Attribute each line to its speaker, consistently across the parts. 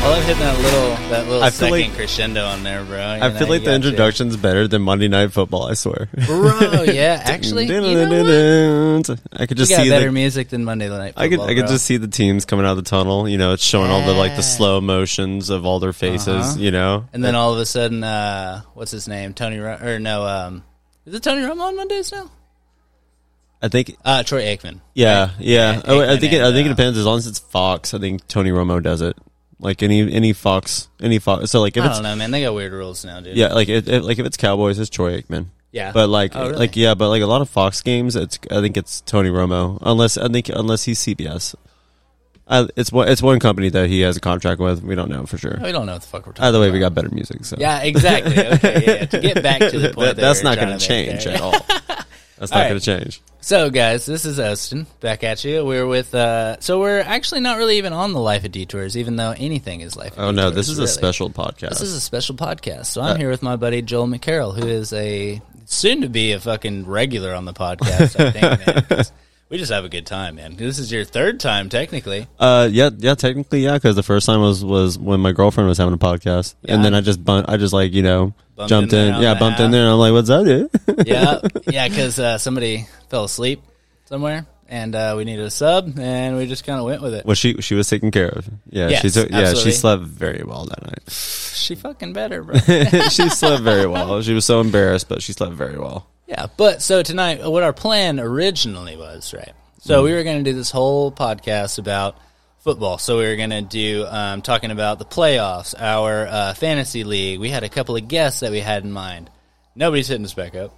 Speaker 1: I love hitting that little that little
Speaker 2: I feel
Speaker 1: second
Speaker 2: like-
Speaker 1: crescendo on there, bro.
Speaker 2: I feel like the introduction's better than Monday Night Football. I swear.
Speaker 1: bro. Yeah, actually, you know what?
Speaker 2: I could
Speaker 1: You
Speaker 2: just
Speaker 1: got
Speaker 2: see
Speaker 1: better
Speaker 2: the,
Speaker 1: music than Monday Night.
Speaker 2: I could
Speaker 1: Football,
Speaker 2: I could
Speaker 1: bro.
Speaker 2: just see the teams coming out of the tunnel. You know, it's showing all the like
Speaker 1: Yeah.
Speaker 2: the slow motions of all their faces.
Speaker 1: Uh-huh.
Speaker 2: You know,
Speaker 1: And then all of a sudden, uh, what's his name? Tony Ru- or no? Um, is it Tony Romo on Mondays now?
Speaker 2: I think
Speaker 1: Uh, Troy Aikman.
Speaker 2: yeah, yeah.
Speaker 1: Yeah,
Speaker 2: Oh, I
Speaker 1: Aikman
Speaker 2: think it, I
Speaker 1: and,
Speaker 2: think it
Speaker 1: uh,
Speaker 2: depends. As long as it's Fox, I think Tony Romo does it. Like any any Fox any Fox. So like if
Speaker 1: I
Speaker 2: it's
Speaker 1: don't know, man. They got weird rules now, dude.
Speaker 2: yeah, like it, it- like if it's Cowboys, it's Troy Aikman.
Speaker 1: Yeah.
Speaker 2: But like,
Speaker 1: Oh, really?
Speaker 2: like yeah, but like a lot of Fox games, it's I think it's Tony Romo, unless I think unless he's CBS. I, Uh, it's one it's one company that he has a contract with. We don't know for sure.
Speaker 1: we don't know what the fuck we're talking.
Speaker 2: Either way, we
Speaker 1: about.
Speaker 2: got better music. So
Speaker 1: Yeah, exactly. Okay, yeah, yeah. To get back to the
Speaker 2: That-
Speaker 1: point, that
Speaker 2: that's
Speaker 1: we were
Speaker 2: not
Speaker 1: trying
Speaker 2: going to
Speaker 1: to make
Speaker 2: change
Speaker 1: there.
Speaker 2: at all. That's
Speaker 1: All
Speaker 2: not
Speaker 1: right.
Speaker 2: going to change.
Speaker 1: So, guys, this is Austin back at you. We're with, uh, so we're actually not really even on the Life of Detours, even though anything is Life. Of
Speaker 2: Oh no,
Speaker 1: Detours,
Speaker 2: this is a
Speaker 1: really.
Speaker 2: special Uh, podcast.
Speaker 1: This is a special podcast. So I'm here with my buddy Joel McCarroll, who is a soon to be a fucking regular on the podcast. I think, man. 'cause We just have a good time, man. This is your third time, technically.
Speaker 2: uh, yeah, yeah, technically, yeah, because the first time was was when my girlfriend was having a podcast, and then I just bun- I just like you know
Speaker 1: Bumped
Speaker 2: jumped
Speaker 1: in
Speaker 2: in,
Speaker 1: there on
Speaker 2: yeah,
Speaker 1: the
Speaker 2: bumped
Speaker 1: app.
Speaker 2: in there, and I'm like, what's that, dude?
Speaker 1: yeah, yeah, because uh, somebody fell asleep somewhere, and uh, we needed a sub, and we just kind of went with it.
Speaker 2: Well, she she was taken care of. Yeah, she
Speaker 1: Yes,
Speaker 2: took, yeah,
Speaker 1: absolutely.
Speaker 2: she slept very well that night.
Speaker 1: She fucking better, bro.
Speaker 2: she slept very well. She was so embarrassed, but she slept very well.
Speaker 1: Yeah, but so tonight, what our plan originally was, right?
Speaker 2: Mm-hmm.
Speaker 1: So we were going to do this whole podcast about football. So we were going to do um, talking about the playoffs, our uh, fantasy league. We had a couple of guests that we had in mind. Nobody's hitting us back up.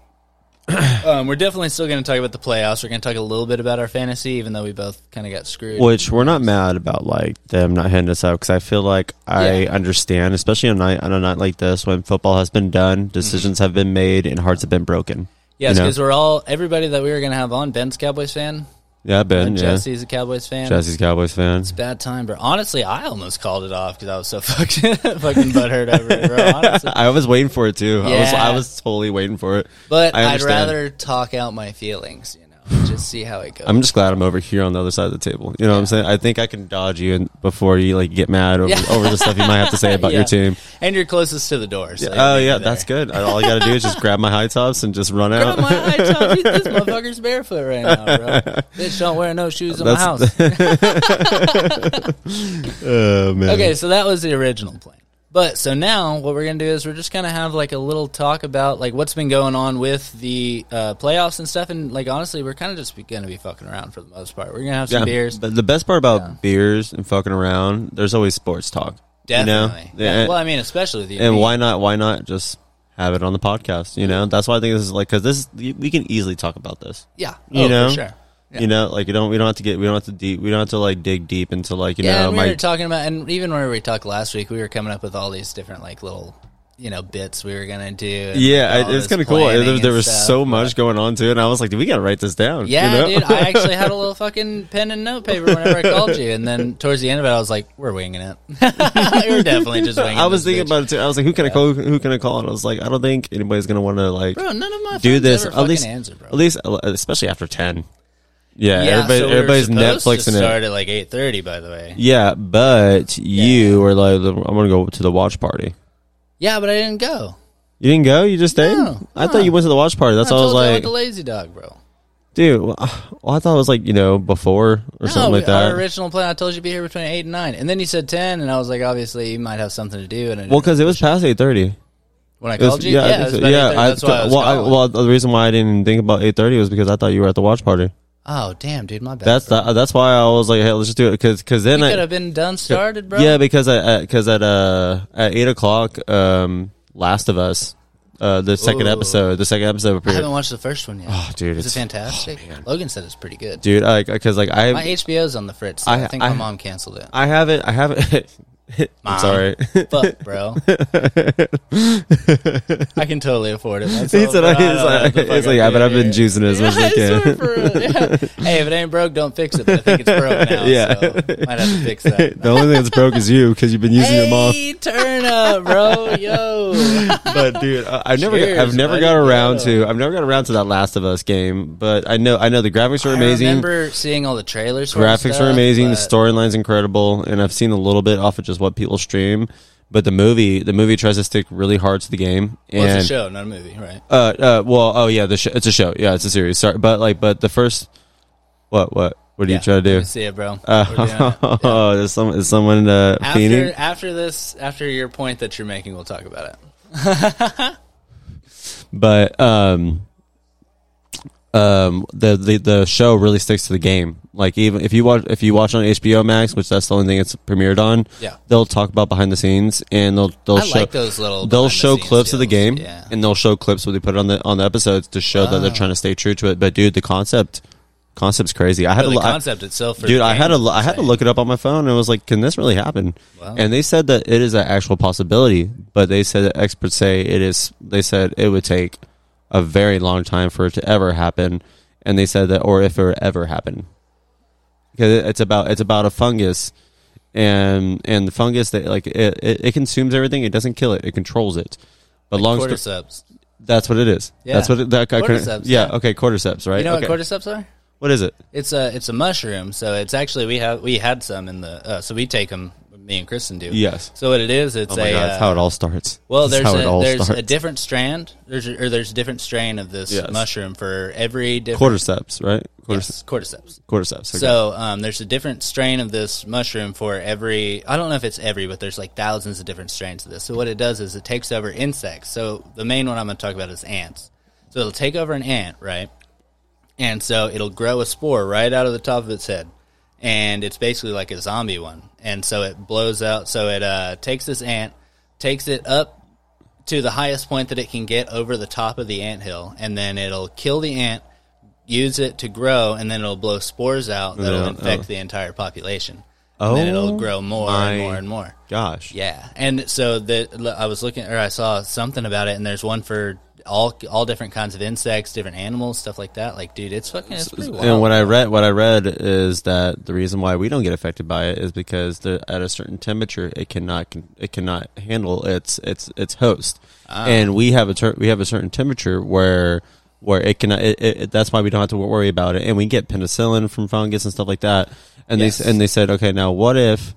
Speaker 1: um, we're definitely still going to talk about the playoffs. We're going to talk a little bit about our fantasy, even though we both kind of got screwed.
Speaker 2: Which we're not mad about, like them not hitting us out, because I feel like I
Speaker 1: Yeah.
Speaker 2: understand, especially on a night on a night like this when football has been
Speaker 1: Mm-hmm.
Speaker 2: done, decisions have been made, and hearts have been broken.
Speaker 1: yes,
Speaker 2: you know?
Speaker 1: because we're all everybody that we were going to have on. Ben's Cowboys fan.
Speaker 2: yeah, Ben, yeah,
Speaker 1: Jesse's a Cowboys fan.
Speaker 2: Jesse's Cowboys fan.
Speaker 1: bad time, bro. Honestly, I almost called it off because I was so fucking fucking butthurt over it, bro. Honestly.
Speaker 2: I was waiting for it too. I was
Speaker 1: Yeah.
Speaker 2: I was totally waiting for it.
Speaker 1: But
Speaker 2: I
Speaker 1: I'd
Speaker 2: understand.
Speaker 1: rather talk out my feelings, you know, just see how it goes.
Speaker 2: I'm just glad I'm over here on the other side of the table. You know what I'm saying? I think I can dodge you and before you like get mad over,
Speaker 1: Yeah.
Speaker 2: over the stuff you might have to say about
Speaker 1: Yeah.
Speaker 2: your team.
Speaker 1: and you're closest to the door. So
Speaker 2: Oh
Speaker 1: you're
Speaker 2: yeah,
Speaker 1: there.
Speaker 2: that's good. All I got to do is just grab my high tops and just run
Speaker 1: Bro,
Speaker 2: out.
Speaker 1: my high top, dude, this motherfucker's barefoot right now, bro. Bitch, don't wear no shoes in my house.
Speaker 2: That's- oh man.
Speaker 1: Okay, so that was the original plan. But so now what we're gonna do is we're just gonna have like a little talk about like what's been going on with the uh, playoffs and stuff, and like honestly, we're kind of just be- gonna be fucking around for the most part. We're gonna have some
Speaker 2: Yeah,
Speaker 1: beers.
Speaker 2: but the best part about beers and fucking around, there's always sports talk. you know?
Speaker 1: Definitely.
Speaker 2: Yeah,
Speaker 1: Yeah, well, I mean, especially with you.
Speaker 2: and why not why not just have it on the podcast you know that's why i think this is like because this is, we can easily talk about this
Speaker 1: Yeah.
Speaker 2: you
Speaker 1: oh,
Speaker 2: know
Speaker 1: For sure. Yeah.
Speaker 2: you know like you don't we don't have to get we don't have to deep we don't have to like dig deep into like you
Speaker 1: yeah,
Speaker 2: know
Speaker 1: and we
Speaker 2: my
Speaker 1: were talking about, and even when we talked last week, we were coming up with all these different like little, you know, bits we were gonna do. and,
Speaker 2: yeah
Speaker 1: like, all
Speaker 2: I, it's
Speaker 1: this
Speaker 2: kind of cool
Speaker 1: planning
Speaker 2: there,
Speaker 1: and
Speaker 2: there was
Speaker 1: stuff.
Speaker 2: so much going on too and i was like dude we gotta write this down you
Speaker 1: Yeah,
Speaker 2: know?
Speaker 1: dude, I actually had a little fucking pen and notepaper whenever I called you, and then towards the end of it, I was like, "We're winging it. we're definitely just winging."
Speaker 2: I was
Speaker 1: this
Speaker 2: thinking
Speaker 1: bitch.
Speaker 2: about it too. I was like, "Who can I call? Who can I call?" And I was like, "I don't think anybody's gonna want to like
Speaker 1: bro. None of my
Speaker 2: do
Speaker 1: friends
Speaker 2: this
Speaker 1: ever
Speaker 2: at least,
Speaker 1: fucking answer, bro.
Speaker 2: at least, uh, especially after ten. Yeah,
Speaker 1: yeah,
Speaker 2: everybody,
Speaker 1: so we were
Speaker 2: everybody's
Speaker 1: supposed to
Speaker 2: Netflixing it.
Speaker 1: Start at like eight thirty, by the way.
Speaker 2: Yeah, but you were like, I'm gonna go to the watch party.
Speaker 1: Yeah, but I didn't go.
Speaker 2: You didn't go. You just stayed.
Speaker 1: No,
Speaker 2: I thought you went to the watch party. That's
Speaker 1: I
Speaker 2: why I was
Speaker 1: told you I
Speaker 2: like,
Speaker 1: went to Lazy Dog, bro.
Speaker 2: dude. Well, I thought it was like you know before or something
Speaker 1: we-
Speaker 2: like that.
Speaker 1: Our original plan, I told you to be here between eight and nine, and then you said ten, and I was like, obviously, you might have something to do. And I
Speaker 2: well,
Speaker 1: didn't-
Speaker 2: because it was past eight thirty.
Speaker 1: when I called you, yeah, it was about 8:30,
Speaker 2: I,
Speaker 1: that's why I was
Speaker 2: well, I,
Speaker 1: calling.
Speaker 2: well, the reason why I didn't think about eight thirty was because I thought you were at the watch party.
Speaker 1: oh damn, dude, my bad.
Speaker 2: That's
Speaker 1: bro.
Speaker 2: the, that's why I was like, hey, let's just do it because then
Speaker 1: could
Speaker 2: I,
Speaker 1: have been done started, bro.
Speaker 2: yeah because I because at uh at eight o'clock um Last of Us uh the second
Speaker 1: Ooh.
Speaker 2: episode the second episode
Speaker 1: I
Speaker 2: appeared.
Speaker 1: haven't watched the first one yet.
Speaker 2: Oh, dude,
Speaker 1: is
Speaker 2: it's- oh,
Speaker 1: it fantastic? Logan said it's pretty good.
Speaker 2: dude. Because like I
Speaker 1: My HBO's on the fritz. so I,
Speaker 2: I-
Speaker 1: think my
Speaker 2: I-
Speaker 1: mom canceled it.
Speaker 2: I haven't I haven't
Speaker 1: Mom.
Speaker 2: I'm sorry.
Speaker 1: Fuck, bro. I can totally afford it. That's
Speaker 2: he
Speaker 1: all,
Speaker 2: said,
Speaker 1: bro.
Speaker 2: I,
Speaker 1: I don't know
Speaker 2: he's
Speaker 1: what the
Speaker 2: like, he's
Speaker 1: fuck
Speaker 2: like, yeah,
Speaker 1: I'm
Speaker 2: but I've
Speaker 1: doing
Speaker 2: been
Speaker 1: here."
Speaker 2: juicing it as much as I
Speaker 1: Yeah,
Speaker 2: can.
Speaker 1: it's for real, yeah. Hey, if it ain't broke, don't fix it. But I think it's broke now,
Speaker 2: Yeah.
Speaker 1: so might have to fix that.
Speaker 2: the only thing that's broke is you because you've been using your mom.
Speaker 1: Hey, turn up, bro. Yo.
Speaker 2: But dude, I- I've never,
Speaker 1: Cheers,
Speaker 2: I've never
Speaker 1: buddy.
Speaker 2: got around
Speaker 1: Yeah.
Speaker 2: to, I've never got around to that Last of Us game. But I know, I know the graphics are amazing.
Speaker 1: I remember seeing all the trailers. For
Speaker 2: graphics
Speaker 1: stuff,
Speaker 2: are amazing. The
Speaker 1: but
Speaker 2: storyline's incredible, and I've seen a little bit off of just what people stream. But the movie, the movie tries to stick really hard to the game.
Speaker 1: well,
Speaker 2: and
Speaker 1: it's a show, not a movie, right?
Speaker 2: Uh, uh, well, oh yeah, the sh- it's a show. Yeah, it's a series. Sorry, but like, but the first, what, what, what do
Speaker 1: Yeah.
Speaker 2: you try to do?
Speaker 1: See it, bro. We're doing
Speaker 2: Uh,
Speaker 1: it.
Speaker 2: oh, there's some, is someone uh,
Speaker 1: After,
Speaker 2: fiending?
Speaker 1: after this, after your point that you're making, we'll talk about it.
Speaker 2: but um, um, the, the the show really sticks to the game. Like even if you watch if you watch on HBO Max, which that's the only thing it's premiered on,
Speaker 1: Yeah.
Speaker 2: they'll talk about behind the scenes and they'll they'll
Speaker 1: I
Speaker 2: show
Speaker 1: like those little.
Speaker 2: they'll
Speaker 1: behind the
Speaker 2: show
Speaker 1: scenes
Speaker 2: clips of the
Speaker 1: deals.
Speaker 2: game
Speaker 1: Yeah. Ah.
Speaker 2: and they'll show clips when they put it on the on the episodes to show that they're trying to stay true to it. But dude, the concept concept's crazy. I had
Speaker 1: But
Speaker 2: a
Speaker 1: the
Speaker 2: lo- I-
Speaker 1: concept itself, for
Speaker 2: dude,
Speaker 1: the
Speaker 2: I had
Speaker 1: game
Speaker 2: a
Speaker 1: is
Speaker 2: lo- I had to
Speaker 1: insane.
Speaker 2: look it up on my phone and was like, can this really happen?
Speaker 1: Wow.
Speaker 2: And they said that it is an actual possibility, but they said that experts say it is. They said it would take a very long time for it to ever happen, and they said that or if it would ever happen, because it- it's about it's about a fungus. And and the fungus that like it, it, it consumes everything it doesn't kill it it controls it, but long sto-
Speaker 1: cordyceps.
Speaker 2: that's what it is.
Speaker 1: Yeah.
Speaker 2: That's what it, that I couldn't-
Speaker 1: Cordyceps,
Speaker 2: Yeah,
Speaker 1: yeah.
Speaker 2: Okay. Cordyceps. Right.
Speaker 1: You know
Speaker 2: okay.
Speaker 1: what cordyceps are?
Speaker 2: what is it? Oh
Speaker 1: It's a it's a mushroom. So it's actually we have we had some in the uh, so we take them. Me and Kristen do.
Speaker 2: Yes.
Speaker 1: So what it is? It's
Speaker 2: Oh my
Speaker 1: a
Speaker 2: god.
Speaker 1: uh,
Speaker 2: That's how it all starts.
Speaker 1: Well,
Speaker 2: That's
Speaker 1: there's
Speaker 2: how it
Speaker 1: a,
Speaker 2: all
Speaker 1: there's
Speaker 2: starts.
Speaker 1: a different strand. There's a, or there's a different strain of this
Speaker 2: Yes.
Speaker 1: mushroom for every different
Speaker 2: Cordyceps. Right. Cordyceps.
Speaker 1: yes, cordyceps.
Speaker 2: Cordyceps. Okay.
Speaker 1: So um, there's a different strain of this mushroom for every. I don't know if it's every, but there's like thousands of different strains of this. So what it does is it takes over insects. So the main one I'm going to talk about is ants. So it'll take over an ant, right? And so it'll grow a spore right out of the top of its head, and it's basically like a zombie one. And so it blows out. So it uh, takes this ant, takes it up to the highest point that it can get over the top of the ant hill, and then it'll kill the ant, use it to grow, and then it'll blow spores out that'll
Speaker 2: then-
Speaker 1: infect
Speaker 2: oh.
Speaker 1: the entire population. and then
Speaker 2: Oh
Speaker 1: it'll grow more
Speaker 2: my-
Speaker 1: and more and more.
Speaker 2: Gosh.
Speaker 1: Yeah, and so the l- I was looking or I saw something about it, and there's one for all all different kinds of insects, different animals, stuff like that. Like, dude, it's fucking it's pretty wild.
Speaker 2: And what I read, what I read is that the reason why we don't get affected by it is because the, at a certain temperature, it cannot con- it cannot handle its its its host,
Speaker 1: Ah.
Speaker 2: and we have a ter- we have a certain temperature where where it cannot. It, it, it- that's why we don't have to worry about it, and we get penicillin from fungus and stuff like that. And they s-
Speaker 1: Yes.
Speaker 2: and they said, okay, now what if?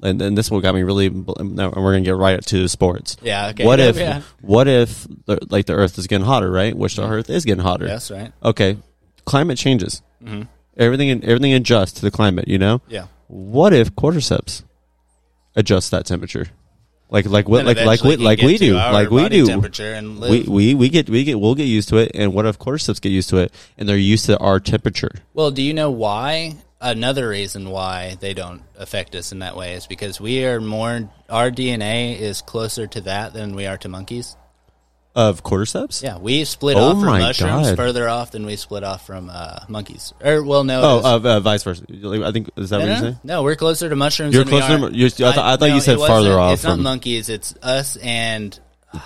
Speaker 2: And, and this one got me really. bl- Now we're gonna get right to sports.
Speaker 1: Yeah, okay.
Speaker 2: What if?
Speaker 1: Yeah. Mm-hmm.
Speaker 2: What if? The, like the Earth is getting hotter, right? Which the Earth is getting hotter
Speaker 1: Yes, right.
Speaker 2: okay, climate changes. Everything everything adjusts to the climate. You know.
Speaker 1: Mm-hmm. Yeah.
Speaker 2: What if cordyceps adjusts that temperature? Like like what
Speaker 1: Then
Speaker 2: like like
Speaker 1: eventually
Speaker 2: we
Speaker 1: it can
Speaker 2: like
Speaker 1: get
Speaker 2: we
Speaker 1: to
Speaker 2: do
Speaker 1: our
Speaker 2: like we
Speaker 1: body
Speaker 2: do.
Speaker 1: temperature and live.
Speaker 2: We, we we get we get we'll get used to it, and what if cordyceps get used to it, and they're used to our temperature?
Speaker 1: Well, do you know why? Another reason why they don't affect us in that way is because we are more our DNA is closer to that than we are to monkeys.
Speaker 2: Of cordyceps?
Speaker 1: Yeah, we split
Speaker 2: Oh
Speaker 1: off from
Speaker 2: my
Speaker 1: mushrooms
Speaker 2: God.
Speaker 1: further off than we split off from uh, monkeys. Or well, no,
Speaker 2: Oh,
Speaker 1: it was-
Speaker 2: of uh, vice versa. Like, I think is that what
Speaker 1: no,
Speaker 2: you're
Speaker 1: no,
Speaker 2: saying?
Speaker 1: no, we're closer to mushrooms.
Speaker 2: You're
Speaker 1: than we
Speaker 2: closer to
Speaker 1: are-
Speaker 2: mu- you're- I th- I thought you
Speaker 1: no,
Speaker 2: said
Speaker 1: it wasn't-
Speaker 2: farther off
Speaker 1: It's not
Speaker 2: from-
Speaker 1: monkeys. It's us and.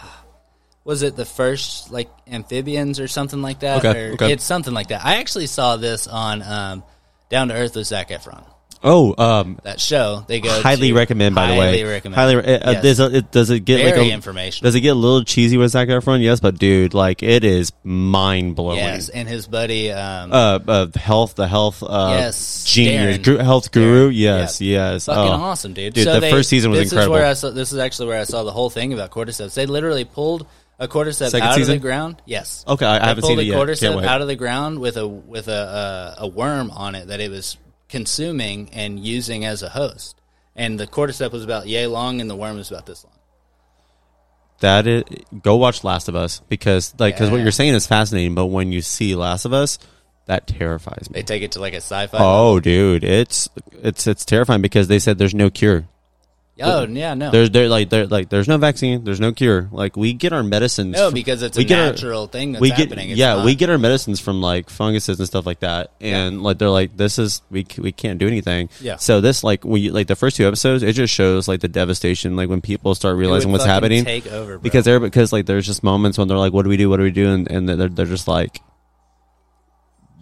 Speaker 1: Was it the first like amphibians or something like that?
Speaker 2: Okay,
Speaker 1: or-
Speaker 2: okay.
Speaker 1: It's something like that. I actually saw this on um, Down to Earth with Zach Efron.
Speaker 2: Oh, um,
Speaker 1: that show. They go
Speaker 2: highly
Speaker 1: to-
Speaker 2: recommend. By the way,
Speaker 1: highly recommend.
Speaker 2: Highly re- uh,
Speaker 1: Yes.
Speaker 2: does it- it- does it get
Speaker 1: Very
Speaker 2: like a,
Speaker 1: informational.
Speaker 2: Does it get a little cheesy with Zac Efron? Yes, but dude, like it is mind blowing.
Speaker 1: yes, and his buddy. Um,
Speaker 2: Uh, uh, the health, the health, uh,
Speaker 1: Yes,
Speaker 2: genius,
Speaker 1: Darren.
Speaker 2: gr- health guru.
Speaker 1: Darren,
Speaker 2: Yes,
Speaker 1: yeah.
Speaker 2: yes.
Speaker 1: fucking
Speaker 2: Oh.
Speaker 1: awesome, dude.
Speaker 2: Dude,
Speaker 1: so
Speaker 2: the
Speaker 1: they-
Speaker 2: first season was
Speaker 1: this
Speaker 2: incredible.
Speaker 1: Is where I saw, this is actually where I saw the whole thing about cordyceps. They literally pulled a cordyceps
Speaker 2: Second
Speaker 1: out
Speaker 2: season?
Speaker 1: of the ground. Yes.
Speaker 2: Okay, I, I
Speaker 1: They
Speaker 2: haven't
Speaker 1: pulled
Speaker 2: seen it
Speaker 1: a
Speaker 2: yet. Can't
Speaker 1: cordyceps
Speaker 2: wait.
Speaker 1: out of the ground with a with a uh, a worm on it that it was consuming and using as a host. And the cordyceps was about yay long, and the worm was about this long.
Speaker 2: that is, go watch Last of Us because like because what
Speaker 1: Yeah.
Speaker 2: you're saying is fascinating, but when you see Last of Us, that terrifies me.
Speaker 1: They take it to like a sci-fi.
Speaker 2: Oh, dude, it's it's it's terrifying because they said there's no cure.
Speaker 1: Oh yeah, no,
Speaker 2: There's there like there like there's no vaccine, there's no cure. Like we get our medicines.
Speaker 1: no,
Speaker 2: fr-
Speaker 1: because it's
Speaker 2: we
Speaker 1: a
Speaker 2: get our-
Speaker 1: natural thing that's
Speaker 2: we get
Speaker 1: happening. It's
Speaker 2: yeah,
Speaker 1: not-
Speaker 2: we get our medicines from like funguses and stuff like that, and like they're like this is we c- we can't do anything.
Speaker 1: Yeah.
Speaker 2: So this like we like the first two episodes, it just shows like the devastation, like when people start
Speaker 1: it would
Speaker 2: realizing what's
Speaker 1: fucking
Speaker 2: happening
Speaker 1: Take over bro.
Speaker 2: because they're because like there's just moments when they're like, what do we do? What do we do? And, and they're they're just like,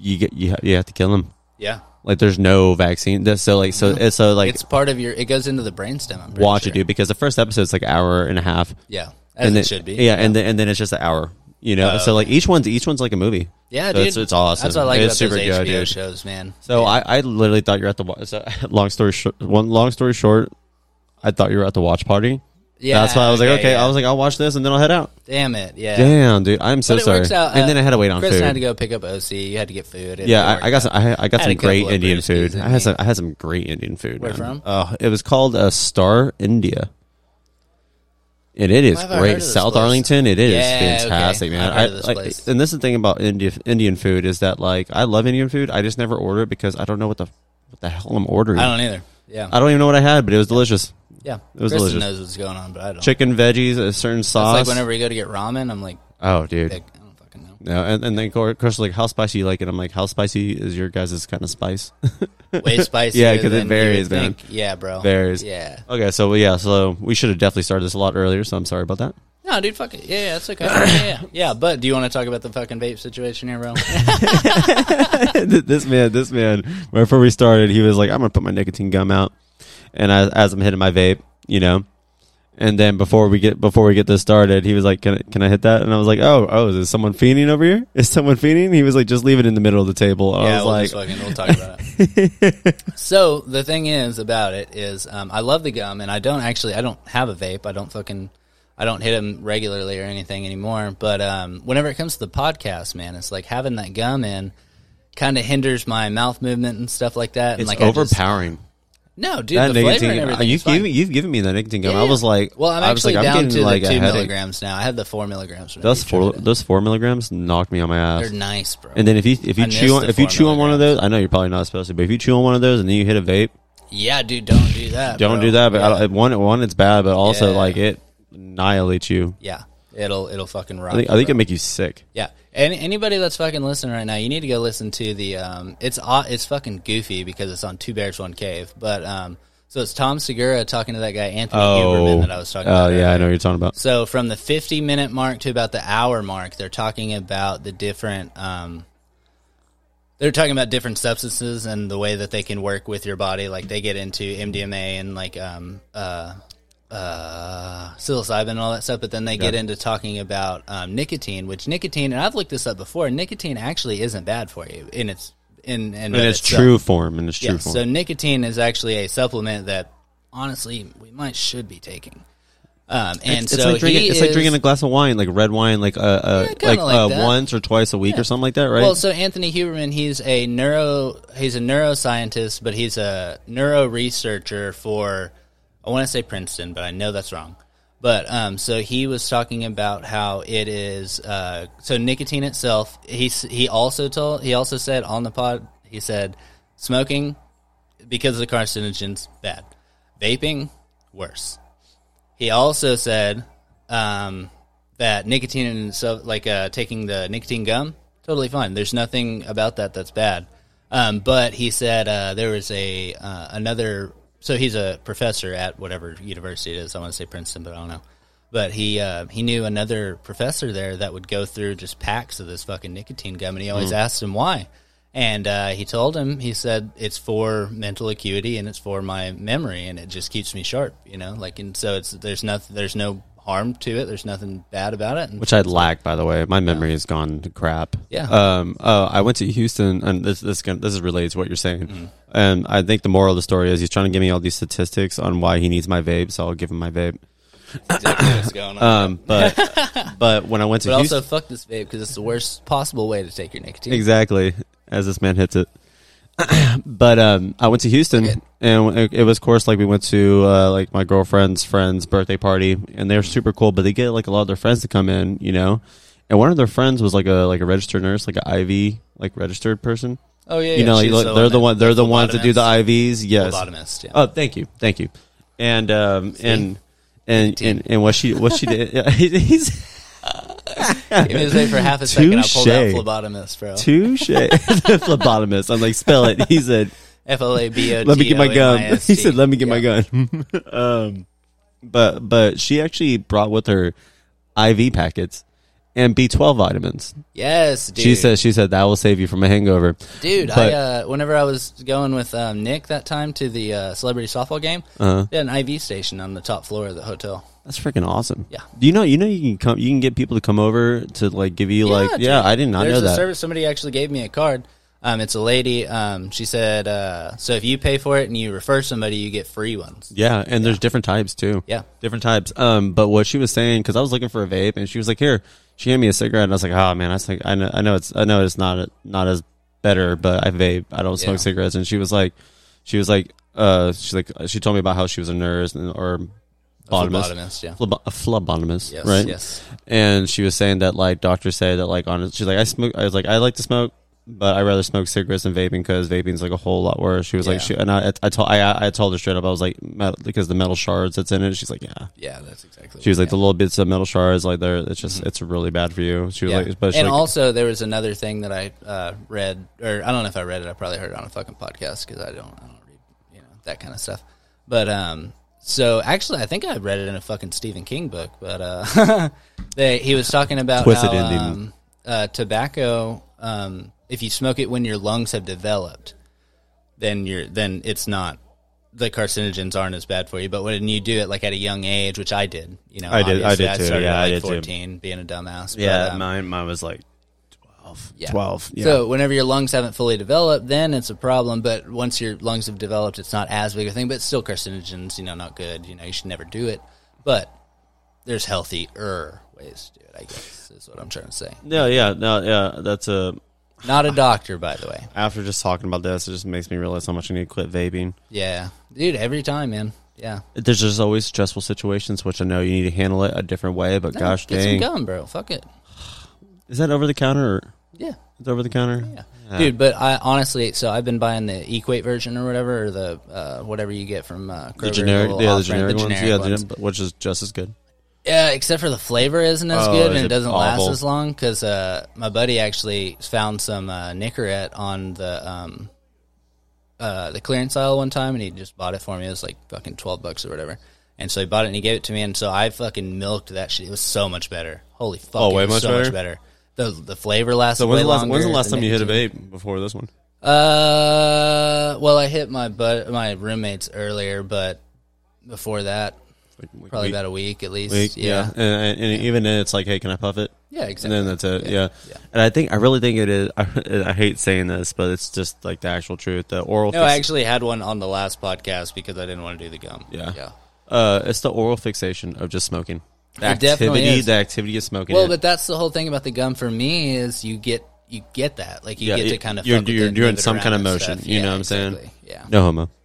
Speaker 2: you get you ha- you have to kill them.
Speaker 1: yeah,
Speaker 2: Like there's no vaccine. That's- So like so it's so like
Speaker 1: it's part of your. It goes into the brainstem. I'm pretty
Speaker 2: watch
Speaker 1: sure.
Speaker 2: it, dude, because the first episode's like hour and a half.
Speaker 1: Yeah, as
Speaker 2: and
Speaker 1: it
Speaker 2: then-
Speaker 1: should be. Oh,
Speaker 2: Yeah, and then and then it's just an hour. You know, so like each one's each one's like a movie.
Speaker 1: yeah,
Speaker 2: so
Speaker 1: dude.
Speaker 2: it's, it's awesome.
Speaker 1: That's what I like
Speaker 2: it's
Speaker 1: about
Speaker 2: super
Speaker 1: those
Speaker 2: good,
Speaker 1: HBO
Speaker 2: dude.
Speaker 1: shows, man.
Speaker 2: So I, I literally thought you were at the wa- so, long story short, one long story short, I thought you were at the watch party.
Speaker 1: yeah,
Speaker 2: that's why I was like, okay,
Speaker 1: yeah.
Speaker 2: I was like, I'll watch this and then I'll head out.
Speaker 1: damn it, yeah.
Speaker 2: Damn, dude, I'm so
Speaker 1: But it
Speaker 2: sorry.
Speaker 1: works out, uh,
Speaker 2: and then I had to wait on
Speaker 1: Chris
Speaker 2: food.
Speaker 1: had to go pick up OC. You had to get food. It
Speaker 2: yeah,
Speaker 1: worked
Speaker 2: I, I got
Speaker 1: out.
Speaker 2: some. I, had- I got
Speaker 1: Had a
Speaker 2: some
Speaker 1: couple
Speaker 2: great
Speaker 1: of
Speaker 2: Indian
Speaker 1: brewskis
Speaker 2: food.
Speaker 1: in
Speaker 2: I had
Speaker 1: me.
Speaker 2: some. I had some great Indian food.
Speaker 1: Where
Speaker 2: man.
Speaker 1: from?
Speaker 2: Oh, it was called a Star India. And it is
Speaker 1: Why have I heard
Speaker 2: great,
Speaker 1: of this
Speaker 2: South
Speaker 1: place?
Speaker 2: Arlington. It is
Speaker 1: Yeah, okay.
Speaker 2: fantastic, man.
Speaker 1: I've heard
Speaker 2: I,
Speaker 1: of this
Speaker 2: like,
Speaker 1: place.
Speaker 2: and this is the thing about India, Indian food is that like I love Indian food. I just never order it because I don't know what the what the hell I'm ordering.
Speaker 1: I don't either. Yeah,
Speaker 2: I don't even know what I had, but it was delicious.
Speaker 1: yeah.
Speaker 2: it was
Speaker 1: Kristen
Speaker 2: delicious.
Speaker 1: knows what's going on, but I don't.
Speaker 2: Chicken veggies, a certain
Speaker 1: it's
Speaker 2: sauce.
Speaker 1: like whenever you go to get ramen, I'm like,
Speaker 2: oh, dude.
Speaker 1: like, I don't fucking know.
Speaker 2: No, and, and then of course, of course, like how spicy you like it. I'm like, how spicy is your guys' kind of spice?
Speaker 1: Way spicier.
Speaker 2: Yeah, 'cause it
Speaker 1: than you would
Speaker 2: varies, man.
Speaker 1: think. Yeah, bro.
Speaker 2: Varies.
Speaker 1: Yeah.
Speaker 2: Okay, so yeah, so we should have definitely started this a lot earlier. So I'm sorry about that.
Speaker 1: No, dude, fuck it. Yeah, yeah, it's okay. Yeah, yeah, yeah. But do you want to talk about the fucking vape situation here, bro?
Speaker 2: this man, this man, before we started, he was like, "I'm gonna put my nicotine gum out," and as, as I'm hitting my vape, you know, and then before we get before we get this started, he was like, "Can I, can I hit that?" And I was like, "Oh, oh, is someone fiending over here? Is someone fiending?" He was like, "Just leave it in the middle of the table." I
Speaker 1: yeah,
Speaker 2: was
Speaker 1: we'll
Speaker 2: like,
Speaker 1: just fucking we'll talk about it. so the thing is about it is um, I love the gum, and I don't actually I don't have a vape. I don't fucking I don't hit them regularly or anything anymore. But um, whenever it comes to the podcast, man, it's like having that gum in kind of hinders my mouth movement and stuff like that. and
Speaker 2: "It's
Speaker 1: like I just-
Speaker 2: overpowering."
Speaker 1: no, dude,
Speaker 2: that
Speaker 1: the flavor
Speaker 2: nicotine.
Speaker 1: and everything.
Speaker 2: You've
Speaker 1: is fine.
Speaker 2: given you've given me that nicotine gum.
Speaker 1: Yeah,
Speaker 2: I
Speaker 1: yeah.
Speaker 2: was like,
Speaker 1: well, I'm
Speaker 2: I was
Speaker 1: actually
Speaker 2: like, I'm
Speaker 1: down
Speaker 2: getting
Speaker 1: to
Speaker 2: like
Speaker 1: the
Speaker 2: a
Speaker 1: two
Speaker 2: headache.
Speaker 1: milligrams now. I have the four milligrams. whenever
Speaker 2: Those
Speaker 1: you tried
Speaker 2: four
Speaker 1: it.
Speaker 2: those four milligrams knocked me on my ass.
Speaker 1: They're nice, bro.
Speaker 2: And then if you if
Speaker 1: I
Speaker 2: you
Speaker 1: missed
Speaker 2: chew on
Speaker 1: the
Speaker 2: if you
Speaker 1: four
Speaker 2: chew on one of
Speaker 1: milligrams.
Speaker 2: those, I know you're probably not supposed to, but if you chew on one of those and then you hit a vape,
Speaker 1: yeah, dude, don't do that.
Speaker 2: don't
Speaker 1: bro.
Speaker 2: do that. But
Speaker 1: yeah.
Speaker 2: I don't, one one it's bad, but also
Speaker 1: Yeah.
Speaker 2: like it annihilates you.
Speaker 1: yeah, it'll it'll fucking rock.
Speaker 2: I think
Speaker 1: you,
Speaker 2: I think
Speaker 1: bro.
Speaker 2: it make you sick.
Speaker 1: Yeah. Any, anybody that's fucking listening right now, you need to go listen to the um it's au- it's fucking goofy because it's on Two Bears One Cave, but um so it's Tom Segura talking to that guy Anthony Huberman that I was talking
Speaker 2: oh
Speaker 1: about.
Speaker 2: yeah, I
Speaker 1: earlier.
Speaker 2: know what you're talking about.
Speaker 1: So from the 50 minute mark to about the hour mark, they're talking about the different um they're talking about different substances and the way that they can work with your body. Like they get into MDMA and like um uh uh, psilocybin and all that stuff, but then they get into talking about um, nicotine, which nicotine, and I've looked this up before. Nicotine actually isn't bad for you, and it's in and
Speaker 2: In its true form, in its true
Speaker 1: uh, Yeah,
Speaker 2: form.
Speaker 1: so nicotine is actually a supplement that honestly we might should be taking. Um, and
Speaker 2: it's
Speaker 1: so
Speaker 2: like drinking
Speaker 1: he
Speaker 2: it's like
Speaker 1: is-
Speaker 2: drinking a glass of wine, like red wine, like uh, uh
Speaker 1: kinda
Speaker 2: like,
Speaker 1: like
Speaker 2: uh
Speaker 1: that.
Speaker 2: once or twice a week or something like that, right?
Speaker 1: Well, so Anthony Huberman, he's a neuro he's a neuroscientist, but he's a neuro researcher for I want to say Princeton, but I know that's wrong. But um, so he was talking about how it is uh, so nicotine itself. He s- he also told he also said on the pod he said smoking because of the carcinogens bad, vaping worse. He also said um, that nicotine and so like uh, taking the nicotine gum totally fine. There's nothing about that that's bad. Um, but he said uh, there was a uh, another. So he's a professor at whatever university it is. I want to say Princeton, but I don't know. But he uh, he knew another professor there that would go through just packs of this fucking nicotine gum, and he always asked him why. And uh, he told him, he said, it's for mental acuity and it's for my memory, and it just keeps me sharp, you know. Like, and so it's there's nothing, there's no harm to it. There's nothing bad about it. And
Speaker 2: which I lack, by the way. My memory has gone to crap.
Speaker 1: Yeah.
Speaker 2: Um. Uh, I went to Houston, and this this gonna, this is related to what you're saying.
Speaker 1: Mm-hmm.
Speaker 2: And I think the moral of the story is he's trying to give me all these statistics on why he needs my vape, so I'll give him my vape.
Speaker 1: exactly what's going on.
Speaker 2: Um. But but when I went to
Speaker 1: But
Speaker 2: Houston,
Speaker 1: also, fuck this vape because it's the worst possible way to take your nicotine.
Speaker 2: exactly as this man hits it. but um, I went to Houston, and it- it was, of course, like we went to uh, like my girlfriend's friend's birthday party, and they're super cool. But they get like a lot of their friends to come in, you know. And one of their friends was like a like a registered nurse, like an IV like registered person.
Speaker 1: Oh yeah,
Speaker 2: you know,
Speaker 1: yeah,
Speaker 2: like,
Speaker 1: she's
Speaker 2: look, they're the
Speaker 1: that-
Speaker 2: one they're the Uh, ones that do the
Speaker 1: phlebotomist.
Speaker 2: IVs. Yes.
Speaker 1: Phlebotomist, yeah.
Speaker 2: Oh, thank you, thank you. and um, and and, and and what she what she did he's
Speaker 1: Give me a say for half a second. I pulled out
Speaker 2: Touche.
Speaker 1: phlebotomist, bro.
Speaker 2: touche the phlebotomist. I'm like, spell it. He said,
Speaker 1: F L A B O.
Speaker 2: "Let me get my gun." He said, "Let me get my gun." um, but but she actually brought with her IV packets and B12 vitamins.
Speaker 1: Yes, dude.
Speaker 2: She said she said that will save you from a hangover.
Speaker 1: Dude, I
Speaker 2: But-
Speaker 1: uh, whenever I was going with um, Nick that time to the uh, celebrity softball game,
Speaker 2: Uh-huh.
Speaker 1: they had an IV station on the top floor of the hotel.
Speaker 2: That's freaking awesome.
Speaker 1: Yeah.
Speaker 2: Do you know you know you can come you can get people to come over to like give you like
Speaker 1: dude.
Speaker 2: yeah I did not
Speaker 1: There's
Speaker 2: know
Speaker 1: a
Speaker 2: that.
Speaker 1: service. Somebody actually gave me a card. Um, it's a lady. Um, she said, uh, so if you pay for it and you refer somebody, you get free ones.
Speaker 2: Yeah, and there's different types too.
Speaker 1: Yeah.
Speaker 2: different types. Um, but what she was saying because I was looking for a vape and she was like, "Here," she handed me a cigarette and I was like, "Oh man, that's like I know I know it's I know it's not not as better, but I vape. I don't smoke
Speaker 1: Yeah.
Speaker 2: cigarettes." And she was like, she was like, uh, she's like she told me about how she was a nurse and, or. Phlebotomist,
Speaker 1: Phlebotomist, yeah.
Speaker 2: Phlebo- a phlebotomist,
Speaker 1: Yes,
Speaker 2: right?
Speaker 1: yes.
Speaker 2: And she was saying that like doctors say that like on she's like I smoke I was like I like to smoke, but I rather smoke cigarettes than vaping because vaping's like a whole lot worse. She was like
Speaker 1: Yeah.
Speaker 2: she and I I told I I told her straight up I was like metal, because the metal shards that's in it. She's like yeah.
Speaker 1: Yeah, that's exactly.
Speaker 2: She was like the little bits of metal shards like they're it's just it's really bad for you. She was
Speaker 1: Yeah.
Speaker 2: like but she
Speaker 1: and
Speaker 2: like,
Speaker 1: also there was another thing that I uh, read, or I don't know if I read it. I probably heard it on a fucking podcast because I don't, I don't read, you know, that kind of stuff. But um, so actually, I think I read it in a fucking Stephen King book. But uh, they he was talking about
Speaker 2: Twisted
Speaker 1: how,
Speaker 2: ending.
Speaker 1: um, uh, tobacco. Um, if you smoke it when your lungs have developed, then you're then it's not the carcinogens aren't as bad for you. But when you do it like at a young age, which I did, you know,
Speaker 2: I did- I
Speaker 1: obviously,
Speaker 2: did too.
Speaker 1: started
Speaker 2: Yeah,
Speaker 1: at,
Speaker 2: I
Speaker 1: like
Speaker 2: did too.
Speaker 1: fourteen, being a dumbass. but,
Speaker 2: yeah
Speaker 1: um,
Speaker 2: mine mine was like 12,
Speaker 1: Yeah.
Speaker 2: 12. Yeah.
Speaker 1: So whenever your lungs haven't fully developed, then it's a problem. But once your lungs have developed, it's not as big a thing. But it's still carcinogens, you know, not good. You know, you should never do it. But there's healthier ways to do it. I guess is what I'm trying to say.
Speaker 2: yeah, yeah, no, yeah. That's a
Speaker 1: Not a doctor, by the way.
Speaker 2: after just talking about this, it just makes me realize how much I need to quit vaping.
Speaker 1: Yeah, dude. Every time, man. Yeah.
Speaker 2: There's just always stressful situations, which I know you need to handle it a different way. But gosh
Speaker 1: Get
Speaker 2: dang,
Speaker 1: some gum, bro. Fuck it.
Speaker 2: is that over the counter? Or
Speaker 1: Yeah.
Speaker 2: it's over the counter.
Speaker 1: Yeah. Dude, but I honestly, so I've been buying the Equate version or whatever, or the uh, whatever you get from uh, Kroger,
Speaker 2: the generic,
Speaker 1: little
Speaker 2: yeah, the
Speaker 1: off-brand-
Speaker 2: generic, ones, yeah, the
Speaker 1: ones.
Speaker 2: gen- which is just as good.
Speaker 1: Yeah, except for the flavor isn't as
Speaker 2: Oh,
Speaker 1: good
Speaker 2: is
Speaker 1: and it
Speaker 2: it
Speaker 1: doesn't last
Speaker 2: awful?
Speaker 1: as long because uh, my buddy actually found some uh, Nicorette on the um, uh, the clearance aisle one time and he just bought it for me. It was like fucking twelve bucks or whatever. And so he bought it and he gave it to me and so I fucking milked that shit. It was so much better. Holy fuck!
Speaker 2: Oh, way
Speaker 1: it was
Speaker 2: much
Speaker 1: so much better. The the flavor lasted.
Speaker 2: So when's
Speaker 1: way
Speaker 2: the last,
Speaker 1: longer,
Speaker 2: when's the last time you hit a
Speaker 1: nicotine.
Speaker 2: vape before this one?
Speaker 1: Uh, well, I hit my bud my roommates earlier, but before that,
Speaker 2: Like, like
Speaker 1: probably
Speaker 2: week-
Speaker 1: about a week at least.
Speaker 2: week,
Speaker 1: yeah.
Speaker 2: yeah. And, and even then, it's like, hey, can I puff it?
Speaker 1: Yeah,
Speaker 2: And
Speaker 1: exactly.
Speaker 2: then that's it. Yeah.
Speaker 1: Yeah.
Speaker 2: And I think I really think it is. I, I hate saying this, but it's just like the actual truth. The oral.
Speaker 1: No,
Speaker 2: fix-
Speaker 1: I actually had one on the last podcast because I didn't want to do the gum.
Speaker 2: Yeah.
Speaker 1: Yeah.
Speaker 2: uh, it's the oral fixation of just smoking. The
Speaker 1: It definitely
Speaker 2: activity,
Speaker 1: is.
Speaker 2: the activity of smoking.
Speaker 1: Well,
Speaker 2: it.
Speaker 1: but that's the whole thing about the gum for me is you get you get that like you
Speaker 2: Yeah,
Speaker 1: get to
Speaker 2: it-
Speaker 1: kind of
Speaker 2: you're-
Speaker 1: fuck with
Speaker 2: you're
Speaker 1: it and
Speaker 2: doing
Speaker 1: move it
Speaker 2: some
Speaker 1: around
Speaker 2: kind of
Speaker 1: and
Speaker 2: motion,
Speaker 1: stuff.
Speaker 2: you
Speaker 1: Yeah,
Speaker 2: know what I'm saying?
Speaker 1: exactly. Yeah.
Speaker 2: no homo.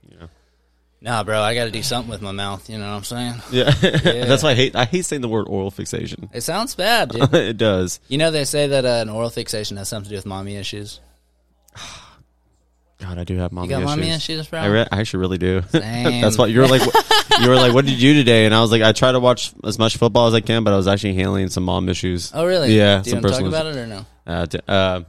Speaker 1: Nah, bro, I got to do something with my mouth. You know what I'm saying?
Speaker 2: Yeah, that's why I hate. I hate saying the word oral fixation.
Speaker 1: It sounds bad, dude.
Speaker 2: it does.
Speaker 1: you know they say that uh, an oral fixation has something to do with mommy issues.
Speaker 2: God, I do have mommy
Speaker 1: got
Speaker 2: issues.
Speaker 1: mommy issues, bro?
Speaker 2: I, re- I actually really do.
Speaker 1: Same.
Speaker 2: That's why you were like, wh- you were like, what did you do today? And I was like, I try to watch as much football as I can, but I was actually handling some mom issues.
Speaker 1: Oh, really?
Speaker 2: Yeah,
Speaker 1: Do you want
Speaker 2: some
Speaker 1: to talk
Speaker 2: personal.
Speaker 1: about it or no?
Speaker 2: Uh, d- uh,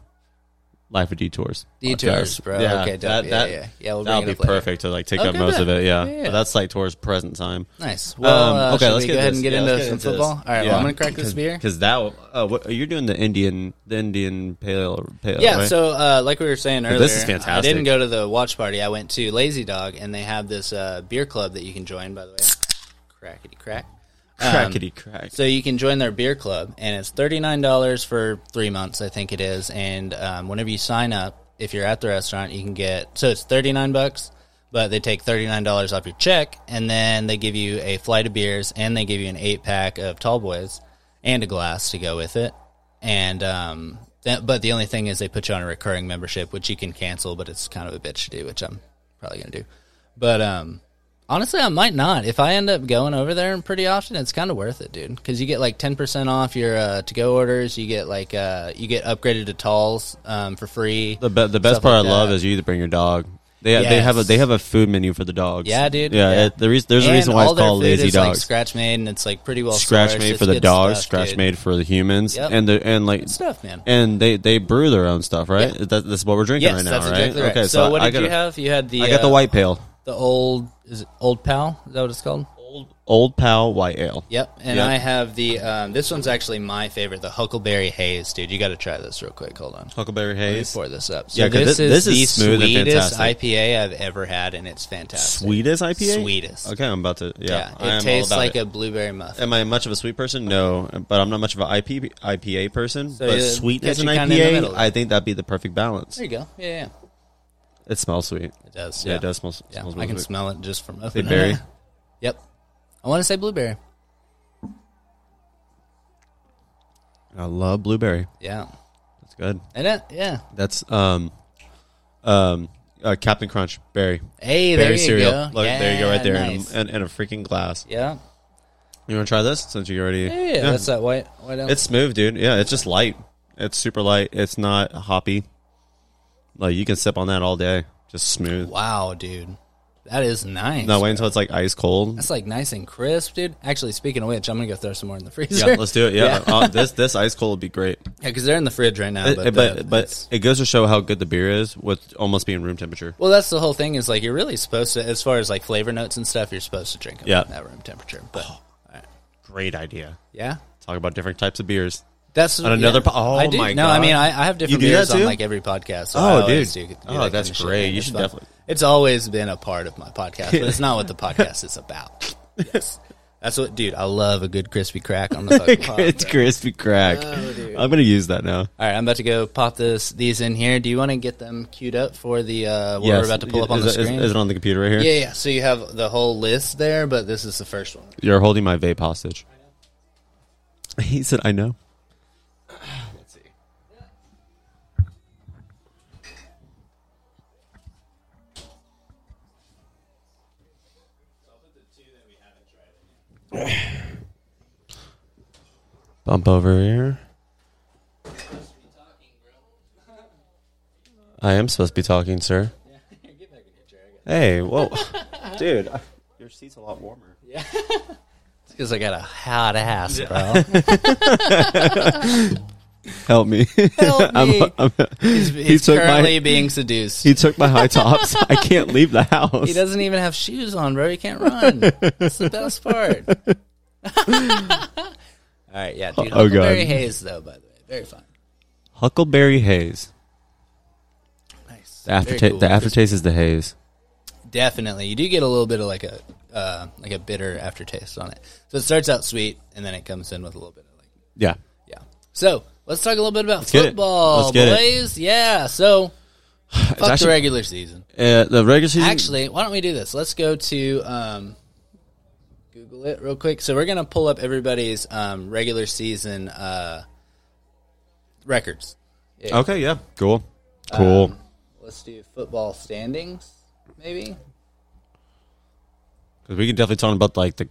Speaker 2: life of detours.
Speaker 1: Detours,
Speaker 2: podcast.
Speaker 1: bro.
Speaker 2: Yeah,
Speaker 1: Okay, dope.
Speaker 2: that,
Speaker 1: Yeah,
Speaker 2: that,
Speaker 1: yeah. Yeah, we'll
Speaker 2: that'll
Speaker 1: bring it
Speaker 2: be
Speaker 1: up later.
Speaker 2: perfect to like take up
Speaker 1: Okay,
Speaker 2: most of
Speaker 1: good.
Speaker 2: it. Yeah,
Speaker 1: Yeah, yeah.
Speaker 2: but that's like towards present time.
Speaker 1: Nice. Well,
Speaker 2: Um,
Speaker 1: uh, should we go ahead
Speaker 2: this.
Speaker 1: and get
Speaker 2: Yeah,
Speaker 1: into
Speaker 2: let's
Speaker 1: some
Speaker 2: this.
Speaker 1: football. All right, well,
Speaker 2: Yeah.
Speaker 1: I'm gonna crack this beer.
Speaker 2: Cause that, uh, what, you're doing the Indian, the Indian pale, pale.
Speaker 1: Yeah,
Speaker 2: right?
Speaker 1: so uh, like we were saying earlier,
Speaker 2: this is
Speaker 1: I
Speaker 2: fantastic.
Speaker 1: didn't go to the watch party. I went to Lazy Dog, and they have this uh, beer club that you can join. By the way, crackety crack.
Speaker 2: crackety crack.
Speaker 1: um, So you can join their beer club, and it's thirty nine dollars for three months, I think it is. And um, whenever you sign up, if you're at the restaurant, you can get so it's thirty nine bucks, but they take thirty nine dollars off your check, and then they give you a flight of beers, and they give you an eight pack of tall boys and a glass to go with it. And um, that, but the only thing is they put you on a recurring membership, which you can cancel, but it's kind of a bitch to do, which I'm probably gonna do. But um, Honestly, I might not. If I end up going over there pretty often, it's kind of worth it, dude. Because you get like ten percent off your uh, to-go orders. You get like uh, you get upgraded to talls um, for free.
Speaker 2: The, be- the best
Speaker 1: Stuff like
Speaker 2: part I love
Speaker 1: that.
Speaker 2: is you either bring your dog They, they have a
Speaker 1: Yes.
Speaker 2: they have a food menu for the dogs.
Speaker 1: Yeah, dude.
Speaker 2: Yeah,
Speaker 1: Yeah.
Speaker 2: It, the reas- there's a
Speaker 1: And
Speaker 2: reason why it's
Speaker 1: all their
Speaker 2: called
Speaker 1: food
Speaker 2: lazy
Speaker 1: is, like,
Speaker 2: dogs.
Speaker 1: scratch made, and it's like pretty well
Speaker 2: scratch
Speaker 1: sourced.
Speaker 2: made
Speaker 1: It's
Speaker 2: for the
Speaker 1: good
Speaker 2: dogs,
Speaker 1: stuff,
Speaker 2: scratch
Speaker 1: dude.
Speaker 2: made for the humans,
Speaker 1: Yep.
Speaker 2: and the and like
Speaker 1: Good stuff, man.
Speaker 2: and they they brew their own stuff, right? That, that's what we're drinking
Speaker 1: yes,
Speaker 2: right now,
Speaker 1: that's
Speaker 2: right?
Speaker 1: exactly right.
Speaker 2: Okay,
Speaker 1: so,
Speaker 2: so,
Speaker 1: what
Speaker 2: I
Speaker 1: did
Speaker 2: got
Speaker 1: you
Speaker 2: a-
Speaker 1: have? You had the
Speaker 2: I got the
Speaker 1: uh,
Speaker 2: white pale,
Speaker 1: the old is it old pal? Is that what it's called?
Speaker 2: old pal white ale.
Speaker 1: Yep, and
Speaker 2: Yeah.
Speaker 1: I have the um, this one's actually my favorite, the Huckleberry Haze, dude. You got to try this real quick. Hold on,
Speaker 2: Huckleberry
Speaker 1: let me
Speaker 2: haze,
Speaker 1: pour this up. So
Speaker 2: Yeah, 'cause
Speaker 1: this,
Speaker 2: thi-
Speaker 1: is
Speaker 2: this is
Speaker 1: the
Speaker 2: smooth and
Speaker 1: sweetest
Speaker 2: fantastic.
Speaker 1: IPA I've ever had, and it's fantastic.
Speaker 2: sweetest IPA,
Speaker 1: Sweetest.
Speaker 2: Okay, I'm about to. Yeah,
Speaker 1: Yeah,
Speaker 2: I am
Speaker 1: it tastes
Speaker 2: all about
Speaker 1: like
Speaker 2: it.
Speaker 1: a blueberry muffin.
Speaker 2: Am I much of a sweet person? No, but I'm not much of an IP, IPA person. but
Speaker 1: yeah,
Speaker 2: sweet
Speaker 1: catch
Speaker 2: as an
Speaker 1: you kinda in the
Speaker 2: IPA,
Speaker 1: middle.
Speaker 2: I think that'd be the perfect balance.
Speaker 1: There you go. Yeah, yeah,
Speaker 2: It smells sweet.
Speaker 1: it does.
Speaker 2: Yeah,
Speaker 1: Yeah,
Speaker 2: it does smell.
Speaker 1: Yeah,
Speaker 2: smells
Speaker 1: I can
Speaker 2: sweet.
Speaker 1: smell it just from
Speaker 2: Big
Speaker 1: opening
Speaker 2: berry.
Speaker 1: it. Yep, I want to say blueberry.
Speaker 2: I love blueberry.
Speaker 1: Yeah,
Speaker 2: That's good.
Speaker 1: and it, yeah.
Speaker 2: That's um, um, uh, Captain Crunch berry
Speaker 1: Hey, there
Speaker 2: berry
Speaker 1: you
Speaker 2: cereal.
Speaker 1: go.
Speaker 2: Look, there you go, right
Speaker 1: Yeah,
Speaker 2: there,
Speaker 1: nice.
Speaker 2: and, and a freaking glass.
Speaker 1: yeah.
Speaker 2: You want to try this since you already?
Speaker 1: yeah, yeah, that's that white. white
Speaker 2: It's smooth, dude. Yeah, it's just light. It's super light. It's not hoppy. Like you can sip on that all day. Just smooth.
Speaker 1: wow, dude, that is nice.
Speaker 2: No, wait until it's like ice cold.
Speaker 1: That's like nice and crisp, dude. Actually, speaking of which, I'm gonna go throw some more in the freezer.
Speaker 2: Yeah, let's do it. Yeah, Uh, this this ice cold would be great.
Speaker 1: because they're in the fridge right now.
Speaker 2: It-
Speaker 1: but
Speaker 2: it-
Speaker 1: the-
Speaker 2: but
Speaker 1: it's-
Speaker 2: but it goes to show how good the beer is with almost being room temperature.
Speaker 1: well, that's the whole thing. Is like you're really supposed to, as far as like flavor notes and stuff, you're supposed to drink them
Speaker 2: Yeah. Oh.
Speaker 1: at room temperature. But
Speaker 2: Great idea.
Speaker 1: yeah,
Speaker 2: Talk about different types of beers.
Speaker 1: that's
Speaker 2: On another
Speaker 1: Yeah.
Speaker 2: po- oh
Speaker 1: I do.
Speaker 2: my
Speaker 1: no, I mean,
Speaker 2: God.
Speaker 1: I, I have different
Speaker 2: do that
Speaker 1: beers on
Speaker 2: too?
Speaker 1: like every podcast. So
Speaker 2: Oh,
Speaker 1: I always
Speaker 2: dude.
Speaker 1: do- do
Speaker 2: Oh,
Speaker 1: that kind
Speaker 2: that's
Speaker 1: of shit,
Speaker 2: great.
Speaker 1: man.
Speaker 2: You
Speaker 1: It's
Speaker 2: should
Speaker 1: fun.
Speaker 2: definitely-
Speaker 1: It's always been a part of my podcast, but it's not what the podcast is about. Yes. That's what, dude. I love a good crispy crack on the fucking pod.
Speaker 2: it's crispy crack.
Speaker 1: Oh,
Speaker 2: I'm gonna use that now.
Speaker 1: All right, I'm about to go pop this these in here. Do you want to get them queued up for the uh, what
Speaker 2: Yes.
Speaker 1: we're about to pull up on
Speaker 2: is,
Speaker 1: the
Speaker 2: it- is-
Speaker 1: screen?
Speaker 2: is it on the computer right here?
Speaker 1: yeah, yeah. So you have the whole list there, but this is the first one.
Speaker 2: You're holding my vape hostage. He said, "I know." Bump over here. I am supposed to be talking, sir. Hey, whoa, dude! Your seat's a lot warmer.
Speaker 1: It's because I got a hot ass, bro.
Speaker 2: Help me.
Speaker 1: Help me. he's he's
Speaker 2: took my-
Speaker 1: currently being seduced.
Speaker 2: he took my high tops. I can't leave the house.
Speaker 1: He doesn't even have shoes on, bro. He can't run. That's the best part. All right, yeah, dude.
Speaker 2: Oh, God.
Speaker 1: Huckleberry Hayes, though, by the way, very fun.
Speaker 2: Huckleberry haze.
Speaker 1: Nice.
Speaker 2: The
Speaker 1: Very
Speaker 2: aftertaste.
Speaker 1: cool.
Speaker 2: The aftertaste is the haze.
Speaker 1: Definitely, you do get a little bit of like a uh, like a bitter aftertaste on it. So it starts out sweet, and then it comes in with a little bit of like
Speaker 2: Yeah.
Speaker 1: yeah. So let's talk a little bit about
Speaker 2: get it.
Speaker 1: football,
Speaker 2: Let's get it.
Speaker 1: boys. Yeah. So fuck
Speaker 2: actually-
Speaker 1: the regular season.
Speaker 2: Uh, the regular season.
Speaker 1: Actually, why don't we do this? Let's go to um, Google it real quick. So we're gonna pull up everybody's um, regular season uh, records.
Speaker 2: Okay. Yeah. Cool. Cool.
Speaker 1: Um, Let's do football standings, maybe.
Speaker 2: 'Cause we can definitely talk about like the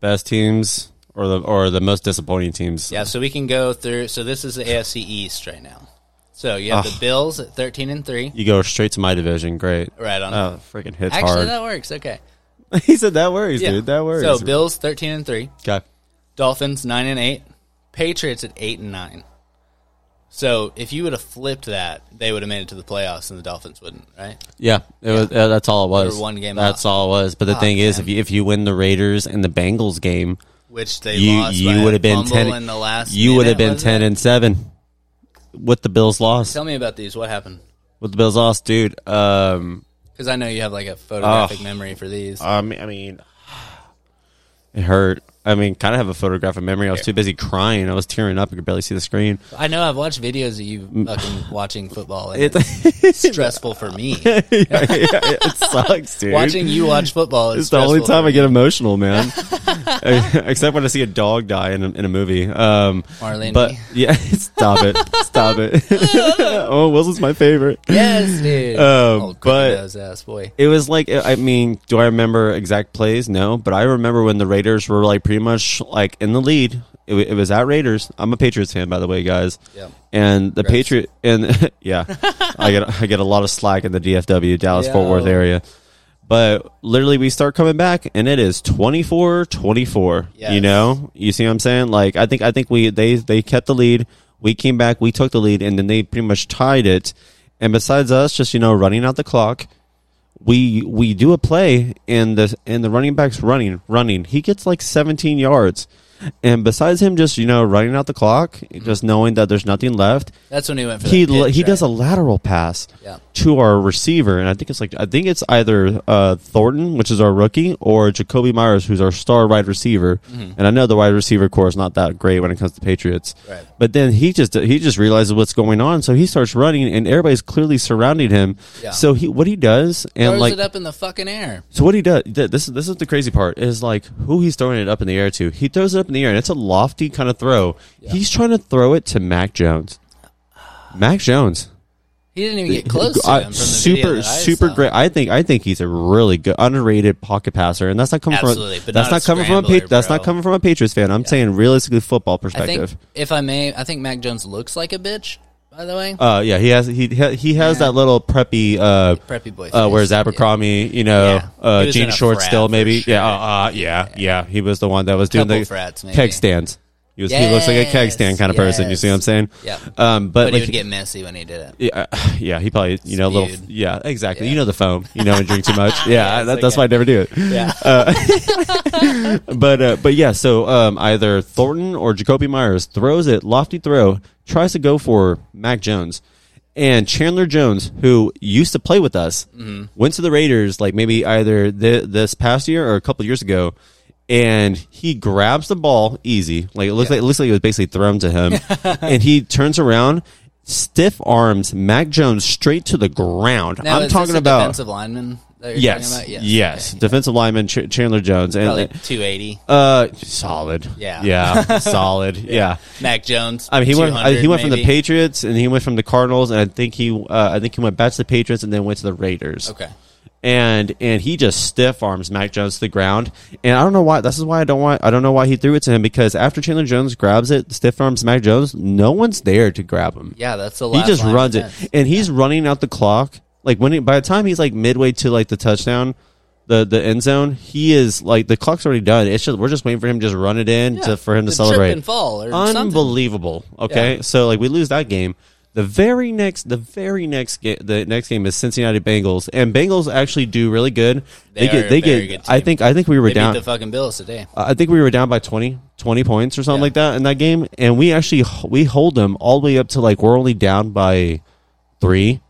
Speaker 2: best teams or the or the most disappointing teams.
Speaker 1: Yeah, so we can go through. So this is the AFC East right now. So you have the Bills at thirteen and three,
Speaker 2: You go straight to my division. Great.
Speaker 1: right on.
Speaker 2: Oh, freaking hits
Speaker 1: Actually,
Speaker 2: hard.
Speaker 1: that works. Okay,
Speaker 2: he said that worries,
Speaker 1: yeah,
Speaker 2: dude. That worries.
Speaker 1: So Bills thirteen and three,
Speaker 2: Okay.
Speaker 1: Dolphins nine and eight, Patriots at eight and nine. So if you would have flipped that, they would have made it to the playoffs, and the Dolphins wouldn't, right?
Speaker 2: Yeah, it was. Uh, that's all it was.
Speaker 1: were one game Ah,
Speaker 2: That's all it was. But the thing is, if you if you win the Raiders and the Bengals game,
Speaker 1: Which they
Speaker 2: you
Speaker 1: lost.
Speaker 2: you would have been ten.
Speaker 1: in the last.
Speaker 2: you would
Speaker 1: minute,
Speaker 2: have been
Speaker 1: wasn't it?
Speaker 2: ten and seven with the Bills loss.
Speaker 1: Tell me about these. What happened?
Speaker 2: With the Bills loss, dude. Um,
Speaker 1: Because I know you have like a photographic memory for these.
Speaker 2: um, I mean, it hurt. I mean, kind of have a photographic memory. I was too busy crying. I was tearing up. I could barely see the screen.
Speaker 1: I know I've watched videos of you fucking watching football. And
Speaker 2: It,
Speaker 1: it's stressful for me.
Speaker 2: it sucks, dude.
Speaker 1: Watching you watch football is
Speaker 2: It's the only
Speaker 1: stressful.
Speaker 2: time I get emotional, man. Except when I see a dog die in a, in a movie. Um,
Speaker 1: Marlene.
Speaker 2: but yeah, stop it, stop it. oh, Wilson's my favorite.
Speaker 1: Yes, dude.
Speaker 2: Um,
Speaker 1: oh,
Speaker 2: but-
Speaker 1: those ass boy.
Speaker 2: It was like I mean, do I remember exact plays? No, but I remember when the Raiders were like pretty much like in the lead. It It, wa- it was at Raiders. I'm a Patriots fan, by the way, guys.
Speaker 1: Yeah.
Speaker 2: And the
Speaker 1: Congrats.
Speaker 2: Patriot and yeah, I get I get a lot of slack in the DFW, Dallas Fort Worth
Speaker 1: Yo.
Speaker 2: area. But literally, we start coming back, and it is 24-24. You
Speaker 1: Yes.
Speaker 2: know, you see what I'm saying? Like, I think I think we they they kept the lead. We came back, we took the lead, and then they pretty much tied it. And besides us, just you know, running out the clock, we we do a play and the and the running back's running running he gets like 17 yards and besides him just you know running out the clock just knowing that there's nothing left
Speaker 1: That's when he went for
Speaker 2: he
Speaker 1: that pitch,
Speaker 2: he
Speaker 1: right?
Speaker 2: does a lateral pass
Speaker 1: Yeah.
Speaker 2: to our receiver and i think it's like i think it's either uh, thornton which is our rookie or jacoby myers who's our star wide receiver
Speaker 1: Mm-hmm.
Speaker 2: and i know the wide receiver core is not that great when it comes to patriots
Speaker 1: Right.
Speaker 2: but then he just he just realizes what's going on so he starts running and everybody's clearly surrounding him
Speaker 1: Yeah.
Speaker 2: so he what he does and
Speaker 1: throws
Speaker 2: like
Speaker 1: it up in the fucking air.
Speaker 2: so what he does, th- this is this is the crazy part, is like who he's throwing it up in the air to. He throws it up in the air, and it's a lofty kind of throw. He's trying to throw it to Mac Jones. Mac Jones,
Speaker 1: He didn't even get close to
Speaker 2: I-
Speaker 1: him from the video
Speaker 2: super
Speaker 1: that I
Speaker 2: super
Speaker 1: saw.
Speaker 2: great. I think I think he's a really good underrated pocket passer, and that's not coming
Speaker 1: Absolutely,
Speaker 2: from
Speaker 1: but
Speaker 2: that's
Speaker 1: not a
Speaker 2: not coming from a
Speaker 1: scrambler,
Speaker 2: that's not
Speaker 1: bro.
Speaker 2: coming from a Patriots fan. I'm saying realistically, football
Speaker 1: I
Speaker 2: perspective.
Speaker 1: think, if I may, I think Mac Jones looks like a bitch. By the way,
Speaker 2: uh, yeah, he has he he has that little preppy uh,
Speaker 1: preppy boy.
Speaker 2: uh,
Speaker 1: face.
Speaker 2: whereas Abercrombie, you know,
Speaker 1: Yeah.
Speaker 2: uh,
Speaker 1: He was in
Speaker 2: jean
Speaker 1: a
Speaker 2: shorts
Speaker 1: frat
Speaker 2: still
Speaker 1: for
Speaker 2: maybe.
Speaker 1: sure.
Speaker 2: Yeah, uh, uh, yeah, yeah. He was the one that was doing
Speaker 1: Couple
Speaker 2: the
Speaker 1: frats, maybe.
Speaker 2: keg stands. He was. He looks like a keg stand
Speaker 1: Yes,
Speaker 2: kind of person. You see what I'm
Speaker 1: yes.
Speaker 2: saying?
Speaker 1: Yeah.
Speaker 2: Um,
Speaker 1: but
Speaker 2: but,
Speaker 1: he
Speaker 2: like,
Speaker 1: would get messy when he did it.
Speaker 2: yeah, uh, yeah, he probably you know a little
Speaker 1: Spewed.
Speaker 2: yeah exactly.
Speaker 1: Yeah.
Speaker 2: You know the foam. You know, and drink too much. Yeah,
Speaker 1: Yes,
Speaker 2: that, that's
Speaker 1: okay.
Speaker 2: why I never do it.
Speaker 1: Yeah,
Speaker 2: but uh, but yeah, so um, either Thornton or Jacoby Myers throws it lofty throw, tries to go for Mac Jones, and Chandler Jones, who used to play with us,
Speaker 1: Mm-hmm.
Speaker 2: went to the Raiders like maybe either th- this past year or a couple years ago, and he grabs the ball easy, like it looks like it looks like it was basically thrown to him, and he turns around. Stiff arms, Mac Jones straight to the ground.
Speaker 1: Now,
Speaker 2: I'm
Speaker 1: is this
Speaker 2: talking
Speaker 1: a
Speaker 2: about
Speaker 1: defensive lineman. That you're
Speaker 2: yes,
Speaker 1: talking
Speaker 2: yes,
Speaker 1: about?
Speaker 2: defensive lineman Ch- Chandler Jones, and
Speaker 1: Probably 280.
Speaker 2: uh, solid.
Speaker 1: Yeah.
Speaker 2: yeah, solid. Yeah.
Speaker 1: Mac Jones.
Speaker 2: I mean, he went.
Speaker 1: 200
Speaker 2: I, he went from the
Speaker 1: maybe.
Speaker 2: Patriots, and he went from the Cardinals, and I think he, uh, I think he went back to the Patriots, and then went to the Raiders.
Speaker 1: Okay.
Speaker 2: And and he just stiff arms Mac Jones to the ground, and I don't know why. This is why I don't want. I don't know why he threw it to him because after Chandler Jones grabs it, stiff arms Mac Jones. No one's there to grab him.
Speaker 1: Yeah, that's the
Speaker 2: he
Speaker 1: last.
Speaker 2: just
Speaker 1: line of
Speaker 2: runs it,
Speaker 1: defense.
Speaker 2: and he's running out the clock. Like when he, by the time he's like midway to like the touchdown, the the end zone, he is like the clock's already done. It's just we're just waiting for him to just run it in
Speaker 1: Yeah,
Speaker 2: to for him to
Speaker 1: the
Speaker 2: celebrate.
Speaker 1: Trip and fall or something.
Speaker 2: Unbelievable. Okay, so like we lose that game. The very next, the very next, ga- the next game is Cincinnati Bengals, and Bengals actually do really good. They,
Speaker 1: They are
Speaker 2: get,
Speaker 1: a
Speaker 2: they
Speaker 1: very
Speaker 2: get.
Speaker 1: good
Speaker 2: I
Speaker 1: team.
Speaker 2: think, I think we were
Speaker 1: They
Speaker 2: down.
Speaker 1: beat the fucking Bills today.
Speaker 2: Uh, I think we were down by 20, 20 points or something like that in that game, and we actually h- we hold them all the way up to like we're only down by three.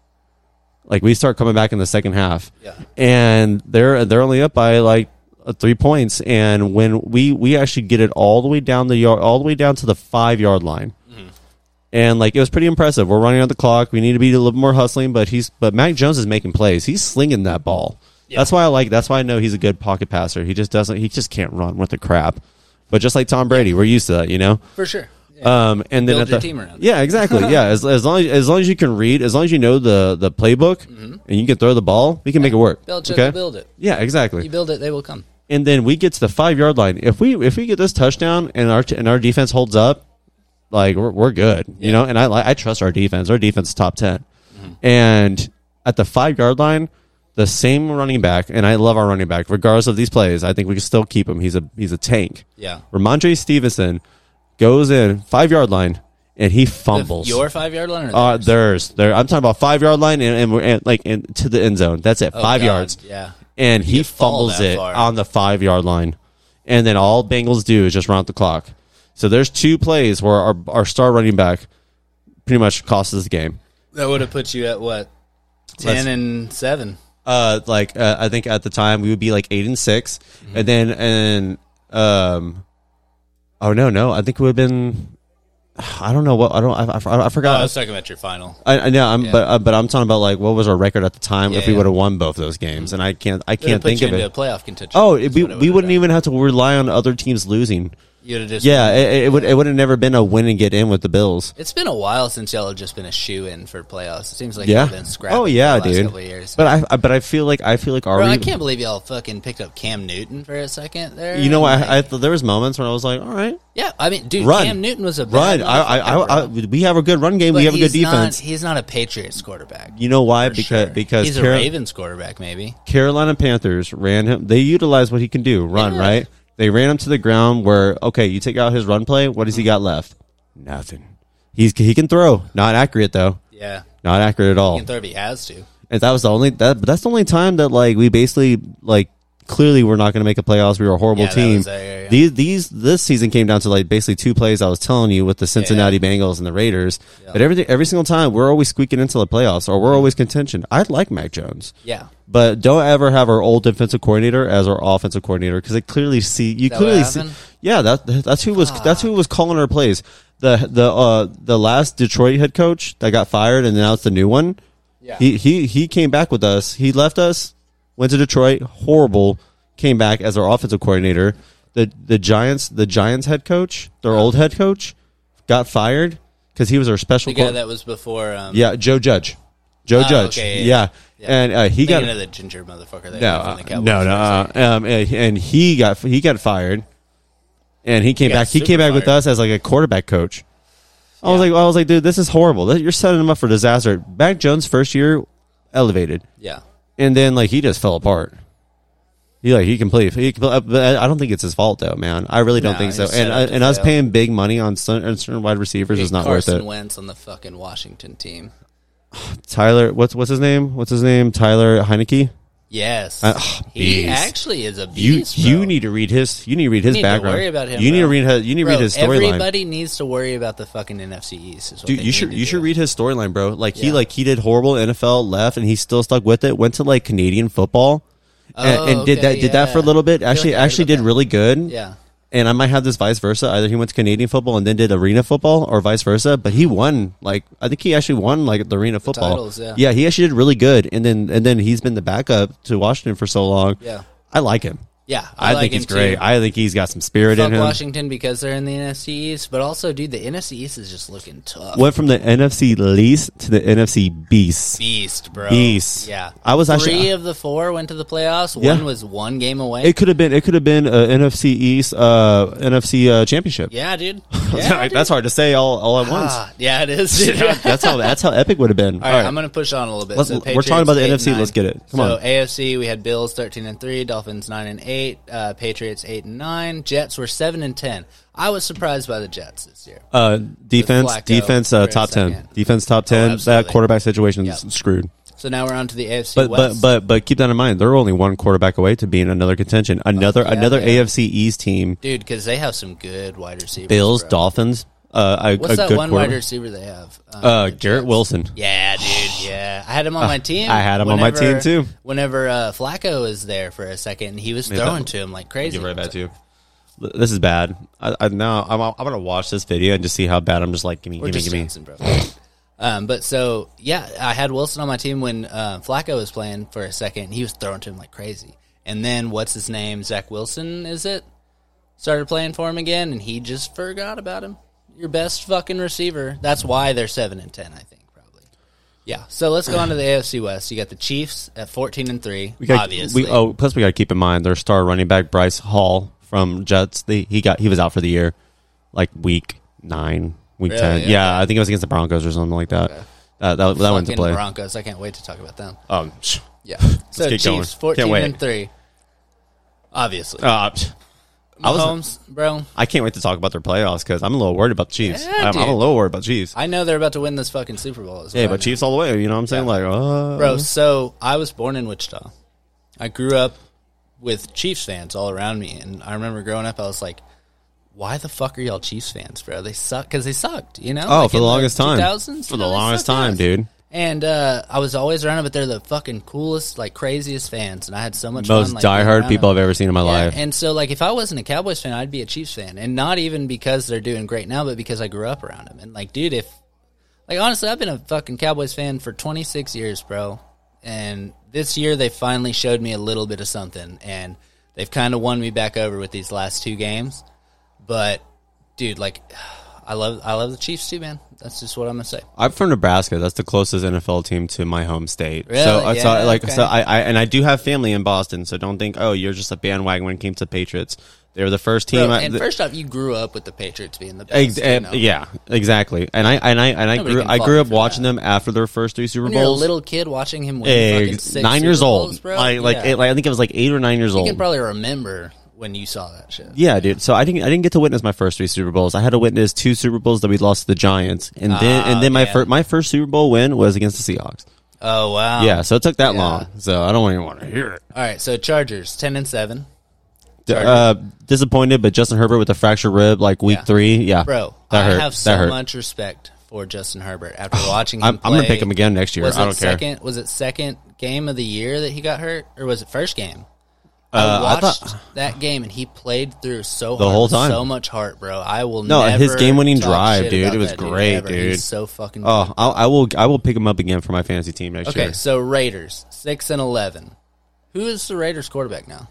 Speaker 2: Like we start coming back in the second half,
Speaker 1: Yeah.
Speaker 2: and they're they're only up by like uh, three points, and when we we actually get it all the way down the yard, all the way down to the five yard line. And like it was pretty impressive. We're running out the clock. We need to be a little more hustling, but he's but Mac Jones is making plays. He's slinging that ball. That's why I like. That's why I know he's a good pocket passer. He just doesn't. He just can't run with the crap. But just like Tom Brady, we're used to that, you know.
Speaker 1: For sure. Yeah.
Speaker 2: Um, and then
Speaker 1: Build
Speaker 2: at
Speaker 1: your
Speaker 2: the-
Speaker 1: team around.
Speaker 2: yeah, exactly. yeah, as, as long as, as long as you can read, as long as you know the the playbook, and you can throw the ball, we can make it work.
Speaker 1: Belichick will Mm-hmm. build it.
Speaker 2: Yeah, exactly
Speaker 1: You build it, they will come.
Speaker 2: and then we get to the five yard line. If we if we get this touchdown and our and our defense holds up, like we're we're good, you know. And I li- I trust our defense. Our defense is top 10
Speaker 1: Mm-hmm.
Speaker 2: and at the five yard line, the same running back, and I love our running back regardless of these plays. I think we can still keep him. He's a he's a tank.
Speaker 1: Yeah.
Speaker 2: Ramondre Stevenson goes in five yard line and he fumbles.
Speaker 1: Your five yard line. Or
Speaker 2: uh,
Speaker 1: theirs?
Speaker 2: there's there. I'm talking about five yard line and, and we're and, like and to the end zone. That's it. Five
Speaker 1: Oh, God,
Speaker 2: yards
Speaker 1: Yeah.
Speaker 2: and he
Speaker 1: could fall
Speaker 2: fumbles
Speaker 1: that
Speaker 2: it
Speaker 1: far.
Speaker 2: on the five yard line. And then all Bengals do is just run out the clock. So there's two plays where our, our star running back pretty much cost us the game.
Speaker 1: That would have put you at what? 10
Speaker 2: Let's-
Speaker 1: and 7.
Speaker 2: Uh, like uh, I think at the time we would be like eight and 6
Speaker 1: Mm-hmm.
Speaker 2: and then and um, oh no no I think we would have been I don't know what I don't I, I, I
Speaker 1: Oh,
Speaker 2: forgot.
Speaker 1: I was talking about your final.
Speaker 2: I, I know, I'm, but uh, but I'm talking about like what was our record at the time if we
Speaker 1: yeah.
Speaker 2: would have won both those games, and I can't I
Speaker 1: It
Speaker 2: can't
Speaker 1: put
Speaker 2: think
Speaker 1: you
Speaker 2: of
Speaker 1: into
Speaker 2: it.
Speaker 1: a playoff contention.
Speaker 2: Oh,
Speaker 1: is
Speaker 2: it, we,
Speaker 1: what it
Speaker 2: we
Speaker 1: would've
Speaker 2: wouldn't
Speaker 1: done.
Speaker 2: even have to rely on other teams losing.
Speaker 1: You would have just
Speaker 2: Yeah, it, it would it would have never been a win and get in with the Bills.
Speaker 1: It's been a while since y'all have just been a shoe in for playoffs. It seems like
Speaker 2: Yeah.
Speaker 1: y'all been scrapping.
Speaker 2: Oh yeah,
Speaker 1: for the last
Speaker 2: dude.
Speaker 1: Couple of years.
Speaker 2: But I, I but I feel like I feel like our
Speaker 1: Bro, I
Speaker 2: re-
Speaker 1: can't believe y'all fucking picked up Cam Newton for a second there.
Speaker 2: you know
Speaker 1: Like,
Speaker 2: what I, I there was moments when I was like, all right,
Speaker 1: yeah, I mean, dude,
Speaker 2: Run.
Speaker 1: Cam Newton was a bad
Speaker 2: run. I, I,
Speaker 1: motherfucker, bro.
Speaker 2: I, I we have a good run game.
Speaker 1: But
Speaker 2: we have a good
Speaker 1: he's not-
Speaker 2: defense.
Speaker 1: he's not a Patriots quarterback.
Speaker 2: you know why?
Speaker 1: for
Speaker 2: Because
Speaker 1: sure.
Speaker 2: because
Speaker 1: he's
Speaker 2: Carol-
Speaker 1: a Ravens quarterback, maybe.
Speaker 2: Carolina Panthers ran him. They utilized what he can do, run
Speaker 1: Yeah.
Speaker 2: right. They ran him to the ground. Where okay, you take out his run play. What does he
Speaker 1: Uh-huh.
Speaker 2: got left? Nothing. He's he can throw. Not accurate though.
Speaker 1: Yeah,
Speaker 2: Not accurate at all.
Speaker 1: can throw if he has to.
Speaker 2: And that was the only that. But that's the only time that like we basically like clearly we're not going to make a playoffs. We were a horrible
Speaker 1: Yeah, that
Speaker 2: team.
Speaker 1: was it, yeah, yeah.
Speaker 2: These these this season came down to like basically two plays. I was telling you with the Cincinnati Bengals and the Raiders. But everything every single time we're always squeaking into the playoffs or we're always contention. I like Mac Jones.
Speaker 1: Yeah,
Speaker 2: But don't ever have our old defensive coordinator as our offensive coordinator because they clearly see you
Speaker 1: that what
Speaker 2: clearly see.
Speaker 1: happened?
Speaker 2: Yeah, that that's who was that's who was calling our plays. The the uh the last Detroit head coach that got fired and now it's the new one.
Speaker 1: Yeah.
Speaker 2: He he he came back with us. He left us, went to Detroit, horrible, came back as our offensive coordinator. The the Giants the Giants head coach, their old head coach, got fired because he was our special
Speaker 1: the guy
Speaker 2: coor-
Speaker 1: that was before. Um,
Speaker 2: Yeah, Joe Judge. Joe
Speaker 1: Oh,
Speaker 2: Judge.
Speaker 1: okay,
Speaker 2: yeah.
Speaker 1: yeah,
Speaker 2: And uh, he got
Speaker 1: thinking of the ginger motherfucker. That
Speaker 2: no,
Speaker 1: was on
Speaker 2: uh,
Speaker 1: the
Speaker 2: no,
Speaker 1: Cowboys
Speaker 2: no, uh, um, and, and he got he got fired, and he came
Speaker 1: got
Speaker 2: back. He
Speaker 1: super
Speaker 2: came back with
Speaker 1: fired.
Speaker 2: us as like a quarterback coach. I was like, I was like, dude, this is horrible. That- You're setting him up for disaster. Mac Jones' first year elevated,
Speaker 1: Yeah,
Speaker 2: and then like he just fell apart. He like he completely. He, compl- uh, but I don't think it's his fault though, man. I really don't
Speaker 1: No,
Speaker 2: think
Speaker 1: he
Speaker 2: so.
Speaker 1: set
Speaker 2: And
Speaker 1: up
Speaker 2: uh,
Speaker 1: to
Speaker 2: and us
Speaker 1: fail.
Speaker 2: paying big money on certain, on certain wide receivers is not
Speaker 1: Carson
Speaker 2: worth it.
Speaker 1: Wentz on the fucking Washington team.
Speaker 2: Tyler, what's what's his name? What's his name? Tyler Heineke.
Speaker 1: Yes,
Speaker 2: Uh, oh,
Speaker 1: he
Speaker 2: beast.
Speaker 1: actually is a
Speaker 2: You
Speaker 1: beast. bro.
Speaker 2: you need to read his you need to read his
Speaker 1: need to
Speaker 2: background.
Speaker 1: worry about him,
Speaker 2: you need to
Speaker 1: bro.
Speaker 2: read his you need to
Speaker 1: Bro,
Speaker 2: read his storyline.
Speaker 1: Everybody needs to worry about the fucking NFC East. Is what
Speaker 2: Dude,
Speaker 1: they
Speaker 2: you should
Speaker 1: need to
Speaker 2: you
Speaker 1: do.
Speaker 2: should read his storyline, bro. Like he
Speaker 1: Yeah.
Speaker 2: like he did horrible NFL left, and he still stuck with it. Went to like Canadian football, and,
Speaker 1: Oh,
Speaker 2: and did that
Speaker 1: okay,
Speaker 2: did that for a
Speaker 1: yeah.
Speaker 2: little bit.
Speaker 1: I feel
Speaker 2: Actually,
Speaker 1: like I heard
Speaker 2: actually
Speaker 1: about
Speaker 2: did
Speaker 1: that.
Speaker 2: really good.
Speaker 1: Yeah,
Speaker 2: And I might have this vice versa. Either he went to Canadian football and then did arena football, or vice versa. But he won. Like I think he actually won like the arena football.
Speaker 1: titles, yeah.
Speaker 2: he actually did really good. And then and then he's been the backup to Washington for so long.
Speaker 1: Yeah.
Speaker 2: I like him.
Speaker 1: yeah.
Speaker 2: I,
Speaker 1: like
Speaker 2: think
Speaker 1: him
Speaker 2: he's great.
Speaker 1: too.
Speaker 2: I think he's got some spirit
Speaker 1: Fuck
Speaker 2: in him.
Speaker 1: Washington because they're in the NFC East, but also, dude, the NFC East is just looking tough.
Speaker 2: Went from the NFC least to the NFC beast.
Speaker 1: Beast, bro.
Speaker 2: Beast.
Speaker 1: Yeah.
Speaker 2: I was
Speaker 1: three
Speaker 2: actually-
Speaker 1: of the four went to the playoffs.
Speaker 2: Yeah.
Speaker 1: One was one game away.
Speaker 2: It could have been. It could have been a NFC East, uh, NFC uh, championship.
Speaker 1: yeah, dude.
Speaker 2: That's
Speaker 1: Yeah,
Speaker 2: hard-
Speaker 1: dude.
Speaker 2: that's hard to say all, all at once.
Speaker 1: Ah, yeah, it is. Dude. All right,
Speaker 2: that's how. That's how epic would have been. All
Speaker 1: I'm gonna push on a little bit.
Speaker 2: Let's-
Speaker 1: So
Speaker 2: we're talking about the
Speaker 1: Patriots, eight
Speaker 2: NFC.
Speaker 1: and
Speaker 2: Let's
Speaker 1: nine.
Speaker 2: get it. Come
Speaker 1: so
Speaker 2: on.
Speaker 1: AFC, we had Bills thirteen and three, Dolphins nine and eight, uh, Patriots eight and nine, Jets were seven and ten. I was surprised by the Jets this year.
Speaker 2: uh, defense,
Speaker 1: Flacco
Speaker 2: defense, uh,
Speaker 1: for a
Speaker 2: top ten.
Speaker 1: second. Oh,
Speaker 2: Defense, top ten. that
Speaker 1: absolutely.
Speaker 2: quarterback situation is
Speaker 1: Yep.
Speaker 2: screwed.
Speaker 1: So now we're on to the AFC
Speaker 2: But
Speaker 1: West.
Speaker 2: but but but keep that in mind. They're only one quarterback away to being another contention. Another
Speaker 1: Oh, yeah,
Speaker 2: another
Speaker 1: they
Speaker 2: AFC East team.
Speaker 1: dude, because they have some good wide receivers.
Speaker 2: Bills,
Speaker 1: bro.
Speaker 2: Dolphins. Uh, a,
Speaker 1: What's
Speaker 2: a
Speaker 1: that
Speaker 2: good
Speaker 1: one
Speaker 2: quarterback.
Speaker 1: wide receiver they have? Um,
Speaker 2: Uh, Garrett Wilson.
Speaker 1: Yeah, dude. Yeah, I had him on my team.
Speaker 2: I had him on my team, too.
Speaker 1: Whenever uh, Flacco was there for a second, and he was throwing to him like crazy.
Speaker 2: Give right back to you. This is bad. I, I now I'm, I'm gonna watch this video and just see how bad I'm just like give me,
Speaker 1: We're
Speaker 2: give me,
Speaker 1: just
Speaker 2: give me.
Speaker 1: Johnson, bro. Um, but so yeah, I had Wilson on my team when uh, Flacco was playing for a second. and He was throwing to him like crazy, and then what's his name? Zach Wilson is it? Started playing for him again, and he just forgot about him. Your best fucking receiver. That's why they're seven and ten. I think probably. Yeah. So let's go on to the AFC West. You got the Chiefs at fourteen and three.
Speaker 2: We got,
Speaker 1: obviously,
Speaker 2: We, oh, plus we got to keep in mind their star running back Bryce Hall from Jets. They, he got he was out for the year, like week nine, week
Speaker 1: Really?
Speaker 2: ten.
Speaker 1: Okay.
Speaker 2: Yeah, I think it was against the Broncos or something like that. Uh, that that went to
Speaker 1: Fucking
Speaker 2: play.
Speaker 1: Broncos. I can't wait to talk about them.
Speaker 2: Um, psh,
Speaker 1: Yeah. So
Speaker 2: keep
Speaker 1: Chiefs
Speaker 2: going.
Speaker 1: 14
Speaker 2: Can't wait.
Speaker 1: and 3. Obviously.
Speaker 2: uh, psh. I was.
Speaker 1: Mahomes, bro.
Speaker 2: I can't wait to talk about their playoffs because I'm a little worried about the Chiefs.
Speaker 1: Yeah,
Speaker 2: I'm, I'm
Speaker 1: dude.
Speaker 2: a little worried about Chiefs.
Speaker 1: I know they're about to win this fucking Super Bowl. is
Speaker 2: Yeah,
Speaker 1: what I
Speaker 2: but
Speaker 1: know.
Speaker 2: Chiefs all the way. You know what I'm saying? Like, uh,
Speaker 1: Bro, so I was born in Wichita. I grew up with Chiefs fans all around me. And I remember growing up, I was like, why the fuck are y'all Chiefs fans, bro? They suck because they sucked, you know?
Speaker 2: Oh,
Speaker 1: Like
Speaker 2: for the
Speaker 1: in
Speaker 2: longest time.
Speaker 1: 2000s,
Speaker 2: For
Speaker 1: you
Speaker 2: the
Speaker 1: know, they
Speaker 2: longest
Speaker 1: sucked
Speaker 2: time,
Speaker 1: ass.
Speaker 2: dude.
Speaker 1: And uh, I was always around them, but they're the fucking coolest, like craziest fans. And I had so much
Speaker 2: most
Speaker 1: fun. Like, being
Speaker 2: diehard
Speaker 1: around
Speaker 2: people
Speaker 1: them.
Speaker 2: I've ever seen in my
Speaker 1: Yeah,
Speaker 2: life.
Speaker 1: and so like if I wasn't a Cowboys fan, I'd be a Chiefs fan, and not even because they're doing great now, but because I grew up around them. And like, dude, if like honestly, I've been a fucking Cowboys fan for 26 years, bro. And this year they finally showed me a little bit of something, and they've kind of won me back over with these last two games. But dude, like I love I love the Chiefs too, man. That's just what I'm gonna say.
Speaker 2: I'm from Nebraska. That's the closest NFL team to my home state.
Speaker 1: Really?
Speaker 2: So, I so
Speaker 1: Yeah,
Speaker 2: I- like
Speaker 1: okay.
Speaker 2: so I, I and I do have family in Boston. So don't think oh you're just a bandwagon when it came to Patriots. They were the first team.
Speaker 1: Bro,
Speaker 2: I-
Speaker 1: and
Speaker 2: the-
Speaker 1: first off, you grew up with the Patriots being the best.
Speaker 2: ex- eh,
Speaker 1: you know?
Speaker 2: yeah, exactly. And I and I and I
Speaker 1: Nobody
Speaker 2: grew
Speaker 1: can
Speaker 2: I
Speaker 1: fault
Speaker 2: grew
Speaker 1: you
Speaker 2: up
Speaker 1: for
Speaker 2: watching them after their first three Super
Speaker 1: When you're a
Speaker 2: Bowls.
Speaker 1: little kid watching him win
Speaker 2: Eh,
Speaker 1: fucking six
Speaker 2: nine
Speaker 1: Super
Speaker 2: years
Speaker 1: Bowls,
Speaker 2: old.
Speaker 1: bro.
Speaker 2: I like,
Speaker 1: yeah.
Speaker 2: it, like I think it was like eight or nine years
Speaker 1: you
Speaker 2: old.
Speaker 1: can probably remember when you saw that shit.
Speaker 2: Yeah, dude. So I didn't I didn't get to witness my first three Super Bowls. I had to witness two Super Bowls that we lost to the Giants, and then and then my
Speaker 1: Ah, yeah.
Speaker 2: first my first Super Bowl win was against the Seahawks.
Speaker 1: Oh wow.
Speaker 2: yeah, so it took that
Speaker 1: yeah.
Speaker 2: long. So I don't even want to hear it.
Speaker 1: All right, so Chargers ten and seven,
Speaker 2: Uh, disappointed, but Justin Herbert with a fractured rib like week
Speaker 1: Yeah.
Speaker 2: three. Yeah,
Speaker 1: bro.
Speaker 2: that
Speaker 1: I
Speaker 2: hurt.
Speaker 1: have
Speaker 2: that
Speaker 1: so
Speaker 2: hurt.
Speaker 1: much respect for Justin Herbert after watching him.
Speaker 2: I'm, I'm gonna
Speaker 1: play.
Speaker 2: pick him again next year.
Speaker 1: Was
Speaker 2: I
Speaker 1: it
Speaker 2: don't care.
Speaker 1: second? Was it second game of the year that he got hurt, or was it first game?
Speaker 2: Uh, I
Speaker 1: I watched
Speaker 2: thought-
Speaker 1: that game, and he played through so
Speaker 2: The
Speaker 1: hard,
Speaker 2: whole
Speaker 1: with
Speaker 2: time.
Speaker 1: so much heart, bro. I will
Speaker 2: No,
Speaker 1: never
Speaker 2: his game-winning
Speaker 1: talk
Speaker 2: drive,
Speaker 1: shit
Speaker 2: dude,
Speaker 1: about
Speaker 2: it was
Speaker 1: that dude
Speaker 2: great,
Speaker 1: ever.
Speaker 2: dude.
Speaker 1: He's so fucking. good.
Speaker 2: Oh, I'll, I will. I will pick him up again for my fantasy team next
Speaker 1: okay.
Speaker 2: year.
Speaker 1: So Raiders six and eleven. Who is the Raiders quarterback now?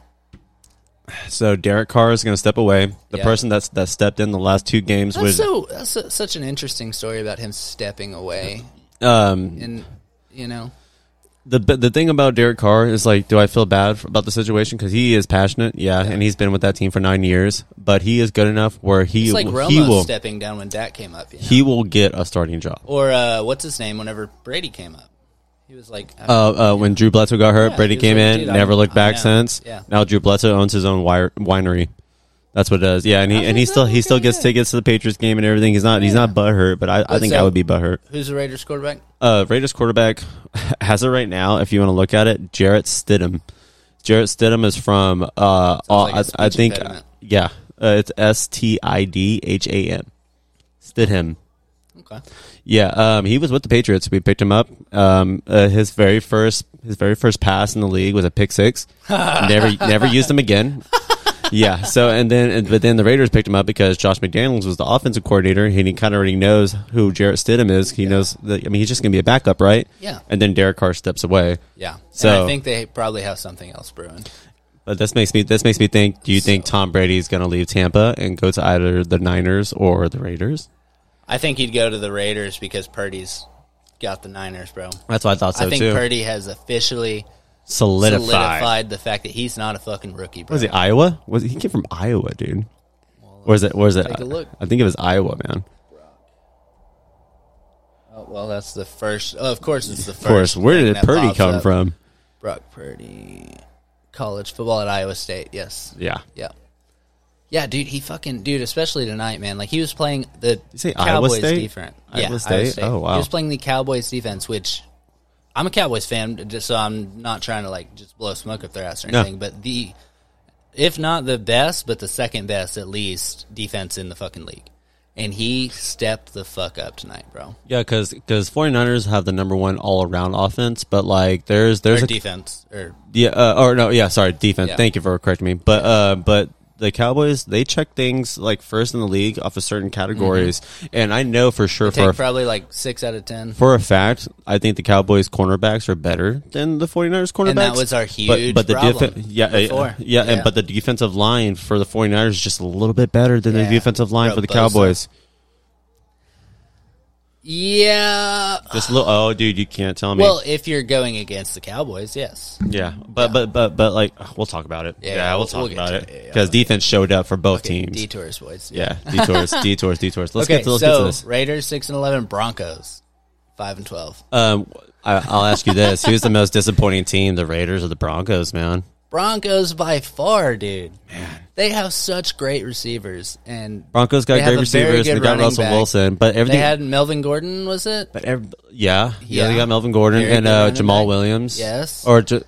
Speaker 2: So Derek Carr is gonna step away. The
Speaker 1: Yeah.
Speaker 2: person that's that stepped in the last two games
Speaker 1: That's
Speaker 2: was
Speaker 1: so that's su- such an interesting story about him stepping away,
Speaker 2: um,
Speaker 1: and you know,
Speaker 2: the but the thing about Derek Carr is like, do I feel bad f about the situation because he is passionate, yeah, and he's been with that team for nine years, but he is good enough where he
Speaker 1: it's like
Speaker 2: he
Speaker 1: Romo
Speaker 2: will
Speaker 1: stepping down when Dak came up, you know?
Speaker 2: he will get a starting job.
Speaker 1: or uh, what's his name? Whenever Brady came up, he was like, I
Speaker 2: Uh, uh, when Drew Bledsoe got hurt,
Speaker 1: Yeah,
Speaker 2: Brady
Speaker 1: he was
Speaker 2: came
Speaker 1: like,
Speaker 2: in,
Speaker 1: dude, I'm-
Speaker 2: never looked
Speaker 1: I'm
Speaker 2: back
Speaker 1: out.
Speaker 2: since.
Speaker 1: Yeah.
Speaker 2: Now Drew Bledsoe owns his own wire, winery. That's what it does. Yeah, and he and he still he still gets tickets to the Patriots game and everything. He's not he's not butthurt, but I, I think I
Speaker 1: so-
Speaker 2: would be butthurt.
Speaker 1: who's the Raiders quarterback?
Speaker 2: uh, Raiders quarterback has it right now. If you want to look at it, Jarrett Stidham. Jarrett Stidham is from uh, all-
Speaker 1: like a speech
Speaker 2: I, I think
Speaker 1: impediment.
Speaker 2: yeah, uh, it's S T I D H A M. Stidham.
Speaker 1: Okay,
Speaker 2: Yeah, um, he was with the Patriots. We picked him up. Um, uh, his very first his very first pass in the league was a pick six. never never used him again. Yeah. So and then and- but then the Raiders picked him up because Josh McDaniels was the offensive coordinator. and He kind of already knows who Jarrett Stidham is. He knows that I mean he's just going to be a backup, right?
Speaker 1: Yeah.
Speaker 2: And then Derek Carr steps away.
Speaker 1: yeah. and
Speaker 2: So-
Speaker 1: I think they probably have something else brewing.
Speaker 2: But this makes me this makes me think. Do you think Tom Brady is going to leave Tampa and go to either the Niners or the Raiders?
Speaker 1: I think he'd go to the Raiders because Purdy's got the Niners, bro.
Speaker 2: That's what I thought so
Speaker 1: I think
Speaker 2: too.
Speaker 1: Purdy has officially
Speaker 2: solidified.
Speaker 1: solidified. the fact that he's not a fucking rookie, bro.
Speaker 2: Was he Iowa? Was he came from Iowa, dude? Or is it? Or is it?
Speaker 1: take a look.
Speaker 2: I think it was Iowa, man.
Speaker 1: Oh, well, that's the first. Oh, of course, it's the first.
Speaker 2: Of course. Where
Speaker 1: thing
Speaker 2: did
Speaker 1: that
Speaker 2: Purdy
Speaker 1: pops
Speaker 2: come
Speaker 1: up.
Speaker 2: from?
Speaker 1: Brock Purdy, uh, college football at Iowa State. Yes.
Speaker 2: Yeah.
Speaker 1: Yeah. Yeah, dude, he fucking dude, especially tonight, man. Like he was playing the
Speaker 2: you say Iowa
Speaker 1: Cowboys
Speaker 2: State?
Speaker 1: defense.
Speaker 2: Iowa
Speaker 1: yeah,
Speaker 2: State? Oh, wow.
Speaker 1: He was playing the Cowboys defense, which I'm a Cowboys fan, just so I'm not trying to like just blow smoke up their ass or
Speaker 2: No.
Speaker 1: anything. But the if not the best, but the second best at least defense in the fucking league. And he stepped the fuck up tonight, bro.
Speaker 2: Yeah, because because 49ers have the number one all around offense, but like there's there's
Speaker 1: Or
Speaker 2: a
Speaker 1: defense. Or
Speaker 2: yeah uh, or no yeah sorry defense.
Speaker 1: Yeah.
Speaker 2: Thank you for correcting me, but uh but. The Cowboys, they check things like first in the league off of certain categories, and I know for sure for
Speaker 1: Mm-hmm. take
Speaker 2: a
Speaker 1: probably like six out of ten.
Speaker 2: For a fact, I think the Cowboys cornerbacks are better than the 49ers cornerbacks.
Speaker 1: And that was our huge problem
Speaker 2: defen- yeah, uh,
Speaker 1: before.
Speaker 2: yeah,
Speaker 1: Yeah.
Speaker 2: And, but the defensive line for the 49ers is just a little bit better than
Speaker 1: Yeah.
Speaker 2: the defensive line
Speaker 1: Bro,
Speaker 2: for the
Speaker 1: Bosa.
Speaker 2: Cowboys.
Speaker 1: Yeah.
Speaker 2: Just a little oh dude, you can't tell me.
Speaker 1: Well, if you're going against the Cowboys, yes.
Speaker 2: yeah. But but but but like ugh, we'll talk about it.
Speaker 1: Yeah,
Speaker 2: Yeah, we'll,
Speaker 1: we'll-
Speaker 2: talk
Speaker 1: we'll get
Speaker 2: about
Speaker 1: to
Speaker 2: it.
Speaker 1: it. Yeah, yeah,
Speaker 2: Cuz defense showed up for both teams.
Speaker 1: Detours, boys.
Speaker 2: yeah, detours, detours, detours. Let's
Speaker 1: Okay,
Speaker 2: get to let's get to
Speaker 1: so
Speaker 2: this.
Speaker 1: Raiders six and eleven, Broncos five and twelve.
Speaker 2: Um I, I'll ask you this: Who's the most disappointing team, the Raiders or the Broncos? Man,
Speaker 1: Broncos by far, dude. They have such great receivers, and
Speaker 2: Broncos got
Speaker 1: They have
Speaker 2: great
Speaker 1: a very
Speaker 2: receivers.
Speaker 1: good
Speaker 2: They got
Speaker 1: running
Speaker 2: Russell
Speaker 1: back.
Speaker 2: Wilson, but
Speaker 1: they
Speaker 2: everything
Speaker 1: had Melvin Gordon. Was it?
Speaker 2: But every, yeah, yeah, they
Speaker 1: Yeah.
Speaker 2: got Melvin Gordon
Speaker 1: Very
Speaker 2: and
Speaker 1: good
Speaker 2: uh,
Speaker 1: running
Speaker 2: Jamal
Speaker 1: back.
Speaker 2: Williams.
Speaker 1: Yes.
Speaker 2: or ju-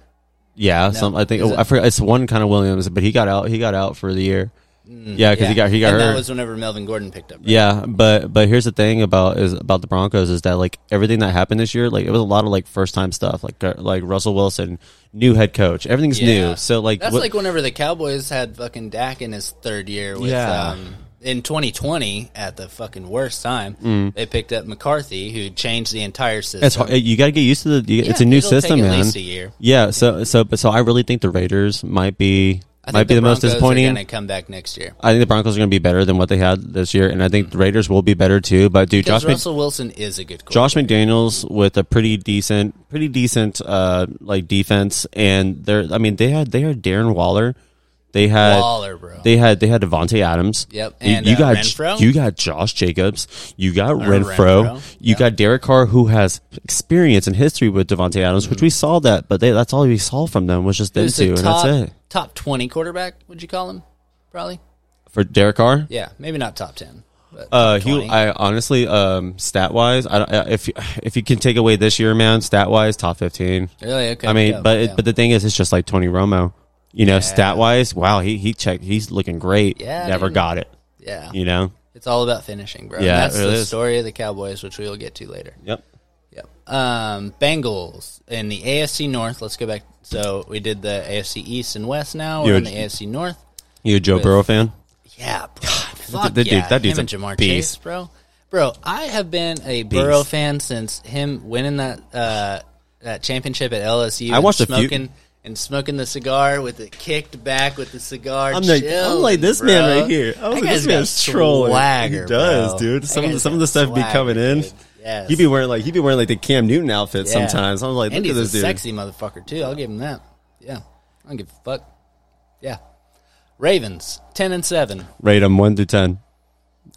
Speaker 2: yeah, some I think oh,
Speaker 1: Is it-
Speaker 2: I forgot. It's one kind of Williams, but he got out. He got out for the year. yeah, because he got he got
Speaker 1: Mm, and
Speaker 2: hurt.
Speaker 1: That was whenever Melvin Gordon picked up. right?
Speaker 2: yeah, but but here's the thing about is about the Broncos is that like everything that happened this year, like it was a lot of like first time stuff, like uh, like Russell Wilson, new head coach, everything's
Speaker 1: Yeah.
Speaker 2: new. So like,
Speaker 1: That's
Speaker 2: what-
Speaker 1: like whenever the Cowboys had fucking Dak in his third year with
Speaker 2: Yeah.
Speaker 1: um, in 2020 at the fucking worst time. They picked up McCarthy, who changed the entire system.
Speaker 2: Mm. it's hard, you got to get used to the. you- it's
Speaker 1: Yeah,
Speaker 2: a new
Speaker 1: it'll take
Speaker 2: system,
Speaker 1: at
Speaker 2: man.
Speaker 1: least a year.
Speaker 2: Yeah, so so but so I really think the Raiders might be
Speaker 1: I think
Speaker 2: Might be the most
Speaker 1: Broncos are
Speaker 2: disappointing.
Speaker 1: gonna come back next year.
Speaker 2: I think the Broncos are going to be better than what they had this year, and I think the Raiders will be better too. But dude,
Speaker 1: Because
Speaker 2: Josh, Mc-
Speaker 1: Russell Wilson is a good quarterback.
Speaker 2: Josh McDaniels with a pretty decent, pretty decent uh, like defense, and they're. I mean, they had they had Darren Waller, they had
Speaker 1: Waller, bro.
Speaker 2: they had they had Devonte Adams.
Speaker 1: Yep,
Speaker 2: You-
Speaker 1: and,
Speaker 2: you,
Speaker 1: uh,
Speaker 2: got
Speaker 1: Renfro?
Speaker 2: you got Josh Jacobs, you got Renfro,
Speaker 1: Renfro,
Speaker 2: you got Derek Carr, who has experience and history with Devonte Adams,
Speaker 1: Mm-hmm.
Speaker 2: which we saw that, but they, that's all we saw from them was just them
Speaker 1: He's a
Speaker 2: two, and
Speaker 1: top,
Speaker 2: that's it
Speaker 1: top 20 quarterback, would you call him? Probably.
Speaker 2: for Derek Carr.
Speaker 1: Yeah, maybe not top 10. But
Speaker 2: Uh,
Speaker 1: top
Speaker 2: he,
Speaker 1: 20.
Speaker 2: I honestly, um, stat wise, I don't, uh, if you- if you can take away this year, man, stat wise, top fifteen.
Speaker 1: really? Okay.
Speaker 2: I mean,
Speaker 1: yeah,
Speaker 2: but
Speaker 1: yeah.
Speaker 2: It, but the thing is, it's just like Tony Romo, you know, stat wise. Wow, he he checked, he's looking great.
Speaker 1: Yeah,
Speaker 2: never
Speaker 1: dude.
Speaker 2: got it.
Speaker 1: yeah.
Speaker 2: You know.
Speaker 1: It's all about finishing, bro.
Speaker 2: Yeah,
Speaker 1: Yeah, that's
Speaker 2: it really
Speaker 1: the
Speaker 2: is.
Speaker 1: story of the Cowboys, which we'll get to later.
Speaker 2: Yep.
Speaker 1: Yep. Um, Bengals in the AFC North. Let's go back. So we did the AFC East and West. Now we're in the
Speaker 2: Huge.
Speaker 1: AFC North.
Speaker 2: You a Joe Burrow fan?
Speaker 1: Yeah, bro. Fuck
Speaker 2: that dude-
Speaker 1: yeah.
Speaker 2: that dude's
Speaker 1: him and
Speaker 2: a
Speaker 1: Jamar Chase,
Speaker 2: beast.
Speaker 1: bro. Bro, I have been a Burrow fan since him winning that uh, that championship at LSU.
Speaker 2: I
Speaker 1: and
Speaker 2: watched a few-
Speaker 1: smoking and smoking the cigar with it kicked back with the cigar.
Speaker 2: I'm like, I'm like this
Speaker 1: Chilling,
Speaker 2: man
Speaker 1: bro.
Speaker 2: right here. I'm
Speaker 1: That
Speaker 2: like, this
Speaker 1: guy's got
Speaker 2: man's trolling.
Speaker 1: Swagger,
Speaker 2: he does,
Speaker 1: bro.
Speaker 2: dude.
Speaker 1: That
Speaker 2: Some of the,
Speaker 1: guy's
Speaker 2: some of
Speaker 1: got
Speaker 2: the stuff be
Speaker 1: swagger,
Speaker 2: coming in.
Speaker 1: dude. Yes.
Speaker 2: He'd be wearing like he'd be wearing like the Cam Newton outfit
Speaker 1: Yeah.
Speaker 2: sometimes. I was like, look
Speaker 1: and
Speaker 2: at
Speaker 1: he's
Speaker 2: this
Speaker 1: a
Speaker 2: dude.
Speaker 1: sexy motherfucker too. I'll give him that. Yeah, I don't give a fuck. Yeah, Ravens ten and seven.
Speaker 2: Rate him one through ten.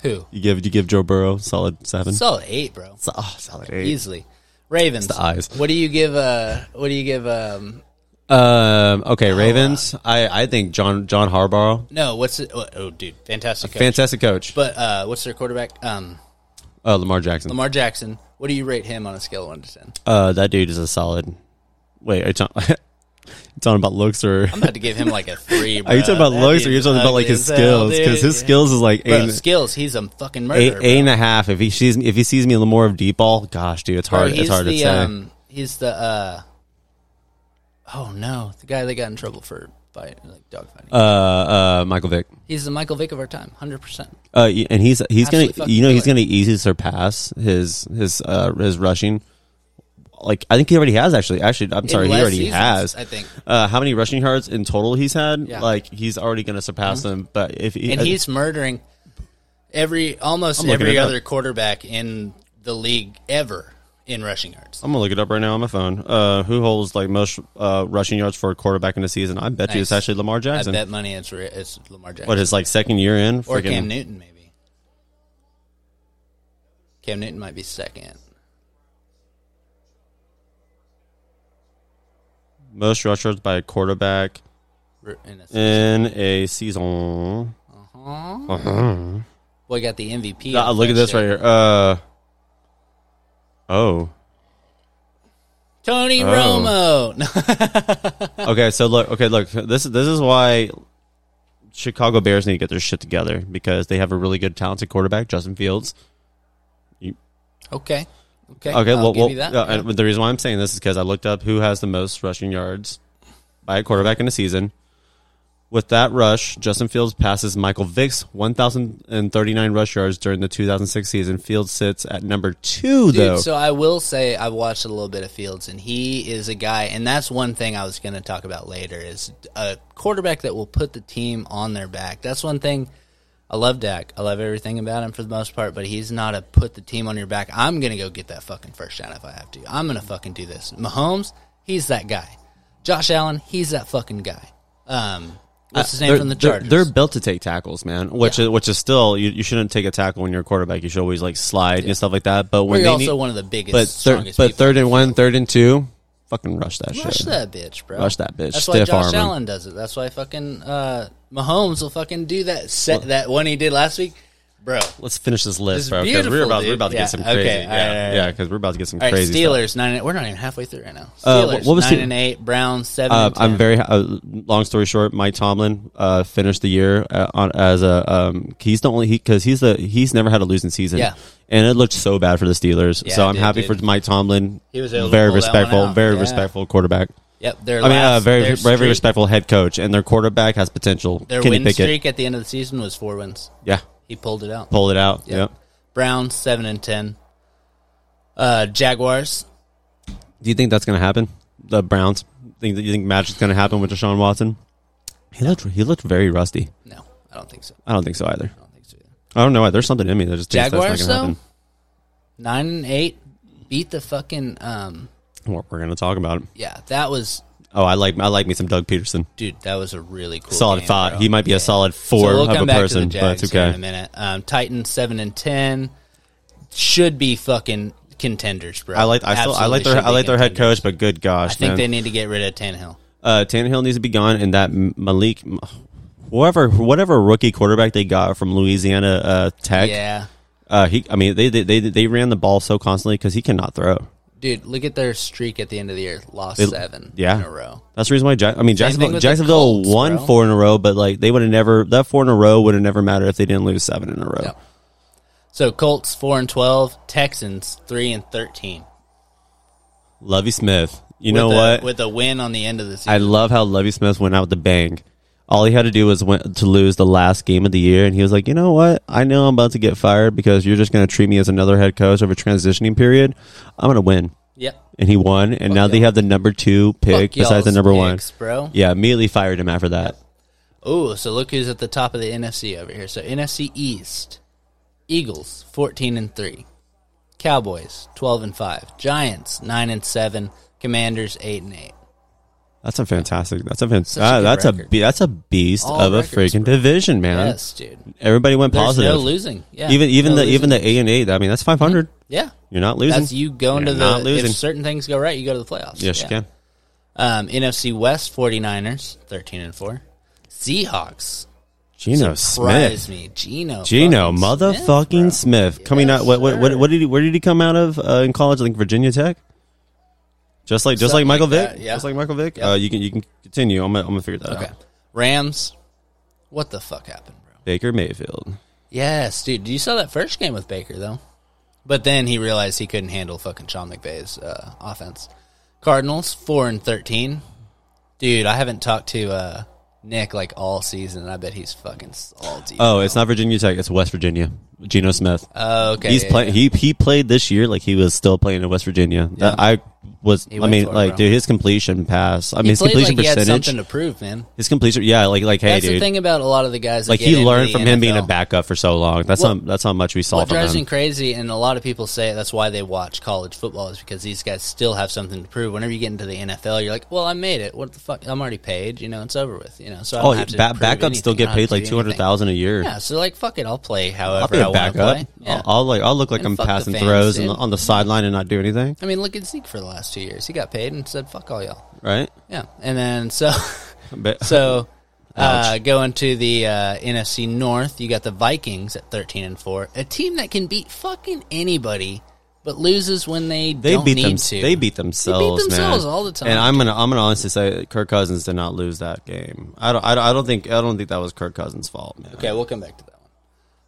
Speaker 1: Who
Speaker 2: You give you give Joe Burrow solid seven.
Speaker 1: solid eight, bro.
Speaker 2: So- oh, solid eight.
Speaker 1: Easily. Ravens.
Speaker 2: the eyes.
Speaker 1: What do you give? Uh, what do you give? Um,
Speaker 2: Um, okay, Ravens. I, I think John John Harbaugh,
Speaker 1: no, what's it? Oh, oh, dude, fantastic. Coach.
Speaker 2: fantastic coach.
Speaker 1: But uh, what's their quarterback? Um,
Speaker 2: uh, Lamar Jackson.
Speaker 1: Lamar Jackson. What do you rate him on a scale of one to ten?
Speaker 2: Uh, that dude is a solid. Wait, are you talking, you talking about looks or
Speaker 1: I'm about to give him like a three.
Speaker 2: are you talking
Speaker 1: bruh.
Speaker 2: about
Speaker 1: That
Speaker 2: looks or
Speaker 1: dude's
Speaker 2: you're talking about like
Speaker 1: ugly as
Speaker 2: his
Speaker 1: hell,
Speaker 2: skills? Because
Speaker 1: dude.
Speaker 2: his skills is like
Speaker 1: Bro,
Speaker 2: eight,
Speaker 1: skills. He's a fucking murderer.
Speaker 2: eight,
Speaker 1: bro.
Speaker 2: eight and a half. If he sees if he sees me in more of deep ball, gosh, dude, it's
Speaker 1: Bro,
Speaker 2: hard.
Speaker 1: he's
Speaker 2: It's hard
Speaker 1: the,
Speaker 2: to say.
Speaker 1: Um, he's the. Uh, oh no, the guy that got in trouble for fight, like dogfighting.
Speaker 2: uh, uh, Michael Vick.
Speaker 1: he's the Michael Vick of our time, hundred percent.
Speaker 2: Uh, y- and he's he's
Speaker 1: Absolutely
Speaker 2: gonna
Speaker 1: fucking
Speaker 2: you know he's
Speaker 1: killer.
Speaker 2: gonna easily surpass his his uh his rushing. Like I think he already has actually. Actually, I'm sorry, he
Speaker 1: less
Speaker 2: already
Speaker 1: seasons,
Speaker 2: has.
Speaker 1: I think.
Speaker 2: uh, how many rushing yards in total he's had.
Speaker 1: Yeah. Uh-huh.
Speaker 2: Like he's already gonna surpass him. But if he,
Speaker 1: And
Speaker 2: uh,
Speaker 1: he's murdering every almost
Speaker 2: looking
Speaker 1: every
Speaker 2: it up.
Speaker 1: other quarterback in the league ever in rushing yards.
Speaker 2: I'm gonna look it up right now on my phone. Uh, who holds like most uh, rushing yards for a quarterback in a season? I bet you it's
Speaker 1: Nice.
Speaker 2: actually Lamar
Speaker 1: I
Speaker 2: Jackson.
Speaker 1: bet money it's re- it's Lamar Jackson
Speaker 2: What his like second year in?
Speaker 1: or
Speaker 2: Freaking-
Speaker 1: Cam Newton maybe. Cam Newton might be second.
Speaker 2: most rush yards by a quarterback
Speaker 1: r- In a
Speaker 2: in a season.
Speaker 1: Boy got the MVP.
Speaker 2: Uh, look at this right here. Uh, oh.
Speaker 1: Tony
Speaker 2: Oh.
Speaker 1: Romo. No,
Speaker 2: Okay, so look. Okay, look. This is this is why Chicago Bears need to get their shit together because they have a really good, talented quarterback, Justin Fields.
Speaker 1: Okay. Okay.
Speaker 2: Okay,
Speaker 1: I'll
Speaker 2: well,
Speaker 1: give
Speaker 2: well,
Speaker 1: you that.
Speaker 2: uh,
Speaker 1: Yeah.
Speaker 2: and the reason why I'm saying this is because I looked up who has the most rushing yards by a quarterback in a season. With that rush, Justin Fields passes Michael Vick's 1,039 rush yards during the 2006 season. Fields sits at number two,
Speaker 1: Dude,
Speaker 2: though.
Speaker 1: so I will say I watched a little bit of Fields, and he is a guy, and that's one thing I was going to talk about later is a quarterback that will put the team on their back. That's one thing. I love Dak. I love everything about him for the most part, but he's not a put the team on your back. I'm going to go get that fucking first down if I have to. I'm going to fucking do this. Mahomes, he's that guy. Josh Allen, he's that fucking guy. Um, what's his name
Speaker 2: Uh, They're-
Speaker 1: from the
Speaker 2: they're-
Speaker 1: Chargers?
Speaker 2: They're, built to take tackles, man. Which is, which is still you, you shouldn't take a tackle when you're a quarterback. You should always like slide and stuff like that. But when
Speaker 1: We're
Speaker 2: they
Speaker 1: also
Speaker 2: need,
Speaker 1: one of the biggest,
Speaker 2: but third,
Speaker 1: strongest
Speaker 2: but
Speaker 1: people.
Speaker 2: third and one, third and two, fucking rush that
Speaker 1: Rush
Speaker 2: shit.
Speaker 1: that bitch, bro.
Speaker 2: Rush that bitch.
Speaker 1: That's
Speaker 2: Stiff
Speaker 1: why Josh
Speaker 2: arm him.
Speaker 1: Allen does it. That's why fucking uh, Mahomes will fucking do that set that one he did last week, bro. All
Speaker 2: Let's finish this
Speaker 1: is
Speaker 2: list, bro. Because we're
Speaker 1: beautiful,
Speaker 2: about,
Speaker 1: dude.
Speaker 2: we're about to
Speaker 1: Yeah,
Speaker 2: get some
Speaker 1: okay,
Speaker 2: crazy.
Speaker 1: all right, all
Speaker 2: yeah,
Speaker 1: right.
Speaker 2: yeah, because we're about to get some
Speaker 1: right,
Speaker 2: crazy. stuff.
Speaker 1: Steelers nine. And, we're not even halfway through right now.
Speaker 2: Uh,
Speaker 1: Steelers
Speaker 2: what- what was
Speaker 1: nine
Speaker 2: the-
Speaker 1: and eight. Browns seven.
Speaker 2: Uh,
Speaker 1: and 10.
Speaker 2: I'm very. Uh, long story short, Mike Tomlin uh, finished the year uh, on, as a. Um, he's the only because he's the he's never had a losing season.
Speaker 1: Yeah.
Speaker 2: And it looked so bad for the Steelers.
Speaker 1: Yeah,
Speaker 2: so
Speaker 1: it
Speaker 2: I'm
Speaker 1: did,
Speaker 2: happy
Speaker 1: dude.
Speaker 2: for Mike Tomlin.
Speaker 1: He was able to
Speaker 2: very
Speaker 1: pull that one
Speaker 2: respectful,
Speaker 1: out.
Speaker 2: very
Speaker 1: Yeah.
Speaker 2: respectful quarterback.
Speaker 1: Yep, their
Speaker 2: I mean,
Speaker 1: last,
Speaker 2: uh, very
Speaker 1: their
Speaker 2: very
Speaker 1: streak-
Speaker 2: respectful head coach, and their quarterback has potential.
Speaker 1: Their
Speaker 2: Kenny
Speaker 1: win
Speaker 2: Pickett.
Speaker 1: streak at the end of the season was four wins.
Speaker 2: Yeah,
Speaker 1: He pulled it out.
Speaker 2: pulled it out. Yeah.
Speaker 1: Browns seven and ten. Uh, Jaguars.
Speaker 2: Do you think that's going to happen? The Browns. Think that you think magic's going to happen with Deshaun Watson? He looked he looked very rusty.
Speaker 1: No, I don't think so.
Speaker 2: I don't think so either.
Speaker 1: I don't think so. Either.
Speaker 2: I don't know why. There's something in me that just thinks
Speaker 1: Jaguars
Speaker 2: that's not
Speaker 1: though,
Speaker 2: gonna happen.
Speaker 1: nine and eight, beat the fucking um.
Speaker 2: What we're gonna talk about?
Speaker 1: Yeah, that was
Speaker 2: Oh, I like I like me some Doug Peterson.
Speaker 1: dude. That was a really cool
Speaker 2: solid
Speaker 1: game,
Speaker 2: five.
Speaker 1: bro.
Speaker 2: He might be
Speaker 1: Yeah.
Speaker 2: a solid four
Speaker 1: so we'll
Speaker 2: of
Speaker 1: come
Speaker 2: a
Speaker 1: back
Speaker 2: person,
Speaker 1: to the
Speaker 2: but
Speaker 1: Jags
Speaker 2: it's
Speaker 1: here in
Speaker 2: okay.
Speaker 1: a minute. Um, Titans seven and ten should be fucking contenders, bro.
Speaker 2: I like I still I like their I like their head coach, but good gosh,
Speaker 1: I think
Speaker 2: man.
Speaker 1: they need to get rid of Tannehill.
Speaker 2: uh, Tannehill needs to be gone, and that M- Malik, M- whoever whatever rookie quarterback they got from Louisiana uh, Tech,
Speaker 1: Yeah,
Speaker 2: uh, he I mean they they, they they ran the ball so constantly because he cannot throw.
Speaker 1: dude, look at their streak at the end of the year. Lost seven,
Speaker 2: yeah.
Speaker 1: in a row.
Speaker 2: That's the reason why Jack, I
Speaker 1: thing
Speaker 2: mean Jacksonville
Speaker 1: with the
Speaker 2: Jacksonville
Speaker 1: Colts,
Speaker 2: won
Speaker 1: bro.
Speaker 2: four in a row, but like they would have never that four in a row would have never mattered if they didn't lose seven in a row.
Speaker 1: No. So Colts four and twelve, Texans three and thirteen.
Speaker 2: Lovey Smith, you
Speaker 1: With
Speaker 2: know
Speaker 1: a,
Speaker 2: what?
Speaker 1: With a win on the end of the season,
Speaker 2: I love how Lovey Smith went out with a bang. All he had to do was win to lose the last game of the year, and he was like, "You know what? I know I'm about to get fired because you're just going to treat me as another head coach over a transitioning period. I'm going to win."
Speaker 1: yep.
Speaker 2: And he won, and now they have the number two pick
Speaker 1: Fuck
Speaker 2: besides the
Speaker 1: y'all's
Speaker 2: number
Speaker 1: picks,
Speaker 2: one.
Speaker 1: bro.
Speaker 2: Yeah, immediately fired him after that.
Speaker 1: Oh, so look who's at the top of the NFC over here. So NFC East, Eagles fourteen and three, Cowboys twelve and five, Giants nine and seven, Commanders eight and eight.
Speaker 2: That's a fantastic. That's a fantastic.
Speaker 1: Such a good
Speaker 2: that's
Speaker 1: record.
Speaker 2: a be- that's a beast
Speaker 1: All
Speaker 2: of a
Speaker 1: records,
Speaker 2: freaking
Speaker 1: bro.
Speaker 2: division, man.
Speaker 1: Yes, dude.
Speaker 2: Everybody went
Speaker 1: There's
Speaker 2: positive.
Speaker 1: no losing. Yeah.
Speaker 2: even even
Speaker 1: No
Speaker 2: the
Speaker 1: losing.
Speaker 2: even the A and eight. I mean, that's 500.
Speaker 1: yeah.
Speaker 2: You're not losing.
Speaker 1: That's you going
Speaker 2: You're
Speaker 1: to
Speaker 2: not
Speaker 1: the
Speaker 2: losing.
Speaker 1: if certain things go right, you go to the playoffs.
Speaker 2: yes,
Speaker 1: Yeah.
Speaker 2: you can.
Speaker 1: Um, NFC West 49ers 13 and 4. Seahawks
Speaker 2: Gino Smith.
Speaker 1: surprise me. Gino.
Speaker 2: Gino
Speaker 1: fucking
Speaker 2: motherfucking
Speaker 1: Smith,
Speaker 2: Smith, coming
Speaker 1: Yes,
Speaker 2: out. What, what,
Speaker 1: sir.
Speaker 2: what, what did he, where did he come out of uh, in college? I think Virginia Tech. Just like just
Speaker 1: Something
Speaker 2: like Michael
Speaker 1: like that,
Speaker 2: Vick.
Speaker 1: yeah.
Speaker 2: Just like Michael Vick. Uh, you can you can continue. I'm gonna, I'm gonna figure that
Speaker 1: bro. Okay.
Speaker 2: out.
Speaker 1: Rams. What the fuck happened, bro?
Speaker 2: Baker Mayfield.
Speaker 1: Yes, dude. You saw that first game with Baker though. But then he realized he couldn't handle fucking Sean McVay's uh, offense. Cardinals 4 and 13. Dude, I haven't talked to uh, Nick like all season and I bet he's fucking salty.
Speaker 2: Oh, it's not Virginia Tech. It's West Virginia. Gino Smith.
Speaker 1: Oh, okay.
Speaker 2: Uh, He's
Speaker 1: yeah,
Speaker 2: playing. He he played this year like he was still playing in West Virginia. That I was. I
Speaker 1: went
Speaker 2: mean,
Speaker 1: for it,
Speaker 2: like,
Speaker 1: bro.
Speaker 2: dude, his completion pass. I mean,
Speaker 1: He
Speaker 2: his
Speaker 1: played
Speaker 2: completion
Speaker 1: like he had
Speaker 2: percentage.
Speaker 1: something to prove, man.
Speaker 2: His completion. Yeah, like like hey,
Speaker 1: That's the
Speaker 2: dude.
Speaker 1: thing about a lot of the guys. that
Speaker 2: Like
Speaker 1: get
Speaker 2: he
Speaker 1: into
Speaker 2: learned
Speaker 1: the
Speaker 2: from him being a
Speaker 1: NFL.
Speaker 2: backup for so long. That's
Speaker 1: What-
Speaker 2: not that's how much we saw
Speaker 1: What
Speaker 2: from
Speaker 1: drives
Speaker 2: him.
Speaker 1: me crazy, and a lot of people say that's why they watch college football, is because these guys still have something to prove. Whenever you get into the NFL, you're like, "Well, I made it. What the fuck? I'm already paid. You know, it's over with. You know, so I don't
Speaker 2: Oh,
Speaker 1: have to
Speaker 2: ba-
Speaker 1: prove
Speaker 2: backups still
Speaker 1: anything. I don't
Speaker 2: get
Speaker 1: have
Speaker 2: paid
Speaker 1: to
Speaker 2: like
Speaker 1: do
Speaker 2: two hundred thousand a year.
Speaker 1: anything. Yeah, so like, fuck it, I'll play
Speaker 2: I'll
Speaker 1: however
Speaker 2: be
Speaker 1: I
Speaker 2: a
Speaker 1: want to
Speaker 2: backup.
Speaker 1: play. Yeah.
Speaker 2: I'll, I'll like I'll look like
Speaker 1: And
Speaker 2: I'm
Speaker 1: fuck the
Speaker 2: passing
Speaker 1: fans,
Speaker 2: throws and
Speaker 1: dude.
Speaker 2: on the sideline and not do anything,
Speaker 1: I mean, look at Zeke for the last two years. He got paid and said, "Fuck all y'all."
Speaker 2: right?
Speaker 1: Yeah, and then so.
Speaker 2: But,
Speaker 1: So, uh, going to the uh, NFC North, you got the Vikings at thirteen and four, a team that can beat fucking anybody, but loses when they,
Speaker 2: they
Speaker 1: don't
Speaker 2: beat
Speaker 1: need
Speaker 2: them.
Speaker 1: to.
Speaker 2: They beat themselves.
Speaker 1: themselves
Speaker 2: man.
Speaker 1: all the time.
Speaker 2: And I'm gonna I'm gonna honestly say that Kirk Cousins did not lose that game. I don't I don't, I don't think I don't think that was Kirk Cousins' fault. Man.
Speaker 1: Okay, we'll come back to that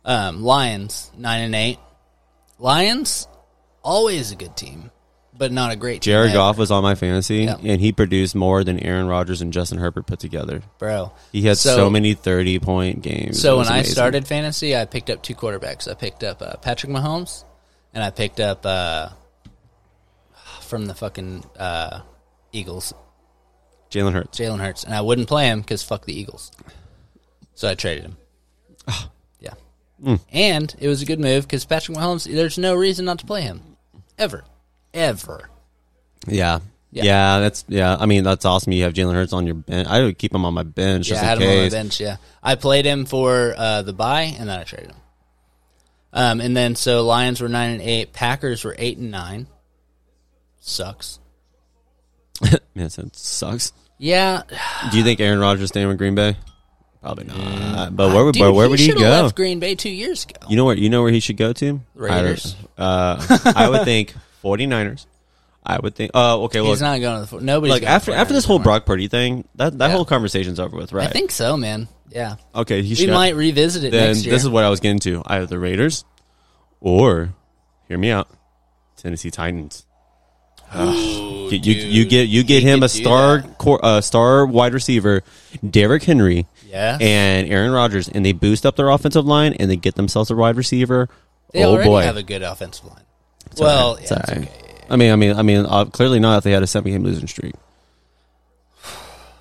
Speaker 1: one. Um, Lions nine and eight. Lions always a good team, but not a great team.
Speaker 2: Jared
Speaker 1: ever,
Speaker 2: Goff was on my fantasy,
Speaker 1: Yeah.
Speaker 2: and he produced more than Aaron Rodgers and Justin Herbert put together.
Speaker 1: bro.
Speaker 2: He had so,
Speaker 1: So-
Speaker 2: many thirty point games. It
Speaker 1: So when
Speaker 2: was
Speaker 1: I
Speaker 2: amazing.
Speaker 1: started fantasy, I picked up two quarterbacks. I picked up uh, Patrick Mahomes, and I picked up uh, from the fucking uh, Eagles,
Speaker 2: Jalen Hurts,
Speaker 1: Jalen Hurts, and I wouldn't play him because fuck the Eagles. So I traded him.
Speaker 2: Ah.
Speaker 1: yeah,
Speaker 2: Hmm.
Speaker 1: and it was a good move because Patrick Mahomes. There's no reason not to play him, ever, ever.
Speaker 2: yeah.
Speaker 1: Yeah.
Speaker 2: yeah, that's yeah. I mean, that's awesome. You have Jalen Hurts on your bench. I would keep him on my bench
Speaker 1: Yeah,
Speaker 2: just
Speaker 1: I had
Speaker 2: in
Speaker 1: him on my
Speaker 2: case.
Speaker 1: bench. Yeah, I played him for uh, the bye, and then I traded him. Um, and then so Lions were nine and eight, Packers were eight and nine. Sucks.
Speaker 2: Man, it sucks.
Speaker 1: Yeah,
Speaker 2: Do you think Aaron Rodgers staying with Green Bay? Probably not. but where would
Speaker 1: Mm, dude,
Speaker 2: but where would he
Speaker 1: should've
Speaker 2: go?
Speaker 1: Left Green Bay two years ago.
Speaker 2: You know where you know where he should go to?
Speaker 1: Raiders.
Speaker 2: I, uh, I would think 49ers. I would think. Oh, okay. Well,
Speaker 1: He's not going to the nobody.
Speaker 2: like after after this whole Brock Purdy thing, that that whole conversation's over with, right?
Speaker 1: I think so, man. Yeah,
Speaker 2: okay, he
Speaker 1: we
Speaker 2: should.
Speaker 1: might revisit it
Speaker 2: then
Speaker 1: next year.
Speaker 2: this is what I was getting to: either the Raiders or, hear me out, Tennessee Titans.
Speaker 1: Ooh,
Speaker 2: You, you,
Speaker 1: dude.
Speaker 2: you get you get
Speaker 1: He
Speaker 2: him
Speaker 1: could
Speaker 2: a
Speaker 1: do
Speaker 2: star
Speaker 1: that.
Speaker 2: cor- uh, star wide receiver, Derrick Henry,
Speaker 1: Yes.
Speaker 2: and Aaron Rodgers, and they boost up their offensive line and they get themselves a wide receiver.
Speaker 1: They
Speaker 2: oh
Speaker 1: already
Speaker 2: boy,
Speaker 1: have a good offensive line. well, yeah, it's
Speaker 2: It's all right.
Speaker 1: okay.
Speaker 2: I mean, I mean, I mean, uh, clearly not if they had a seven game losing streak.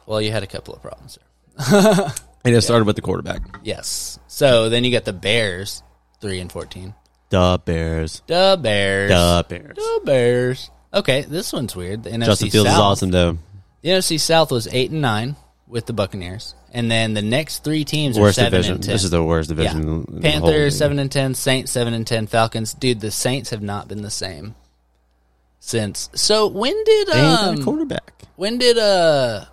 Speaker 1: well, you had a couple of problems there.
Speaker 2: And it started with the quarterback.
Speaker 1: Yes. So then you got the Bears, three and fourteen.
Speaker 2: The Bears.
Speaker 1: The Bears.
Speaker 2: The Bears.
Speaker 1: The Bears. Okay, this one's weird. The NFC
Speaker 2: Justin Fields
Speaker 1: South.
Speaker 2: is awesome though.
Speaker 1: The NFC South was eight and nine with the Buccaneers, and then the next three teams
Speaker 2: Worst
Speaker 1: are seven
Speaker 2: division.
Speaker 1: and ten.
Speaker 2: This is the worst
Speaker 1: yeah.
Speaker 2: division. in the whole league.
Speaker 1: Panthers seven and ten, Saints seven and ten, Falcons. Dude, the Saints have not been the same since. So when did
Speaker 2: They ain't got a
Speaker 1: um
Speaker 2: quarterback.
Speaker 1: when did uh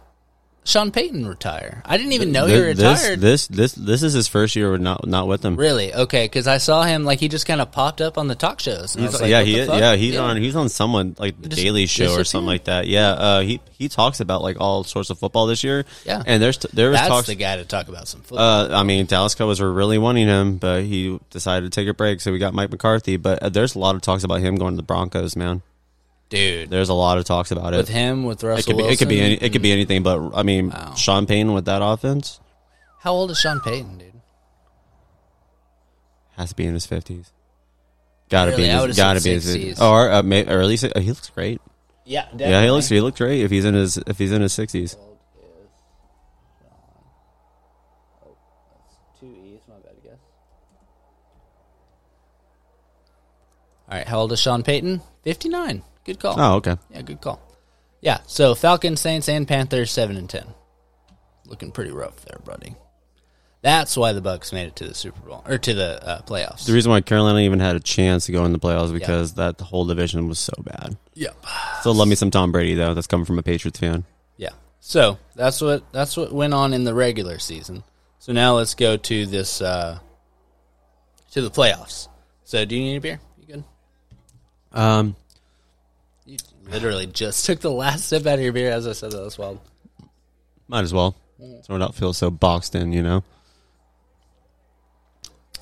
Speaker 1: Sean Payton retire? I didn't even know he
Speaker 2: Th-
Speaker 1: retired.
Speaker 2: This, this this this is his first year with not not with them.
Speaker 1: Really? Okay, because I saw him like he just kind of popped up on the talk shows. and I was like,
Speaker 2: yeah,
Speaker 1: what
Speaker 2: he
Speaker 1: the
Speaker 2: is,
Speaker 1: fuck?
Speaker 2: yeah he's on he's on someone like the
Speaker 1: just
Speaker 2: Daily Show or something
Speaker 1: disappeared.
Speaker 2: like that. Yeah, uh, he he talks about like all sorts of football this year.
Speaker 1: Yeah.
Speaker 2: and there's there was
Speaker 1: That's
Speaker 2: talks.
Speaker 1: the guy to talk about some football.
Speaker 2: Uh, I mean, Dallas Cowboys were really wanting him, but he decided to take a break. So we got Mike McCarthy, but uh, there's a lot of talks about him going to the Broncos. Man,
Speaker 1: Dude,
Speaker 2: there's a lot of talks about it.
Speaker 1: with him with Russell
Speaker 2: it could be
Speaker 1: Wilson.
Speaker 2: it could be any, it could be anything, but I mean,
Speaker 1: Wow.
Speaker 2: Sean Payton with that offense
Speaker 1: How old is Sean Payton, dude?
Speaker 2: has to be in his fifties. Gotta
Speaker 1: Really?
Speaker 2: be,
Speaker 1: I
Speaker 2: in
Speaker 1: would've
Speaker 2: his, gotta
Speaker 1: said
Speaker 2: be in his
Speaker 1: 60s.
Speaker 2: 50s. or uh, may, or at least uh, he looks great.
Speaker 1: Yeah, definitely.
Speaker 2: Yeah, he looks he looked great if he's in his if he's in his sixties.
Speaker 1: uh, oh, two E's. My bad guess. All right, how old is Sean Payton? Fifty-nine. Good call.
Speaker 2: Oh, okay.
Speaker 1: Yeah, good call. Yeah, so Falcons, Saints, and Panthers seven and ten. Looking pretty rough there, buddy. That's why the Bucks made it to the Super Bowl or to the uh, playoffs.
Speaker 2: The reason why Carolina even had a chance to go in the playoffs because that whole division was so bad.
Speaker 1: Yep.
Speaker 2: So love me some Tom Brady though. That's coming from a Patriots fan.
Speaker 1: Yeah. So that's what that's what went on in the regular season. So now let's go to this uh, to the playoffs. So do you need a beer? You good?
Speaker 2: Um,
Speaker 1: You literally just took the last sip out of your beer as I said that. That's wild.
Speaker 2: might as well.
Speaker 1: Mm.
Speaker 2: So I don't feel so boxed in, you know.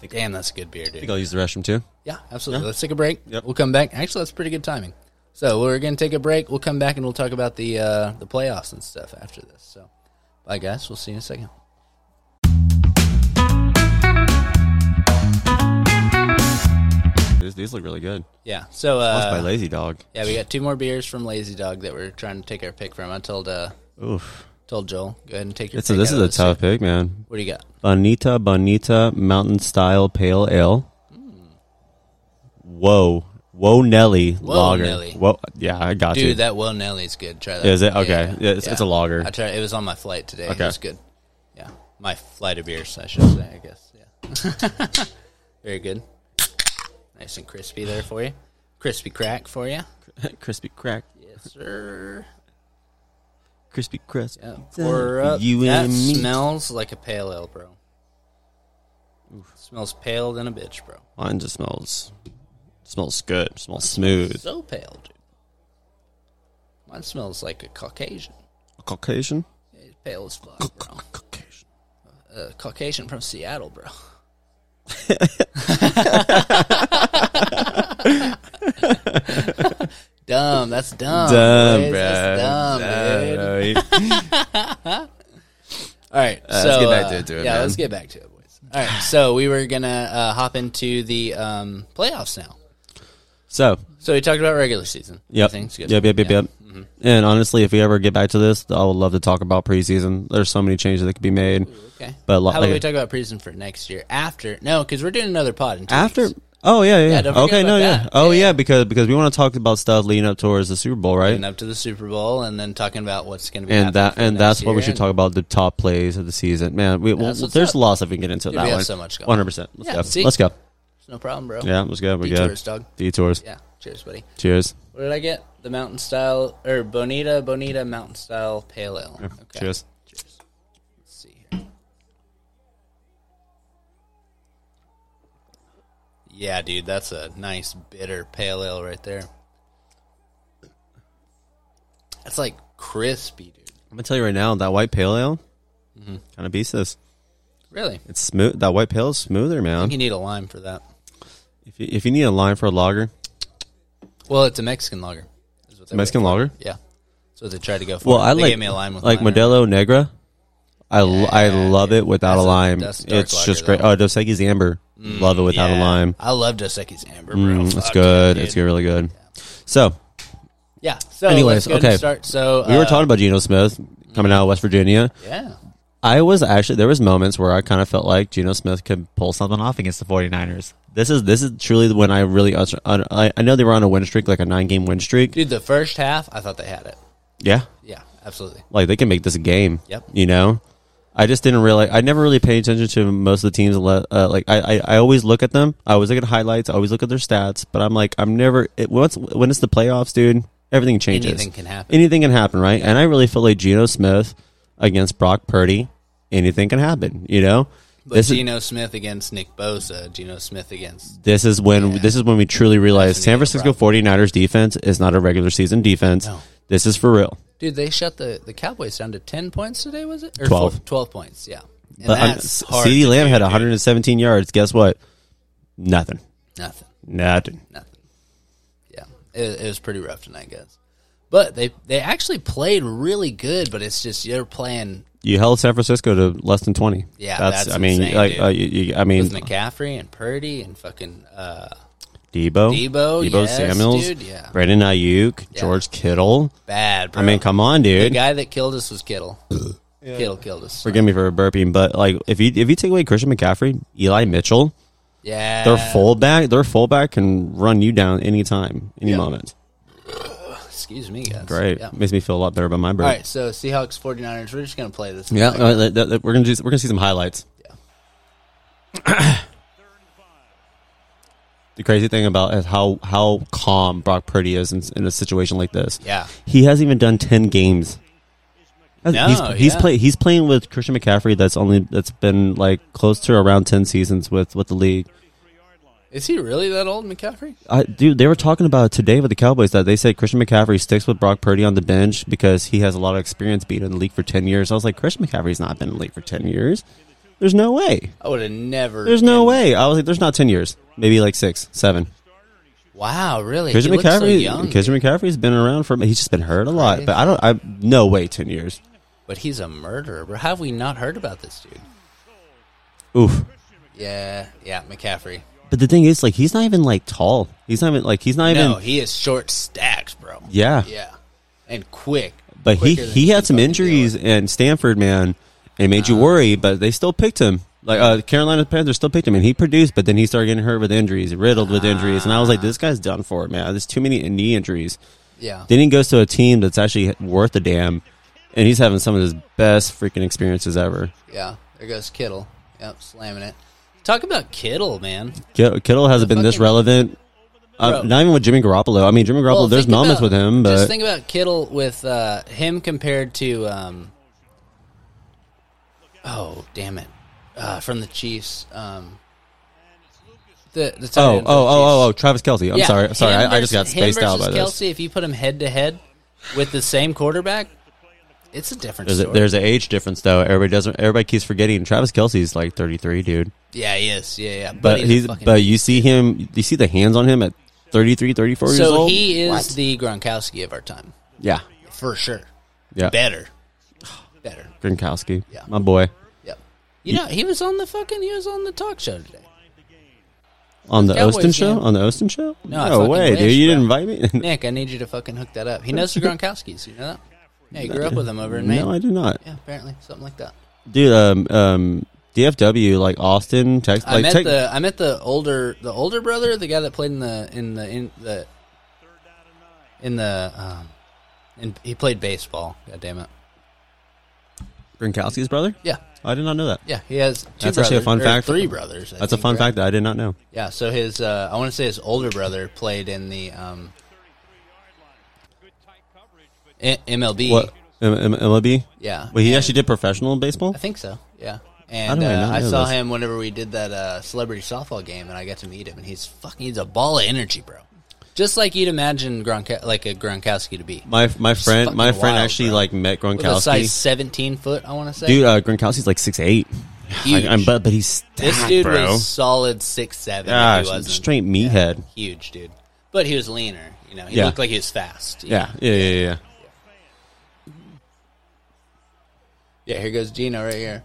Speaker 1: Damn, that's a good beer,
Speaker 2: I
Speaker 1: dude.
Speaker 2: think I'll use the restroom too.
Speaker 1: Yeah, absolutely. Let's take a break.
Speaker 2: Yep.
Speaker 1: We'll come back. Actually, that's pretty good timing. So we're gonna take a break. We'll come back and we'll talk about the uh, the playoffs and stuff after this. So, bye guys. We'll see you in a second.
Speaker 2: These, these look really good.
Speaker 1: Yeah. So
Speaker 2: Lost by
Speaker 1: uh,
Speaker 2: Lazy Dog.
Speaker 1: yeah, we got two more beers from Lazy Dog that we're trying to take our pick from. I told uh,
Speaker 2: Oof.
Speaker 1: told Joel, go ahead and take your.
Speaker 2: It's a,
Speaker 1: pick
Speaker 2: this
Speaker 1: out of
Speaker 2: is a
Speaker 1: this.
Speaker 2: tough pick, man.
Speaker 1: What do you got?
Speaker 2: Bonita Bonita Mountain Style Pale Ale. Whoa. Whoa Nelly Lager.
Speaker 1: Nelly.
Speaker 2: Whoa, yeah, I got
Speaker 1: Dude,
Speaker 2: you.
Speaker 1: that Well Nelly's good. Try that.
Speaker 2: Is it? Okay. Yeah, it's- it's a lager.
Speaker 1: I tried. It was on my flight today.
Speaker 2: Okay.
Speaker 1: It was good. Yeah, my flight of beers, I should say. I guess. Yeah. Very good. Nice and crispy there for you. Crispy crack for you.
Speaker 2: Crispy crack.
Speaker 1: Yes, sir.
Speaker 2: Crispy crisp.
Speaker 1: Yeah, pour up.
Speaker 2: You
Speaker 1: that
Speaker 2: and me.
Speaker 1: smells like a pale ale, bro. Smells pale than a bitch, bro.
Speaker 2: Mine just smells smells good. Smells smooth.
Speaker 1: So pale, dude. Mine smells like a Caucasian.
Speaker 2: Caucasian?
Speaker 1: It's pale as fuck, bro.
Speaker 2: Caucasian.
Speaker 1: a Caucasian from Seattle, bro. dumb. That's dumb.
Speaker 2: Dumb,
Speaker 1: boys.
Speaker 2: bro.
Speaker 1: That's dumb, dude.
Speaker 2: Dumb.
Speaker 1: All right. so,
Speaker 2: let's get back
Speaker 1: uh,
Speaker 2: to it, to it,
Speaker 1: yeah,
Speaker 2: man.
Speaker 1: let's get back to it, boys. All right. So we were gonna uh, hop into the um, playoffs now.
Speaker 2: so,
Speaker 1: So we talked about regular season.
Speaker 2: yep.
Speaker 1: Everything's good.
Speaker 2: Yep, yep, yep, yep. And honestly, if we ever get back to this, I would love to talk about preseason. There's so many changes that could be made.
Speaker 1: Okay.
Speaker 2: But lo-
Speaker 1: how about
Speaker 2: like-
Speaker 1: we talk about prison for next year? After no, because we're doing another pod in two
Speaker 2: After
Speaker 1: weeks.
Speaker 2: Oh yeah, yeah. yeah
Speaker 1: don't forget
Speaker 2: okay, no,
Speaker 1: about
Speaker 2: yeah.
Speaker 1: that.
Speaker 2: Oh
Speaker 1: Yeah,
Speaker 2: yeah. because because we want to talk about stuff leading up towards the Super Bowl, right?
Speaker 1: and up to the Super Bowl, and then talking about what's going to be
Speaker 2: and
Speaker 1: happening
Speaker 2: that
Speaker 1: for
Speaker 2: and
Speaker 1: next
Speaker 2: that's what we
Speaker 1: year
Speaker 2: should
Speaker 1: and-
Speaker 2: talk about the top plays of the season. Man, we, well,
Speaker 1: That's what's
Speaker 2: there's
Speaker 1: up.
Speaker 2: lots if we can get into that
Speaker 1: we have
Speaker 2: one.
Speaker 1: so much going on.
Speaker 2: 100%. Let's
Speaker 1: Yeah,
Speaker 2: go.
Speaker 1: see?
Speaker 2: Let's go.
Speaker 1: It's no problem, bro.
Speaker 2: Yeah, let's go. We're
Speaker 1: Detours,
Speaker 2: good.
Speaker 1: dog.
Speaker 2: Detours.
Speaker 1: Yeah. Cheers, buddy.
Speaker 2: Cheers.
Speaker 1: What did I get? The mountain style or Bonita Bonita mountain style pale ale. Okay.
Speaker 2: Cheers.
Speaker 1: Cheers. Let's see here. Yeah, dude, that's a nice bitter pale ale right there. That's like crispy, dude.
Speaker 2: I'm gonna tell you right now that white pale ale
Speaker 1: Mm-hmm.
Speaker 2: kind of beats this.
Speaker 1: Really?
Speaker 2: It's smooth. That white pale is smoother, man.
Speaker 1: You need a lime for that.
Speaker 2: If you, if you need a line for a lager,
Speaker 1: Well, it's a Mexican lager. is what they were-
Speaker 2: Mexican lager.
Speaker 1: Yeah. So they tried to go for.
Speaker 2: Well, I
Speaker 1: They
Speaker 2: like
Speaker 1: gave me a lime with
Speaker 2: like
Speaker 1: lime.
Speaker 2: Modelo Negra. I, l- I
Speaker 1: Yeah,
Speaker 2: love
Speaker 1: dude.
Speaker 2: it without
Speaker 1: That's a-
Speaker 2: a lime.
Speaker 1: that's a dark
Speaker 2: it's
Speaker 1: lager,
Speaker 2: just great.
Speaker 1: though. Mm,
Speaker 2: Oh, Dos Equis Amber. love it without a
Speaker 1: Yeah.
Speaker 2: lime.
Speaker 1: I love Dos Equis Amber, bro.
Speaker 2: Mm, it's
Speaker 1: Fuck
Speaker 2: good.
Speaker 1: yeah,
Speaker 2: It's
Speaker 1: dude.
Speaker 2: good. Really good. So
Speaker 1: Yeah. So, anyways,
Speaker 2: Anyways,
Speaker 1: okay.
Speaker 2: okay.
Speaker 1: Start. So
Speaker 2: we were
Speaker 1: uh,
Speaker 2: talking about Geno Smith coming out of West Virginia.
Speaker 1: Yeah.
Speaker 2: I was actually there was moments where I kind of felt like Geno Smith could pull something off against the 49ers. This is this is truly when I really utter- utter- I, I know they were on a win streak, like a nine game win streak.
Speaker 1: Dude, the first half, I thought they had it.
Speaker 2: Yeah,
Speaker 1: Yeah, absolutely.
Speaker 2: like they can make this a game.
Speaker 1: Yep.
Speaker 2: You know, I just didn't realize. I never really paid attention to most of the teams. le- Uh, like I, I, I always look at them. I always look at highlights. I always look at their stats. But I'm like, I'm never. It, once when it's the playoffs, dude, everything changes.
Speaker 1: Anything can happen.
Speaker 2: Anything can happen, right? And I really feel like Geno Smith against Brock Purdy, anything can happen. You know.
Speaker 1: But
Speaker 2: this is
Speaker 1: Geno Smith against Nick Bosa, Geno Smith against
Speaker 2: this is when this is when we truly realize
Speaker 1: That's
Speaker 2: San
Speaker 1: gonna be a
Speaker 2: Francisco 49ers defense is not a regular season defense.
Speaker 1: No.
Speaker 2: This is for real.
Speaker 1: Dude, they shut the, the Cowboys down to 10 points today, was it? Or
Speaker 2: 12.
Speaker 1: four- 12 points, yeah. And
Speaker 2: But I'm-
Speaker 1: that's hard.
Speaker 2: CeeDee
Speaker 1: to
Speaker 2: Lamb
Speaker 1: do,
Speaker 2: had
Speaker 1: dude.
Speaker 2: 117 yards. Guess what? Nothing.
Speaker 1: Nothing.
Speaker 2: Nothing.
Speaker 1: Nothing. Yeah. It, it was pretty rough tonight, guys. But they, they actually played really good, but it's just you're playing
Speaker 2: You held San Francisco to less than 20.
Speaker 1: Yeah, that's
Speaker 2: I mean,
Speaker 1: insane,
Speaker 2: like,
Speaker 1: dude.
Speaker 2: uh, you, you, I mean,
Speaker 1: with McCaffrey and Purdy and fucking uh,
Speaker 2: Debo,
Speaker 1: Debo, yes,
Speaker 2: Samuels,
Speaker 1: dude, yeah.
Speaker 2: Brandon Ayuk, George Kittle.
Speaker 1: bad, bro.
Speaker 2: I mean, come on,
Speaker 1: the
Speaker 2: dude.
Speaker 1: guy that killed us was Kittle. Kittle killed us.
Speaker 2: Forgive me for burping, but like, if you if you take away Christian McCaffrey, Eli Mitchell,
Speaker 1: Yeah.
Speaker 2: their fullback, their fullback can run you down any time, any moment.
Speaker 1: Excuse me, guys.
Speaker 2: Great,
Speaker 1: Yeah. All
Speaker 2: makes me feel a lot better about my burp.
Speaker 1: right, so Seahawks 49ers, we're just going to play this.
Speaker 2: Yeah, uh, that- that- that- we're gonna do, we're gonna see some highlights.
Speaker 1: Yeah.
Speaker 2: the crazy thing about is how how calm Brock Purdy is in, in a situation like this.
Speaker 1: Yeah.
Speaker 2: he hasn't even done ten games.
Speaker 1: No,
Speaker 2: he's he's
Speaker 1: yeah.
Speaker 2: play- he's playing with Christian McCaffrey. That's only that's been like close to around ten seasons with with the league.
Speaker 1: Is he really that old, McCaffrey?
Speaker 2: I, dude, they were talking about it today with the Cowboys that they said Christian McCaffrey sticks with Brock Purdy on the bench because he has a lot of experience being in the league for ten years. I was like, Christian McCaffrey's not been in the league for ten years. There's no way.
Speaker 1: I would have never.
Speaker 2: There's no way. I was like, there's not ten years. Maybe like six, seven.
Speaker 1: Wow, really?
Speaker 2: Christian
Speaker 1: he looks so
Speaker 2: McCaffrey.
Speaker 1: young,
Speaker 2: Christian McCaffrey's been around for. He's just been hurt a lot, but I don't. I no way. Ten years.
Speaker 1: but he's a murderer. Bro, how have we not heard about this dude?
Speaker 2: Oof.
Speaker 1: Yeah, yeah, McCaffrey.
Speaker 2: But the thing is, like, he's not even like tall. He's not even like he's not
Speaker 1: No,
Speaker 2: even.
Speaker 1: he is short stacked, bro.
Speaker 2: Yeah.
Speaker 1: yeah, and quick.
Speaker 2: But he
Speaker 1: Quicker than
Speaker 2: he had some
Speaker 1: fucking
Speaker 2: injuries,
Speaker 1: Dillon.
Speaker 2: and Stanford man, and it made
Speaker 1: Uh-huh.
Speaker 2: you worry. But they still picked him. Like uh, Carolina Panthers still picked him, and he produced. But then he started getting hurt with injuries, riddled with injuries, and I was like, this guy's done for, man. There's too many knee injuries.
Speaker 1: Yeah,
Speaker 2: Then he goes to a team that's actually worth a damn, and he's having some of his best freaking experiences ever.
Speaker 1: yeah. There goes Kittle. Yep, slamming it. Talk about Kittle, man.
Speaker 2: Kittle, Kittle hasn't been this
Speaker 1: fucking-
Speaker 2: relevant. Uh,
Speaker 1: Bro.
Speaker 2: not even with Jimmy Garoppolo. I mean, Jimmy Garoppolo.
Speaker 1: Well,
Speaker 2: there's
Speaker 1: think
Speaker 2: moments
Speaker 1: about-
Speaker 2: with him, but
Speaker 1: just think about Kittle with uh, him compared to. Um, oh damn it! Uh, from the Chiefs. Um, the, the tight
Speaker 2: oh,
Speaker 1: end for the
Speaker 2: oh, oh,
Speaker 1: Chiefs.
Speaker 2: oh, oh, Travis Kelsey. I'm
Speaker 1: Yeah,
Speaker 2: sorry, sorry.
Speaker 1: him
Speaker 2: I, I just
Speaker 1: versus-
Speaker 2: got
Speaker 1: him
Speaker 2: spaced out
Speaker 1: versus
Speaker 2: by this.
Speaker 1: Kelsey, if you put him head to head with the same quarterback, it's a different
Speaker 2: There's a,
Speaker 1: story.
Speaker 2: there's an age difference though. Everybody doesn't. Everybody keeps forgetting. Travis Kelsey's like 33, dude.
Speaker 1: yeah, he is. Yeah, yeah. But,
Speaker 2: But
Speaker 1: he's, a
Speaker 2: he's
Speaker 1: fucking-
Speaker 2: but you see him. You see the hands on him at 33, 34 years
Speaker 1: so
Speaker 2: old.
Speaker 1: he is
Speaker 2: What?
Speaker 1: the Gronkowski of our time
Speaker 2: yeah,
Speaker 1: for sure.
Speaker 2: yeah.
Speaker 1: Better, better.
Speaker 2: Gronkowski,
Speaker 1: Yeah.
Speaker 2: my boy,
Speaker 1: Yep. You know, he was on the fucking. He was on the talk show today.
Speaker 2: on the
Speaker 1: Cowboys,
Speaker 2: Austin show.
Speaker 1: yeah.
Speaker 2: On the Austin show.
Speaker 1: No, I fucking
Speaker 2: way,
Speaker 1: wish,
Speaker 2: dude. You didn't
Speaker 1: bro.
Speaker 2: invite me.
Speaker 1: Nick, I need you to fucking hook that up. He knows the Gronkowskis. You know that? Yeah, he grew up with them over in Maine.
Speaker 2: no, I did not.
Speaker 1: yeah, apparently something like that.
Speaker 2: dude. Um, um, DFW like Austin, Texas.
Speaker 1: I
Speaker 2: Like,
Speaker 1: met
Speaker 2: Tex-
Speaker 1: the I met the older the older brother, the guy that played in the in the in the in the um, and he played baseball. God damn it!
Speaker 2: Gronkowski's brother.
Speaker 1: Yeah,
Speaker 2: I did not know that.
Speaker 1: yeah, he has two
Speaker 2: That's
Speaker 1: brothers,
Speaker 2: actually a fun
Speaker 1: or
Speaker 2: fact.
Speaker 1: Three brothers. I
Speaker 2: That's a
Speaker 1: think,
Speaker 2: fun
Speaker 1: right?
Speaker 2: fact that I did not know.
Speaker 1: Yeah, so his uh, I want to say his older brother played in the um, I- MLB.
Speaker 2: What M- M- MLB?
Speaker 1: Yeah,
Speaker 2: Wait, he
Speaker 1: and-
Speaker 2: actually did professional baseball.
Speaker 1: I think so. Yeah.
Speaker 2: How
Speaker 1: And
Speaker 2: do I
Speaker 1: uh,
Speaker 2: not
Speaker 1: I,
Speaker 2: know
Speaker 1: saw
Speaker 2: this?
Speaker 1: him whenever we did that uh, celebrity softball game, and I got to meet him, and he's fucking he's a ball of energy, bro. Just like you'd imagine Gronk like a Gronkowski to be.
Speaker 2: My my friend
Speaker 1: fucking
Speaker 2: my friend
Speaker 1: wild,
Speaker 2: actually
Speaker 1: bro.
Speaker 2: like met
Speaker 1: With a size
Speaker 2: Gronkowski.
Speaker 1: seventeen foot, I want to say.
Speaker 2: Dude, uh, Gronkowski's like six eight.
Speaker 1: Huge.
Speaker 2: but but he's stacked,
Speaker 1: this dude
Speaker 2: bro.
Speaker 1: was solid six seven.
Speaker 2: Gosh,
Speaker 1: he wasn't
Speaker 2: straight meathead.
Speaker 1: huge, dude. But he was leaner. You know, he
Speaker 2: Yeah.
Speaker 1: looked like he was fast. you know?
Speaker 2: Yeah, yeah, yeah, yeah. yeah.
Speaker 1: yeah. Here goes Gino right here.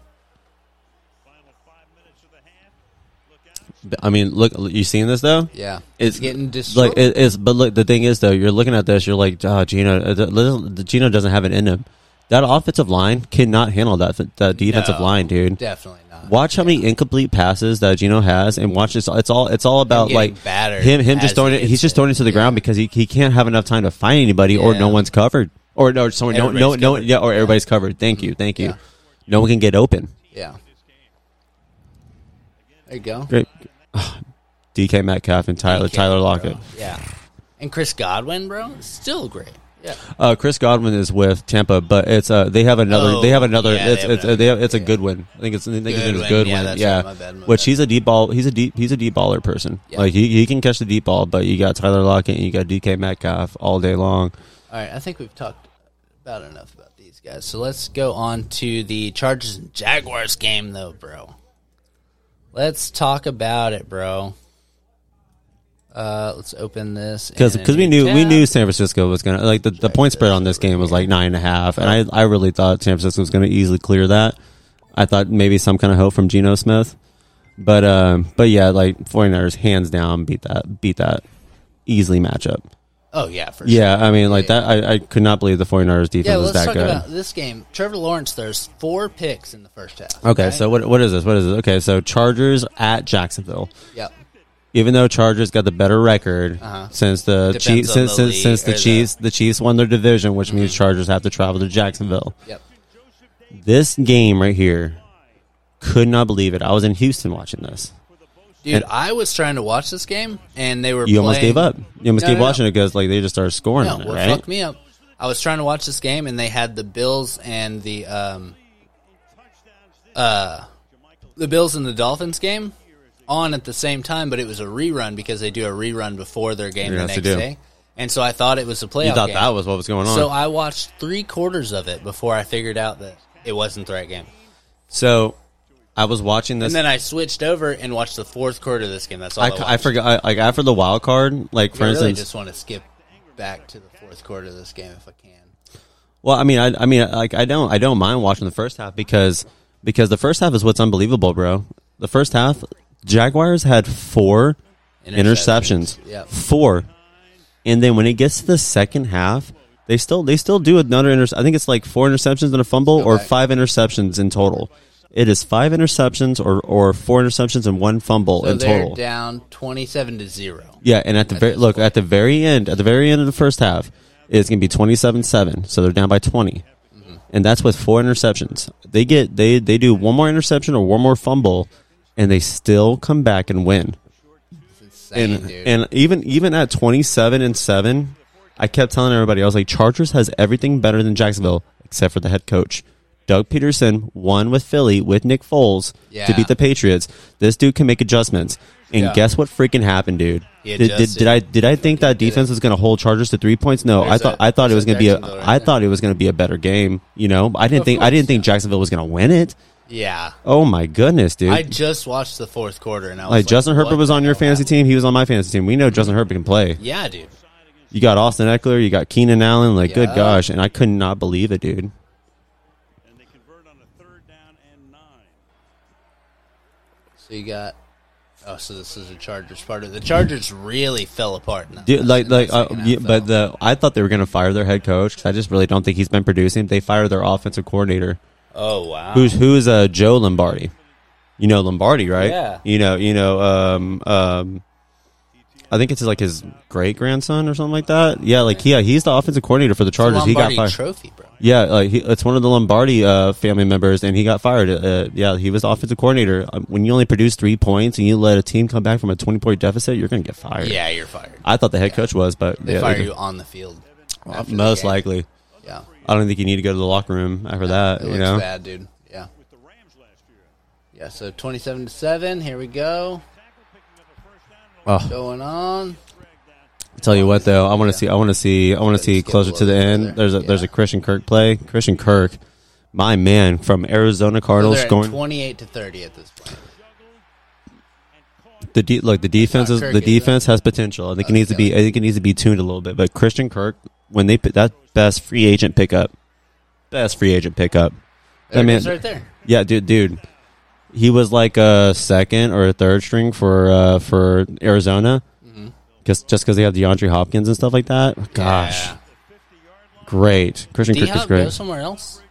Speaker 2: But, I mean, look, you seeing this though?
Speaker 1: Yeah,
Speaker 2: It's
Speaker 1: he's getting destroyed.
Speaker 2: like it "Ah, is, but look, the thing is though, you're looking at this, you're like, oh, Gino, uh, the- the- Gino doesn't have it in him. That offensive line cannot handle that that defensive
Speaker 1: No.
Speaker 2: line, dude.
Speaker 1: Definitely not.
Speaker 2: Watch how many incomplete passes that Gino has, and watch this. It's all it's all about
Speaker 1: getting
Speaker 2: like
Speaker 1: battered
Speaker 2: him him
Speaker 1: as
Speaker 2: just throwing
Speaker 1: he
Speaker 2: it.
Speaker 1: hits
Speaker 2: He's just
Speaker 1: it.
Speaker 2: throwing it to the ground because he, he can't have enough time to find anybody, or
Speaker 1: Yeah.
Speaker 2: no one's covered, or no someone no no
Speaker 1: Everybody's
Speaker 2: no
Speaker 1: covered.
Speaker 2: yeah, or everybody's covered. Thank you, thank you.
Speaker 1: Yeah.
Speaker 2: No one can get open.
Speaker 1: Yeah. There you go.
Speaker 2: Great. DK Metcalf and Tyler
Speaker 1: DK,
Speaker 2: Tyler
Speaker 1: bro.
Speaker 2: Lockett.
Speaker 1: Yeah. And Chris Godwin, bro, still great. Yeah.
Speaker 2: Uh, Chris Godwin is with Tampa, but it's uh they have another
Speaker 1: Oh,
Speaker 2: they have another
Speaker 1: yeah, they
Speaker 2: it's
Speaker 1: have
Speaker 2: it's,
Speaker 1: another-
Speaker 2: they have, it's a good one. I think it's I think his name is
Speaker 1: Goodwin,
Speaker 2: Goodwin.
Speaker 1: yeah,
Speaker 2: Yeah,
Speaker 1: that's right, my bad, my
Speaker 2: which
Speaker 1: bad.
Speaker 2: he's a deep ball he's a deep he's a deep baller person.
Speaker 1: Yeah.
Speaker 2: Like he, he can catch the deep ball, but you got Tyler Lockett and you got DK Metcalf all day long.
Speaker 1: All right, I think we've talked about enough about these guys. So let's go on to the Chargers and Jaguars game, though, bro. Let's talk about it, bro. Uh, let's open this
Speaker 2: Because
Speaker 1: in a new
Speaker 2: we knew we
Speaker 1: tab.
Speaker 2: knew San Francisco was gonna like the, the point spread on this game was like nine and a half, and I I really thought San Francisco was gonna easily clear that. I thought maybe some kind of hope from Geno Smith, but um but yeah, like 49ers hands down beat that beat that easily matchup.
Speaker 1: Oh yeah, for sure.
Speaker 2: Yeah, I mean like that. I, I could not believe the 49ers defense
Speaker 1: Yeah,
Speaker 2: was
Speaker 1: let's
Speaker 2: that
Speaker 1: talk
Speaker 2: good.
Speaker 1: about this game. Trevor Lawrence, there's four picks in the first half.
Speaker 2: okay, so what what is this? What is this? Okay, so Chargers at Jacksonville.
Speaker 1: yep,
Speaker 2: even though Chargers got the better record
Speaker 1: Uh-huh.
Speaker 2: since the
Speaker 1: Depends
Speaker 2: Chiefs
Speaker 1: on
Speaker 2: since
Speaker 1: the
Speaker 2: since,
Speaker 1: league
Speaker 2: since
Speaker 1: or
Speaker 2: the
Speaker 1: the- Mm-hmm.
Speaker 2: Chiefs the Chiefs won their division, which means Chargers have to travel to Jacksonville.
Speaker 1: yep.
Speaker 2: This game right here, could not believe it. I was in Houston watching this.
Speaker 1: Dude,
Speaker 2: And-
Speaker 1: I was trying to watch this game, and they were
Speaker 2: You almost
Speaker 1: playing-
Speaker 2: gave up. You almost
Speaker 1: No,
Speaker 2: gave
Speaker 1: no, no.
Speaker 2: watching it because like they just started scoring
Speaker 1: No,
Speaker 2: on it,
Speaker 1: well,
Speaker 2: right?
Speaker 1: fuck me up. I was trying to watch this game, and they had the Bills and the um, uh, the Bills and the Dolphins game on at the same time, but it was a rerun because they do a rerun before their game the
Speaker 2: Yes, they
Speaker 1: next
Speaker 2: do.
Speaker 1: day, and so I thought it was a playoff.
Speaker 2: You thought
Speaker 1: game.
Speaker 2: that was what was going on.
Speaker 1: So I watched three quarters of it before I figured out that it wasn't the right game,
Speaker 2: So I was watching this.
Speaker 1: and then I switched over and watched the fourth quarter of this game. That's all I,
Speaker 2: I, I forgot. I, like after the wild card, like for
Speaker 1: I really
Speaker 2: instance,
Speaker 1: just want to skip back to the fourth quarter of this game if I can.
Speaker 2: Well, I mean, I, I mean, like I don't, I don't mind watching the first half because because the first half is what's unbelievable, bro. The first half, Jaguars had four interceptions,
Speaker 1: Yeah.
Speaker 2: four, and then when it gets to the second half, they still they still do another inter. I think it's like four interceptions and a fumble, or
Speaker 1: back.
Speaker 2: five interceptions in total. It is five interceptions or or four interceptions and one fumble
Speaker 1: So
Speaker 2: in
Speaker 1: they're
Speaker 2: total.
Speaker 1: down twenty-seven to zero.
Speaker 2: Yeah, and at the very look at the very end, at the very end of the first half, it's going to be twenty-seven-seven. So they're down by 20 and that's with four interceptions. They get they they do one more interception or one more fumble, and they still come back and win.
Speaker 1: It's
Speaker 2: And
Speaker 1: insane, dude.
Speaker 2: and even even at twenty-seven and seven, I kept telling everybody I was like, Chargers has everything better than Jacksonville except for the head coach. Doug Peterson won with Philly with Nick Foles
Speaker 1: Yeah.
Speaker 2: to beat the Patriots. This dude can make adjustments. And
Speaker 1: Yeah.
Speaker 2: guess what freaking happened, dude?
Speaker 1: He
Speaker 2: Did- did,
Speaker 1: adjusted.
Speaker 2: did I did I think that defense was going to hold Chargers to three points? No, I
Speaker 1: There's
Speaker 2: thought
Speaker 1: that-
Speaker 2: I thought it
Speaker 1: there's
Speaker 2: was
Speaker 1: that
Speaker 2: going to be a
Speaker 1: Jacksonville right
Speaker 2: I
Speaker 1: there.
Speaker 2: thought it was going to be a better game. You know, I didn't
Speaker 1: Of
Speaker 2: think I
Speaker 1: course,
Speaker 2: didn't think Jacksonville was going to win it.
Speaker 1: yeah,
Speaker 2: Oh my goodness, dude!
Speaker 1: I just watched the fourth quarter, and I was
Speaker 2: like Justin
Speaker 1: what
Speaker 2: Herbert was
Speaker 1: the
Speaker 2: on your
Speaker 1: hell
Speaker 2: fantasy
Speaker 1: happened?
Speaker 2: team, he was on my fantasy team. We know Justin Herbert can play.
Speaker 1: Yeah, dude.
Speaker 2: You got Austin Eckler, you got Keenan Allen. Like, good
Speaker 1: Yeah.
Speaker 2: gosh! And I could not believe it, dude.
Speaker 3: and they convert on a third down and nine.
Speaker 1: So you got. Oh, so this is a Chargers part of the Chargers really fell apart. in that
Speaker 2: Dude,
Speaker 1: last-
Speaker 2: like,
Speaker 1: in that
Speaker 2: like, uh,
Speaker 1: second half,
Speaker 2: yeah,
Speaker 1: though.
Speaker 2: but the I thought they were going to fire their head coach 'cause I just really don't think he's been producing. They fired their offensive coordinator.
Speaker 1: oh wow,
Speaker 2: Who's who's uh, Joe Lombardi? You know Lombardi, right?
Speaker 1: Yeah.
Speaker 2: You know, you know. Um, um, I think it's like his great grandson or something like that. Yeah, like yeah, he's the offensive coordinator for the
Speaker 1: The
Speaker 2: Chargers. He got
Speaker 1: Lombardi
Speaker 2: fired.
Speaker 1: trophy, bro.
Speaker 2: yeah, like he, it's one of the Lombardi uh, family members, and he got fired. Uh, yeah, he was the offensive coordinator. Um, when you only produce three points and you let a team come back from a twenty point deficit, you're going to get fired.
Speaker 1: Yeah, you're fired.
Speaker 2: I thought the head coach was, but
Speaker 1: They
Speaker 2: yeah,
Speaker 1: fire
Speaker 2: they-
Speaker 1: you on the field. after the
Speaker 2: most
Speaker 1: game.
Speaker 2: likely.
Speaker 1: Yeah,
Speaker 2: I don't think you need to go to the locker room after that.
Speaker 1: it
Speaker 2: You
Speaker 1: looks
Speaker 2: know,
Speaker 1: bad, dude. Yeah,
Speaker 3: With the Rams last year,
Speaker 1: yeah. So twenty-seven to seven. Here we go.
Speaker 3: picking up a first down and
Speaker 2: Oh.
Speaker 1: Going on.
Speaker 2: Tell you what though, I want to see. I want to see. I want to see
Speaker 1: Let's get
Speaker 2: closer to the
Speaker 1: closer
Speaker 2: end.
Speaker 1: there.
Speaker 2: There's a there's
Speaker 1: Yeah.
Speaker 2: a Christian Kirk play. Christian Kirk, my man from Arizona
Speaker 1: So
Speaker 2: Cardinals
Speaker 1: they're at
Speaker 2: scoring
Speaker 1: twenty-eight to thirty at this point.
Speaker 2: the de- look. The defense
Speaker 1: Oh,
Speaker 2: is
Speaker 1: Kirk
Speaker 2: the
Speaker 1: is a-
Speaker 2: defense has potential. I think it
Speaker 1: Oh,
Speaker 2: needs to be. I think it needs to be tuned a little bit. But Christian Kirk, when they put that best free agent pickup, best free agent pickup.
Speaker 1: There
Speaker 2: I
Speaker 1: it
Speaker 2: mean,
Speaker 1: is right there.
Speaker 2: yeah, dude, dude, he was like a second or a third string for uh, for
Speaker 1: Mm-hmm.
Speaker 2: Arizona, because just because they have DeAndre Hopkins and stuff like that. Gosh.
Speaker 1: Yeah.
Speaker 2: great. Christian
Speaker 1: D
Speaker 2: Kirk is
Speaker 1: Hop go
Speaker 2: great.
Speaker 1: somewhere else.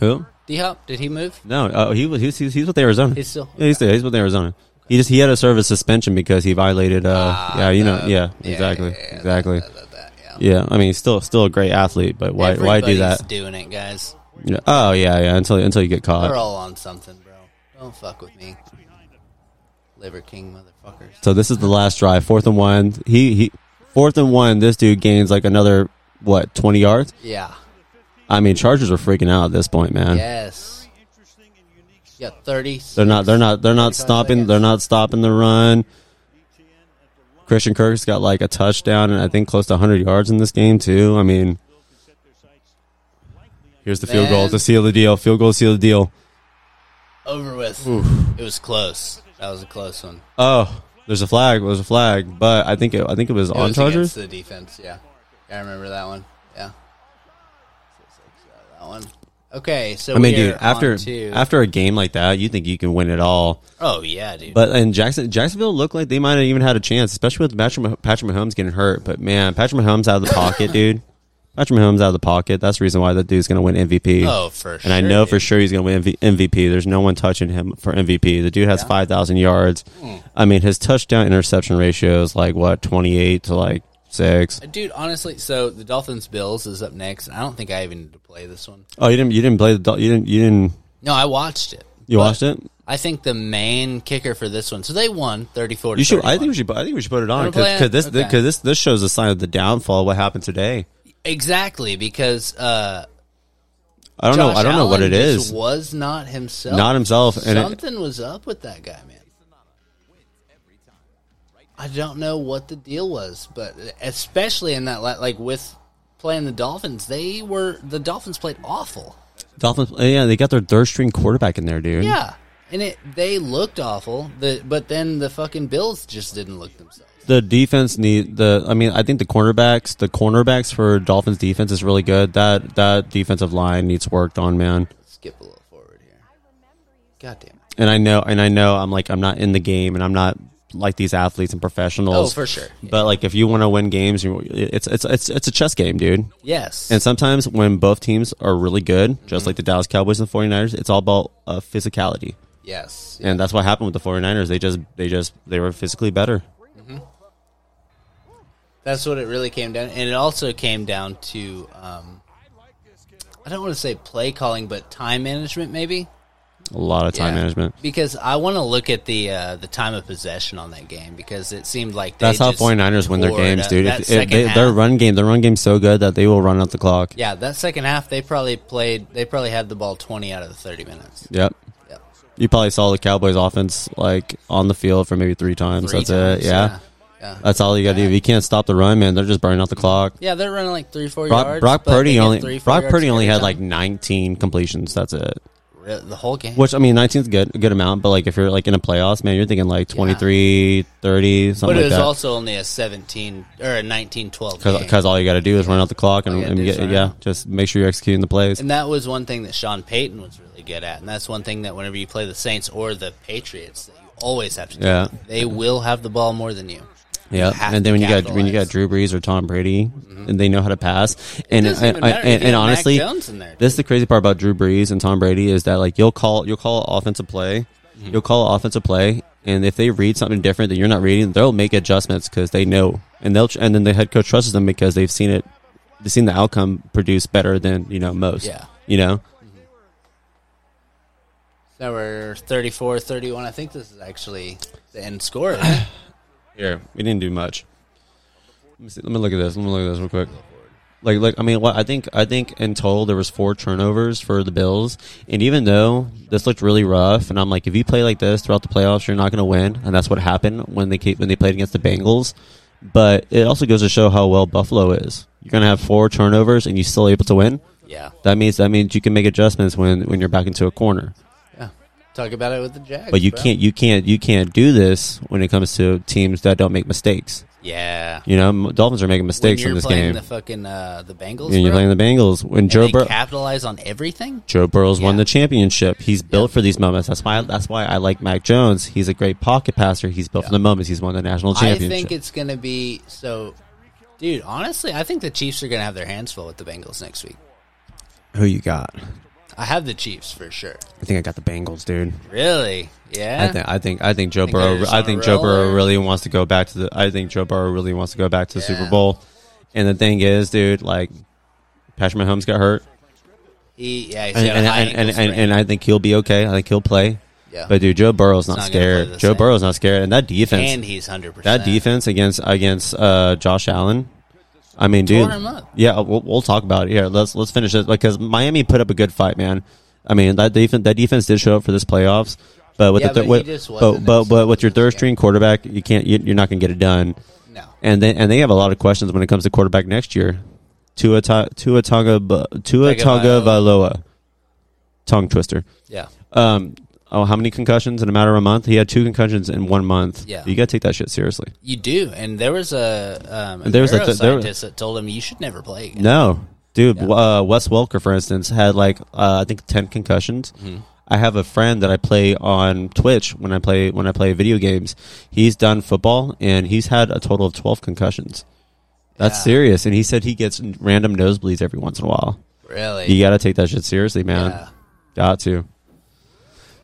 Speaker 2: Who?
Speaker 1: D Hop, did he move?
Speaker 2: No, oh, he was he's, he's he's with Arizona.
Speaker 1: He's still-
Speaker 2: yeah, he's, there. he's with Arizona. He just he had a service suspension because he violated. Uh,
Speaker 1: Ah,
Speaker 2: yeah, you know, yeah, exactly, exactly.
Speaker 1: Uh, That, that, that, yeah.
Speaker 2: yeah, I mean, he's still still a great athlete, but why why do
Speaker 1: Everybody's
Speaker 2: that?
Speaker 1: Doing it, guys.
Speaker 2: Yeah. Oh yeah, yeah. Until until you get caught.
Speaker 1: We're all on something, bro. Don't fuck with me, Liver King motherfuckers.
Speaker 2: So this is the last drive, fourth and one. He he, fourth and one. This dude gains like another what twenty yards.
Speaker 1: Yeah.
Speaker 2: I mean, Chargers are freaking out at this point, man.
Speaker 1: Yes.
Speaker 3: Interesting and unique
Speaker 1: You got thirty.
Speaker 2: They're not. They're not. They're
Speaker 1: 35
Speaker 2: not stopping.
Speaker 1: seconds.
Speaker 2: They're not stopping the run.
Speaker 3: ETN at the line.
Speaker 2: Christian Kirk's got like a touchdown and I think close to hundred yards in this game too. I mean,
Speaker 3: Will can set their sights likely on
Speaker 2: here's the field
Speaker 1: Man.
Speaker 2: goal to seal the deal. Field goal to seal the deal.
Speaker 1: over with. It was close. That was a close one.
Speaker 2: Oh, there's a flag. There's a flag, but I think it. I think it was
Speaker 1: It
Speaker 2: on
Speaker 1: was
Speaker 2: Chargers.
Speaker 1: against the defense. Yeah, I remember that one. Yeah, that one. Okay, so
Speaker 2: I mean,
Speaker 1: we are
Speaker 2: dude, after
Speaker 1: on to-
Speaker 2: after a game like that, you think you can win it all.
Speaker 1: oh yeah, dude.
Speaker 2: But and Jackson Jacksonville looked like they might have even had a chance, especially with Patrick Mah- Patrick Mahomes getting hurt. But man, Patrick Mahomes out of the pocket, dude. Patrick Mahomes out of the pocket. That's the reason why that dude's gonna win MVP.
Speaker 1: oh, for sure.
Speaker 2: and I know for
Speaker 1: dude.
Speaker 2: sure he's gonna win MV- MVP. There's no one touching him for MVP. The dude has five thousand yards.
Speaker 1: Hmm.
Speaker 2: I mean, his touchdown interception ratio is like what twenty eight to like six.
Speaker 1: dude. Honestly, so the Dolphins Bills is up next. I don't think I even need to play this one.
Speaker 2: Oh, you didn't you didn't play the Dol- you didn't you didn't
Speaker 1: No, I watched it.
Speaker 2: you
Speaker 1: But
Speaker 2: watched it.
Speaker 1: I think the main kicker for this one. So they won 34 to
Speaker 2: You should. I
Speaker 1: 31.
Speaker 2: think we should. put- I think we should put it on
Speaker 1: Wanna play it?
Speaker 2: because this because
Speaker 1: Okay.
Speaker 2: this this shows a sign of the downfall. of What happened today?
Speaker 1: exactly because uh,
Speaker 2: I don't know.
Speaker 1: Josh
Speaker 2: I don't know what
Speaker 1: Allen
Speaker 2: it
Speaker 1: just
Speaker 2: is.
Speaker 1: Was not himself.
Speaker 2: Not himself, and it-
Speaker 1: Something was up with that guy, man. I don't know what the deal was, but especially in that la- like with playing the Dolphins, they were the Dolphins played awful.
Speaker 2: Dolphins. oh, Yeah, they got their third string quarterback in there, dude.
Speaker 1: Yeah. And it they looked awful, the, but then the fucking Bills just didn't look themselves.
Speaker 2: The defense need the. I mean, I think the cornerbacks, the cornerbacks for Dolphins defense is really good. That that defensive line needs worked on, man.
Speaker 1: Skip a little forward here. God damn it.
Speaker 2: And I know, and I know, I'm like, I'm not in the game, and I'm not like these athletes and professionals.
Speaker 1: Oh, for sure. Yeah.
Speaker 2: But like, if you want to win games, you, it's it's it's it's a chess game, dude.
Speaker 1: Yes.
Speaker 2: And sometimes when both teams are really good, just
Speaker 1: Mm-hmm.
Speaker 2: like the Dallas Cowboys and the 49ers, it's all about uh, physicality.
Speaker 1: yes.
Speaker 2: And that's what happened with the 49ers. They just they just they were physically better.
Speaker 1: That's what it really came down, and it also came down to um, I don't want to say play calling, but time management maybe.
Speaker 2: A lot of time
Speaker 1: Yeah.
Speaker 2: management.
Speaker 1: Because I want to look at the uh, the time of possession on that game because it seemed like they
Speaker 2: That's how
Speaker 1: just
Speaker 2: 49ers win their
Speaker 1: poured
Speaker 2: games,
Speaker 1: up.
Speaker 2: dude.
Speaker 1: That
Speaker 2: If, if
Speaker 1: second
Speaker 2: they,
Speaker 1: half-
Speaker 2: their run game, their run game's so good that they will run out the clock.
Speaker 1: yeah, that second half they probably played. They probably had the ball twenty out of the thirty minutes.
Speaker 2: Yep.
Speaker 1: Yep.
Speaker 2: You probably saw the Cowboys offense like on the field for maybe three times.
Speaker 1: Three
Speaker 2: That's
Speaker 1: times,
Speaker 2: it. Yeah.
Speaker 1: yeah. Yeah.
Speaker 2: That's all you got to do. If you can't stop the run, man, they're just burning out the clock.
Speaker 1: Yeah, they're running like three, four
Speaker 2: Brock,
Speaker 1: yards.
Speaker 2: Brock
Speaker 1: but they
Speaker 2: Purdy
Speaker 1: get
Speaker 2: only
Speaker 1: three, four
Speaker 2: Brock
Speaker 1: yards
Speaker 2: Purdy only
Speaker 1: every
Speaker 2: had
Speaker 1: time.
Speaker 2: like 19 completions. That's it.
Speaker 1: Re- the whole game.
Speaker 2: Which I mean, 19 is good, a good amount, but like if you're like in a playoffs, man, you're thinking like 23, 30, something
Speaker 1: but it
Speaker 2: like
Speaker 1: was
Speaker 2: that.
Speaker 1: also only a seventeen or a 19-12 game.
Speaker 2: because all you got to do is run out the clock
Speaker 1: All
Speaker 2: and,
Speaker 1: you gotta
Speaker 2: and
Speaker 1: do is
Speaker 2: get,
Speaker 1: run
Speaker 2: yeah,
Speaker 1: out.
Speaker 2: just make sure you're executing the plays.
Speaker 1: And that was one thing that Sean Payton was really good at. And that's one thing that whenever you play the Saints or the Patriots, that you always have to do.
Speaker 2: Yeah.
Speaker 1: They will have the ball more than you.
Speaker 2: Yeah,
Speaker 1: You have
Speaker 2: and
Speaker 1: to
Speaker 2: then when you got when you got
Speaker 1: capitalize. Mm-hmm.
Speaker 2: Drew Brees or Tom Brady, and they know how to pass. And
Speaker 1: doesn't even
Speaker 2: I- I-
Speaker 1: matter if
Speaker 2: and,
Speaker 1: you
Speaker 2: and
Speaker 1: got Mac
Speaker 2: honestly,
Speaker 1: Jones in there,
Speaker 2: this is the crazy part about Drew Brees and Tom Brady is that like you'll call you'll call offensive play,
Speaker 1: Mm-hmm.
Speaker 2: you'll call offensive play, and if they read something different that you're not reading, they'll make adjustments because they know, and they'll tr- and then the head coach trusts them because they've seen it, they've seen the outcome produced better than you know most.
Speaker 1: Yeah.
Speaker 2: you know.
Speaker 1: Now we're 34 31. I think this is actually the end score. isn't it?
Speaker 2: Here, we didn't do much. Let me, see, let me look at this. Let me look at this real quick. Like, like I mean, what I think, I think in total there was four turnovers for the Bills, and even though this looked really rough, and I'm like, if you play like this throughout the playoffs, you're not going to win, and that's what happened when they keep, when they played against the Bengals. But it also goes to show how well Buffalo is. You're going to have four turnovers, and you're still able to win.
Speaker 1: yeah.
Speaker 2: That means that means you can make adjustments when when you're back into a corner.
Speaker 1: Yeah. Talk about it with the Jags.
Speaker 2: But you
Speaker 1: bro.
Speaker 2: can't you can't you can't do this when it comes to teams that don't make mistakes.
Speaker 1: Yeah.
Speaker 2: You know, m- Dolphins are making
Speaker 1: When
Speaker 2: mistakes
Speaker 1: you're
Speaker 2: in this
Speaker 1: playing
Speaker 2: game.
Speaker 1: the fucking uh, the Bengals,
Speaker 2: and you're
Speaker 1: bro,
Speaker 2: playing the Bengals when
Speaker 1: and
Speaker 2: Joe
Speaker 1: they
Speaker 2: Burrow.
Speaker 1: capitalize on everything.
Speaker 2: Joe Burrow's won
Speaker 1: Yeah.
Speaker 2: the championship. He's built for these moments. That's why. That's why I like Mac Jones. He's a great pocket passer. He's built for the moments. He's won the national
Speaker 1: I
Speaker 2: championship.
Speaker 1: think it's going to be so. Dude, honestly, I think the Chiefs are going to have their hands full with the Bengals next week.
Speaker 2: Who you got?
Speaker 1: I have the Chiefs for sure.
Speaker 2: I think I got the Bengals, dude.
Speaker 1: Really?
Speaker 2: I
Speaker 1: Yeah.
Speaker 2: think I think I think Joe
Speaker 1: Think they're
Speaker 2: Burrow.
Speaker 1: just on
Speaker 2: I
Speaker 1: a
Speaker 2: think Joe
Speaker 1: roll
Speaker 2: Burrow
Speaker 1: there?
Speaker 2: really wants to go back to the. I think Joe Burrow really wants to go back to the
Speaker 1: Yeah.
Speaker 2: Super Bowl. And the thing is, dude, like Patrick Mahomes got hurt,
Speaker 1: he, yeah, he's
Speaker 2: and
Speaker 1: got
Speaker 2: and,
Speaker 1: a high
Speaker 2: and, and,
Speaker 1: ankle
Speaker 2: and,
Speaker 1: sprain.
Speaker 2: and I think he'll be okay. I think he'll play.
Speaker 1: yeah.
Speaker 2: But dude, Joe Burrow's not,
Speaker 1: not gonna play
Speaker 2: scared.
Speaker 1: the
Speaker 2: Joe
Speaker 1: same.
Speaker 2: Burrow's not scared, and that defense,
Speaker 1: and he's 100%.
Speaker 2: that defense against against uh, Josh Allen. I mean, dude,
Speaker 1: Tore him up.
Speaker 2: yeah, we'll, we'll talk about it here. Let's let's finish this because Miami put up a good fight, man. I mean, that defense that defense did show up for this playoffs, but with
Speaker 1: Yeah,
Speaker 2: the thir-
Speaker 1: but
Speaker 2: with,
Speaker 1: he just
Speaker 2: but,
Speaker 1: wasn't
Speaker 2: but but
Speaker 1: explosive
Speaker 2: with your
Speaker 1: in this
Speaker 2: third
Speaker 1: game.
Speaker 2: string quarterback, you can't you, you're not going to get it done.
Speaker 1: No.
Speaker 2: And they and they have a lot of questions when it comes to quarterback next year. Tua Ta- Tua Tonga Tua Tonga Valoa, tongue twister.
Speaker 1: Yeah.
Speaker 2: Um, oh, how many concussions in a matter of a month? He had two concussions in one month.
Speaker 1: Yeah.
Speaker 2: you got to take that shit seriously.
Speaker 1: You do. And there was a, um, a
Speaker 2: There was a th-
Speaker 1: neuroscientist
Speaker 2: there-
Speaker 1: that told him you should never play again.
Speaker 2: No, dude. Uh, Wes Welker, for instance, had like uh, I think ten concussions.
Speaker 1: Mm-hmm.
Speaker 2: I have a friend that I play on Twitch when I play when I play video games. He's done football and he's had a total of twelve concussions. That's
Speaker 1: Yeah.
Speaker 2: serious. And he said he gets random nosebleeds every once in a while.
Speaker 1: Really?
Speaker 2: You got to take that shit seriously, man.
Speaker 1: Yeah.
Speaker 2: Got to.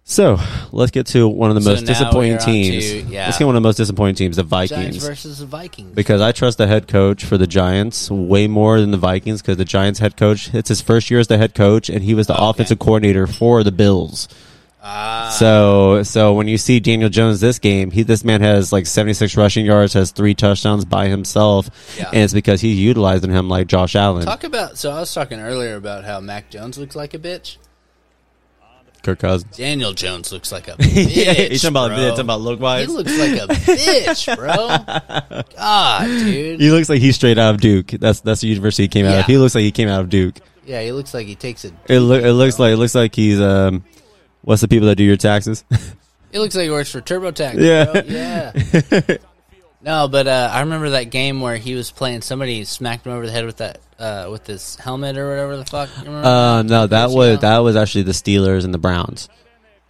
Speaker 2: So let's get to one of the
Speaker 1: So
Speaker 2: most
Speaker 1: now
Speaker 2: disappointing
Speaker 1: you're on
Speaker 2: teams.
Speaker 1: to- yeah.
Speaker 2: Let's get one of the most disappointing teams, the
Speaker 1: Giants
Speaker 2: Vikings.
Speaker 1: versus the Vikings.
Speaker 2: Because I trust the head coach for the Giants way more than the Vikings because the Giants head coach, it's his first year as the head coach, and he was the offensive coordinator for the Bills.
Speaker 1: Ah,
Speaker 2: So, so when you see Daniel Jones this game, he this man has like 76 rushing yards, has three touchdowns by himself,
Speaker 1: Yeah.
Speaker 2: and it's because he's utilizing him like Josh Allen,
Speaker 1: talk about. So I was talking earlier about how Mac Jones looks like a bitch.
Speaker 2: Kirk Cousins.
Speaker 1: Daniel Jones looks like a bitch.
Speaker 2: yeah, he's talking about
Speaker 1: bro.
Speaker 2: he's talking about look
Speaker 1: He
Speaker 2: wise.
Speaker 1: looks like a bitch, bro. God, dude.
Speaker 2: He looks like he's straight out of Duke. That's that's the university he came out of.
Speaker 1: Yeah.
Speaker 2: He looks like he came out of Duke.
Speaker 1: Yeah, he looks like he takes it.
Speaker 2: It loo- it looks like it looks like he's um, what's the people that do your taxes?
Speaker 1: It looks like he works for TurboTax.
Speaker 2: Yeah.
Speaker 1: bro. yeah. No, but uh, I remember that game where he was playing. Somebody smacked him over the head with that uh, with his helmet or whatever the fuck. You remember?
Speaker 2: Uh, no, that
Speaker 1: Years
Speaker 2: was
Speaker 1: ago?
Speaker 2: that was actually the Steelers and the Browns.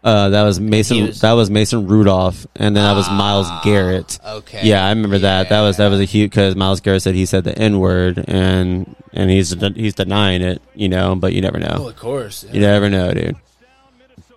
Speaker 2: Uh, that was Mason.
Speaker 1: He was- Ah,
Speaker 2: that was Mason Rudolph, and then that was Miles Garrett.
Speaker 1: okay.
Speaker 2: Uh, Yeah, I remember that. That was that was a huge because Miles Garrett said he said the N word, and and he's de- he's denying it, you know. But you never
Speaker 1: oh,
Speaker 2: know.
Speaker 1: of course. Yeah.
Speaker 2: You never know, dude.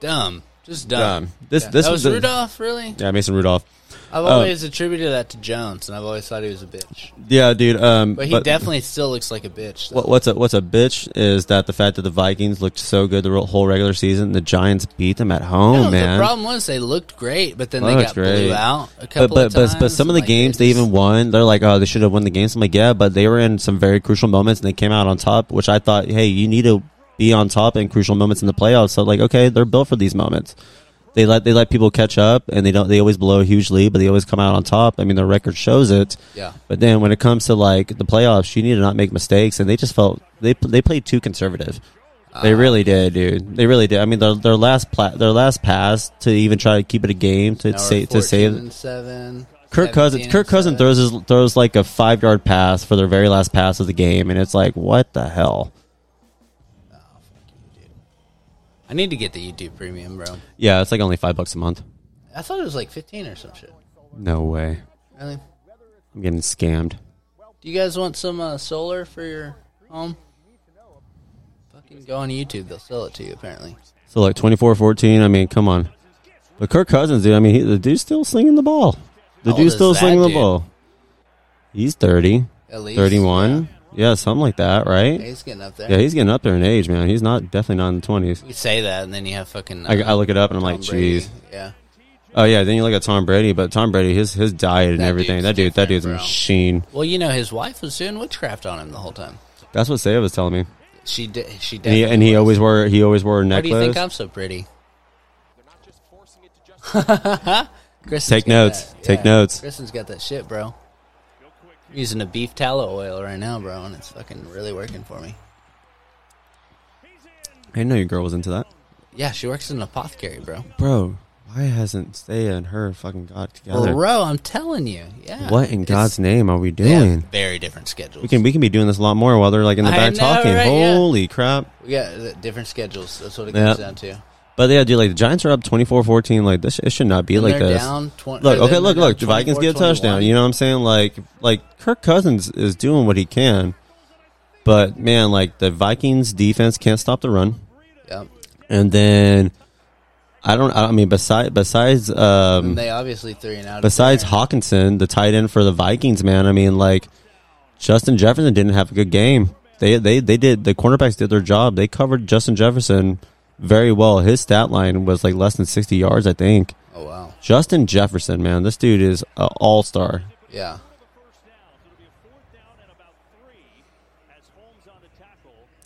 Speaker 1: Dumb. Just dumb.
Speaker 2: Dumb. This-
Speaker 1: Yeah.
Speaker 2: this
Speaker 1: that was
Speaker 2: was the-
Speaker 1: Rudolph, really?
Speaker 2: Yeah, Mason Rudolph.
Speaker 1: I've always
Speaker 2: Oh.
Speaker 1: attributed that to Jones, and I've always thought he was a bitch.
Speaker 2: Yeah, dude. Um,
Speaker 1: But he definitely still looks like a bitch. though.
Speaker 2: What, what's a what's a bitch is that the fact that the Vikings looked so good the re- whole regular season, the Giants beat them at
Speaker 1: No,
Speaker 2: home, man.
Speaker 1: The problem was they looked great, but then they
Speaker 2: Looked
Speaker 1: got blew
Speaker 2: great.
Speaker 1: out a
Speaker 2: But
Speaker 1: couple
Speaker 2: but,
Speaker 1: of
Speaker 2: but
Speaker 1: times.
Speaker 2: but some of the
Speaker 1: Like,
Speaker 2: games
Speaker 1: it
Speaker 2: they
Speaker 1: just-
Speaker 2: even won, they're like, oh, they should have won the games. I'm like, yeah, but they were in some very crucial moments and they came out on top, which I thought, hey, you need to be on top in crucial moments in the playoffs. So like, okay, they're built for these moments. They let they let people catch up, and they don't. They always blow a huge lead, but they always come out on top. I mean, their record shows it.
Speaker 1: Yeah.
Speaker 2: But then when it comes to like the playoffs, you need to not make mistakes, and they just felt they they played too conservative. They
Speaker 1: Ah.
Speaker 2: really did, dude. They really did. I mean, their their last pla- their last pass to even try to keep it a game to
Speaker 1: Now we're
Speaker 2: save to
Speaker 1: 14
Speaker 2: save
Speaker 1: and seven. 17
Speaker 2: Kirk Cousins.
Speaker 1: and
Speaker 2: Kirk
Speaker 1: seven.
Speaker 2: Cousins throws his, throws like a five yard pass for their very last pass of the game, and it's like, what the hell?
Speaker 1: I need to get the YouTube Premium, bro.
Speaker 2: Yeah, it's like only five bucks a month.
Speaker 1: I thought it was like fifteen or some shit.
Speaker 2: No way.
Speaker 1: Really?
Speaker 2: I'm getting scammed.
Speaker 1: Do you guys want some uh, solar for your home? Fucking go on YouTube; they'll sell it to you. Apparently,
Speaker 2: So like 24-14, I mean, come on. But Kirk Cousins, dude. I mean, he, the dude's still slinging the ball. The
Speaker 1: How old is
Speaker 2: dude's still
Speaker 1: that
Speaker 2: slinging the
Speaker 1: dude?
Speaker 2: ball. He's thirty.
Speaker 1: at least
Speaker 2: 31 yeah something like that
Speaker 1: Yeah,
Speaker 2: right
Speaker 1: he's getting up there.
Speaker 2: yeah he's getting up there in age man he's not definitely not in the 20s
Speaker 1: we say that, and then you have fucking.
Speaker 2: i,
Speaker 1: uh,
Speaker 2: I look it up and i'm like
Speaker 1: Tom Brady.
Speaker 2: jeez
Speaker 1: Yeah.
Speaker 2: oh yeah then you look at tom brady but tom brady his his diet and
Speaker 1: That
Speaker 2: everything
Speaker 1: dude's
Speaker 2: that dude that
Speaker 1: different,
Speaker 2: dude's a
Speaker 1: bro.
Speaker 2: machine
Speaker 1: Well, you know, his wife was doing witchcraft on him the whole time.
Speaker 2: that's what Saya was telling me
Speaker 1: She did. She did.
Speaker 2: and he, and he always wore he always wore a
Speaker 1: Why do you think
Speaker 2: necklace
Speaker 1: I'm so pretty? Kristen's
Speaker 2: Take
Speaker 1: got
Speaker 2: notes.
Speaker 1: that-
Speaker 2: Take notes.
Speaker 1: Kristen's got that shit, bro. I'm using a beef tallow oil right now, bro, and it's fucking really working for me.
Speaker 2: i didn't know your girl was into that
Speaker 1: Yeah, she works in an apothecary, bro.
Speaker 2: bro why hasn't Saya and her fucking got together
Speaker 1: Bro, I'm telling you. Yeah.
Speaker 2: what in
Speaker 1: It's-
Speaker 2: god's name are we
Speaker 1: they have
Speaker 2: doing
Speaker 1: Very different schedules.
Speaker 2: we can we can be doing this a lot more while they're like in the
Speaker 1: I
Speaker 2: back
Speaker 1: know,
Speaker 2: talking
Speaker 1: right? Yeah.
Speaker 2: holy crap
Speaker 1: We got uh, different schedules. That's what it
Speaker 2: Yeah.
Speaker 1: comes down to.
Speaker 2: But yeah, dude, like the Giants are up 24-14. Like this, it should not be like
Speaker 1: they're
Speaker 2: this.
Speaker 1: down 20
Speaker 2: look,
Speaker 1: they're
Speaker 2: okay, look,
Speaker 1: down
Speaker 2: look. The Vikings get a
Speaker 1: 24-21.
Speaker 2: touchdown. You know what I'm saying? Like, like Kirk Cousins is doing what he can, but man, like the Vikings defense can't stop the run.
Speaker 1: Yep.
Speaker 2: And then I don't. I mean, besides besides um,
Speaker 1: And they obviously three and out. of
Speaker 2: besides
Speaker 1: there.
Speaker 2: Hawkinson, the tight end for the Vikings, man. I mean, like Justin Jefferson didn't have a good game. They they they did the cornerbacks did their job. They covered Justin Jefferson very well. His stat line was like less than sixty yards, I think.
Speaker 1: oh wow,
Speaker 2: Justin Jefferson, man, this dude is an all star.
Speaker 1: yeah,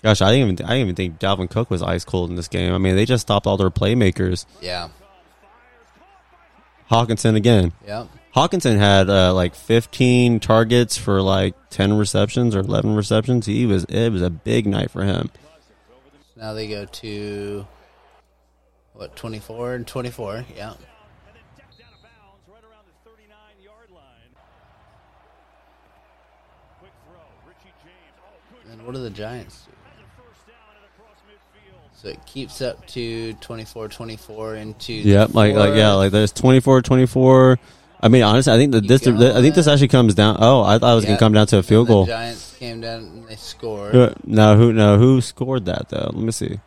Speaker 2: Gosh, I didn't even I didn't even think Dalvin Cook was ice cold in this game. I mean, they just stopped all their playmakers.
Speaker 1: yeah,
Speaker 2: Hawkinson again.
Speaker 1: yep,
Speaker 2: Hawkinson had uh, like 15 targets for like 10 receptions or 11 receptions. He was it was a big night for him.
Speaker 1: Now they go to what twenty four and twenty four. Yeah,
Speaker 3: Out of bounds right around the 39-yard line. Quick throw. Richie James. Oh, good
Speaker 1: and what do the Giants do?
Speaker 3: first down and across midfield.
Speaker 1: So it keeps up to 24-24 into
Speaker 2: Yep, like like yeah, like there's 24 24. I mean, honestly, I think that this
Speaker 1: You got
Speaker 2: I think this
Speaker 1: that.
Speaker 2: actually comes down. Oh, I thought it was
Speaker 1: Yeah.
Speaker 2: gonna come down to a field
Speaker 1: the
Speaker 2: goal.
Speaker 1: Giants came down and they scored.
Speaker 2: Uh, No, who no who scored that though? Let me see.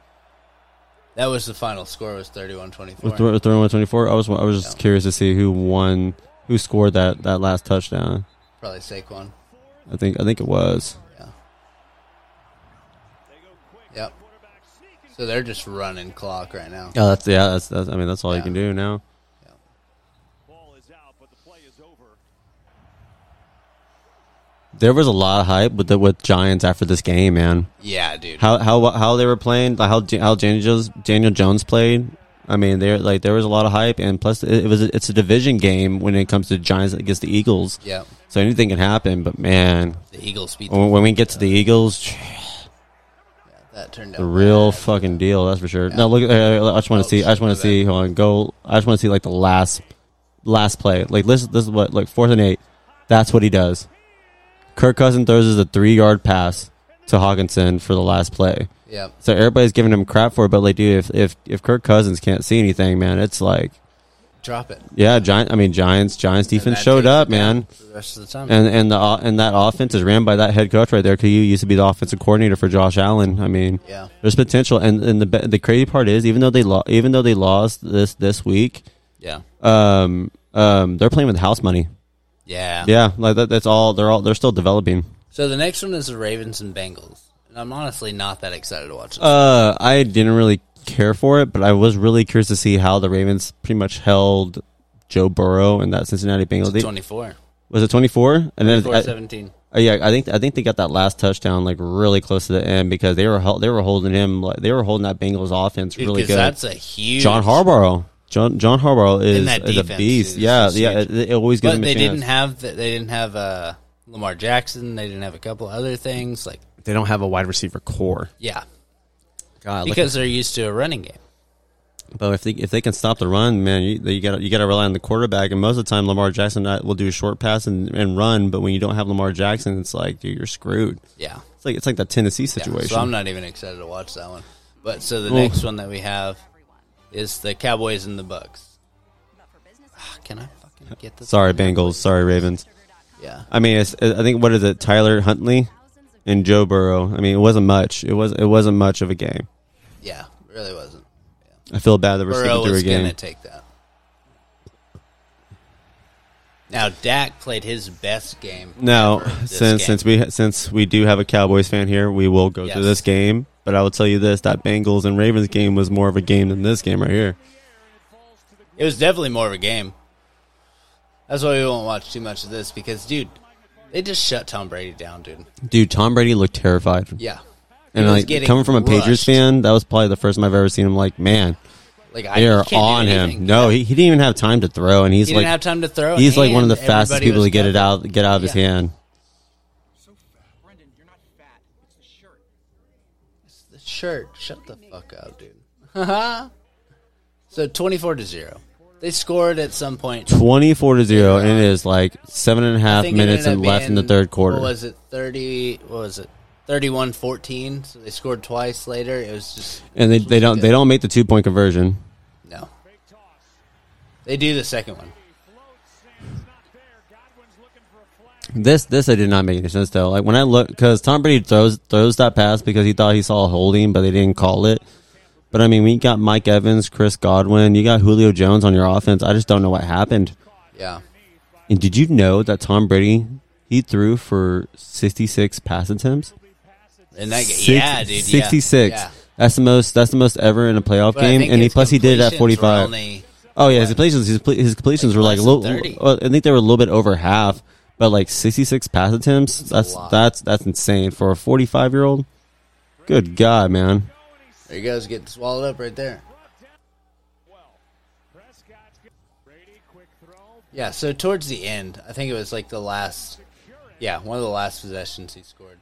Speaker 1: That was the final score was 31-24.
Speaker 2: Throwing 24. I was I was just
Speaker 1: Yeah.
Speaker 2: curious to see who won, who scored that that last touchdown.
Speaker 1: Probably Saquon.
Speaker 2: I think I think it was.
Speaker 1: Yeah. Yep. So they're just running clock right now.
Speaker 2: Oh, that's yeah. That's, that's I mean that's all you
Speaker 1: Yeah.
Speaker 2: can do now.
Speaker 3: Ball is out, but the play is over.
Speaker 2: There was a lot of hype with the, with Giants after this game, man.
Speaker 1: Yeah, dude.
Speaker 2: How how how they were playing, like how J- how Daniel Jones, Daniel Jones played. I mean, there like there was a lot of hype, and plus it, it was a, it's a division game when it comes to Giants against the Eagles.
Speaker 1: Yep.
Speaker 2: So anything can happen, but man,
Speaker 1: The Eagles beat them.
Speaker 2: when, when we get to the Eagles,
Speaker 1: That turned
Speaker 2: the
Speaker 1: out
Speaker 2: real fucking deal, that's for sure. Now look, uh, I just want
Speaker 1: Oh,
Speaker 2: to see, I just want
Speaker 1: shit,
Speaker 2: to see, hold on, go. I just want to see like the last last play. Like this, this is what like fourth and eight. That's what he does. Kirk Cousins throws us a three yard pass to Hawkinson for the last play.
Speaker 1: Yep.
Speaker 2: So everybody's giving him crap for it, but like, dude, if if if Kirk Cousins can't see anything, man, it's like,
Speaker 1: Drop it.
Speaker 2: yeah, giant. I mean, Giants, Giants
Speaker 1: And
Speaker 2: defense
Speaker 1: that
Speaker 2: showed
Speaker 1: takes
Speaker 2: up,
Speaker 1: it down
Speaker 2: man,
Speaker 1: For the rest of the time.
Speaker 2: and and the o- and that offense is ran by that head coach right there. Because you used to be the offensive coordinator for Josh Allen. I mean,
Speaker 1: yeah.
Speaker 2: there's potential, and and the be- the crazy part is, even though they lo- even though they lost this this week,
Speaker 1: Yeah.
Speaker 2: um um, they're playing with house money.
Speaker 1: Yeah.
Speaker 2: Yeah, like that, that's all. They're all they're still developing.
Speaker 1: So the next one is the Ravens and Bengals. And I'm honestly not that excited to watch this.
Speaker 2: Uh, I didn't really care for it, but I was really curious to see how the Ravens pretty much held Joe Burrow and that Cincinnati Bengals. They-
Speaker 1: 24.
Speaker 2: was it twenty four? And then
Speaker 1: 24 17.
Speaker 2: I, uh, yeah, I think I think they got that last touchdown like really close to the end because they were hel- they were holding him like they were holding that Bengals offense really good.
Speaker 1: That's a huge.
Speaker 2: John Harbaugh. John John Harbaugh is,
Speaker 1: that
Speaker 2: is a
Speaker 1: defense
Speaker 2: beast.
Speaker 1: is
Speaker 2: yeah,
Speaker 1: just
Speaker 2: yeah.
Speaker 1: huge.
Speaker 2: It, it always gives
Speaker 1: But
Speaker 2: him a
Speaker 1: they
Speaker 2: chance.
Speaker 1: didn't have the, they didn't have uh, Lamar Jackson. They didn't have a couple other things like
Speaker 4: They don't have a wide receiver core.
Speaker 1: yeah,
Speaker 2: God, look
Speaker 1: because they're used to a running game.
Speaker 2: But if they if they can stop the run, man, you you got you got to rely on the quarterback. And most of the time, Lamar Jackson not- will do a short pass and, and run. But when you don't have Lamar Jackson, it's like dude, you're screwed.
Speaker 1: Yeah,
Speaker 2: It's like it's like that Tennessee
Speaker 1: Yeah.
Speaker 2: situation.
Speaker 1: So I'm not even excited to watch that one. But so the next one that we have is the Cowboys and the Bucks. Ah, Can I fucking get this?
Speaker 2: sorry, Bengals. Sorry, Ravens.
Speaker 1: Yeah,
Speaker 2: I mean, it's, I think what is it? Tyler Huntley and Joe Burrow. I mean, it wasn't much. It was it wasn't much of a game.
Speaker 1: yeah, really wasn't.
Speaker 2: I feel bad that we're
Speaker 1: Burrow
Speaker 2: sticking through a
Speaker 1: was gonna
Speaker 2: game.
Speaker 1: take that. Now Dak played his best game.
Speaker 2: Now,
Speaker 1: ever this
Speaker 2: since
Speaker 1: game.
Speaker 2: since we since we do have a Cowboys fan here, we will go
Speaker 1: Yes.
Speaker 2: through this game. But I will tell you this: that Bengals and Ravens game was more of a game than this game right here.
Speaker 1: It was definitely more of a game. That's why we won't watch too much of this because, dude, they just shut Tom Brady down, dude.
Speaker 2: Dude, Tom Brady looked terrified.
Speaker 1: Yeah,
Speaker 2: and
Speaker 1: He was
Speaker 2: like
Speaker 1: getting
Speaker 2: coming from a Patriots
Speaker 1: crushed.
Speaker 2: fan, that was probably the first time I've ever seen him like, man,
Speaker 1: like I
Speaker 2: they are
Speaker 1: he can't do
Speaker 2: on
Speaker 1: anything.
Speaker 2: him. No, he, he didn't even have time to throw and he's
Speaker 1: he
Speaker 2: like
Speaker 1: didn't have time to throw.
Speaker 2: he's like one of the
Speaker 1: and
Speaker 2: fastest
Speaker 1: everybody
Speaker 2: people
Speaker 1: was
Speaker 2: to get it
Speaker 1: covered.
Speaker 2: out get out of his
Speaker 1: Yeah.
Speaker 2: hand.
Speaker 5: Brendan, you're not fat. It's the shirt.
Speaker 1: It's The shirt, shut the fuck up, dude. so twenty-four to zero, they scored at some point.
Speaker 2: Twenty four to zero and it is like seven and a
Speaker 1: I
Speaker 2: half
Speaker 1: think it
Speaker 2: minutes
Speaker 1: ended
Speaker 2: and
Speaker 1: up
Speaker 2: left in the
Speaker 1: being-
Speaker 2: third quarter.
Speaker 1: What was it thirty? What was it 31 14. So they scored twice later. It was just.
Speaker 2: and they, they don't they don't make the two point conversion.
Speaker 1: No. They do the second one.
Speaker 2: This this I did not make any sense though. Like when I look because Tom Brady throws throws that pass because he thought he saw a holding, but they didn't call it. But I mean, we got Mike Evans, Chris Godwin, you got Julio Jones on your offense. I just don't know what happened.
Speaker 1: Yeah.
Speaker 2: And did you know that Tom Brady he threw for sixty six pass attempts?
Speaker 1: And that,
Speaker 2: Six-
Speaker 1: yeah, dude. yeah,
Speaker 2: Sixty six.
Speaker 1: Yeah.
Speaker 2: That's the most. That's the most ever in a playoff
Speaker 1: But I
Speaker 2: game,
Speaker 1: think
Speaker 2: and he
Speaker 1: his
Speaker 2: plus he did it at
Speaker 1: completions were
Speaker 2: forty five.
Speaker 1: only-
Speaker 2: Oh yeah, his completions. His, pl- his completions
Speaker 1: Like
Speaker 2: were like a
Speaker 1: less than
Speaker 2: little.
Speaker 1: 30.
Speaker 2: well, I think they were a little bit over half, but like sixty six pass attempts. That's
Speaker 1: lot.
Speaker 2: that's, that's insane for a forty five year old. Good God, man!
Speaker 1: There you goes getting swallowed up right there. Yeah, so towards the end, I think it was like the last, yeah, one of the last possessions he scored,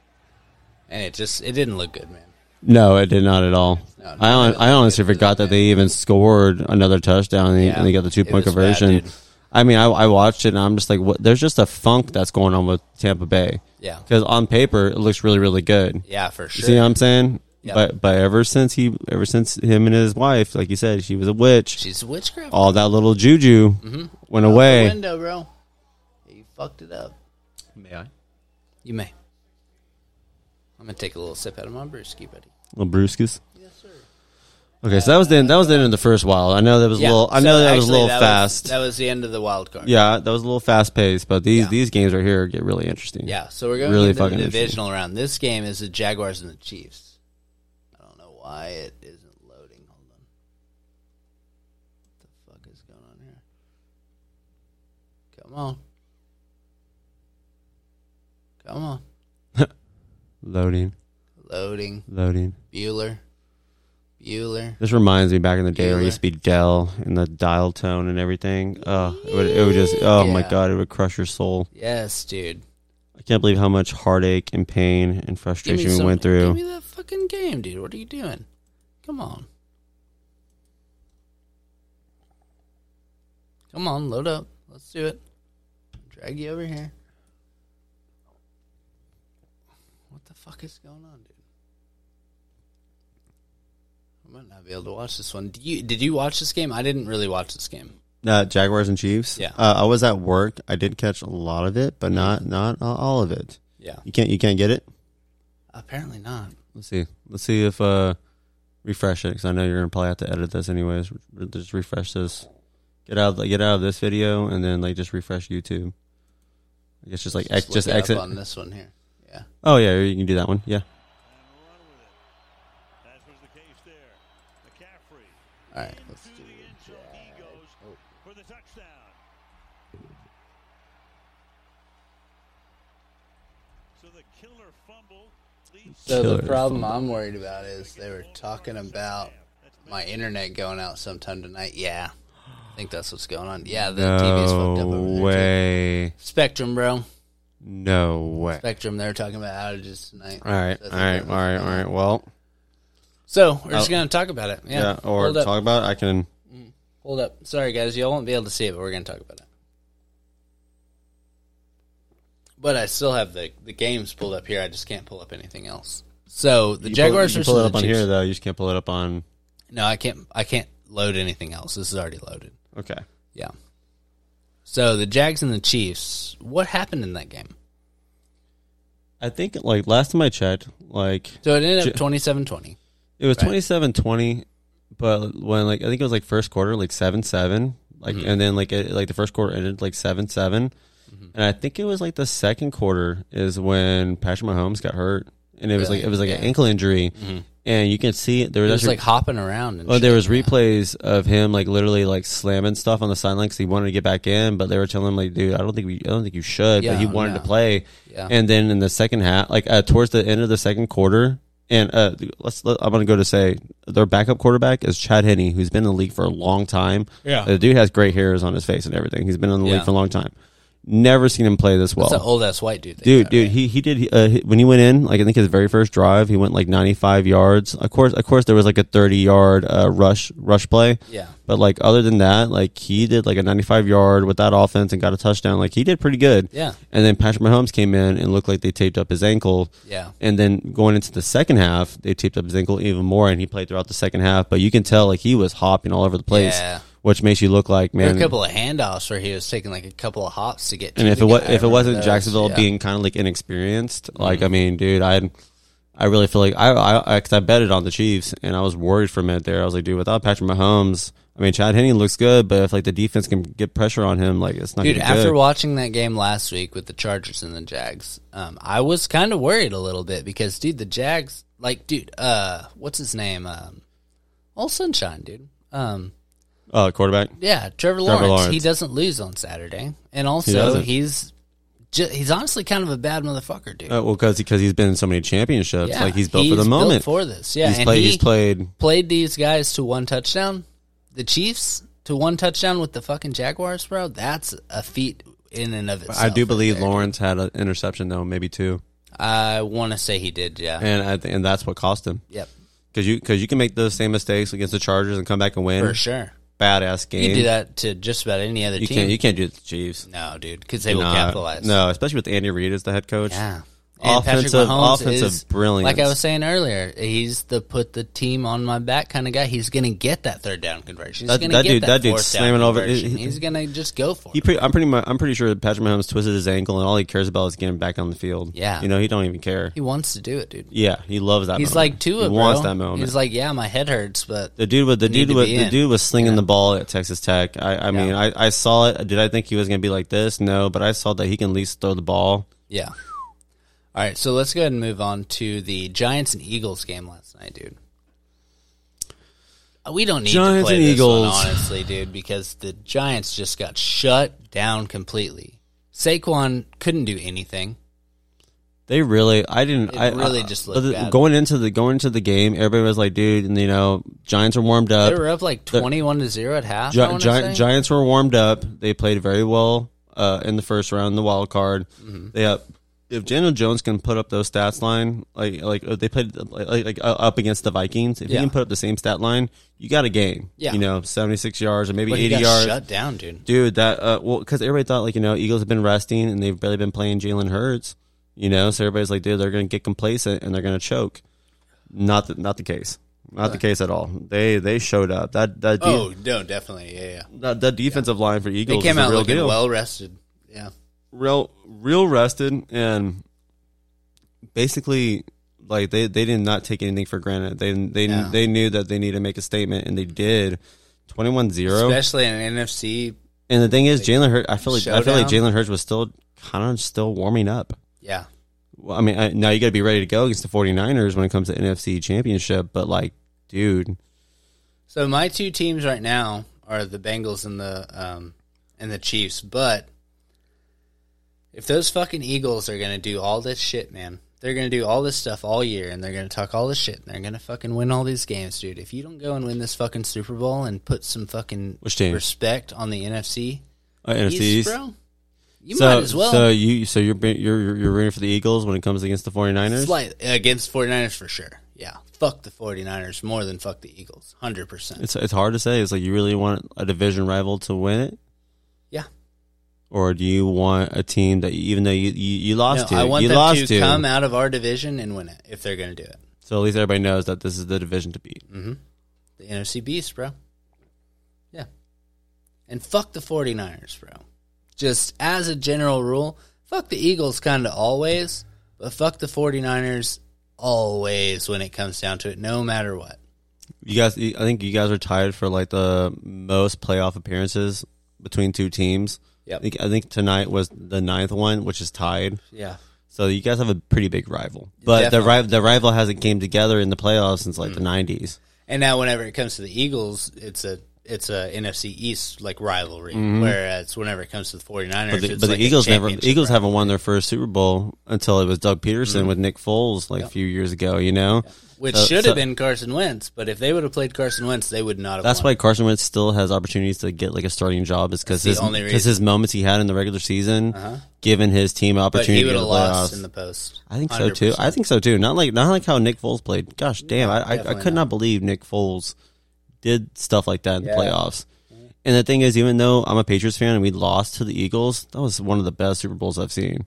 Speaker 1: and it just it didn't look good, man.
Speaker 2: No, it did not at all.
Speaker 1: No,
Speaker 2: I hon-
Speaker 1: no,
Speaker 2: I
Speaker 1: no,
Speaker 2: honestly
Speaker 1: it was
Speaker 2: forgot
Speaker 1: bad.
Speaker 2: that they even scored another touchdown and,
Speaker 1: Yeah,
Speaker 2: and they got the
Speaker 1: it
Speaker 2: two point
Speaker 1: was bad,
Speaker 2: conversion.
Speaker 1: dude.
Speaker 2: I mean, I, I watched it and I'm just like, what? There's just a funk that's going on with Tampa Bay.
Speaker 1: Yeah.
Speaker 2: because on paper it looks really really good.
Speaker 1: Yeah, for sure.
Speaker 2: See uh, what I'm saying?
Speaker 1: Yeah.
Speaker 2: But but ever since he ever since him and his wife, like you said, she was a witch.
Speaker 1: She's witchcraft.
Speaker 2: all that little juju
Speaker 1: Mm-hmm.
Speaker 2: went away.
Speaker 1: window, bro. You fucked it up.
Speaker 4: May I?
Speaker 1: You may. I'm gonna take a little sip out of my brewski, buddy.
Speaker 2: Little brewskis.
Speaker 1: Yes, sir.
Speaker 2: Okay, so that was the end, that was the end of the first wild. I know that was a little. I know that was a little fast.
Speaker 1: that was the end of the wild card.
Speaker 2: yeah, that was a little fast paced, but these
Speaker 1: Yeah.
Speaker 2: these games right here get really interesting.
Speaker 1: Yeah, so we're going
Speaker 2: Really
Speaker 1: into the
Speaker 2: fucking
Speaker 1: divisional round. This game is the Jaguars and the Chiefs. I don't know why it isn't loading. Hold on. What the fuck is going on here? Come on. Come on.
Speaker 2: loading,
Speaker 1: Loading.
Speaker 2: loading.
Speaker 1: Bueller. Bueller.
Speaker 2: This reminds me back in the day where it
Speaker 1: Bueller.
Speaker 2: used to be Dell and the dial tone and everything. Uh, it would it would just oh my
Speaker 1: Yeah.
Speaker 2: god, it would crush your soul.
Speaker 1: Yes, dude.
Speaker 2: I can't believe how much heartache and pain and
Speaker 1: Give me
Speaker 2: frustration we
Speaker 1: some-
Speaker 2: went through.
Speaker 1: Give me that fucking game, dude. What are you doing? Come on. Come on, load up. Let's do it. Drag you over here. What the fuck is going on, dude? I might not be able to watch this one. Did you did you watch this game? I didn't really watch this game.
Speaker 2: Uh, Jaguars and Chiefs.
Speaker 1: Yeah.
Speaker 2: uh, I was at work. I did catch a lot of it, but not not a- all of it.
Speaker 1: Yeah.
Speaker 2: You can't you can't get it.
Speaker 1: Apparently not.
Speaker 2: Let's see. Let's see if uh refresh it because I know you're gonna probably have to edit this anyways. Re- Just refresh this. Get out of the, get out of this video and then like just refresh YouTube. I guess just like ex-
Speaker 1: look
Speaker 2: just
Speaker 1: it up
Speaker 2: exit.
Speaker 1: on this one here. Yeah.
Speaker 2: Oh yeah, you can do that one. Yeah.
Speaker 3: That was the case there. McCaffrey
Speaker 1: All right. Let's
Speaker 3: to
Speaker 1: do Oh.
Speaker 3: the end zone. He goes for the touchdown. So the killer fumble leads
Speaker 1: So
Speaker 2: Killer.
Speaker 1: the problem I'm worried about is they were talking about my internet going out sometime tonight. Yeah, I think that's what's going on. Yeah, the TV's fucked up over there.
Speaker 2: No
Speaker 1: too.
Speaker 2: way.
Speaker 1: Spectrum, bro.
Speaker 2: No way.
Speaker 1: Spectrum. They were talking about outages tonight.
Speaker 2: All right.
Speaker 1: So
Speaker 2: All
Speaker 1: I think
Speaker 2: right.
Speaker 1: that's what's
Speaker 2: All
Speaker 1: going
Speaker 2: right. All
Speaker 1: on.
Speaker 2: right. Well.
Speaker 1: So we're just
Speaker 2: Oh.
Speaker 1: gonna talk about it. Yeah.
Speaker 2: Yeah. or
Speaker 1: hold up.
Speaker 2: talk about. It. I can.
Speaker 1: Hold up. Sorry guys, y'all won't be able to see it, but we're gonna talk about it. But I still have the the games pulled up here. I just can't pull up anything else. So the
Speaker 2: you pull-
Speaker 1: Jaguars
Speaker 2: You
Speaker 1: versus
Speaker 2: pull it up
Speaker 1: the
Speaker 2: on
Speaker 1: Chiefs.
Speaker 2: here though. You just can't pull it up on.
Speaker 1: No, I can't. I can't load anything else. This is already loaded.
Speaker 2: Okay.
Speaker 1: Yeah. So the Jags and the Chiefs. What happened in that game?
Speaker 2: I think like last time I checked, like
Speaker 1: So it ended
Speaker 2: Ju-
Speaker 1: up 27-20.
Speaker 2: It was twenty seven twenty, but when like I think it was like first quarter like seven seven, like and then like it, like the first quarter ended like seven 7 and I think it was like the second quarter is when Patrick Mahomes got hurt, and it was like it was like an ankle injury, and you can see there
Speaker 1: It
Speaker 2: Mm-hmm. was,
Speaker 1: was
Speaker 2: actually,
Speaker 1: like hopping around. And
Speaker 2: well,
Speaker 1: shit.
Speaker 2: there was replays of him like literally like slamming stuff on the sideline because he wanted to get back in, but they were telling him like, dude, I don't think we, I don't think you should.
Speaker 1: Yeah,
Speaker 2: but he wanted
Speaker 1: no.
Speaker 2: to play.
Speaker 1: Yeah.
Speaker 2: And then in the second half, like uh, towards the end of the second quarter, and uh, let's let, I'm gonna go to say their backup quarterback is Chad Henney, who's been in the league for a long time.
Speaker 1: Yeah.
Speaker 2: the dude has great hairs on his face and everything. He's been in the
Speaker 1: Yeah.
Speaker 2: league for a long time. Never seen him play this well.
Speaker 1: It's an old ass white dude. they
Speaker 2: Dude,
Speaker 1: got,
Speaker 2: dude,
Speaker 1: right?
Speaker 2: he he did uh, he- when he went in. Like I think his very first drive, he went like 95 yards. Of course, of course, there was like a 30 yard uh, rush rush play.
Speaker 1: Yeah.
Speaker 2: But like other than that, like he did like a 95 yard with that offense and got a touchdown. Like he did pretty good.
Speaker 1: Yeah.
Speaker 2: And then Patrick Mahomes came in and looked like they taped up his ankle.
Speaker 1: Yeah.
Speaker 2: And then going into the second half, they taped up his ankle even more, and he played throughout the second half. But you can tell like he was hopping all over the place,
Speaker 1: Yeah.
Speaker 2: which makes you look like
Speaker 1: There
Speaker 2: man.
Speaker 1: were a couple of handoffs where he was taking like a couple of hops to get. To
Speaker 2: And if
Speaker 1: the
Speaker 2: it was
Speaker 1: guy. I
Speaker 2: if it
Speaker 1: remember
Speaker 2: wasn't
Speaker 1: those.
Speaker 2: Jacksonville
Speaker 1: Yeah. Mm-hmm.
Speaker 2: being kind of like inexperienced, like I mean, dude, I I really feel like I I I, 'cause I betted on the Chiefs and I was worried for a minute there. I was like, dude, without Patrick Mahomes, I mean, Chad Henney looks good, but if like the defense can get pressure on him, like it's not
Speaker 1: Dude,
Speaker 2: gonna be
Speaker 1: after
Speaker 2: good.
Speaker 1: watching that game last week with the Chargers and the Jags, um, I was kind of worried a little bit because, dude, the Jags, like, dude, uh, what's his name? Um, all sunshine, dude. Um,
Speaker 2: uh, quarterback.
Speaker 1: yeah, Trevor Lawrence.
Speaker 2: Trevor Lawrence.
Speaker 1: He doesn't lose on Saturday, and
Speaker 2: He
Speaker 1: also
Speaker 2: doesn't.
Speaker 1: he's ju- he's honestly kind of a bad motherfucker, dude.
Speaker 2: Uh, well, because he's been in so many championships,
Speaker 1: Yeah,
Speaker 2: like he's built for the
Speaker 1: built
Speaker 2: moment.
Speaker 1: for this, yeah.
Speaker 2: he's
Speaker 1: and
Speaker 2: played.
Speaker 1: he
Speaker 2: he's played.
Speaker 1: played these guys to one touchdown. The Chiefs to one touchdown with the fucking Jaguars, bro. That's a feat in and of itself.
Speaker 2: I do
Speaker 1: right
Speaker 2: believe
Speaker 1: there.
Speaker 2: Lawrence had an interception though, maybe two,
Speaker 1: I want to say he did, yeah.
Speaker 2: and I th- and that's what cost him.
Speaker 1: yep,
Speaker 2: Because you because you can make those same mistakes against the Chargers and come back and win.
Speaker 1: for sure.
Speaker 2: Badass game.
Speaker 1: You can do that to just about any other
Speaker 2: You
Speaker 1: team.
Speaker 2: can't. You can't do it to the Chiefs.
Speaker 1: no, dude, because they will
Speaker 2: Nah.
Speaker 1: capitalize.
Speaker 2: No, especially with Andy Reid as the head coach.
Speaker 1: Yeah.
Speaker 2: Offensive- offensive brilliance.
Speaker 1: Like I was saying earlier, he's the put the team on my back kind of guy. He's going to get that third down conversion. He's
Speaker 2: That-
Speaker 1: going
Speaker 2: that
Speaker 1: to get
Speaker 2: dude-
Speaker 1: that,
Speaker 2: that dude's
Speaker 1: fourth down
Speaker 2: slamming over-
Speaker 1: conversion.
Speaker 2: he- he-
Speaker 1: he's going to just go for
Speaker 2: He
Speaker 1: it.
Speaker 2: pre- I'm pretty. Much, I'm pretty sure Patrick Mahomes twisted his ankle, and all he cares about is getting back on the field.
Speaker 1: Yeah.
Speaker 2: You know, he don't even care.
Speaker 1: He wants to do it, dude.
Speaker 2: yeah, he loves that.
Speaker 1: He's
Speaker 2: moment.
Speaker 1: like Tua,
Speaker 2: He
Speaker 1: bro.
Speaker 2: wants that moment.
Speaker 1: He's like, yeah, my head hurts, but
Speaker 2: the dude with the
Speaker 1: need
Speaker 2: dude
Speaker 1: to
Speaker 2: with
Speaker 1: be
Speaker 2: the
Speaker 1: in.
Speaker 2: dude was slinging the ball at Texas Tech. I, I mean,
Speaker 1: Yeah.
Speaker 2: I, I saw it. Did I think he was going to be like this? No, but I saw that he can at least throw the ball.
Speaker 1: yeah. All right, so let's go ahead and move on to the Giants and Eagles game last night, dude. Uh, We don't need to
Speaker 2: Giants
Speaker 1: play
Speaker 2: and
Speaker 1: this one,
Speaker 2: Eagles.
Speaker 1: honestly, dude, because the Giants just got shut down completely. Saquon couldn't do anything.
Speaker 2: They really, I didn't.
Speaker 1: It
Speaker 2: I
Speaker 1: really
Speaker 2: I-
Speaker 1: just looked
Speaker 2: the-
Speaker 1: bad.
Speaker 2: going into the going into the game. Everybody was like, dude, and you know, Giants are warmed up.
Speaker 1: They were up like twenty-one to zero at half. I
Speaker 2: Uh, Gi-
Speaker 1: wanna
Speaker 2: Gi-
Speaker 1: say.
Speaker 2: Giants were warmed up. They played very well uh, in the first round, the wild card.
Speaker 1: Mm-hmm.
Speaker 2: They up. If Daniel Jones can put up those stats line, like like uh, they played like, like uh, up against the Vikings, if
Speaker 1: Yeah.
Speaker 2: he can put up the same stat line, you got a game.
Speaker 1: Yeah.
Speaker 2: you know, seventy six yards or maybe
Speaker 1: but he
Speaker 2: eighty
Speaker 1: got
Speaker 2: yards.
Speaker 1: shut down, dude.
Speaker 2: Dude, that uh, well, because everybody thought like you know Eagles have been resting and they've barely been playing Jalen Hurts, you know, so everybody's like, dude, they're gonna get complacent and they're gonna choke. Not the, not the case, not the case at all. They they showed up. That that dude,
Speaker 1: Oh no, definitely, yeah, yeah.
Speaker 2: that, that defensive line for
Speaker 1: They
Speaker 2: Eagles
Speaker 1: came
Speaker 2: is a
Speaker 1: out
Speaker 2: real
Speaker 1: looking
Speaker 2: deal.
Speaker 1: well rested. Yeah,
Speaker 2: Real, real rested and basically like they, they did not take anything for granted. They they
Speaker 1: Yeah.
Speaker 2: they knew that they needed to make a statement and they did. 21-0.
Speaker 1: especially in an NFC.
Speaker 2: And the thing is, Jalen Hurts. I feel like I feel like
Speaker 1: showdown.
Speaker 2: Jalen Hurts was still kind of still warming up.
Speaker 1: Yeah,
Speaker 2: Well, I mean, I, now you got to be ready to go against the 49ers when it comes to NFC Championship. But like, dude,
Speaker 1: So my two teams right now are the Bengals and the um, and the Chiefs. But if those fucking Eagles are gonna do all this shit, man, they're gonna do all this stuff all year, and they're gonna talk all this shit, and they're gonna fucking win all these games, dude. If you don't go and win this fucking Super Bowl and put some fucking
Speaker 2: Which team?
Speaker 1: respect on the NFC,
Speaker 2: uh, NFC
Speaker 1: East,
Speaker 2: East.
Speaker 1: bro, you
Speaker 2: so,
Speaker 1: might as well.
Speaker 2: so you so you're you're you're rooting for the Eagles when it comes against the 49ers.
Speaker 1: Slight against 49ers for sure. Yeah. Fuck the 49ers more than fuck the Eagles. 100%.
Speaker 2: It's it's hard to say. It's like you really want a division rival to win it,
Speaker 1: Yeah.
Speaker 2: or do you want a team that even though you you, you
Speaker 1: No,
Speaker 2: lost to,
Speaker 1: I want
Speaker 2: you
Speaker 1: them
Speaker 2: lost
Speaker 1: to,
Speaker 2: to,
Speaker 1: come out of our division and win it if they're going to do it.
Speaker 2: so at least everybody knows that this is the division to beat.
Speaker 1: Mm-hmm. The NFC Beast, bro. Yeah. And fuck the 49ers, bro. Just as a general rule, fuck the Eagles kind of always, but fuck the 49ers always when it comes down to it, no matter what.
Speaker 2: You guys, I think you guys are tied for like the most playoff appearances between two teams.
Speaker 1: Yep.
Speaker 2: I think, I think tonight was the ninth one, which is tied.
Speaker 1: Yeah.
Speaker 2: So you guys have a pretty big rival, but
Speaker 1: Definitely.
Speaker 2: the
Speaker 1: Mm.
Speaker 2: rival the rival hasn't came together in the playoffs since like the nineties.
Speaker 1: And now, whenever it comes to the Eagles, it's a it's a NFC East like rivalry. Whereas whenever it comes to the 49ers,
Speaker 2: Mm-hmm. But the,
Speaker 1: it's
Speaker 2: but
Speaker 1: like
Speaker 2: the
Speaker 1: a
Speaker 2: Eagles never
Speaker 1: championship
Speaker 2: Eagles
Speaker 1: rivalry.
Speaker 2: haven't won their first Super Bowl until it was Doug Peterson with Nick Foles like a few years ago. You know,
Speaker 1: which
Speaker 2: So-
Speaker 1: should have
Speaker 2: so-
Speaker 1: been Carson Wentz. But if they would have played Carson Wentz, they would not have.
Speaker 2: That's
Speaker 1: won.
Speaker 2: why Carson Wentz still has opportunities to get like a starting job is because
Speaker 1: the
Speaker 2: his
Speaker 1: only Uh-huh.
Speaker 2: because his moments he had in the regular season, given his team
Speaker 1: But he
Speaker 2: opportunity
Speaker 1: would
Speaker 2: to
Speaker 1: have
Speaker 2: the
Speaker 1: lost
Speaker 2: playoffs.
Speaker 1: in the post.
Speaker 2: I think so too. I think so too. Not like not like how Nick Foles played. Gosh damn, I I, I
Speaker 1: definitely
Speaker 2: could not.
Speaker 1: not.
Speaker 2: believe Nick Foles did stuff like that in
Speaker 1: Yeah.
Speaker 2: the playoffs. And the thing is, even though I'm a Patriots fan and we lost to the Eagles, that was one of the best Super Bowls I've seen.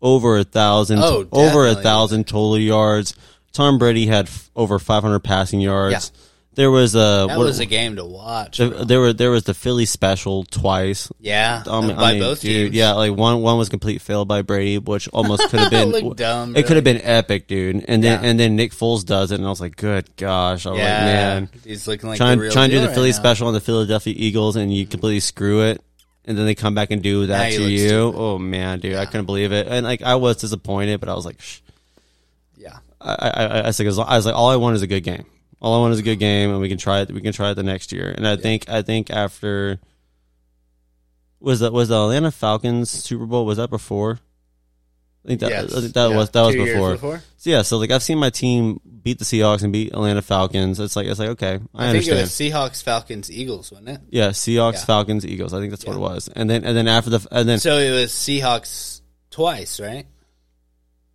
Speaker 2: Over a thousand,
Speaker 1: Oh,
Speaker 2: over a
Speaker 1: definitely.
Speaker 2: thousand total yards. Tom Brady had f- over 500 passing yards.
Speaker 1: Yeah.
Speaker 2: There was a
Speaker 1: that
Speaker 2: what-
Speaker 1: was a game to watch.
Speaker 2: the- there were there was the Philly special twice.
Speaker 1: yeah,
Speaker 2: Um,
Speaker 1: by
Speaker 2: I mean,
Speaker 1: both
Speaker 2: dude,
Speaker 1: teams.
Speaker 2: yeah, like one one was complete fail by Brady, which almost could have been
Speaker 1: Looked dumb,
Speaker 2: It could have
Speaker 1: really.
Speaker 2: been epic, dude. And then
Speaker 1: Yeah.
Speaker 2: and then Nick Foles does it, and I was like, good gosh, I was
Speaker 1: yeah.
Speaker 2: like, man,
Speaker 1: he's looking like
Speaker 2: trying
Speaker 1: the real
Speaker 2: trying to do
Speaker 1: deal
Speaker 2: the
Speaker 1: right
Speaker 2: Philly
Speaker 1: now.
Speaker 2: special on the Philadelphia Eagles, and you completely screw it. And then they come back and do
Speaker 1: Now
Speaker 2: that
Speaker 1: you
Speaker 2: to
Speaker 1: look
Speaker 2: you.
Speaker 1: stupid.
Speaker 2: Oh man, dude, I couldn't believe it. And like I was disappointed, but I was like, Shh.
Speaker 1: Yeah,
Speaker 2: I, I, I, I was like, as lo- I was like, all I want is a good game. All I want is a good game, and we can try it. We can try it the next year. And I think, I think after was that was the Atlanta Falcons Super Bowl? Was that before? I think that
Speaker 1: Yes.
Speaker 2: I think that
Speaker 1: Yeah.
Speaker 2: was that was
Speaker 1: Two years
Speaker 2: before.
Speaker 1: before?
Speaker 2: So yeah, so like I've seen my team beat the Seahawks and beat Atlanta Falcons. It's like it's like okay, I,
Speaker 1: I, think it
Speaker 2: understand.
Speaker 1: was Seahawks, Falcons, Eagles, wasn't it?
Speaker 2: yeah, Seahawks,
Speaker 1: Yeah.
Speaker 2: Falcons, Eagles. I think that's what
Speaker 1: Yeah.
Speaker 2: it was. And then and then after the and then
Speaker 1: So it was Seahawks twice, right?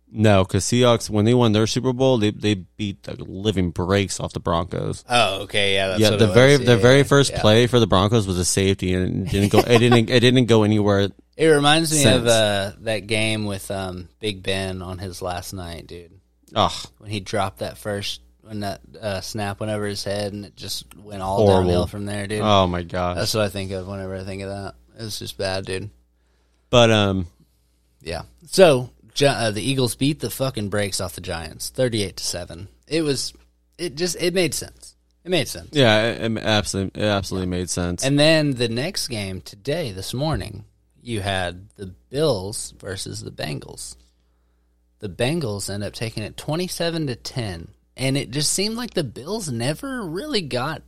Speaker 2: no, because Seahawks when they won their Super Bowl, they they beat the living breaks off the Broncos.
Speaker 1: Oh, okay, yeah, that's
Speaker 2: yeah,
Speaker 1: what
Speaker 2: the
Speaker 1: it was.
Speaker 2: very
Speaker 1: Yeah,
Speaker 2: the
Speaker 1: yeah,
Speaker 2: very
Speaker 1: yeah.
Speaker 2: first
Speaker 1: Yeah.
Speaker 2: play for the Broncos was a safety, and it didn't go. It didn't. It didn't go anywhere.
Speaker 1: It reminds me of
Speaker 2: Sense.
Speaker 1: uh, that game with um, Big Ben on his last night, dude.
Speaker 2: Ugh,
Speaker 1: When he dropped that first when that uh, snap went over his head, and it just went all
Speaker 2: Horrible.
Speaker 1: downhill from there, dude.
Speaker 2: oh my gosh!
Speaker 1: That's what I think of whenever I think of that. It was just bad, dude.
Speaker 2: But um,
Speaker 1: Yeah. So Gi- uh, the Eagles beat the fucking brakes off the Giants, thirty-eight to seven. It was. It just. It made sense. It made sense.
Speaker 2: yeah, it, it absolutely, it absolutely made sense.
Speaker 1: And then the next game today, this morning, you had the Bills versus the Bengals. The Bengals end up taking it twenty-seven to ten, and it just seemed like the Bills never really got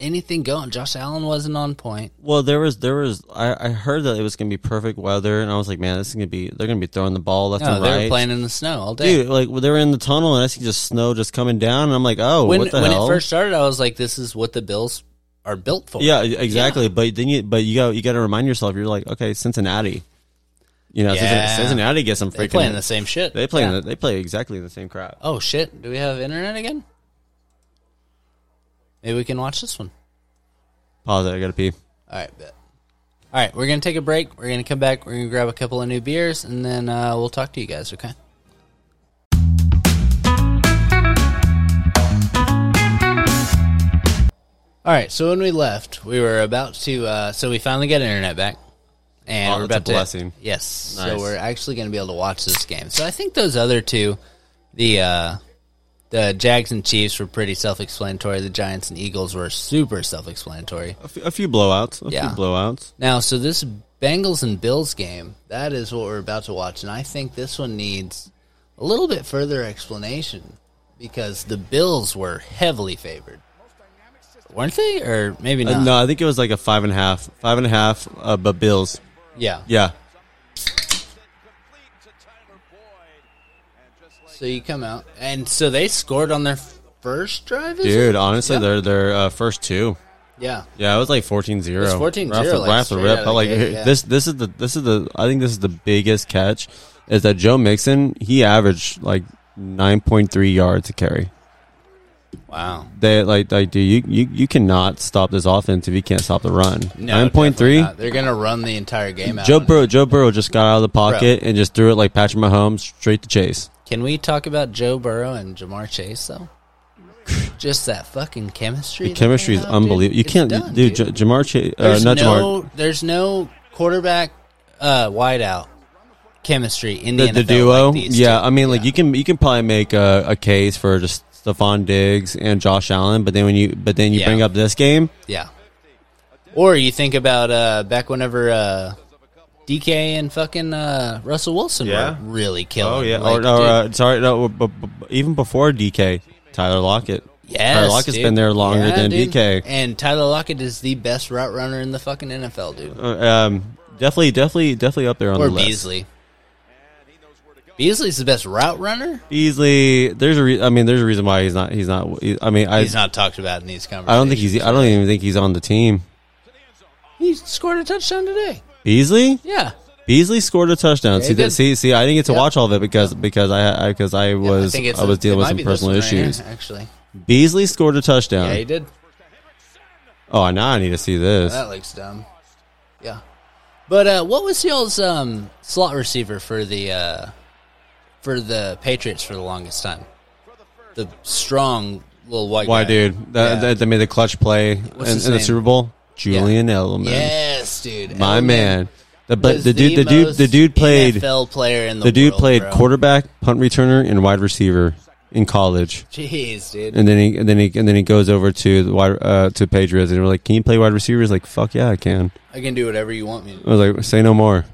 Speaker 1: anything going. Josh Allen wasn't on point.
Speaker 2: well, there was there was I, I heard that it was gonna be perfect weather, and I was like, man, this is gonna be they're gonna be throwing the ball left
Speaker 1: No,
Speaker 2: and
Speaker 1: they were
Speaker 2: Oh, right.
Speaker 1: playing in the snow all day.
Speaker 2: Dude, like they were in the tunnel, and I see just snow just coming down, and I'm like, oh,
Speaker 1: when
Speaker 2: what the
Speaker 1: when
Speaker 2: hell?
Speaker 1: it first started, I was like, "This is what the Bills are built for."
Speaker 2: yeah, e, exactly. But then you but you got you got to remind yourself, you're like, okay, Cincinnati. You know,
Speaker 1: Yeah.
Speaker 2: Cincinnati gets some freaking.
Speaker 1: they play in the same shit.
Speaker 2: They play. in
Speaker 1: Yeah.
Speaker 2: the, they play exactly the same crap.
Speaker 1: Oh shit! Do we have internet again? Maybe we can watch this one.
Speaker 2: Pause it. I gotta pee.
Speaker 1: All right, bet. All right, we're gonna take a break. We're gonna come back. We're gonna grab a couple of new beers, and then uh, we'll talk to you guys. Okay. All right. So when we left, we were about to. Uh, so we finally got internet back, and
Speaker 2: Oh,
Speaker 1: we're
Speaker 2: that's a
Speaker 1: about to.
Speaker 2: blessing.
Speaker 1: Yes. So
Speaker 2: Nice.
Speaker 1: we're actually going to be able to watch this game. So I think those other two, the uh, the Jags and Chiefs, were pretty self-explanatory. The Giants and Eagles were super self-explanatory.
Speaker 2: A few- a few blowouts. A
Speaker 1: Yeah.
Speaker 2: few blowouts.
Speaker 1: Now, so this Bengals and Bills game, that is what we're about to watch. And I think this one needs a little bit further explanation because the Bills were heavily favored. Weren't they? Or maybe not.
Speaker 2: Uh, no, I think it was like a five and a half. Five and a half. Uh, but Bills.
Speaker 1: Yeah.
Speaker 2: Yeah.
Speaker 1: So you come out. And so they scored on their first drive? is
Speaker 2: Dude,
Speaker 1: it?
Speaker 2: honestly,
Speaker 1: Yeah.
Speaker 2: their their uh, first two.
Speaker 1: Yeah.
Speaker 2: Yeah, it was like 14-0.
Speaker 1: It was 14-0,
Speaker 2: Right off the,
Speaker 1: like,
Speaker 2: right off the
Speaker 1: straight
Speaker 2: rip.
Speaker 1: outta
Speaker 2: I like
Speaker 1: the gate, yeah.
Speaker 2: this. This is the this is the. I think this is the biggest catch. Is that Joe Mixon? He averaged like nine point three yards to carry.
Speaker 1: Wow.
Speaker 2: They like like dude, you, you you cannot stop this offense if you can't stop the run.
Speaker 1: No,
Speaker 2: nine point three.
Speaker 1: definitely not. They're going to run the entire game out.
Speaker 2: Joe
Speaker 1: on it.
Speaker 2: Burrow, Joe Burrow just got out of the pocket and just threw it like Patrick Mahomes straight to Chase.
Speaker 1: Can we talk about Joe Burrow and Jamar Chase, though? Just that fucking chemistry.
Speaker 2: The chemistry is unbelievable. You can't,
Speaker 1: do.
Speaker 2: dude. J- Jamar Chase, uh,
Speaker 1: There's
Speaker 2: not Jamar.
Speaker 1: no, there's no quarterback uh, wideout chemistry in the,
Speaker 2: The, the
Speaker 1: NFL
Speaker 2: duo,
Speaker 1: like these
Speaker 2: yeah.
Speaker 1: two.
Speaker 2: I mean, like you can you can probably make a, a case for just Stephon Diggs and Josh Allen, but then when you but then you
Speaker 1: Yeah.
Speaker 2: bring up this game,
Speaker 1: yeah. Or you think about uh, back whenever uh, DK and fucking uh, Russell Wilson
Speaker 2: Yeah.
Speaker 1: were really killing.
Speaker 2: oh yeah,
Speaker 1: like,
Speaker 2: or, or,
Speaker 1: dude,
Speaker 2: uh, sorry, no, b- b- b- even before DK, Tyler Lockett,
Speaker 1: Yes,
Speaker 2: Tyler Lockett's
Speaker 1: dude.
Speaker 2: been there longer
Speaker 1: Yeah,
Speaker 2: than
Speaker 1: dude.
Speaker 2: DK.
Speaker 1: and Tyler Lockett is the best route runner in the fucking NFL, dude.
Speaker 2: Uh, um, definitely, definitely, definitely up there on
Speaker 1: or
Speaker 2: the list.
Speaker 1: Beasley. Beasley's the best route runner.
Speaker 2: Beasley, there's a. Re- I mean, there's a reason why he's not. He's not. he- I mean, I.
Speaker 1: He's not talked about in these conversations.
Speaker 2: I don't think he's. I don't even think he's on the team.
Speaker 1: He scored a touchdown today.
Speaker 2: Beasley.
Speaker 1: Yeah,
Speaker 2: Beasley scored a touchdown.
Speaker 1: Yeah,
Speaker 2: see
Speaker 1: he
Speaker 2: that?
Speaker 1: did.
Speaker 2: See, see, I didn't get to
Speaker 1: Yep.
Speaker 2: watch all of it because because I because I was I,
Speaker 1: think it's
Speaker 2: was
Speaker 1: it
Speaker 2: dealing with
Speaker 1: might
Speaker 2: some
Speaker 1: be this
Speaker 2: personal
Speaker 1: one right here,
Speaker 2: issues.
Speaker 1: actually,
Speaker 2: Beasley scored a touchdown.
Speaker 1: yeah, he did.
Speaker 2: Oh, now I need to see this.
Speaker 1: That looks dumb. Yeah, but uh, what was y'all's um, slot receiver for the uh, for the Patriots for the longest time? The strong little white
Speaker 2: Why,
Speaker 1: guy.
Speaker 2: dude? That,
Speaker 1: Yeah.
Speaker 2: that, that made the clutch play in, in
Speaker 1: his
Speaker 2: the
Speaker 1: name?
Speaker 2: Super Bowl. Julian Edelman,
Speaker 1: Yes, dude.
Speaker 2: my
Speaker 1: Edelman
Speaker 2: man. The, but
Speaker 1: was
Speaker 2: the dude, the dude,
Speaker 1: most
Speaker 2: the dude played.
Speaker 1: NFL player in the,
Speaker 2: The dude
Speaker 1: world,
Speaker 2: played
Speaker 1: bro.
Speaker 2: quarterback, punt returner, and wide receiver in college.
Speaker 1: Jeez, dude.
Speaker 2: And then he and then he and then he goes over to the wide uh, to Patriots and we're like, "Can you play wide receiver?" He's like, "Fuck yeah, I can."
Speaker 1: I can do whatever you want me. to
Speaker 2: I was like, "Say no more."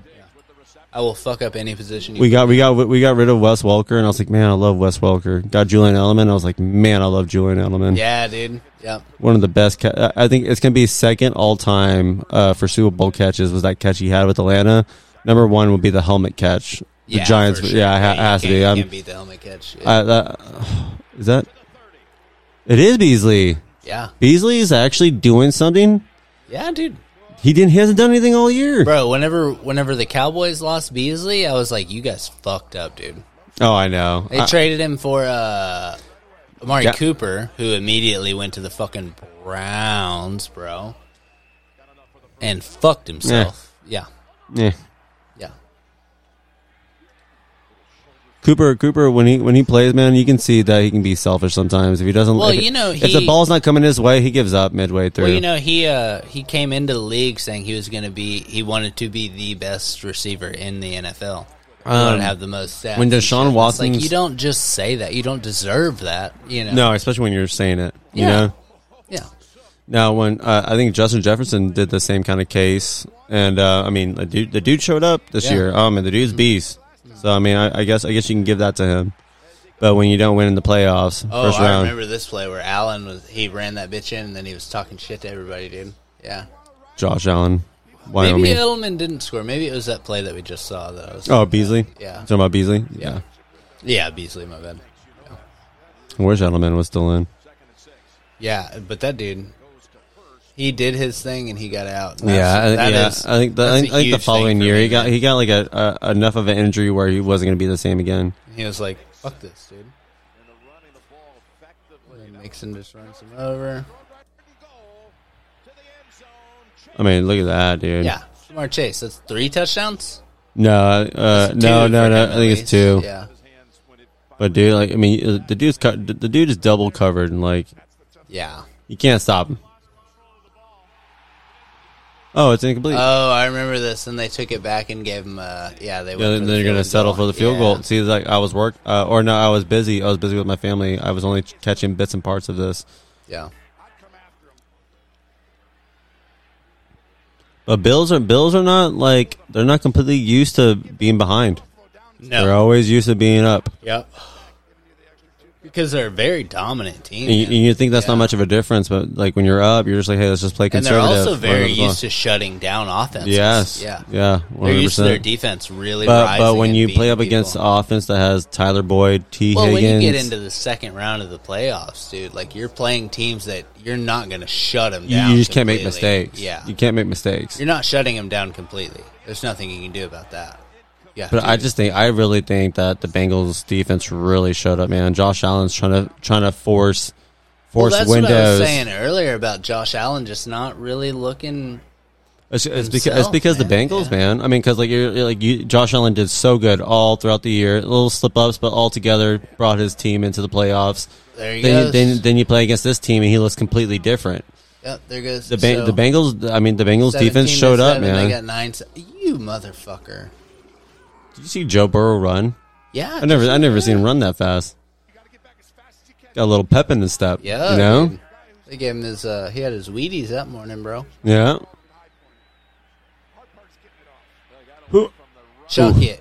Speaker 1: I will fuck up any position. You
Speaker 2: We got we got we got rid of Wes Welker, and I was like, "Man, I love Wes Welker." Got Julian Edelman. I was like, "Man, I love Julian Edelman."
Speaker 1: Yeah, dude. Yep.
Speaker 2: one of the best. Ca- I I think it's gonna be second all time uh, for Super Bowl catches. Was that catch he had with Atlanta? Number one would be the helmet catch. The
Speaker 1: Yeah,
Speaker 2: Giants.
Speaker 1: for sure.
Speaker 2: Yeah, it ha-
Speaker 1: you
Speaker 2: has to
Speaker 1: can't-
Speaker 2: be.
Speaker 1: you
Speaker 2: I'm,
Speaker 1: can't beat the helmet catch.
Speaker 2: I, that, is that? It is Beasley.
Speaker 1: yeah.
Speaker 2: Beasley is actually doing something.
Speaker 1: Yeah, dude.
Speaker 2: He didn't. He hasn't done anything all year.
Speaker 1: Bro, whenever whenever the Cowboys lost Beasley, I was like, you guys fucked up, dude.
Speaker 2: Oh, I know.
Speaker 1: They
Speaker 2: I-
Speaker 1: traded him for uh, Amari
Speaker 2: Yeah.
Speaker 1: Cooper, who immediately went to the fucking Browns, bro, and fucked himself. Yeah,
Speaker 2: yeah.
Speaker 1: yeah.
Speaker 2: Cooper, Cooper, when he when he plays, man, you can see that he can be selfish sometimes. If he doesn't,
Speaker 1: Well,
Speaker 2: if,
Speaker 1: you know,
Speaker 2: if the
Speaker 1: he-
Speaker 2: ball's not coming his way, he gives up midway through.
Speaker 1: Well, you know, he uh, he came into the league saying he was going to be, he wanted to be the best receiver in the NFL. He wanted
Speaker 2: Um,
Speaker 1: to have the most sacks.
Speaker 2: when
Speaker 1: and
Speaker 2: Deshaun
Speaker 1: shit. It's
Speaker 2: Watson's-
Speaker 1: like you don't just say that, you don't deserve that. You know,
Speaker 2: no, especially when you're saying it. You
Speaker 1: Yeah.
Speaker 2: know.
Speaker 1: yeah,
Speaker 2: Now, when uh, I think Justin Jefferson did the same kind of case, and uh, I mean, the dude, the dude showed up this
Speaker 1: Yeah.
Speaker 2: year. Oh man, the dude's beast. So I mean, I, I guess I guess you can give that to him. But when you don't win in the playoffs,
Speaker 1: Oh,
Speaker 2: first
Speaker 1: I
Speaker 2: round,
Speaker 1: remember this play where Allen was he ran that bitch in and then he was talking shit to everybody, dude. Yeah.
Speaker 2: Josh Allen, Wyoming.
Speaker 1: Maybe Edelman didn't score. Maybe it was that play that we just saw that I was
Speaker 2: oh, Beasley.
Speaker 1: Yeah.
Speaker 2: talking about Beasley. Yeah,
Speaker 1: Yeah, Beasley, my bad.
Speaker 2: I wish Edelman was still in.
Speaker 1: Yeah, but that dude he did his thing and he got out. And
Speaker 2: Yeah, I,
Speaker 1: that's- that
Speaker 2: yeah.
Speaker 1: is-
Speaker 2: I think the,
Speaker 1: that's
Speaker 2: I
Speaker 1: a
Speaker 2: think, I think
Speaker 1: huge
Speaker 2: the
Speaker 1: thing
Speaker 2: following
Speaker 1: for
Speaker 2: year
Speaker 1: me,
Speaker 2: he got
Speaker 1: man.
Speaker 2: he got like a, a enough of an injury where he wasn't going to be the same again.
Speaker 1: He was like, "Fuck this, dude." And Mixon just runs him over.
Speaker 2: I mean, look at that, dude.
Speaker 1: Yeah, Jamar Chase. That's three touchdowns.
Speaker 2: No, uh, no,
Speaker 1: Two
Speaker 2: no,
Speaker 1: for
Speaker 2: no.
Speaker 1: him,
Speaker 2: I
Speaker 1: at
Speaker 2: think it's
Speaker 1: least.
Speaker 2: two.
Speaker 1: Yeah,
Speaker 2: But dude, like I mean, uh, the dude's cut. The the dude is double covered, and like
Speaker 1: yeah.
Speaker 2: you can't stop him. Oh, it's incomplete.
Speaker 1: Oh, I remember this. And they took it back and gave him. Uh, yeah, they. Went
Speaker 2: yeah,
Speaker 1: for
Speaker 2: then
Speaker 1: the
Speaker 2: they're gonna
Speaker 1: field
Speaker 2: settle for
Speaker 1: goal.
Speaker 2: the field
Speaker 1: Yeah.
Speaker 2: goal. See, like I was work, uh, or no, I was busy. I was busy with my family. I was only ch- catching bits and parts of this.
Speaker 1: Yeah,
Speaker 2: But Bills are Bills are not like they're not completely used to being behind.
Speaker 1: no.
Speaker 2: They're always used to being up.
Speaker 1: Yep. Because they're a very dominant team,
Speaker 2: And you,
Speaker 1: man.
Speaker 2: and you think that's not
Speaker 1: Yeah.
Speaker 2: much of a difference, but like when you're up, you're just like, hey, let's just play
Speaker 1: and they're
Speaker 2: conservative.
Speaker 1: also very
Speaker 2: Run the ball.
Speaker 1: used to shutting down offenses.
Speaker 2: Yes.
Speaker 1: yeah,
Speaker 2: Yeah.
Speaker 1: They're
Speaker 2: 100%.
Speaker 1: used to their defense really.
Speaker 2: But,
Speaker 1: rising
Speaker 2: but when
Speaker 1: and
Speaker 2: you play
Speaker 1: beating
Speaker 2: up against
Speaker 1: people.
Speaker 2: the offense that has Tyler Boyd, T.
Speaker 1: Well,
Speaker 2: Higgins,
Speaker 1: when you get into the second round of the playoffs, dude, like you're playing teams that you're not going to shut them
Speaker 2: you,
Speaker 1: down.
Speaker 2: you just can't make
Speaker 1: completely.
Speaker 2: mistakes.
Speaker 1: Yeah,
Speaker 2: you can't make mistakes.
Speaker 1: you're not shutting them down completely. There's nothing you can do about that. Yeah,
Speaker 2: But I just think I really think that the Bengals defense really showed up, man. Josh Allen's trying to trying to force
Speaker 1: well,
Speaker 2: force
Speaker 1: that's
Speaker 2: windows.
Speaker 1: what I was saying earlier about Josh Allen just not really looking.
Speaker 2: It's, it's
Speaker 1: Himself,
Speaker 2: because it's because the
Speaker 1: man,
Speaker 2: Bengals,
Speaker 1: yeah.
Speaker 2: man. I mean, because like you're you're like you, Josh Allen did so good all throughout the year, little slip ups, but all together brought his team into the playoffs.
Speaker 1: There you
Speaker 2: Then,
Speaker 1: go.
Speaker 2: then then you play against this team and he looks completely different.
Speaker 1: Yep, there goes
Speaker 2: The ba-
Speaker 1: so-
Speaker 2: the Bengals, I mean, the Bengals
Speaker 1: 17
Speaker 2: defense
Speaker 1: to
Speaker 2: showed up,
Speaker 1: seven,
Speaker 2: man.
Speaker 1: They got nine. se- You motherfucker.
Speaker 2: Did you see Joe Burrow run?
Speaker 1: Yeah.
Speaker 2: I never, I never seen him run that fast. Got a little pep in his step.
Speaker 1: Yeah.
Speaker 2: you know,
Speaker 1: dude. They gave him his. Uh, he had his Wheaties that morning, bro.
Speaker 2: yeah. Who?
Speaker 1: Chuck
Speaker 2: Oof.
Speaker 1: it.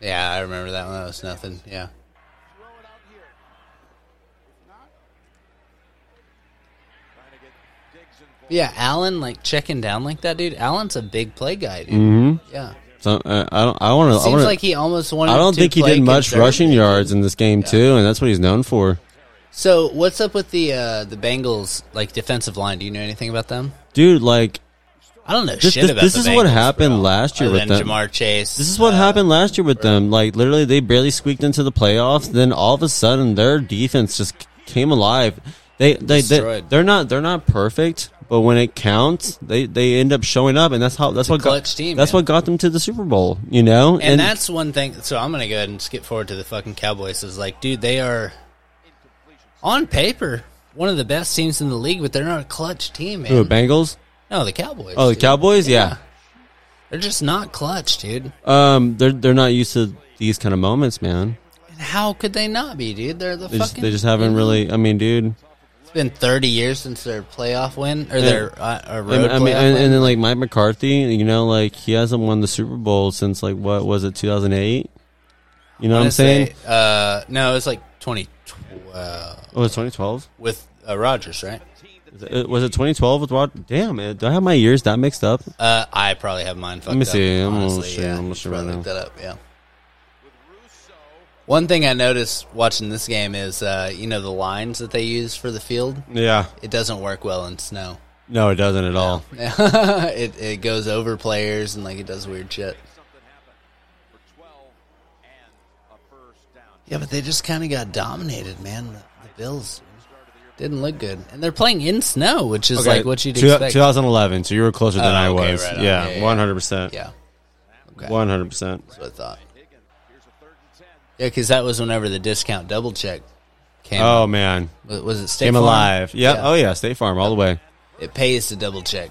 Speaker 1: Yeah, I remember that one. That was nothing. Yeah. Yeah, Allen like checking down like that, dude. Allen's a big play guy, dude. Yeah,
Speaker 2: So uh, I don't. I want to. I,
Speaker 1: seems
Speaker 2: wanna,
Speaker 1: like he almost wanted.
Speaker 2: I don't
Speaker 1: to
Speaker 2: think he
Speaker 1: play
Speaker 2: did much
Speaker 1: conservative.
Speaker 2: rushing yards in this game too, and that's what he's known for.
Speaker 1: So what's up with the uh, the Bengals like defensive line? Do you know anything about them?
Speaker 2: Dude, like
Speaker 1: I don't know
Speaker 2: This-
Speaker 1: shit
Speaker 2: this-
Speaker 1: about.
Speaker 2: this
Speaker 1: the
Speaker 2: is what
Speaker 1: Bengals,
Speaker 2: happened
Speaker 1: bro,
Speaker 2: last year
Speaker 1: other
Speaker 2: with
Speaker 1: than
Speaker 2: them.
Speaker 1: Jamar Chase. uh,
Speaker 2: this is what happened last year with them. Like literally, they barely squeaked into the playoffs. Then all of a sudden, their defense just came alive. They they, they
Speaker 1: Destroyed.
Speaker 2: they're not they're not perfect, but when it counts, they they end up showing up, and that's how that's what
Speaker 1: clutch
Speaker 2: got
Speaker 1: team,
Speaker 2: that's
Speaker 1: man.
Speaker 2: what got them to the Super Bowl. You know,
Speaker 1: and, that's one thing. So I'm gonna go ahead and skip forward to the fucking Cowboys. Is like, dude, they are on paper one of the best teams in the league, but they're not a clutch team, man.
Speaker 2: Ooh, Bengals.
Speaker 1: no, the Cowboys.
Speaker 2: Oh, the
Speaker 1: dude.
Speaker 2: Cowboys. yeah.
Speaker 1: They're just not clutch, dude.
Speaker 2: Um, they're they're not used to these kind of moments, man.
Speaker 1: And how could they not be, dude? They're the fucking.
Speaker 2: They
Speaker 1: mm-hmm.
Speaker 2: just, they just haven't really. I mean, dude.
Speaker 1: It's been 30 years since their playoff win or their uh, uh, road
Speaker 2: I mean, I
Speaker 1: playoff
Speaker 2: mean and,
Speaker 1: win.
Speaker 2: and then like Mike McCarthy, you know, like he hasn't won the Super Bowl since like what was it, two thousand eight? You know what I'm saying?
Speaker 1: Honestly, uh, no, it was like 2012
Speaker 2: Oh, it's twenty twelve.
Speaker 1: with uh, Rogers, right?
Speaker 2: Was it twenty twelve with Rod? Damn, man, do I have my years that mixed up?
Speaker 1: Uh, I probably have mine fucked
Speaker 2: me
Speaker 1: up.
Speaker 2: see. I'm
Speaker 1: honestly,
Speaker 2: almost sure-
Speaker 1: yeah.
Speaker 2: I'm almost sure
Speaker 1: Probably
Speaker 2: right
Speaker 1: looked
Speaker 2: now.
Speaker 1: that up, yeah. One thing I noticed watching this game is, uh, you know, the lines that they use for the field.
Speaker 2: Yeah.
Speaker 1: It doesn't work well in snow.
Speaker 2: No, it doesn't at all.
Speaker 1: it it goes over players and like it does weird shit. Yeah, but they just kind of got dominated, man. The, the Bills didn't look good, and they're playing in snow, which is like what you'd expect.
Speaker 2: 2011. So you were closer than
Speaker 1: Oh,
Speaker 2: I
Speaker 1: okay,
Speaker 2: was.
Speaker 1: right on. Yeah, yeah,
Speaker 2: yeah,
Speaker 1: yeah.
Speaker 2: one hundred percent.
Speaker 1: yeah, okay.
Speaker 2: one hundred percent.
Speaker 1: that's what I thought. Yeah, because that was whenever the discount double check came.
Speaker 2: Oh man,
Speaker 1: Wa- was it State
Speaker 2: came
Speaker 1: Farm?
Speaker 2: alive. Yeah. Oh yeah, State Farm all the way.
Speaker 1: It pays to double check.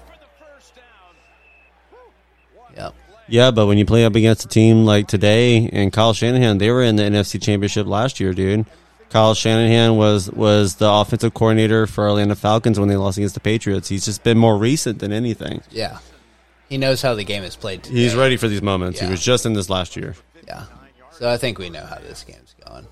Speaker 1: Yep.
Speaker 2: Yeah, but when you play up against a team like today and Kyle Shanahan, they were in the NFC Championship last year, dude. Kyle Shanahan was was the offensive coordinator for Atlanta Falcons when they lost against the Patriots. He's just been more recent than anything.
Speaker 1: Yeah. He knows how the game is played. Today.
Speaker 2: He's ready for these moments.
Speaker 1: Yeah.
Speaker 2: He was just in this last year.
Speaker 1: Yeah. So I think we know how this game's going.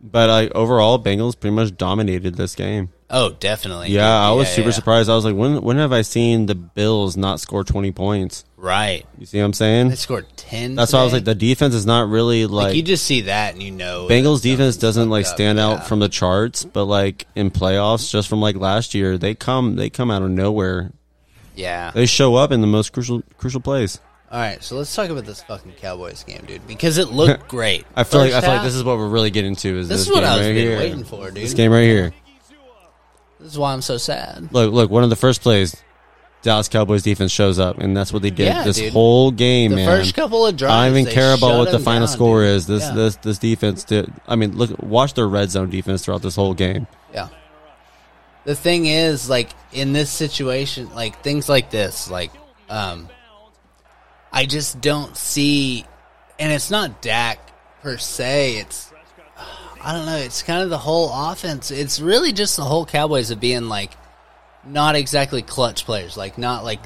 Speaker 2: But like overall, Bengals pretty much dominated this game.
Speaker 1: Oh, definitely.
Speaker 2: Yeah, I was super
Speaker 1: yeah.
Speaker 2: surprised. I was like, when when have I seen the Bills not score twenty points?
Speaker 1: Right.
Speaker 2: You see what I'm saying?
Speaker 1: They scored 10.
Speaker 2: That's why I was
Speaker 1: today.
Speaker 2: like, the defense is not really
Speaker 1: Like,
Speaker 2: like
Speaker 1: you just see that and you know.
Speaker 2: Bengals
Speaker 1: that
Speaker 2: defense
Speaker 1: something's
Speaker 2: doesn't
Speaker 1: fucked
Speaker 2: like
Speaker 1: up.
Speaker 2: stand
Speaker 1: Yeah.
Speaker 2: out from the charts, but like in playoffs, just from like last year, they come they come out of nowhere.
Speaker 1: Yeah.
Speaker 2: They show up in the most crucial crucial plays.
Speaker 1: All right. So let's talk about this fucking Cowboys game, dude, because it looked great.
Speaker 2: I feel like
Speaker 1: First
Speaker 2: I feel like
Speaker 1: half,
Speaker 2: this is what we're really getting to. Is
Speaker 1: This
Speaker 2: this,
Speaker 1: is what
Speaker 2: game
Speaker 1: I was
Speaker 2: right
Speaker 1: been
Speaker 2: here?
Speaker 1: waiting for, dude.
Speaker 2: This game right here.
Speaker 1: This is why I'm so sad.
Speaker 2: Look, look, one of the first plays, Dallas Cowboys defense shows up, and that's what they did
Speaker 1: Yeah,
Speaker 2: this
Speaker 1: dude.
Speaker 2: whole game,
Speaker 1: The
Speaker 2: man.
Speaker 1: first couple of drives.
Speaker 2: I don't even
Speaker 1: they
Speaker 2: care about
Speaker 1: shut
Speaker 2: what the
Speaker 1: them
Speaker 2: final
Speaker 1: down,
Speaker 2: score
Speaker 1: dude.
Speaker 2: is. This
Speaker 1: Yeah.
Speaker 2: this this defense did. I mean, look, watch their red zone defense throughout this whole game.
Speaker 1: Yeah. The thing is, like in this situation, like things like this, like um, I just don't see, and it's not Dak per se. It's I don't know. It's kind of the whole offense. It's really just the whole Cowboys of being like not exactly clutch players. Like not like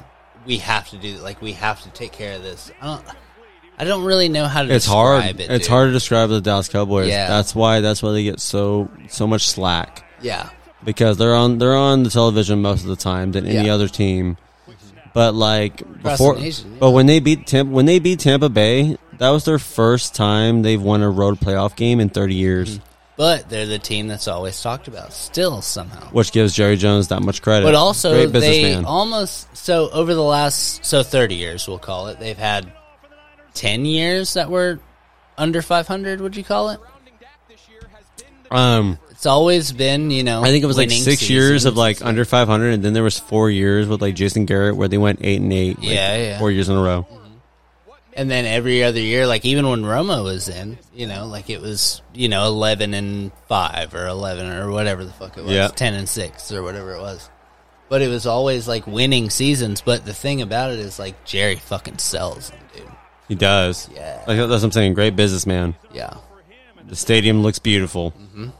Speaker 1: we have to do. Like we have to take care of this. I don't. I don't really know how to.
Speaker 2: It's hard.
Speaker 1: describe It,
Speaker 2: it's
Speaker 1: dude.
Speaker 2: hard to describe the Dallas Cowboys.
Speaker 1: Yeah.
Speaker 2: That's why. That's why they get so so much slack
Speaker 1: Yeah.
Speaker 2: because they're on they're on the television most of the time than any
Speaker 1: Yeah.
Speaker 2: other team. But like
Speaker 1: Across
Speaker 2: before,
Speaker 1: the nation,
Speaker 2: but
Speaker 1: yeah.
Speaker 2: when they beat Tampa, when they beat Tampa Bay, that was their first time they've won a road playoff game in 30 years,
Speaker 1: Mm-hmm. But they're the team that's always talked about. Still somehow.
Speaker 2: which gives Jerry Jones that much credit.
Speaker 1: But also,
Speaker 2: Great
Speaker 1: they
Speaker 2: businessman.
Speaker 1: almost so over the last so thirty years, we'll call it. They've had ten years that were under five hundred. Would you call it?
Speaker 2: um,
Speaker 1: It's always been, you know.
Speaker 2: I think it was like
Speaker 1: winning
Speaker 2: six years of
Speaker 1: seasons.
Speaker 2: like under 500, and then there was four years with like Jason Garrett where they went eight and eight, like,
Speaker 1: Yeah, yeah.
Speaker 2: four years in a row.
Speaker 1: and then every other year, like even when Roma was in, you know, like it was you know eleven and five or eleven or whatever the fuck it was,
Speaker 2: Yeah.
Speaker 1: ten and six or whatever it was. But it was always like winning seasons. But the thing about it is, like Jerry fucking sells them, dude.
Speaker 2: He does.
Speaker 1: Yeah.
Speaker 2: Like, that's what I'm saying. Great businessman.
Speaker 1: Yeah.
Speaker 2: The stadium looks beautiful.
Speaker 1: And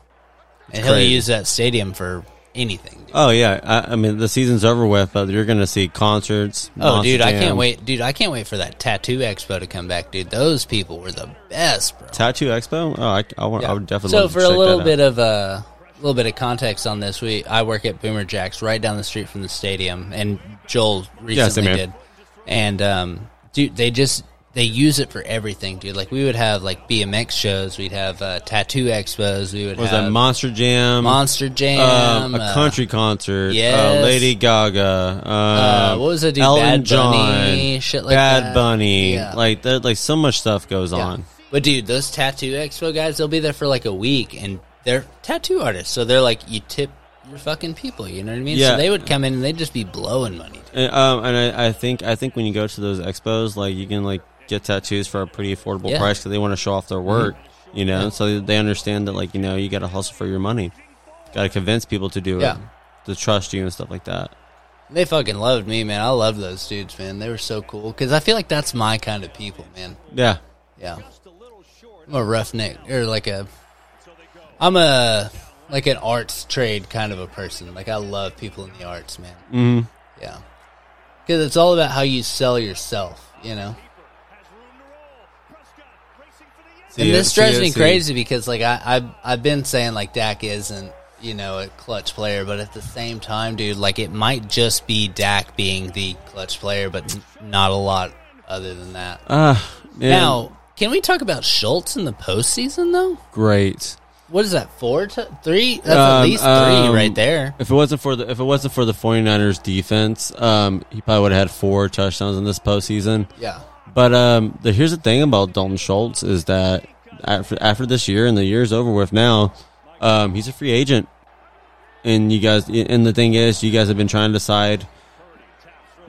Speaker 1: he'll
Speaker 2: crazy.
Speaker 1: use that stadium for anything. Dude.
Speaker 2: Oh yeah, I, I mean the season's over with, but you're gonna see concerts.
Speaker 1: Oh, dude, I
Speaker 2: Monster Jam.
Speaker 1: can't wait, dude! I can't wait for that tattoo expo to come back, dude. Those people were the best, bro.
Speaker 2: Tattoo Expo. Oh, I, I, want,
Speaker 1: Yeah.
Speaker 2: I would definitely.
Speaker 1: so
Speaker 2: love to
Speaker 1: for a
Speaker 2: check
Speaker 1: little
Speaker 2: that out.
Speaker 1: bit of uh, a little bit of context on this, we I work at Boomer Jacks right down the street from the stadium, and Joel recently
Speaker 2: man.
Speaker 1: did. And um, dude, they just they use it for everything, dude. Like we would have like BMX shows, we'd have uh, tattoo expos, we would
Speaker 2: was
Speaker 1: have
Speaker 2: that Monster Jam?
Speaker 1: Monster Jam,
Speaker 2: um, a
Speaker 1: uh,
Speaker 2: country concert, uh,
Speaker 1: yes.
Speaker 2: Lady Gaga, uh,
Speaker 1: Uh, what was that dude?
Speaker 2: Elton
Speaker 1: Bad
Speaker 2: John,
Speaker 1: Bunny, shit like
Speaker 2: Bad
Speaker 1: that.
Speaker 2: Bunny,
Speaker 1: Yeah.
Speaker 2: like that, like so much stuff goes
Speaker 1: Yeah.
Speaker 2: on.
Speaker 1: But dude, those tattoo expo guys, they'll be there for like a week, and they're tattoo artists, so they're like you tip your fucking people. You know what I mean? So
Speaker 2: Yeah.
Speaker 1: they would come in and they'd just be blowing money. dude.
Speaker 2: And, um, and I, I think I think when you go to those expos, like you can like get tattoos for a pretty affordable
Speaker 1: Yeah. Mm-hmm.
Speaker 2: price because they want to show off their work, you know. So they understand that like you know you got to hustle for your money, got to convince people to do
Speaker 1: Yeah.
Speaker 2: it, to trust you and stuff like that.
Speaker 1: They fucking loved me, man. I loved those dudes, man. They were so cool because I feel like that's my kind of people, man.
Speaker 2: Yeah,
Speaker 1: Yeah, I'm a roughneck or like a, I'm a like an arts trade kind of a person. Like I love people in the arts, man. Mm.
Speaker 2: Mm-hmm.
Speaker 1: Yeah, because it's all about how you sell yourself, you know.
Speaker 2: See
Speaker 1: and
Speaker 2: it,
Speaker 1: this
Speaker 2: see
Speaker 1: drives
Speaker 2: it,
Speaker 1: me
Speaker 2: see it.
Speaker 1: crazy because like I, I I've been saying like Dak isn't you know a clutch player, but at the same time, dude, like it might just be Dak being the clutch player, but n- not a lot other than that.
Speaker 2: Ah, man,
Speaker 1: Now, can we talk about Schultz in the postseason though?
Speaker 2: great.
Speaker 1: What is that four to three? That's at
Speaker 2: Um,
Speaker 1: least three
Speaker 2: um,
Speaker 1: right there.
Speaker 2: If it wasn't for the if it wasn't for the 49ers defense, um, he probably would have had four touchdowns in this postseason.
Speaker 1: Yeah,
Speaker 2: But um, the, here's the thing about Dalton Schultz is that after, after this year and the year's over with now, um, he's a free agent, and you guys and the thing is you guys have been trying to decide.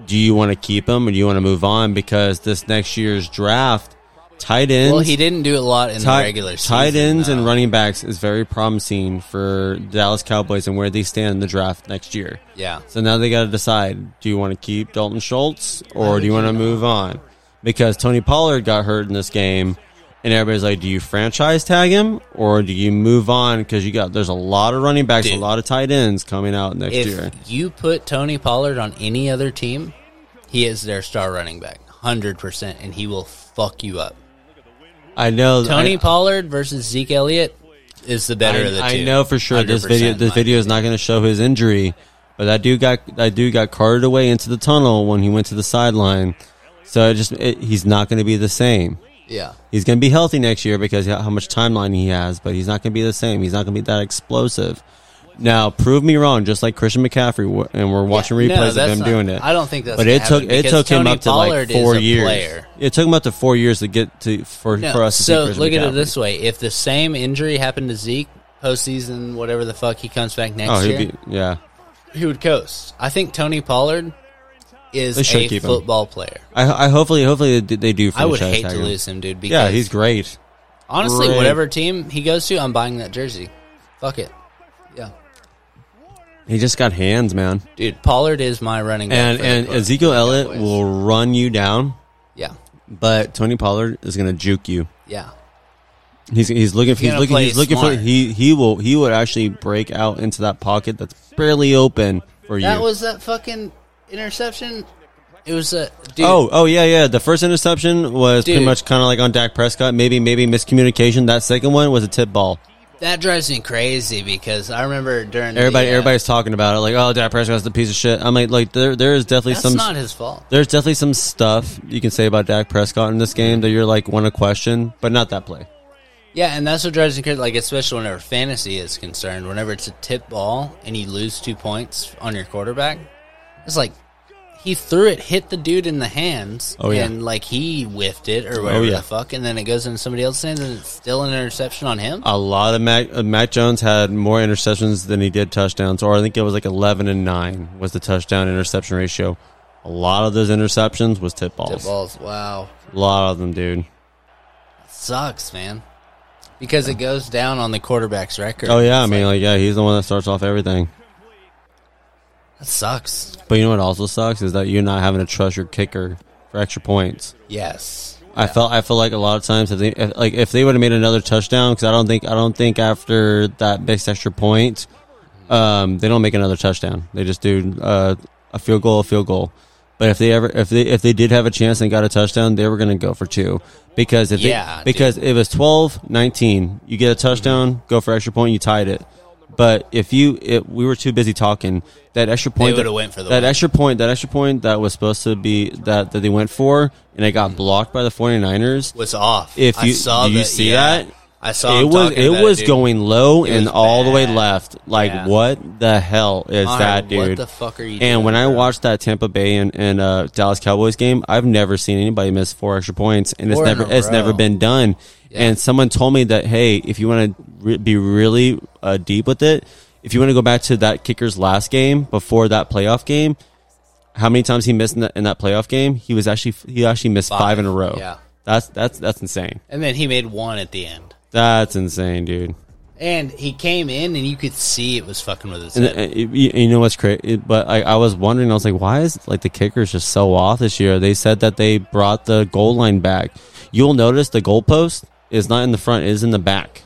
Speaker 2: Do you want to keep him or do you want to move on? Because this next year's draft, tight ends.
Speaker 1: well, he didn't do a lot in
Speaker 2: Ti-
Speaker 1: the regular season.
Speaker 2: tight ends
Speaker 1: though.
Speaker 2: and running backs is very promising for Dallas Cowboys and where they stand in the draft next year.
Speaker 1: Yeah,
Speaker 2: So now they got to decide: do you want to keep Dalton Schultz or do you want to move on? Because Tony Pollard got hurt in this game, and everybody's like, "Do you franchise tag him or do you move on?" Because you got there's a lot of running backs,
Speaker 1: Dude.
Speaker 2: a lot of tight ends coming out next
Speaker 1: if
Speaker 2: year.
Speaker 1: you put Tony Pollard on any other team, he is their star running back, hundred percent, and he will fuck you up.
Speaker 2: I know
Speaker 1: Tony
Speaker 2: I,
Speaker 1: Pollard versus Zeke Elliott is the better
Speaker 2: I,
Speaker 1: of the two.
Speaker 2: I know for sure this
Speaker 1: 100%,
Speaker 2: video this
Speaker 1: like,
Speaker 2: video is not going to show his injury, but that dude got that dude got carted away into the tunnel when he went to the sideline. So it just it, he's not going to be the same.
Speaker 1: Yeah,
Speaker 2: He's going to be healthy next year because how how much timeline he has, but he's not going to be the same. He's not going to be that explosive. Now, prove me wrong, just like Christian McCaffrey, w- and we're watching
Speaker 1: Yeah, no,
Speaker 2: replays of
Speaker 1: that's
Speaker 2: him
Speaker 1: not-
Speaker 2: doing it.
Speaker 1: I don't think that's
Speaker 2: But
Speaker 1: gonna
Speaker 2: it took
Speaker 1: happen
Speaker 2: it
Speaker 1: because
Speaker 2: took him
Speaker 1: Tony
Speaker 2: up to
Speaker 1: Pollard
Speaker 2: like
Speaker 1: is
Speaker 2: four
Speaker 1: a
Speaker 2: years.
Speaker 1: player.
Speaker 2: It took him up to four years to get to for
Speaker 1: No,
Speaker 2: for us. To see
Speaker 1: so
Speaker 2: Christian
Speaker 1: look at it
Speaker 2: McCaffrey.
Speaker 1: this way: if the same injury happened to Zeke postseason, whatever the fuck he comes back next
Speaker 2: Oh, he'd
Speaker 1: year,
Speaker 2: be, yeah.
Speaker 1: he would coast. I think Tony Pollard is
Speaker 2: They should
Speaker 1: a
Speaker 2: keep him.
Speaker 1: football player.
Speaker 2: I, I hopefully hopefully they do- they do.
Speaker 1: I would
Speaker 2: franchise
Speaker 1: hate
Speaker 2: tag
Speaker 1: to
Speaker 2: him.
Speaker 1: lose him, dude. Because
Speaker 2: Yeah, he's great.
Speaker 1: Honestly,
Speaker 2: Great.
Speaker 1: whatever team he goes to, I'm buying that jersey. Fuck it. Yeah.
Speaker 2: He just got hands, man.
Speaker 1: Dude, Pollard is my running back.
Speaker 2: And
Speaker 1: for the
Speaker 2: and
Speaker 1: Cowboys.
Speaker 2: Ezekiel Elliott
Speaker 1: Cowboys.
Speaker 2: will run you down,
Speaker 1: Yeah.
Speaker 2: but Tony Pollard is going to juke you.
Speaker 1: Yeah.
Speaker 2: He's, he's looking for
Speaker 1: He's
Speaker 2: he's
Speaker 1: gonna
Speaker 2: looking
Speaker 1: play
Speaker 2: he's looking
Speaker 1: smart.
Speaker 2: for he he will he would actually break out into that pocket that's barely open for you.
Speaker 1: That was that fucking interception. It was a dude.
Speaker 2: oh oh yeah yeah. The first interception was
Speaker 1: Dude.
Speaker 2: pretty much kind of like on Dak Prescott. Maybe maybe miscommunication. That second one was a tip ball.
Speaker 1: that drives me crazy because I remember during
Speaker 2: Everybody
Speaker 1: the, uh,
Speaker 2: everybody's talking about it like oh Dak Prescott's a piece of shit. I'm like like there there is definitely
Speaker 1: That's
Speaker 2: some
Speaker 1: not his fault.
Speaker 2: there's definitely some stuff you can say about Dak Prescott in this game that you're like want to question, but not that play.
Speaker 1: Yeah, and that's what drives me crazy. Like especially whenever fantasy is concerned, whenever it's a tip ball and you lose two points on your quarterback, it's like he threw it, hit the dude in the hands,
Speaker 2: Oh, yeah. Oh,
Speaker 1: and like he whiffed it or whatever
Speaker 2: yeah.
Speaker 1: the fuck, and then it goes into somebody else's hands, and it's still an interception on him.
Speaker 2: A lot of Mac, uh, Mac Jones had more interceptions than he did touchdowns, or I think it was like eleven and nine was the touchdown interception ratio. A lot of those interceptions was tip balls.
Speaker 1: Tip balls, wow,
Speaker 2: A lot of them, dude.
Speaker 1: sucks, man, because it goes down on the quarterback's record.
Speaker 2: Oh yeah, I
Speaker 1: It's
Speaker 2: mean,
Speaker 1: like,
Speaker 2: like yeah, he's the one that starts off everything.
Speaker 1: that sucks.
Speaker 2: But you know what also sucks is that you're not having to trust your kicker for extra points.
Speaker 1: Yes,
Speaker 2: I felt I feel like a lot of times if they if, like if they would have made another touchdown because I don't think I don't think after that missed extra point, um, they don't make another touchdown. They just do uh, a field goal, a field goal. But if they ever if they if they did have a chance and got a touchdown, they were going to go for two because if
Speaker 1: Yeah,
Speaker 2: they, because it was 12-19, you get a touchdown, go for extra point, you tied it. But if you, it, we were too busy talking. That extra point
Speaker 1: would've
Speaker 2: that,
Speaker 1: went for the
Speaker 2: that
Speaker 1: win.
Speaker 2: extra point, that extra point that was supposed to be that that they went for, and it got blocked by the 49ers.
Speaker 1: was off.
Speaker 2: If
Speaker 1: I
Speaker 2: you-
Speaker 1: saw
Speaker 2: do you
Speaker 1: that-
Speaker 2: see
Speaker 1: yeah.
Speaker 2: that?
Speaker 1: I saw
Speaker 2: it
Speaker 1: him
Speaker 2: was
Speaker 1: talking
Speaker 2: it
Speaker 1: about
Speaker 2: was
Speaker 1: dude.
Speaker 2: going low
Speaker 1: It
Speaker 2: and
Speaker 1: was
Speaker 2: all the way
Speaker 1: bad.
Speaker 2: left. Like
Speaker 1: Yeah.
Speaker 2: what the hell is
Speaker 1: Mar,
Speaker 2: that, dude?
Speaker 1: What the fuck are you? doing,
Speaker 2: And when I
Speaker 1: bro?
Speaker 2: watched that Tampa Bay and, and uh, Dallas Cowboys game, I've never seen anybody miss four extra points, and it's
Speaker 1: Four in
Speaker 2: never
Speaker 1: a
Speaker 2: it's never
Speaker 1: row.
Speaker 2: been done. And someone told me that hey, if you want to re- be really uh, deep with it, if you want to go back to that kicker's last game before that playoff game, how many times he missed in that, in that playoff game? He was actually he actually missed five,
Speaker 1: Five,
Speaker 2: in a row.
Speaker 1: yeah.
Speaker 2: that's that's that's insane.
Speaker 1: and then he made one at the end,
Speaker 2: That's insane, dude.
Speaker 1: and he came in, and you could see it was fucking with his
Speaker 2: And,
Speaker 1: head.
Speaker 2: uh, you, you know what's crazy? But I, I was wondering, I was like, why is like the kickers just so off this year? They said that they brought the goal line back. You'll notice the goalpost is not in the front; it is in the back.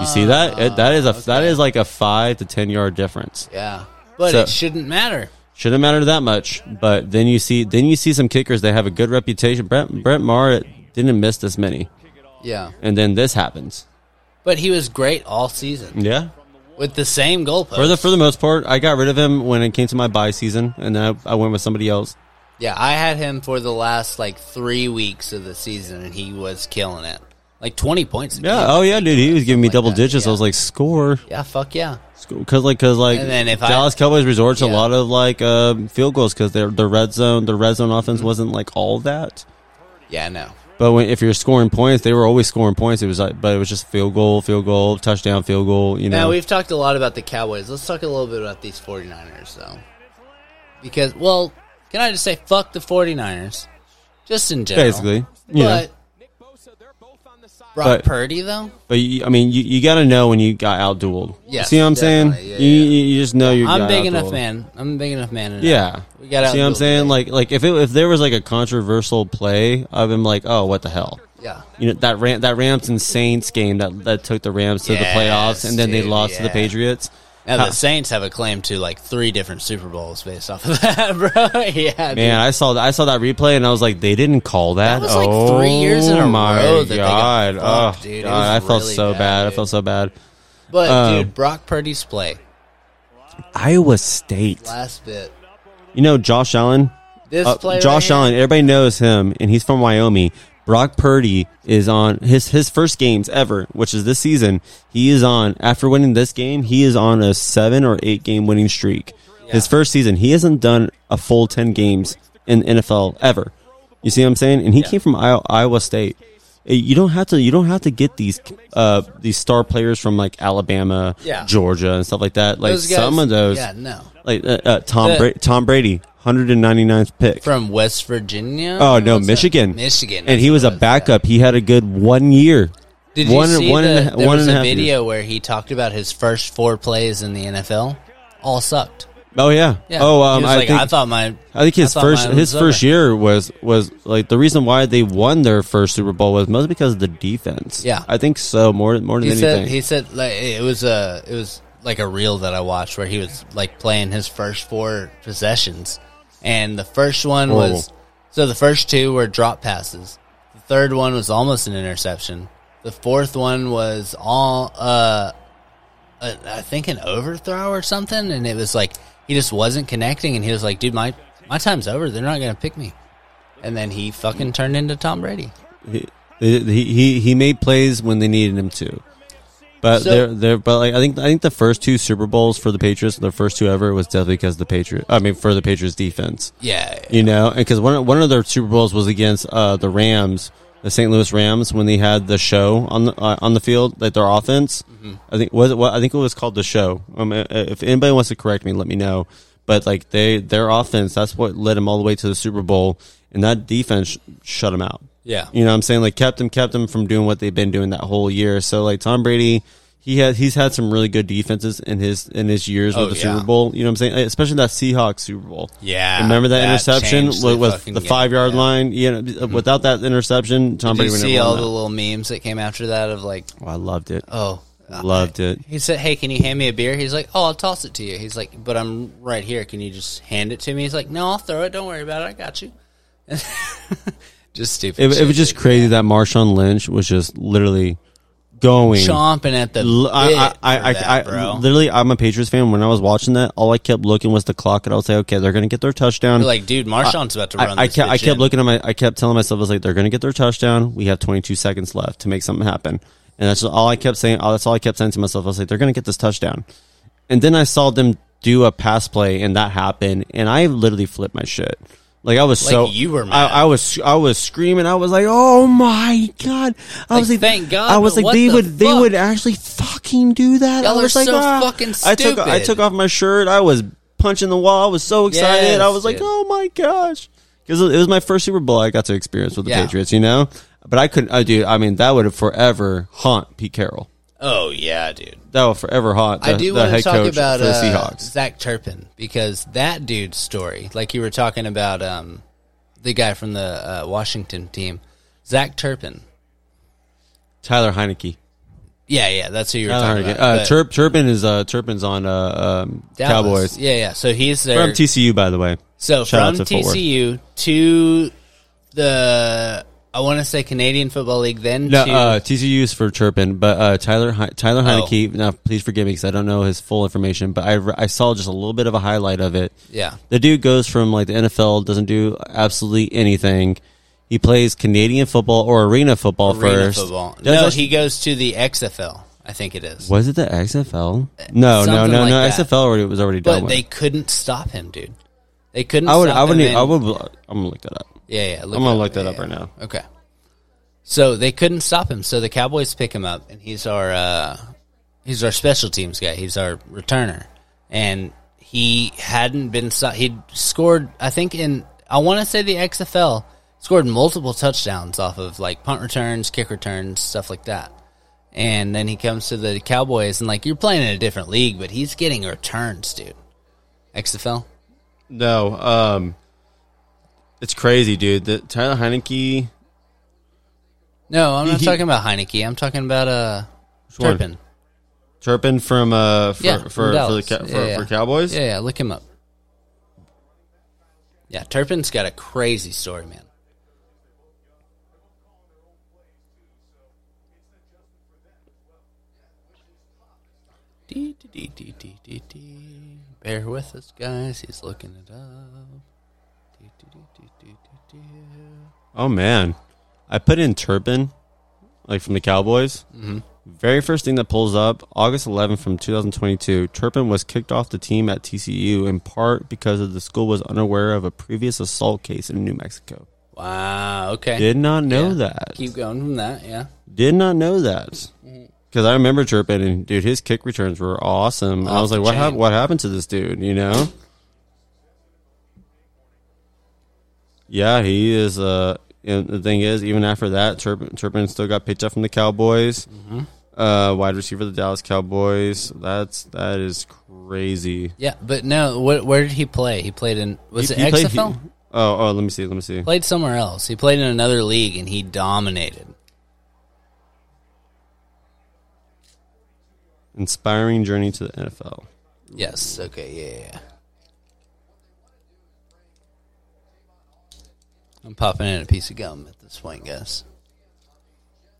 Speaker 2: you see that? It, that is a that is like a five to ten yard difference.
Speaker 1: Yeah, but
Speaker 2: So-
Speaker 1: it shouldn't matter.
Speaker 2: Shouldn't matter that much, but then you see then you see some kickers that have a good reputation. Brent Brent Maher didn't miss this many,
Speaker 1: Yeah,
Speaker 2: and then this happens.
Speaker 1: but he was great all season
Speaker 2: Yeah.
Speaker 1: with the same goalpost.
Speaker 2: For the for the most part, I got rid of him when it came to my buy season, and then I, I went with somebody else.
Speaker 1: yeah, I had him for the last like three weeks of the season, and he was killing it, like twenty points. a
Speaker 2: Yeah.
Speaker 1: game.
Speaker 2: Oh yeah, dude. He was giving
Speaker 1: Something
Speaker 2: me
Speaker 1: like
Speaker 2: double
Speaker 1: that,
Speaker 2: digits. I was
Speaker 1: yeah.
Speaker 2: like, score,
Speaker 1: yeah, fuck yeah.
Speaker 2: because like because like
Speaker 1: And then if I-
Speaker 2: Dallas Cowboys resort to
Speaker 1: Yeah.
Speaker 2: a lot of like um field goals because their the red zone the red zone offense
Speaker 1: Mm-hmm.
Speaker 2: wasn't like all that.
Speaker 1: Yeah, no.
Speaker 2: But when, if you're scoring points, they were always scoring points. It was like, but it was just field goal, field goal, touchdown, field goal. You know,
Speaker 1: Now, we've talked a lot about the Cowboys. Let's talk a little bit about these 49ers, though. Because, well, can I just say, fuck the 49ers? Just in general.
Speaker 2: basically.
Speaker 1: But
Speaker 2: You know.
Speaker 1: Brock
Speaker 2: But-
Speaker 1: Purdy, though?
Speaker 2: But you, I mean, you, you got to know when you got out dueled.
Speaker 1: Yes,
Speaker 2: See what I'm saying?
Speaker 1: definitely. Yeah,
Speaker 2: you,
Speaker 1: yeah.
Speaker 2: you- you just know you.
Speaker 1: I'm
Speaker 2: got
Speaker 1: big enough
Speaker 2: outdueled.
Speaker 1: man. I'm a big enough man. enough.
Speaker 2: Yeah,
Speaker 1: We got
Speaker 2: See what I'm
Speaker 1: outdueled
Speaker 2: saying?
Speaker 1: today.
Speaker 2: Like, like if it, if there was like a controversial play, I've been like, oh, what the hell?
Speaker 1: Yeah.
Speaker 2: you know that Ram, that Rams and Saints game that that took the Rams to
Speaker 1: Yes,
Speaker 2: the playoffs and then they
Speaker 1: dude,
Speaker 2: lost to the
Speaker 1: yeah.
Speaker 2: Patriots.
Speaker 1: Now,
Speaker 2: Huh.
Speaker 1: the Saints have a claim to, like, three different Super Bowls based off of that, bro. yeah,
Speaker 2: Man,
Speaker 1: dude.
Speaker 2: I saw that I saw that replay and I was like, they didn't call that.
Speaker 1: was, like, three years in a
Speaker 2: Oh my
Speaker 1: row that they got
Speaker 2: god,
Speaker 1: fucked,
Speaker 2: oh
Speaker 1: dude. It
Speaker 2: god, I
Speaker 1: was
Speaker 2: felt
Speaker 1: really
Speaker 2: so
Speaker 1: bad,
Speaker 2: bad.
Speaker 1: dude.
Speaker 2: I felt so bad.
Speaker 1: But,
Speaker 2: um,
Speaker 1: dude, Brock Purdy's play.
Speaker 2: Iowa State.
Speaker 1: Last bit.
Speaker 2: You know Josh Allen.
Speaker 1: This
Speaker 2: Uh,
Speaker 1: play.
Speaker 2: Josh
Speaker 1: right
Speaker 2: Allen.
Speaker 1: here-
Speaker 2: Everybody knows him, and he's from Wyoming. Brock Purdy is on his his first games ever, which is this season. He is on after winning this game. He is on a seven or eight game winning streak. His first season, he hasn't done a full ten games in NFL ever. You see what I'm saying? And he came from Iowa, Iowa State. Uh, You don't have to. You don't have to get these uh, these star players from like Alabama,
Speaker 1: Yeah.
Speaker 2: Georgia, and stuff like that. Like
Speaker 1: Those guys-
Speaker 2: some of those,
Speaker 1: Yeah, no.
Speaker 2: like uh, uh, Tom
Speaker 1: The-
Speaker 2: Bra- Tom Brady, 199th pick.
Speaker 1: From West Virginia?
Speaker 2: Oh no,
Speaker 1: What's that?
Speaker 2: Michigan,
Speaker 1: Michigan.
Speaker 2: and he was a
Speaker 1: that's what it
Speaker 2: backup. He had a good one year.
Speaker 1: Did
Speaker 2: one,
Speaker 1: you see
Speaker 2: one
Speaker 1: the,
Speaker 2: and a-
Speaker 1: there
Speaker 2: one
Speaker 1: was
Speaker 2: and a
Speaker 1: a
Speaker 2: half years.
Speaker 1: video where he talked about his first four plays in the NFL? All sucked.
Speaker 2: Oh yeah.
Speaker 1: Yeah.
Speaker 2: Oh,
Speaker 1: He
Speaker 2: um,
Speaker 1: was
Speaker 2: I
Speaker 1: like,
Speaker 2: think
Speaker 1: I thought my
Speaker 2: I think his
Speaker 1: I thought
Speaker 2: first
Speaker 1: mine
Speaker 2: his
Speaker 1: was
Speaker 2: first
Speaker 1: over.
Speaker 2: year was was like the reason why they won their first Super Bowl was mostly because of the defense.
Speaker 1: Yeah.
Speaker 2: I think so more more
Speaker 1: he
Speaker 2: than anything.
Speaker 1: said he said like it was a it was like a reel that I watched where he was like playing his first four possessions, and the first one was
Speaker 2: Horrible.
Speaker 1: so the first two were drop passes, the third one was almost an interception, the fourth one was all uh, a, I think an overthrow or something, and it was like he just wasn't connecting, and he was like, dude, my my time's over, they're not gonna pick me, and then he fucking turned into Tom Brady.
Speaker 2: he, he he he made plays when they needed him to. But
Speaker 1: So-
Speaker 2: they're, they're but like I think I think the first two Super Bowls for the Patriots, their first two ever, was definitely because of the Patriot. I mean, for the Patriots defense.
Speaker 1: Yeah,
Speaker 2: you know, because one one of their Super Bowls was against uh, the Rams, the St. Louis Rams, when they had the show on the uh, on the field, like their offense. I think was it, well, I think it was called the show. Um, uh, if anybody wants to correct me, let me know. But like they their offense, that's what led them all the way to the Super Bowl, and that defense sh- shut them out.
Speaker 1: Yeah.
Speaker 2: you know what I'm saying like kept them kept them from doing what they've been doing that whole year. So like Tom Brady. He had he's had some really good defenses in his in his years
Speaker 1: Oh,
Speaker 2: with the
Speaker 1: yeah.
Speaker 2: Super Bowl. You know what I'm saying? Eh, Especially that Seahawks Super Bowl.
Speaker 1: Yeah,
Speaker 2: Remember that,
Speaker 1: that
Speaker 2: interception
Speaker 1: changed the
Speaker 2: with, with
Speaker 1: fucking
Speaker 2: the
Speaker 1: game,
Speaker 2: five yard
Speaker 1: yeah. Mm-hmm.
Speaker 2: line? You know, without that interception, Tom
Speaker 1: Did
Speaker 2: Brady
Speaker 1: you
Speaker 2: would
Speaker 1: see
Speaker 2: have
Speaker 1: all
Speaker 2: won
Speaker 1: the
Speaker 2: that.
Speaker 1: little memes that came after that of like,
Speaker 2: Oh, I loved it.
Speaker 1: oh,
Speaker 2: loved it.
Speaker 1: he said, hey, can you hand me a beer? He's like, oh, I'll toss it to you. He's like, but I'm right here. Can you just hand it to me? He's like, no, I'll throw it. Don't worry about it. I got you. just stupid.
Speaker 2: It, it
Speaker 1: shit,
Speaker 2: was just
Speaker 1: dude.
Speaker 2: crazy that Marshawn Lynch was just literally going.
Speaker 1: chomping at the
Speaker 2: L-
Speaker 1: bit
Speaker 2: I, I,
Speaker 1: for
Speaker 2: I,
Speaker 1: that,
Speaker 2: I,
Speaker 1: bro.
Speaker 2: literally, I'm a Patriots fan. When I was watching that, all I kept looking was the clock, and I was like, okay, they're gonna get their touchdown.
Speaker 1: You're like, dude, Marshawn's about to run.
Speaker 2: I, I
Speaker 1: this
Speaker 2: kept, I
Speaker 1: bitch
Speaker 2: kept
Speaker 1: in.
Speaker 2: looking at my, I kept telling myself, I was like, they're going to get their touchdown. We have 22 seconds left to make something happen. And that's all I kept saying. All, that's all I kept saying to myself. I was like, they're going to get this touchdown. And then I saw them do a pass play and that happened. And I literally flipped my shit. Like I was
Speaker 1: Like
Speaker 2: so
Speaker 1: you were mad.
Speaker 2: I, I was I was screaming. I was like, "Oh my god!" I was like,
Speaker 1: thank God,
Speaker 2: I was
Speaker 1: but
Speaker 2: like,
Speaker 1: what
Speaker 2: they
Speaker 1: the
Speaker 2: would they
Speaker 1: fuck?
Speaker 2: would actually fucking do that.
Speaker 1: Y'all
Speaker 2: I
Speaker 1: are
Speaker 2: was like,
Speaker 1: so
Speaker 2: "Ah."
Speaker 1: fucking
Speaker 2: I took I
Speaker 1: stupid.
Speaker 2: took off my shirt. I was punching the wall. I was so excited.
Speaker 1: Yes,
Speaker 2: I was like,
Speaker 1: dude.
Speaker 2: "Oh my gosh!" Because it was my first Super Bowl I got to experience with the
Speaker 1: Yeah.
Speaker 2: Patriots. You know, but I couldn't. I do. I mean, that would have forever haunt Pete Carroll.
Speaker 1: Oh yeah, dude.
Speaker 2: That would forever haunt. The,
Speaker 1: I do
Speaker 2: the
Speaker 1: want to
Speaker 2: head
Speaker 1: talk
Speaker 2: coach
Speaker 1: about
Speaker 2: for the
Speaker 1: uh,
Speaker 2: Seahawks.
Speaker 1: Zach Turpin because that dude's story, like you were talking about, um, the guy from the uh, Washington team, Zach Turpin.
Speaker 2: Tyler Heineke.
Speaker 1: Yeah, yeah, that's who you were
Speaker 2: Tyler
Speaker 1: talking
Speaker 2: Heineke.
Speaker 1: about.
Speaker 2: Uh,
Speaker 1: but
Speaker 2: Turp, Turpin is uh, Turpin's on uh, um,
Speaker 1: Dallas-
Speaker 2: Cowboys
Speaker 1: Yeah, yeah. So he's there.
Speaker 2: from TCU, by the way.
Speaker 1: So
Speaker 2: Shout
Speaker 1: from
Speaker 2: out to Fort Worth.
Speaker 1: TCU to the I want to say Canadian Football League, then
Speaker 2: No,
Speaker 1: to
Speaker 2: uh, TCU is for Turpin, but uh, Tyler Hei-
Speaker 1: Oh.
Speaker 2: Tyler Heineke. Now, please forgive me because I don't know his full information, but I, re- I saw just a little bit of a highlight of it.
Speaker 1: yeah,
Speaker 2: The dude goes from like the NFL, doesn't do absolutely anything. He plays Canadian football or arena football
Speaker 1: arena
Speaker 2: first.
Speaker 1: football.
Speaker 2: Does
Speaker 1: No,
Speaker 2: that-
Speaker 1: he goes to the XFL. I think it is.
Speaker 2: was it the XFL? No, no,
Speaker 1: something
Speaker 2: no,
Speaker 1: like
Speaker 2: no.
Speaker 1: that.
Speaker 2: XFL already was already done.
Speaker 1: But they couldn't stop him, dude. They couldn't.
Speaker 2: I would,
Speaker 1: Stop
Speaker 2: I would,
Speaker 1: him
Speaker 2: need,
Speaker 1: and-
Speaker 2: I would. I'm gonna look that up.
Speaker 1: Yeah, yeah. Look
Speaker 2: I'm gonna
Speaker 1: it
Speaker 2: look that
Speaker 1: Yeah,
Speaker 2: up right
Speaker 1: yeah.
Speaker 2: now.
Speaker 1: Okay. So they couldn't stop him. So the Cowboys pick him up, and he's our uh, he's our special teams guy. He's our returner, and he hadn't been so- he'd scored. I think in I want to say the XFL scored multiple touchdowns off of like punt returns, kick returns, stuff like that. And then he comes to the Cowboys, and like you're playing in a different league, but he's getting returns, dude. XFL.
Speaker 2: No, um, it's crazy, dude. The Tyler Heineke.
Speaker 1: No, I'm not
Speaker 2: He-
Speaker 1: talking about Heineke. I'm talking about uh
Speaker 2: one?
Speaker 1: Turpin.
Speaker 2: Turpin from uh for
Speaker 1: Yeah,
Speaker 2: for,
Speaker 1: from
Speaker 2: for, the
Speaker 1: Dallas.
Speaker 2: ca- for,
Speaker 1: Yeah, yeah.
Speaker 2: for Cowboys.
Speaker 1: Yeah, yeah, look him up. Yeah, Turpin's got a crazy story, man. Dee, dee, dee, dee, dee, dee, dee. Bear with us, guys. He's looking it up. Dee, dee, dee, dee, dee, dee, dee.
Speaker 2: Oh man, I put in Turpin, like from the Cowboys. Very first thing that pulls up, August 11th from 2022. Turpin was kicked off the team at TCU in part because of the school was unaware of a previous assault case in New Mexico.
Speaker 1: Wow. Okay.
Speaker 2: Did not know
Speaker 1: Yeah.
Speaker 2: that.
Speaker 1: Keep going from that. Yeah.
Speaker 2: Did not know that.
Speaker 1: Mm-hmm.
Speaker 2: Because I remember Turpin and dude, his kick returns were awesome. And I
Speaker 1: Off
Speaker 2: was
Speaker 1: the
Speaker 2: like, what, hap-
Speaker 1: chain.
Speaker 2: what happened to this dude? You know? Yeah, he is. Uh, and the thing is, even after that, Turpin, Turpin still got picked up from the Cowboys.
Speaker 1: Mm-hmm.
Speaker 2: Uh, wide receiver, of the Dallas Cowboys. That's that is crazy.
Speaker 1: Yeah, but no. Wh- where did he play? He played in was
Speaker 2: He-
Speaker 1: it
Speaker 2: he played-
Speaker 1: XFL?
Speaker 2: he- oh, oh, let me see. Let me see.
Speaker 1: played somewhere else. He played in another league and he dominated.
Speaker 2: Inspiring journey to the NFL.
Speaker 1: Yes. Okay. Yeah. yeah, yeah. I'm popping in a piece of gum at this point, guys.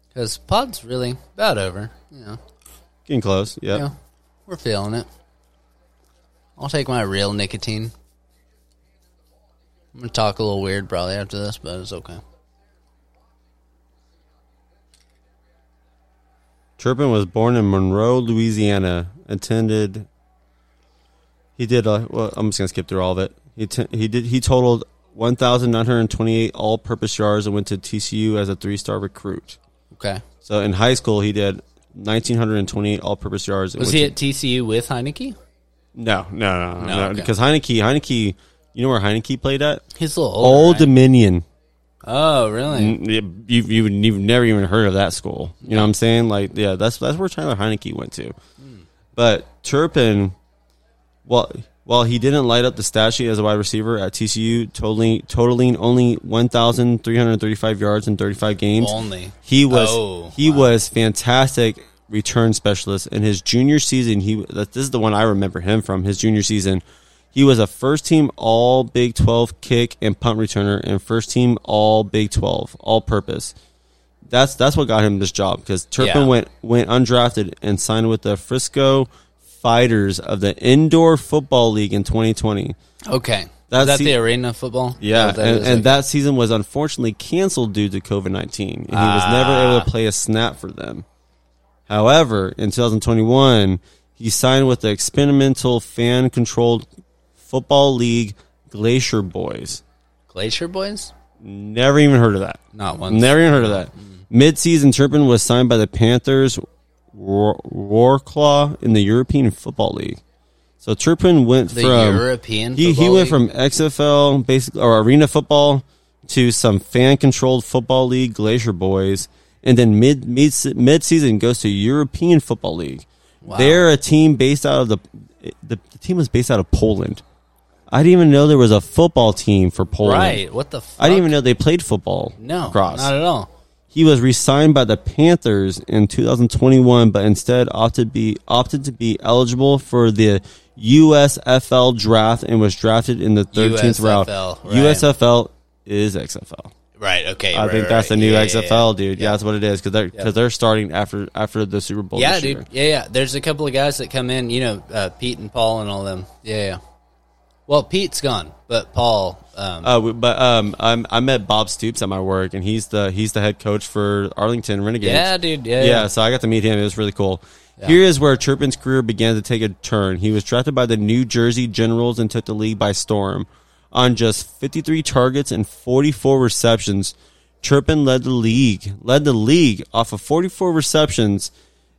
Speaker 1: Because pod's really about over. You know,
Speaker 2: Getting close. Yep.
Speaker 1: you know, we're feeling it. I'll take my real nicotine. I'm gonna talk a little weird probably after this, but it's okay.
Speaker 2: Turpin was born in Monroe, Louisiana. Attended. He did. Uh, well, I'm just gonna skip through all of it. He t- he did. He totaled 1,928 all-purpose yards and went to TCU as a three-star recruit.
Speaker 1: Okay.
Speaker 2: So in high school, he did 1,928 all-purpose yards. and
Speaker 1: Was
Speaker 2: went
Speaker 1: he
Speaker 2: to-
Speaker 1: at TCU with Heineke?
Speaker 2: No, no, no,
Speaker 1: No,
Speaker 2: no.
Speaker 1: okay.
Speaker 2: Because Heineke, Heineke, you know where Heineke played at?
Speaker 1: He's a little older,
Speaker 2: Old
Speaker 1: right?
Speaker 2: Dominion.
Speaker 1: Oh, really?
Speaker 2: N- You you would- you've never even heard of that school. You know what I'm saying? Like yeah, that's that's where Tyler Heineke went to. But Turpin, while while he didn't light up the stat sheet as a wide receiver at TCU, totaling totaling only 1,335 yards in 35 games,
Speaker 1: Only.
Speaker 2: he was
Speaker 1: Oh,
Speaker 2: he
Speaker 1: wow.
Speaker 2: was fantastic return specialist in his junior season. He that- this is the one I remember him from his junior season. He was a first team All Big Twelve kick and punt returner and first team All Big Twelve all purpose. That's that's what got him this job because Turpin
Speaker 1: Yeah.
Speaker 2: went went undrafted and signed with the Frisco Fighters of the Indoor Football League in 2020.
Speaker 1: Okay.
Speaker 2: That's
Speaker 1: Is that
Speaker 2: the-
Speaker 1: the arena football?
Speaker 2: Yeah,
Speaker 1: Oh, that
Speaker 2: and,
Speaker 1: is,
Speaker 2: and
Speaker 1: okay.
Speaker 2: that season was unfortunately canceled due to COVID 19, and he was never able
Speaker 1: Ah.
Speaker 2: to play a snap for them. However, in 2021, he signed with the experimental fan controlled football league Glacier Boys.
Speaker 1: Glacier Boys?
Speaker 2: Never even heard of that.
Speaker 1: Not once. Mm.
Speaker 2: Never even heard of that. Mid-season, Turpin was signed by the Panthers War- Warclaw in the European Football League. So Turpin went
Speaker 1: The
Speaker 2: from
Speaker 1: European
Speaker 2: he he
Speaker 1: Football
Speaker 2: went from XFL basically or arena football to some fan-controlled football league Glacier Boys, and then mid mid mid-season goes to European Football League. They're a team based out of the, the the team was based out of Poland. I didn't even know there was a football team for Poland.
Speaker 1: Right. What the fuck?
Speaker 2: I didn't even know they played football.
Speaker 1: No.
Speaker 2: across.
Speaker 1: Not at all.
Speaker 2: He was re-signed by the Panthers in 2021, but instead opted be opted to be eligible for the USFL draft and was drafted in the 13th round.
Speaker 1: USFL, right.
Speaker 2: USFL is XFL.
Speaker 1: Right. Okay.
Speaker 2: I
Speaker 1: right,
Speaker 2: think
Speaker 1: right,
Speaker 2: that's the
Speaker 1: right.
Speaker 2: new
Speaker 1: Yeah, yeah,
Speaker 2: XFL,
Speaker 1: yeah.
Speaker 2: dude. Yeah. that's what it is because they're because they're starting after after the Super Bowl.
Speaker 1: Yeah,
Speaker 2: this year.
Speaker 1: dude. Yeah, yeah. There's a couple of guys that come in, you know, uh, Pete and Paul and all them. Yeah, yeah. Well, Pete's gone, but Paul. Um,
Speaker 2: Uh, we- but um, I'm, I met Bob Stoops at my work, and he's the he's the head coach for Arlington Renegades.
Speaker 1: yeah, dude. Yeah.
Speaker 2: yeah,
Speaker 1: yeah.
Speaker 2: so I got to meet him. It was really cool. Here is where Turpin's career began to take a turn. He was drafted by the New Jersey Generals and took the league by storm. On just 53 targets and 44 receptions, Turpin led the league, led the league off of 44 receptions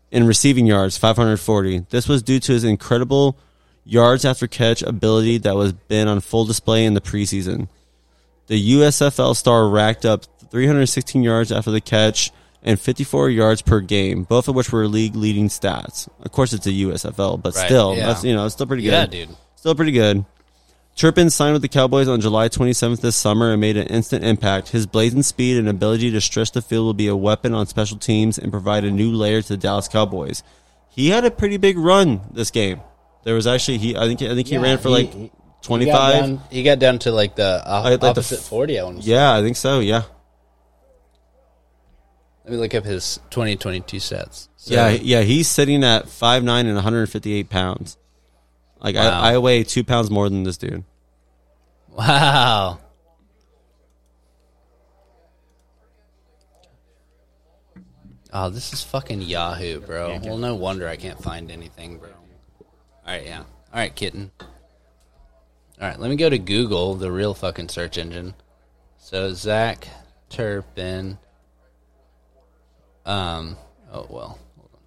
Speaker 2: in receiving yards, 540. This was due to his incredible yards after catch ability that was been on full display in the preseason. The USFL star racked up 316 yards after the catch and 54 yards per game, both of which were league leading stats. Of course, it's a USFL, but
Speaker 1: Right,
Speaker 2: still,
Speaker 1: yeah.
Speaker 2: that's you know, it's still pretty good.
Speaker 1: Yeah, dude.
Speaker 2: Still pretty good. Turpin signed with the Cowboys on July 27th this summer and made an instant impact. His blazing speed and ability to stretch the field will be a weapon on special teams and provide a new layer to the Dallas Cowboys. He had a pretty big run this game. There was actually he I think I think he ran for
Speaker 1: he-
Speaker 2: like
Speaker 1: he- He got
Speaker 2: 25.
Speaker 1: down- He got down to like the
Speaker 2: I-
Speaker 1: uh,
Speaker 2: like the f-
Speaker 1: opposite forty. I want to.
Speaker 2: yeah, I think so. Yeah.
Speaker 1: Let me look up his 2022 sets. So,
Speaker 2: Yeah, yeah, he's sitting at 5'9 and 158 pounds. Like,
Speaker 1: Wow.
Speaker 2: I, I weigh two pounds more than this dude.
Speaker 1: Wow. Oh, this is fucking Yahoo, bro. Well, no wonder I can't find anything, bro. All right, yeah. All right, kitten. All right, let me go to Google, the real fucking search engine. So Zach Turpin. Um. Oh well. Hold on.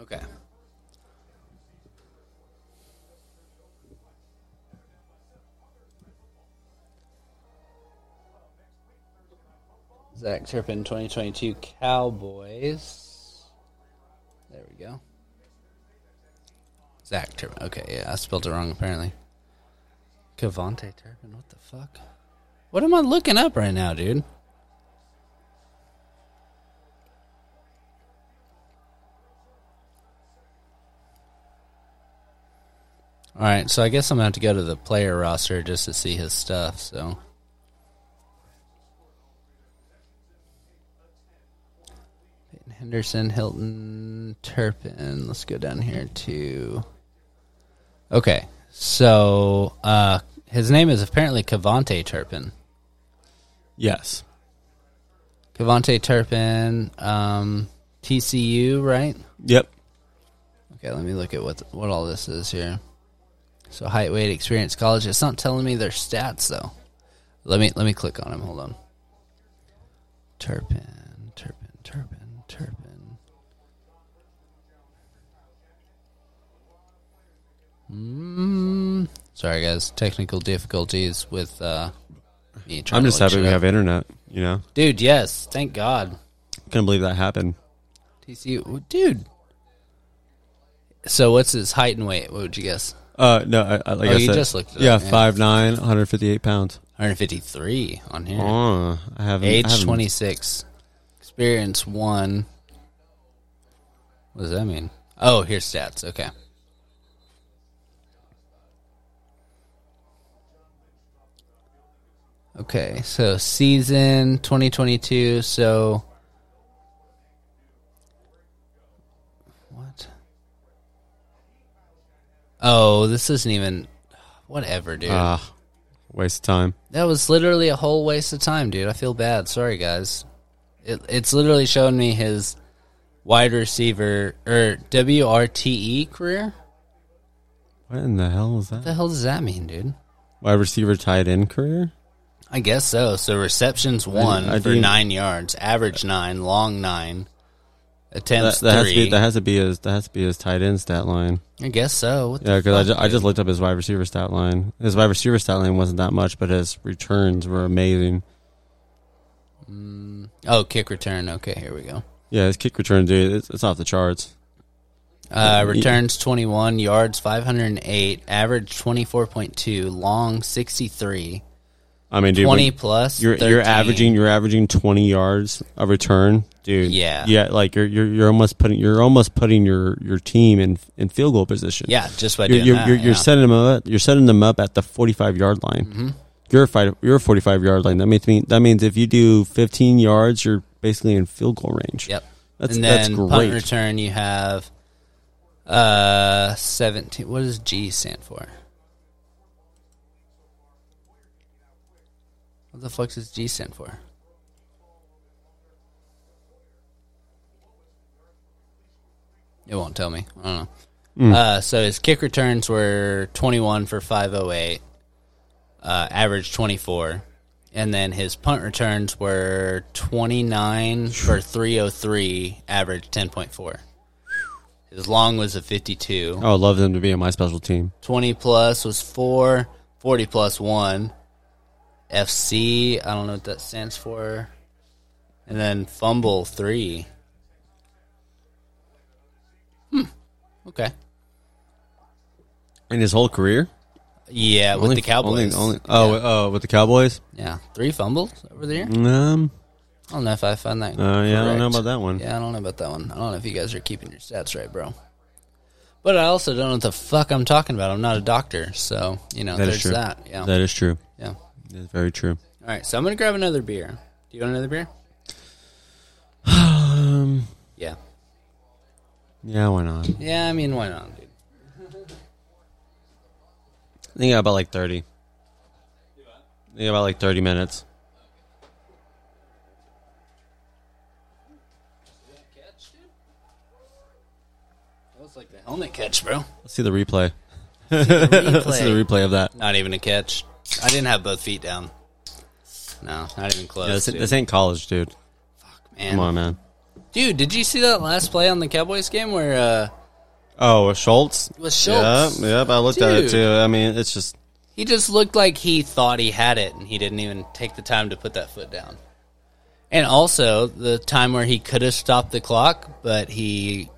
Speaker 1: Okay. Zach Turpin, 2022 Cowboys. There we go. Zach Turpin. Okay, yeah, I spelled it wrong apparently. Cavante Turpin, what the fuck? What am I looking up right now, dude? All right, so I guess I'm gonna have to go to the player roster just to see his stuff. So, Peyton Henderson, Hilton, Turpin. Let's go down here to. Okay, so uh, his name is apparently Cavante Turpin.
Speaker 2: Yes.
Speaker 1: Cavante Turpin, um, TCU, right?
Speaker 2: Yep.
Speaker 1: Okay, let me look at what what all this is here. So height, weight, experience, college. It's not telling me their stats though. Let me let me click on him. Hold on. Turpin, Turpin, Turpin, Turpin. Mm, sorry guys, technical difficulties with uh, me trying
Speaker 2: I'm
Speaker 1: to
Speaker 2: just
Speaker 1: look
Speaker 2: happy we
Speaker 1: shit up.
Speaker 2: have internet, you know?
Speaker 1: Dude, yes, thank God.
Speaker 2: Couldn't believe that happened.
Speaker 1: TCU, dude. So what's his height and weight? What would you guess?
Speaker 2: Uh, no, I, I, like
Speaker 1: Oh,
Speaker 2: I
Speaker 1: you
Speaker 2: said-
Speaker 1: just looked it
Speaker 2: yeah,
Speaker 1: up, yeah.
Speaker 2: 5'9, 158 pounds.
Speaker 1: 153 on here.
Speaker 2: Oh, I haven't. I
Speaker 1: Age
Speaker 2: haven't-
Speaker 1: 26. Experience 1. What does that mean? Oh, here's stats. Okay. Okay, so season 2022. So what? Oh, this isn't even. Whatever, dude.
Speaker 2: Ah, waste of time.
Speaker 1: that was literally a whole waste of time, dude. I feel bad. Sorry, guys. It, it's literally showing me his wide receiver or WRTE E career.
Speaker 2: What in the hell is that?
Speaker 1: What the hell does that mean, dude?
Speaker 2: Wide receiver tied in career?
Speaker 1: I guess so. So receptions one
Speaker 2: I
Speaker 1: for
Speaker 2: didn't-
Speaker 1: nine yards, average nine, long nine,
Speaker 2: That,
Speaker 1: attempts
Speaker 2: that has to
Speaker 1: three.
Speaker 2: be that has to be his that has to be his tight end stat line.
Speaker 1: I guess so. What the
Speaker 2: Yeah, because I,
Speaker 1: fuck,
Speaker 2: ju- I
Speaker 1: dude?
Speaker 2: just looked up his wide receiver stat line. His wide receiver stat line wasn't that much, but his returns were amazing.
Speaker 1: oh kick return. Okay, here we go.
Speaker 2: Yeah, his kick return, dude, it's, it's off the charts.
Speaker 1: Uh, returns twenty one yards, five hundred and eight, average twenty four point two, long sixty three,
Speaker 2: I mean, dude, when
Speaker 1: twenty plus.
Speaker 2: you're
Speaker 1: 13.
Speaker 2: you're averaging you're averaging twenty yards of return, dude.
Speaker 1: Yeah.
Speaker 2: yeah, like you're you're, you're almost putting you're almost putting your, your team in in field goal position.
Speaker 1: Yeah, just by
Speaker 2: you're
Speaker 1: doing
Speaker 2: you're,
Speaker 1: that.
Speaker 2: you're, you're
Speaker 1: yeah. Mm-hmm.
Speaker 2: setting them up. You're setting them up at the 45 yard line. You're a five, you're a 45 yard line. That means that means if you do 15 yards, you're basically in field goal range.
Speaker 1: Yep.
Speaker 2: That's-
Speaker 1: and
Speaker 2: that's
Speaker 1: then punt
Speaker 2: great.
Speaker 1: return, you have uh seventeen. What does G stand for? What the fuck does G stand for? It won't tell me. I don't know. Uh, so his kick returns were 21 for 508, uh, average 24. And then his punt returns were 29 for 303, average 10.4. His long was a 52.
Speaker 2: Oh, I would love them to be on my special team.
Speaker 1: 20 plus was 4, 40 plus 1. FC, I don't know what that stands for. And then fumble 3. Hmm. Okay.
Speaker 2: In his whole career,
Speaker 1: Yeah, with the Cowboys.
Speaker 2: oh, oh, with the Cowboys.
Speaker 1: yeah, three fumbles over there.
Speaker 2: Um,
Speaker 1: I don't know if I found that.
Speaker 2: uh, yeah, I don't know
Speaker 1: correct.
Speaker 2: about that one.
Speaker 1: Yeah, I don't know about that one. I don't know if you guys are keeping your stats right, bro. But I also don't know what the fuck I'm talking about. I'm not a doctor, so you know,
Speaker 2: That
Speaker 1: there's
Speaker 2: is true.
Speaker 1: that. Yeah,
Speaker 2: That is true.
Speaker 1: yeah.
Speaker 2: That's very true.
Speaker 1: All right, so I'm gonna grab another beer. Do you want another beer?
Speaker 2: Um,
Speaker 1: Yeah.
Speaker 2: yeah, why not?
Speaker 1: Yeah, I mean, why not, dude?
Speaker 2: I think about like 30. I think about like 30 minutes.
Speaker 1: That was like the helmet catch, bro.
Speaker 2: Let's see the replay. Let's see the replay of that.
Speaker 1: Not even a catch. I didn't have both feet down. No, not even close.
Speaker 2: Yeah, this,
Speaker 1: dude.
Speaker 2: this ain't college, dude.
Speaker 1: Man.
Speaker 2: Come on, man.
Speaker 1: dude. Did you see that last play on the Cowboys game where uh,
Speaker 2: Oh, Schultz.
Speaker 1: was Schultz?
Speaker 2: Yep, yep. I looked at it
Speaker 1: Dude.
Speaker 2: too. I mean, it's just
Speaker 1: He just looked like he thought he had it, and he didn't even take the time to put that foot down. And also the time where he could have stopped the clock, but he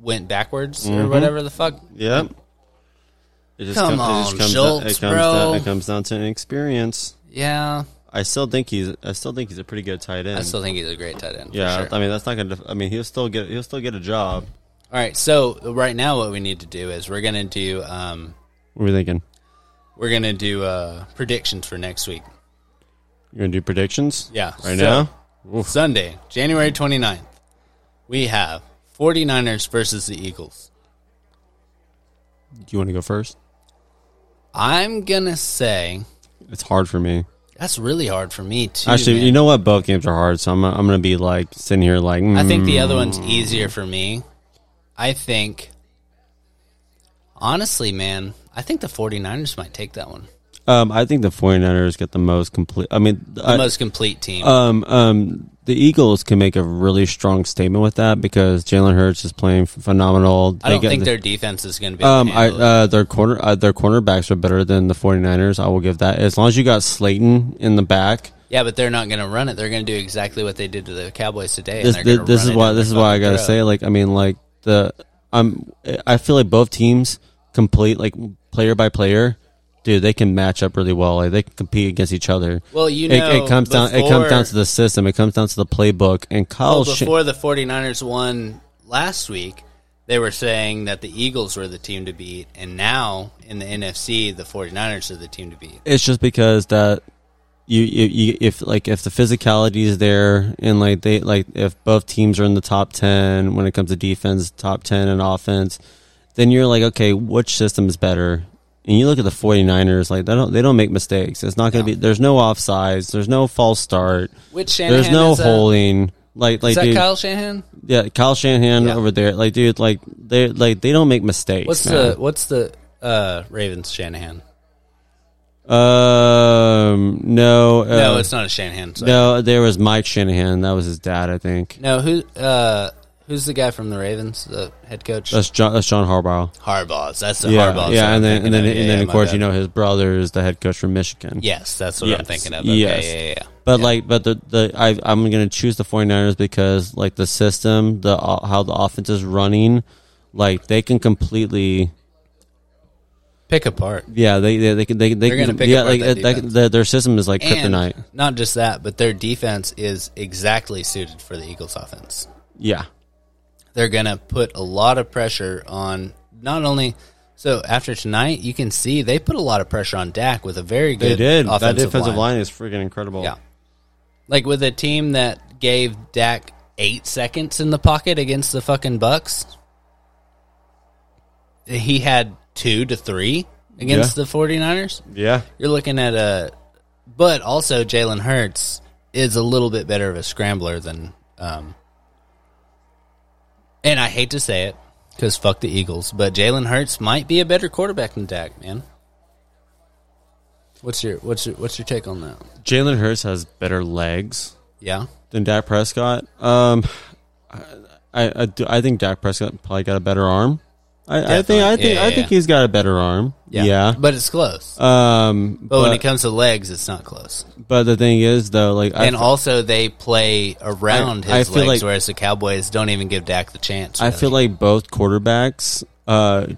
Speaker 1: went backwards
Speaker 2: Mm-hmm.
Speaker 1: or whatever the fuck.
Speaker 2: yep. It just
Speaker 1: Come
Speaker 2: comes-
Speaker 1: on,
Speaker 2: comes
Speaker 1: Schultz,
Speaker 2: down, it comes
Speaker 1: bro.
Speaker 2: Down, it comes down to an experience.
Speaker 1: Yeah,
Speaker 2: I still think he's. I still think he's a pretty good tight end.
Speaker 1: I still think he's a great tight end. for
Speaker 2: yeah,
Speaker 1: sure.
Speaker 2: I mean that's not gonna. def- I mean he'll still get. He'll still get a job.
Speaker 1: All right, so right now what we need to do is we're gonna do um,
Speaker 2: What are we thinking?
Speaker 1: we're gonna do uh, predictions for next week.
Speaker 2: You're gonna do predictions?
Speaker 1: Yeah,
Speaker 2: Right
Speaker 1: so-
Speaker 2: now.
Speaker 1: Sunday, January 29th, we have 49ers versus the Eagles.
Speaker 2: Do you want to go first?
Speaker 1: I'm gonna say
Speaker 2: It's hard for me.
Speaker 1: that's really hard for me too.
Speaker 2: Actually,
Speaker 1: man.
Speaker 2: you know what? Both games are hard, so I'm. I'm gonna be like sitting here like.
Speaker 1: I
Speaker 2: mm,
Speaker 1: think the other one's easier for me. I think, honestly, man, I think the 49ers might take that one.
Speaker 2: Um, I think the 49ers get the most complete. I mean,
Speaker 1: The
Speaker 2: I,
Speaker 1: most complete team.
Speaker 2: Um, um, the Eagles can make a really strong statement with that because Jalen Hurts is playing ph- phenomenal.
Speaker 1: I don't
Speaker 2: get
Speaker 1: think
Speaker 2: the-
Speaker 1: their defense is going to be.
Speaker 2: Um,
Speaker 1: Um,
Speaker 2: I, uh, their corner, uh, their cornerbacks are better than the 49ers. I will give that. As long as you got Slayton in the back,
Speaker 1: yeah, but they're not going to run it. They're going to do exactly what they did to the Cowboys today.
Speaker 2: this,
Speaker 1: and they're
Speaker 2: this,
Speaker 1: gonna
Speaker 2: this
Speaker 1: run
Speaker 2: is
Speaker 1: it
Speaker 2: why,
Speaker 1: down
Speaker 2: this is
Speaker 1: their
Speaker 2: why I
Speaker 1: fucking
Speaker 2: gotta
Speaker 1: throat.
Speaker 2: say, like, I mean, like the, I'm, I feel like both teams complete, like player by player, dude, they can match up really well. Like they can compete against each other.
Speaker 1: Well, you
Speaker 2: it,
Speaker 1: know,
Speaker 2: it comes down, it comes down
Speaker 1: before-
Speaker 2: to the system. It comes down to the playbook and Kyle.
Speaker 1: Well,
Speaker 2: Shan-
Speaker 1: before the 49ers won last week, they were saying that the Eagles were the team to beat, and now in the NFC, the 49ers are the team to beat.
Speaker 2: It's just because that you, you, you if like if the physicality is there and like they like if both teams are in the top 10 when it comes to defense top 10 and offense then you're like okay which system is better and you look at the 49ers like they don't they don't make mistakes it's not going to be there's no offsides there's no false start
Speaker 1: Which Shanahan
Speaker 2: there's no
Speaker 1: is that?
Speaker 2: holding like like
Speaker 1: Is that
Speaker 2: dude,
Speaker 1: Kyle Shanahan?
Speaker 2: yeah Kyle Shanahan
Speaker 1: Yeah.
Speaker 2: over there like dude like they like they don't make mistakes
Speaker 1: What's
Speaker 2: man.
Speaker 1: the what's the uh, Ravens Shanahan?
Speaker 2: um no uh,
Speaker 1: No, it's not a Shanahan. sorry.
Speaker 2: no there was Mike Shanahan that was his dad I think
Speaker 1: No, who uh, who's the guy from the Ravens, the head coach?
Speaker 2: That's John. That's John Harbaugh.
Speaker 1: Harbaugh's. That's the
Speaker 2: Yeah,
Speaker 1: Harbaugh's.
Speaker 2: yeah,
Speaker 1: I'm
Speaker 2: and then
Speaker 1: thinking
Speaker 2: and then
Speaker 1: of.
Speaker 2: and
Speaker 1: Yeah,
Speaker 2: then
Speaker 1: yeah,
Speaker 2: of
Speaker 1: my
Speaker 2: course
Speaker 1: bad.
Speaker 2: you know his brother is the head coach from Michigan.
Speaker 1: Yes, that's what I'm
Speaker 2: Yes,
Speaker 1: thinking of. Okay,
Speaker 2: yes.
Speaker 1: yeah, yeah, yeah.
Speaker 2: But
Speaker 1: Yeah.
Speaker 2: like, but the the I, I'm gonna choose the 49ers because like the system, the uh, how the offense is running, like they can completely
Speaker 1: pick apart.
Speaker 2: yeah they they, they can they they
Speaker 1: They're
Speaker 2: can
Speaker 1: gonna pick
Speaker 2: yeah
Speaker 1: apart
Speaker 2: like
Speaker 1: that
Speaker 2: uh, like,
Speaker 1: defense.
Speaker 2: the, their system is like
Speaker 1: And
Speaker 2: kryptonite.
Speaker 1: not just that, but their defense is exactly suited for the Eagles' offense.
Speaker 2: Yeah,
Speaker 1: They're going to put a lot of pressure on not only. So after tonight, you can see they put a lot of pressure on Dak with a very good
Speaker 2: they did.
Speaker 1: offensive,
Speaker 2: That defensive line. is freaking incredible.
Speaker 1: Yeah. Like with a team that gave Dak eight seconds in the pocket against the fucking Bucks, he had two to three against
Speaker 2: Yeah.
Speaker 1: the 49ers.
Speaker 2: yeah,
Speaker 1: You're looking at a, but also Jalen Hurts is a little bit better of a scrambler than, um, and I hate to say it because fuck the Eagles, but Jalen Hurts might be a better quarterback than Dak, man. What's your what's your what's your take on that?
Speaker 2: Jalen Hurts has better legs.
Speaker 1: Yeah,
Speaker 2: than Dak Prescott. Um, I, I, do- I think Dak Prescott probably got a better arm. I, I think I
Speaker 1: Definitely.
Speaker 2: think
Speaker 1: Yeah,
Speaker 2: I
Speaker 1: yeah,
Speaker 2: think
Speaker 1: yeah.
Speaker 2: he's got a better arm. Yeah.
Speaker 1: but it's close.
Speaker 2: Um,
Speaker 1: but, when it
Speaker 2: but,
Speaker 1: comes to legs, it's not close.
Speaker 2: but the thing is though, like I,
Speaker 1: and
Speaker 2: f-
Speaker 1: also, they play around
Speaker 2: I- I
Speaker 1: his
Speaker 2: feel
Speaker 1: legs,
Speaker 2: like-
Speaker 1: whereas the Cowboys don't even give Dak the chance.
Speaker 2: I feel like both quarterbacks uh,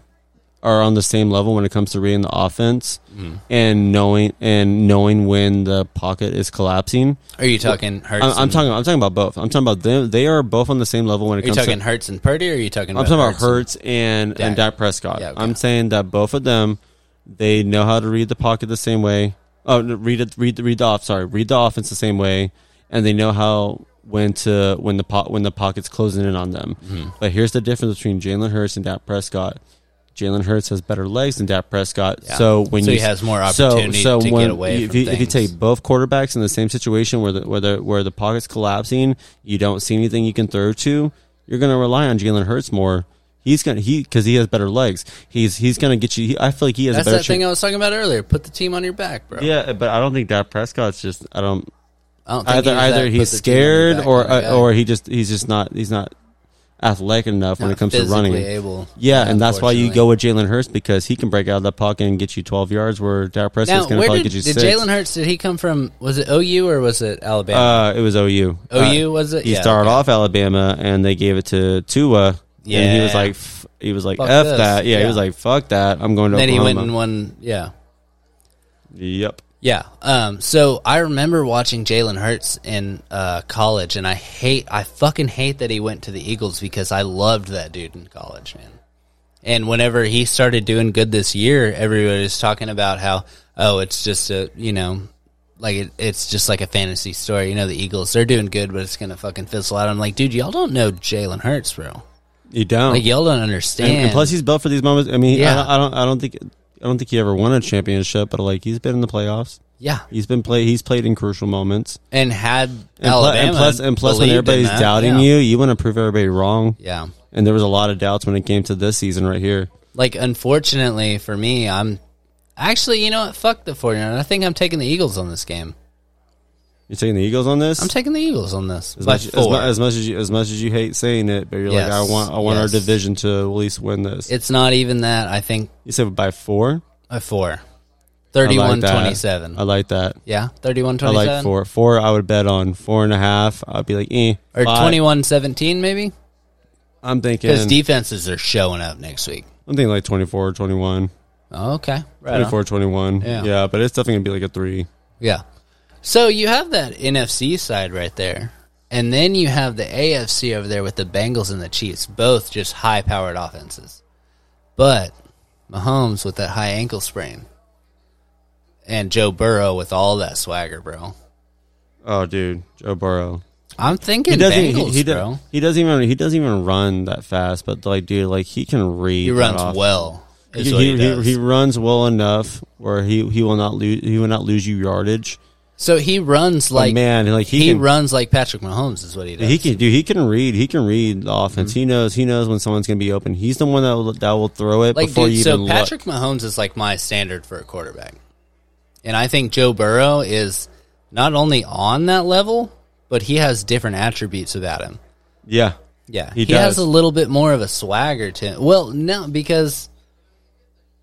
Speaker 2: are on the same level when it comes to reading the offense
Speaker 1: Mm-hmm.
Speaker 2: and knowing and knowing when the pocket is collapsing.
Speaker 1: Are you talking Hurts?
Speaker 2: I'm, I'm
Speaker 1: and-
Speaker 2: talking I'm talking about both. I'm talking about them. They are both on the same level when it
Speaker 1: Are you
Speaker 2: comes to
Speaker 1: talking Hurts and Purdy? Or are you talking?
Speaker 2: I'm
Speaker 1: About
Speaker 2: talking about
Speaker 1: and-
Speaker 2: Hurts and and
Speaker 1: Dak.
Speaker 2: Dak Prescott.
Speaker 1: Yeah, okay.
Speaker 2: I'm saying that both of them, they know how to read the pocket the same way. Oh, no, read it, read the read the off. Sorry, read the offense the same way, and they know how when to when the pot when the pocket's closing in on them.
Speaker 1: Mm-hmm.
Speaker 2: But here's the difference between Jalen Hurts and Dak Prescott. Jalen Hurts has better legs than Dak Prescott,
Speaker 1: Yeah.
Speaker 2: so when
Speaker 1: So
Speaker 2: you
Speaker 1: he has more
Speaker 2: so-
Speaker 1: opportunity
Speaker 2: so
Speaker 1: to get
Speaker 2: when-
Speaker 1: away
Speaker 2: If
Speaker 1: from
Speaker 2: you, if you
Speaker 1: things.
Speaker 2: take both quarterbacks in the same situation where the where the where the pocket's collapsing, you don't see anything you can throw to. You're going to rely on Jalen Hurts more. He's gonna he because he has better legs. He's he's gonna get you. He, I feel like he has
Speaker 1: That's
Speaker 2: a better.
Speaker 1: that thing I was talking about earlier. Put the team on your back, bro.
Speaker 2: chance- yeah, but I don't think Dak Prescott's just. I don't
Speaker 1: I don't think
Speaker 2: either.
Speaker 1: that
Speaker 2: Either
Speaker 1: put
Speaker 2: he's
Speaker 1: the team on your
Speaker 2: scared
Speaker 1: back
Speaker 2: or
Speaker 1: kind of
Speaker 2: uh,
Speaker 1: guy.
Speaker 2: or he just he's just not he's not athletic enough when
Speaker 1: Not
Speaker 2: it comes to
Speaker 1: physically
Speaker 2: running.
Speaker 1: able,
Speaker 2: yeah, and that's why you
Speaker 1: unfortunately.
Speaker 2: go with Jalen Hurts because he can break out of the pocket and get you 12 yards, where Dak Prescott's
Speaker 1: Now,
Speaker 2: going to
Speaker 1: where
Speaker 2: probably
Speaker 1: did,
Speaker 2: get you
Speaker 1: did
Speaker 2: six.
Speaker 1: Jalen Hurts? Did he come from? Was it OU or was it Alabama?
Speaker 2: Uh, it was OU.
Speaker 1: OU,
Speaker 2: Uh,
Speaker 1: was it?
Speaker 2: He
Speaker 1: Yeah,
Speaker 2: started
Speaker 1: okay.
Speaker 2: off Alabama, and they gave it to Tua. and he
Speaker 1: Yeah.
Speaker 2: was like, f- he was like,
Speaker 1: Fuck
Speaker 2: f
Speaker 1: this.
Speaker 2: that. Yeah,
Speaker 1: Yeah.
Speaker 2: he was like, fuck that. I'm going to
Speaker 1: then he
Speaker 2: Oklahoma.
Speaker 1: went and won. Yeah,
Speaker 2: Yep.
Speaker 1: Yeah. Um, so I remember watching Jalen Hurts in uh, college, and I hate, I fucking hate that he went to the Eagles because I loved that dude in college, man. And whenever he started doing good this year, everybody was talking about how, oh, it's just a, you know, like it, it's just like a fantasy story. You know, the Eagles, they're doing good, but it's going to fucking fizzle out. I'm like, dude, y'all don't know Jalen Hurts, bro.
Speaker 2: You don't.
Speaker 1: Like, y'all don't
Speaker 2: and,
Speaker 1: understand.
Speaker 2: and plus, he's built for these moments. I mean,
Speaker 1: Yeah.
Speaker 2: I, don't, I don't, I don't think, I don't think he ever won a championship, but like, he's been in the playoffs.
Speaker 1: yeah.
Speaker 2: He's been play. He's played in crucial moments.
Speaker 1: And had
Speaker 2: And, pl-
Speaker 1: Alabama.
Speaker 2: and plus, and plus, when
Speaker 1: believed in
Speaker 2: everybody's
Speaker 1: that,
Speaker 2: doubting
Speaker 1: yeah.
Speaker 2: you, you want to prove everybody wrong.
Speaker 1: Yeah.
Speaker 2: And there was a lot of doubts when it came to this season right here.
Speaker 1: like unfortunately for me i'm actually you know what fuck the 49 i think i'm taking the eagles on this game
Speaker 2: You're taking the Eagles on this.
Speaker 1: i'm taking the eagles on this
Speaker 2: As
Speaker 1: by
Speaker 2: much, as, mu-
Speaker 1: four.
Speaker 2: as much as you as much as you hate saying it, but you're like, I
Speaker 1: Yes.
Speaker 2: want I want
Speaker 1: Yes.
Speaker 2: our division to at least win this.
Speaker 1: it's not even that i think
Speaker 2: you said by four.
Speaker 1: by four
Speaker 2: I like
Speaker 1: 31
Speaker 2: that.
Speaker 1: 27
Speaker 2: I like that.
Speaker 1: yeah 31
Speaker 2: I
Speaker 1: 27
Speaker 2: like four. Four. I would bet on four and a half. I'd be like, eh.
Speaker 1: or
Speaker 2: five.
Speaker 1: 21 17 maybe
Speaker 2: I'm thinking.
Speaker 1: because defenses are showing up next week
Speaker 2: I'm thinking like 24, 21,
Speaker 1: okay right on.
Speaker 2: 24, 21.
Speaker 1: Yeah.
Speaker 2: Yeah. but it's definitely gonna be like a three.
Speaker 1: yeah so you have that nfc side right there and then you have the afc over there with the bengals and the chiefs both just high powered offenses But Mahomes with that high ankle sprain. and Joe Burrow with all that swagger, bro.
Speaker 2: Oh, dude, Joe Burrow.
Speaker 1: I'm thinking
Speaker 2: he-
Speaker 1: Bengals,
Speaker 2: he, do-
Speaker 1: bro.
Speaker 2: he doesn't even he doesn't even run that fast, but like dude, like he can read.
Speaker 1: He
Speaker 2: that
Speaker 1: runs
Speaker 2: off.
Speaker 1: well.
Speaker 2: He,
Speaker 1: Is what he,
Speaker 2: he-
Speaker 1: does.
Speaker 2: he runs well enough where he, he will not lose he will not lose you yardage.
Speaker 1: so he runs
Speaker 2: But
Speaker 1: like
Speaker 2: Oh, man, like he,
Speaker 1: he,
Speaker 2: can,
Speaker 1: runs like Patrick Mahomes is what he does.
Speaker 2: He can do. He can read. He can read the offense.
Speaker 1: Mm-hmm.
Speaker 2: He knows. He knows when someone's going to be open. He's the one that will, that will throw it
Speaker 1: like
Speaker 2: before
Speaker 1: dude,
Speaker 2: you
Speaker 1: so
Speaker 2: even
Speaker 1: Patrick
Speaker 2: look.
Speaker 1: Mahomes is like my standard for a quarterback. And I think Joe Burrow is not only on that level, but he has different attributes about him.
Speaker 2: Yeah,
Speaker 1: Yeah, he,
Speaker 2: He
Speaker 1: has
Speaker 2: does.
Speaker 1: a little bit more of a swagger to him. Well, no, because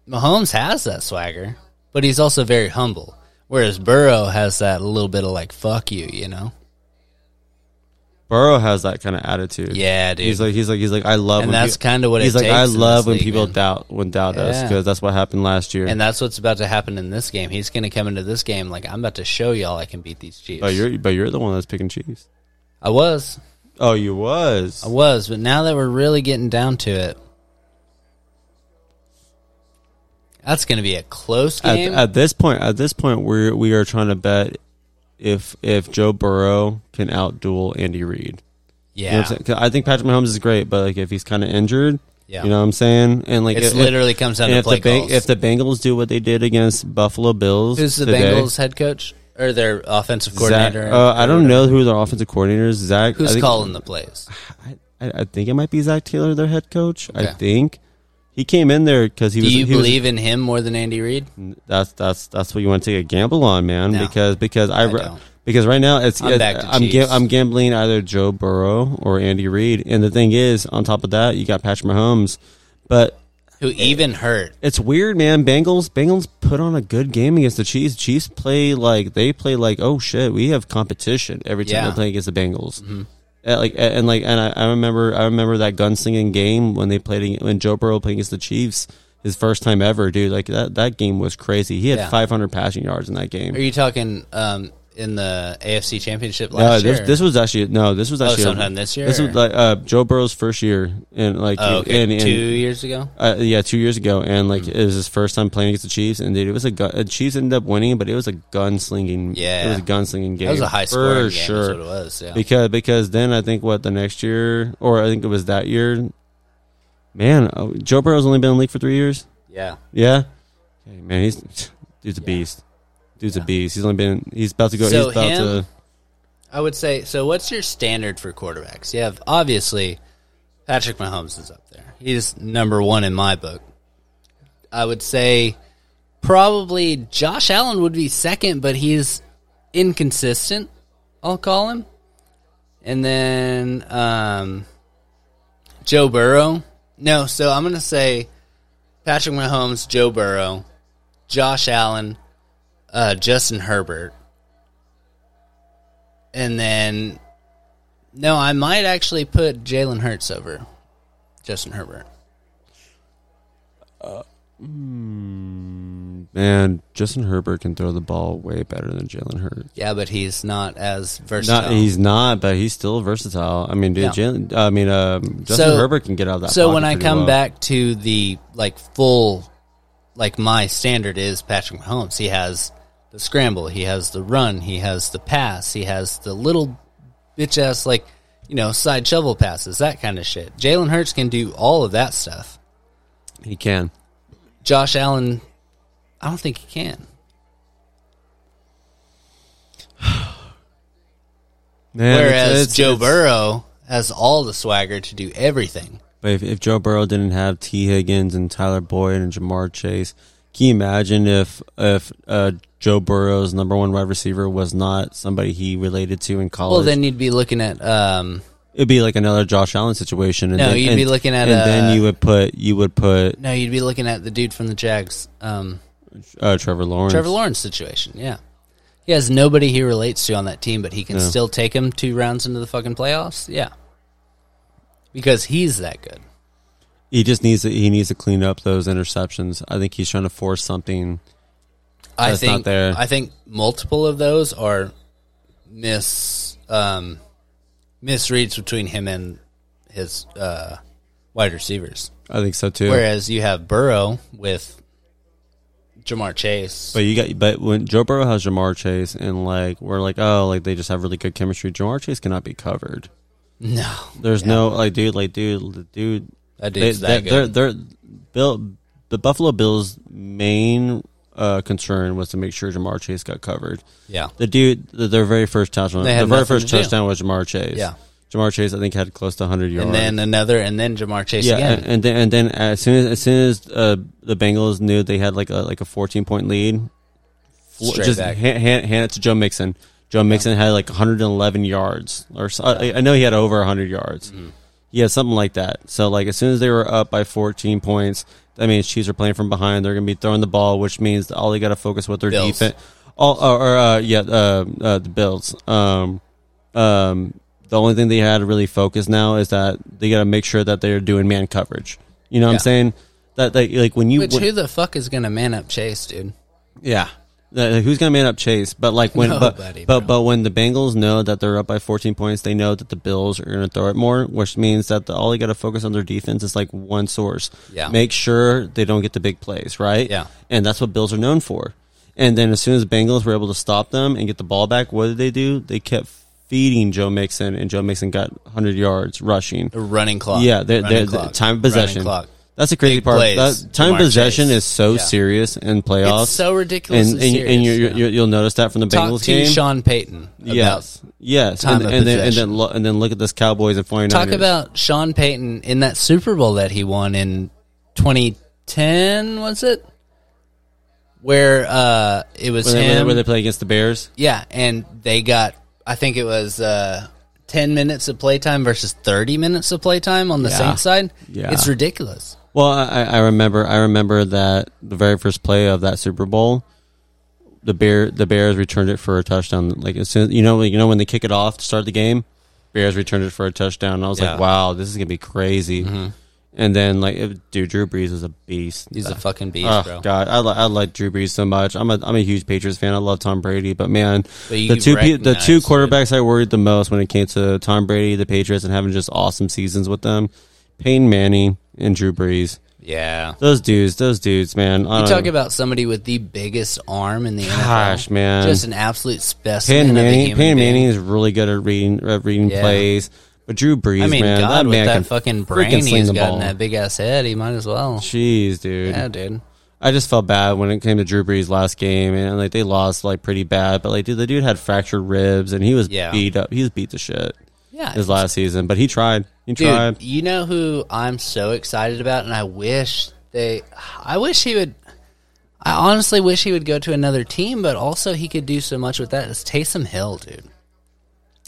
Speaker 1: Mahomes has that swagger, but he's also very humble. Whereas Burrow has that little bit of like "fuck you," you know.
Speaker 2: Burrow has that kind of attitude.
Speaker 1: Yeah, dude.
Speaker 2: He's like he's like he's like I love.
Speaker 1: And
Speaker 2: when
Speaker 1: that's
Speaker 2: people-
Speaker 1: kinda what it
Speaker 2: he's like.
Speaker 1: takes
Speaker 2: I
Speaker 1: in
Speaker 2: love
Speaker 1: this
Speaker 2: when
Speaker 1: league,
Speaker 2: people
Speaker 1: man.
Speaker 2: doubt when doubt us
Speaker 1: Yeah.
Speaker 2: because that's what happened last year.
Speaker 1: And that's what's about to happen in this game. He's going to come into this game like I'm about to show y'all I can beat these Chiefs.
Speaker 2: but Oh, you're but you're the one that's picking Chiefs.
Speaker 1: I was,
Speaker 2: Oh, you was.
Speaker 1: I was, but now that we're really getting down to it, that's going to be a close
Speaker 2: at,
Speaker 1: game.
Speaker 2: at this point, at this point, we're we are trying to bet if if Joe Burrow can outduel Andy Reid.
Speaker 1: yeah,
Speaker 2: You know what I'm saying? 'Cause I think Patrick Mahomes is great, but like if he's kind of injured,
Speaker 1: Yeah.
Speaker 2: you know what I'm saying? And like
Speaker 1: It's
Speaker 2: if,
Speaker 1: literally comes down
Speaker 2: and
Speaker 1: to
Speaker 2: if
Speaker 1: play
Speaker 2: the Beng-
Speaker 1: calls.
Speaker 2: if the Bengals do what they did against Buffalo Bills,
Speaker 1: who's the
Speaker 2: today,
Speaker 1: Bengals head coach or their offensive
Speaker 2: Zach-
Speaker 1: coordinator?
Speaker 2: uh, I don't know who their offensive coordinator is. Zach,
Speaker 1: Who's
Speaker 2: I think,
Speaker 1: calling the plays?
Speaker 2: I, I I think it might be Zach Taylor, their head coach. I
Speaker 1: Okay.
Speaker 2: think he came in there because he
Speaker 1: Do
Speaker 2: was.
Speaker 1: you
Speaker 2: he was-
Speaker 1: believe in him more than Andy Reid?
Speaker 2: that's that's that's what you want to take a gamble on, man.
Speaker 1: No,
Speaker 2: because because I, re-
Speaker 1: don't.
Speaker 2: because right now it's
Speaker 1: I'm
Speaker 2: it's-
Speaker 1: back to
Speaker 2: I'm,
Speaker 1: Chiefs.
Speaker 2: I'm gambling either Joe Burrow or Andy Reid. And the thing is, on top of that, you got Patrick Mahomes, but
Speaker 1: Who even hurt?
Speaker 2: it's weird, man. Bengals Bengals put on a good game against the Chiefs. Chiefs play like they play like oh shit, we have competition every time
Speaker 1: Yeah. Mm-hmm.
Speaker 2: they play against the Bengals. Uh, like and and, like and I, I remember I remember that gunslinging game when they played ag- when Joe Burrow played against the Chiefs. His first time ever, dude. Like that, that game was crazy. He had
Speaker 1: Yeah.
Speaker 2: 500 passing yards in that game.
Speaker 1: Are you talking um, in the AFC Championship
Speaker 2: No,
Speaker 1: last
Speaker 2: this,
Speaker 1: year? Oh,
Speaker 2: this was actually no, this was actually
Speaker 1: sometime this year,
Speaker 2: This was
Speaker 1: or-
Speaker 2: like uh, Joe Burrow's first year, and like
Speaker 1: oh, okay.
Speaker 2: and, and-
Speaker 1: two years ago.
Speaker 2: uh, yeah, two years ago, and like
Speaker 1: Mm.
Speaker 2: it was his first time playing against the Chiefs, and dude, it was a gun, uh, Chiefs ended up winning, but it was a gunslinging.
Speaker 1: Yeah.
Speaker 2: it was a gunslinging game.
Speaker 1: That was a high
Speaker 2: for
Speaker 1: scoring game.
Speaker 2: sure.
Speaker 1: Is what it was. Yeah.
Speaker 2: Because because then I think what the next year, or I think it was that year. Man, oh, Joe Burrow's only been in the league for three years.
Speaker 1: yeah.
Speaker 2: Yeah, Hey, man, he's dude's a beast. Dude's a beast. He's only been. He's about to go.
Speaker 1: So
Speaker 2: he's about
Speaker 1: him-
Speaker 2: to.
Speaker 1: I would say so. What's your standard for quarterbacks? You have obviously Patrick Mahomes is up there. He's number one in my book. I would say probably Josh Allen would be second, but he's inconsistent. I'll call him, and then um, Joe Burrow. No, so I'm gonna say Patrick Mahomes, Joe Burrow, Josh Allen, uh, Justin Herbert and then no, I might actually put Jalen Hurts over Justin Herbert.
Speaker 2: Man, Justin Herbert can throw the ball way better than Jalen Hurts.
Speaker 1: Yeah, but he's not as versatile.
Speaker 2: Not he's not, but he's still versatile. I mean, dude,
Speaker 1: Yeah.
Speaker 2: Jalen. I mean, um, Justin
Speaker 1: So-
Speaker 2: Herbert can get out of that.
Speaker 1: so
Speaker 2: pocket
Speaker 1: when I
Speaker 2: pretty
Speaker 1: come
Speaker 2: well.
Speaker 1: back to the like full, like my standard is Patrick Mahomes. He has the scramble, he has the run, he has the pass, he has the little bitch ass like you know side shovel passes, that kind of shit. Jalen Hurts can do all of that stuff.
Speaker 2: he can.
Speaker 1: Josh Allen, I don't think he can.
Speaker 2: Man, it's-
Speaker 1: Whereas
Speaker 2: it's-
Speaker 1: Joe
Speaker 2: it's-
Speaker 1: Burrow has all the swagger to do everything.
Speaker 2: but if, if Joe Burrow didn't have T. Higgins and Tyler Boyd and Jamar Chase, can you imagine if if uh, Joe Burrow's number one wide receiver was not somebody he related to in college?
Speaker 1: Well, then you'd be looking at um,
Speaker 2: it'd be like another Josh Allen situation. And
Speaker 1: No,
Speaker 2: then,
Speaker 1: you'd
Speaker 2: and-
Speaker 1: be looking at,
Speaker 2: and
Speaker 1: uh,
Speaker 2: then you would put you would put
Speaker 1: no, you'd be looking at the dude from the Jags, um,
Speaker 2: uh, Trevor Lawrence.
Speaker 1: Trevor Lawrence situation. Yeah, he has nobody he relates to on that team, but he can
Speaker 2: Yeah.
Speaker 1: still take him two rounds into the fucking playoffs. Yeah, because he's that good.
Speaker 2: He just needs to, he needs to clean up those interceptions. I think he's trying to force something.
Speaker 1: I
Speaker 2: That's
Speaker 1: think
Speaker 2: not there.
Speaker 1: I think multiple of those are mis um, misreads between him and his uh, wide receivers.
Speaker 2: I think so too.
Speaker 1: Whereas you have Burrow with Jamar Chase.
Speaker 2: But you got but when Joe Burrow has Jamar Chase and like we're like oh like they just have really good chemistry. Jamar Chase cannot be covered.
Speaker 1: no,
Speaker 2: There's no like dude like dude dude.
Speaker 1: That dude's that
Speaker 2: they're,
Speaker 1: good.
Speaker 2: they're Bill the Buffalo Bills main uh, concern was to make sure Jamar Chase got covered.
Speaker 1: yeah,
Speaker 2: The dude the, their very first touchdown
Speaker 1: They had
Speaker 2: their very
Speaker 1: nothing
Speaker 2: first
Speaker 1: to do.
Speaker 2: touchdown was Jamar Chase.
Speaker 1: Yeah.
Speaker 2: Jamar Chase I think had close to 100 yards.
Speaker 1: and then another, and then Jamar Chase
Speaker 2: Yeah,
Speaker 1: again.
Speaker 2: and, and then and then uh, as soon as as soon as uh, the Bengals knew they had like a like a fourteen point lead, fl-
Speaker 1: Straight
Speaker 2: just
Speaker 1: back.
Speaker 2: Hand, hand, hand it to Joe Mixon. Joe Mixon had like 111 yards, or so, I, I know he had over 100 yards.
Speaker 1: Mm-hmm.
Speaker 2: Yeah, something like that. So like as soon as they were up by 14 points, that means Chiefs are playing from behind. They're going to be throwing the ball, which means all they got to focus with their
Speaker 1: Bills.
Speaker 2: defense. All or, or uh, yeah, uh, uh, the Bills. Um, um, the only thing they had to really focus now is that they got to make sure that they're doing man coverage. You know what
Speaker 1: Yeah.
Speaker 2: I'm saying? That they, like when you
Speaker 1: Which
Speaker 2: when-
Speaker 1: who the fuck is gonna man up Chase, dude?
Speaker 2: yeah. Uh, who's gonna man up Chase? But like when, but,
Speaker 1: Nobody,
Speaker 2: but
Speaker 1: bro.
Speaker 2: but when the Bengals know that they're up by 14 points, they know that the Bills are gonna throw it more, which means that the, all they gotta focus on their defense is like one source.
Speaker 1: Yeah.
Speaker 2: Make sure they don't get the big plays, right?
Speaker 1: Yeah.
Speaker 2: And that's what Bills are known for. And then as soon as Bengals were able to stop them and get the ball back, what did they do? They kept feeding Joe Mixon, and Joe Mixon got 100 yards rushing.
Speaker 1: A running clock.
Speaker 2: Yeah, they're,
Speaker 1: Running
Speaker 2: they're,
Speaker 1: clock.
Speaker 2: time
Speaker 1: Running
Speaker 2: of possession.
Speaker 1: clock.
Speaker 2: That's the crazy
Speaker 1: Big
Speaker 2: part.
Speaker 1: plays.
Speaker 2: That- time of
Speaker 1: Jamar
Speaker 2: possession
Speaker 1: Chase.
Speaker 2: is so
Speaker 1: Yeah.
Speaker 2: serious in playoffs.
Speaker 1: It's so ridiculous
Speaker 2: And
Speaker 1: and
Speaker 2: and, and you
Speaker 1: serious,
Speaker 2: you
Speaker 1: yeah.
Speaker 2: you'll notice that from the
Speaker 1: Talk
Speaker 2: Bengals
Speaker 1: to
Speaker 2: game.
Speaker 1: Sean Payton. About,
Speaker 2: yes, yes,
Speaker 1: time
Speaker 2: and,
Speaker 1: of
Speaker 2: and then and then
Speaker 1: possession.
Speaker 2: lo- and then look at this Cowboys and 49ers.
Speaker 1: Talk about Sean Payton in that Super Bowl that he won in 2010. Was it? Where uh, it was
Speaker 2: where they,
Speaker 1: him.
Speaker 2: where they play against the Bears.
Speaker 1: Yeah, and they got I think it was uh, ten minutes of playtime versus thirty minutes of playtime on the
Speaker 2: Yeah.
Speaker 1: Saints side.
Speaker 2: Yeah.
Speaker 1: It's ridiculous.
Speaker 2: Well, I, I I remember I remember that the very first play of that Super Bowl, the bear the Bears returned it for a touchdown. Like as soon you know you know when they kick it off to start the game, Bears returned it for a touchdown. And I was
Speaker 1: Yeah. Mm-hmm.
Speaker 2: like, wow, this is gonna be crazy. And then like it, dude, Drew Brees is a beast.
Speaker 1: He's a fucking beast,
Speaker 2: Oh
Speaker 1: bro.
Speaker 2: God, I, li- I like Drew Brees so much. I'm a I'm a huge Patriots fan. I love Tom Brady, but man,
Speaker 1: But you
Speaker 2: the two pe- the
Speaker 1: recognize
Speaker 2: two
Speaker 1: it.
Speaker 2: quarterbacks I worried the most when it came to Tom Brady, the Patriots, and having just awesome seasons with them, Peyton Manning and Drew Brees.
Speaker 1: Yeah.
Speaker 2: Those dudes, those dudes, man. I
Speaker 1: You
Speaker 2: don't
Speaker 1: talk
Speaker 2: know.
Speaker 1: about somebody with the biggest arm in the NFL.
Speaker 2: Gosh, man.
Speaker 1: Just an absolute specimen. of
Speaker 2: Peyton
Speaker 1: a
Speaker 2: Manning.
Speaker 1: human
Speaker 2: Peyton
Speaker 1: being.
Speaker 2: Manning is really good at reading at reading
Speaker 1: Yeah.
Speaker 2: plays, but Drew Brees,
Speaker 1: I mean,
Speaker 2: man,
Speaker 1: God,
Speaker 2: that
Speaker 1: with
Speaker 2: man
Speaker 1: that
Speaker 2: can
Speaker 1: fucking
Speaker 2: freaking
Speaker 1: brain
Speaker 2: sling
Speaker 1: he's
Speaker 2: the
Speaker 1: got in
Speaker 2: ball.
Speaker 1: that big ass head, he might as well.
Speaker 2: Jeez, dude.
Speaker 1: Yeah, dude.
Speaker 2: I just felt bad when it came to Drew Brees last game, and like they lost like pretty bad. But like, dude, the dude had fractured ribs, and he was
Speaker 1: Yeah.
Speaker 2: beat up. He was beat to shit
Speaker 1: Yeah.
Speaker 2: his last season, but he tried. He
Speaker 1: Dude,
Speaker 2: tried.
Speaker 1: you know who I'm so excited about, and I wish they. I wish he would. I honestly wish he would go to another team, but also he could do so much with that. Is Taysom Hill, dude?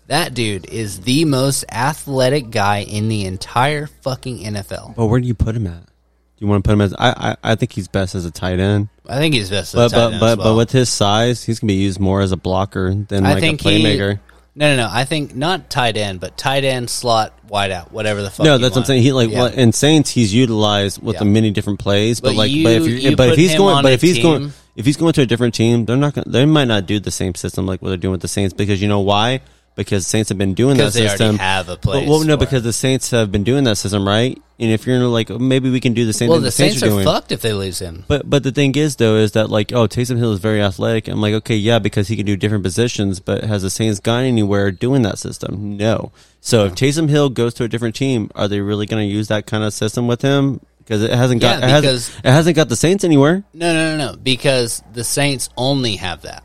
Speaker 1: That dude is the most athletic guy in the entire fucking NFL.
Speaker 2: But where do you put him at? Do you want to put him as? I I, I think he's best as a tight end.
Speaker 1: I think he's best.
Speaker 2: But
Speaker 1: But
Speaker 2: but but but with his size, he's gonna be used more as a blocker than
Speaker 1: I
Speaker 2: like
Speaker 1: think
Speaker 2: a playmaker.
Speaker 1: He, no, no, no. I think not tight end, but tight end slot, wide out, whatever the fuck.
Speaker 2: No,
Speaker 1: you
Speaker 2: that's what I'm
Speaker 1: want.
Speaker 2: saying. He like
Speaker 1: Yeah.
Speaker 2: what in Saints he's utilized with
Speaker 1: Yeah.
Speaker 2: the many different plays, but,
Speaker 1: But
Speaker 2: like
Speaker 1: you-
Speaker 2: but if you're,
Speaker 1: you
Speaker 2: but if
Speaker 1: put
Speaker 2: he's
Speaker 1: him
Speaker 2: going
Speaker 1: on
Speaker 2: but
Speaker 1: a
Speaker 2: if he's going
Speaker 1: team-
Speaker 2: if he's going to a different team, they're not gonna, they might not do the same system like what they're doing with the Saints because you know why? Because Saints have been doing that
Speaker 1: Because they already
Speaker 2: system.
Speaker 1: have a
Speaker 2: But,
Speaker 1: place
Speaker 2: well, no,
Speaker 1: for it.
Speaker 2: because the Saints have been doing that system, right? And if you're like oh, maybe we can do the same
Speaker 1: well,
Speaker 2: thing
Speaker 1: the Saints
Speaker 2: doing.
Speaker 1: are fucked if they lose him.
Speaker 2: But but the thing is though is that like oh Taysom Hill is very athletic. I'm like okay yeah because he can do different positions. But has the Saints gone anywhere doing that system? No. So if Taysom Hill goes to a different team, are they really going to use that kind of system with him? Because it hasn't got
Speaker 1: Yeah,
Speaker 2: it,
Speaker 1: because-
Speaker 2: hasn't, it hasn't got the Saints anywhere.
Speaker 1: No, no, no, no. Because the Saints only have that.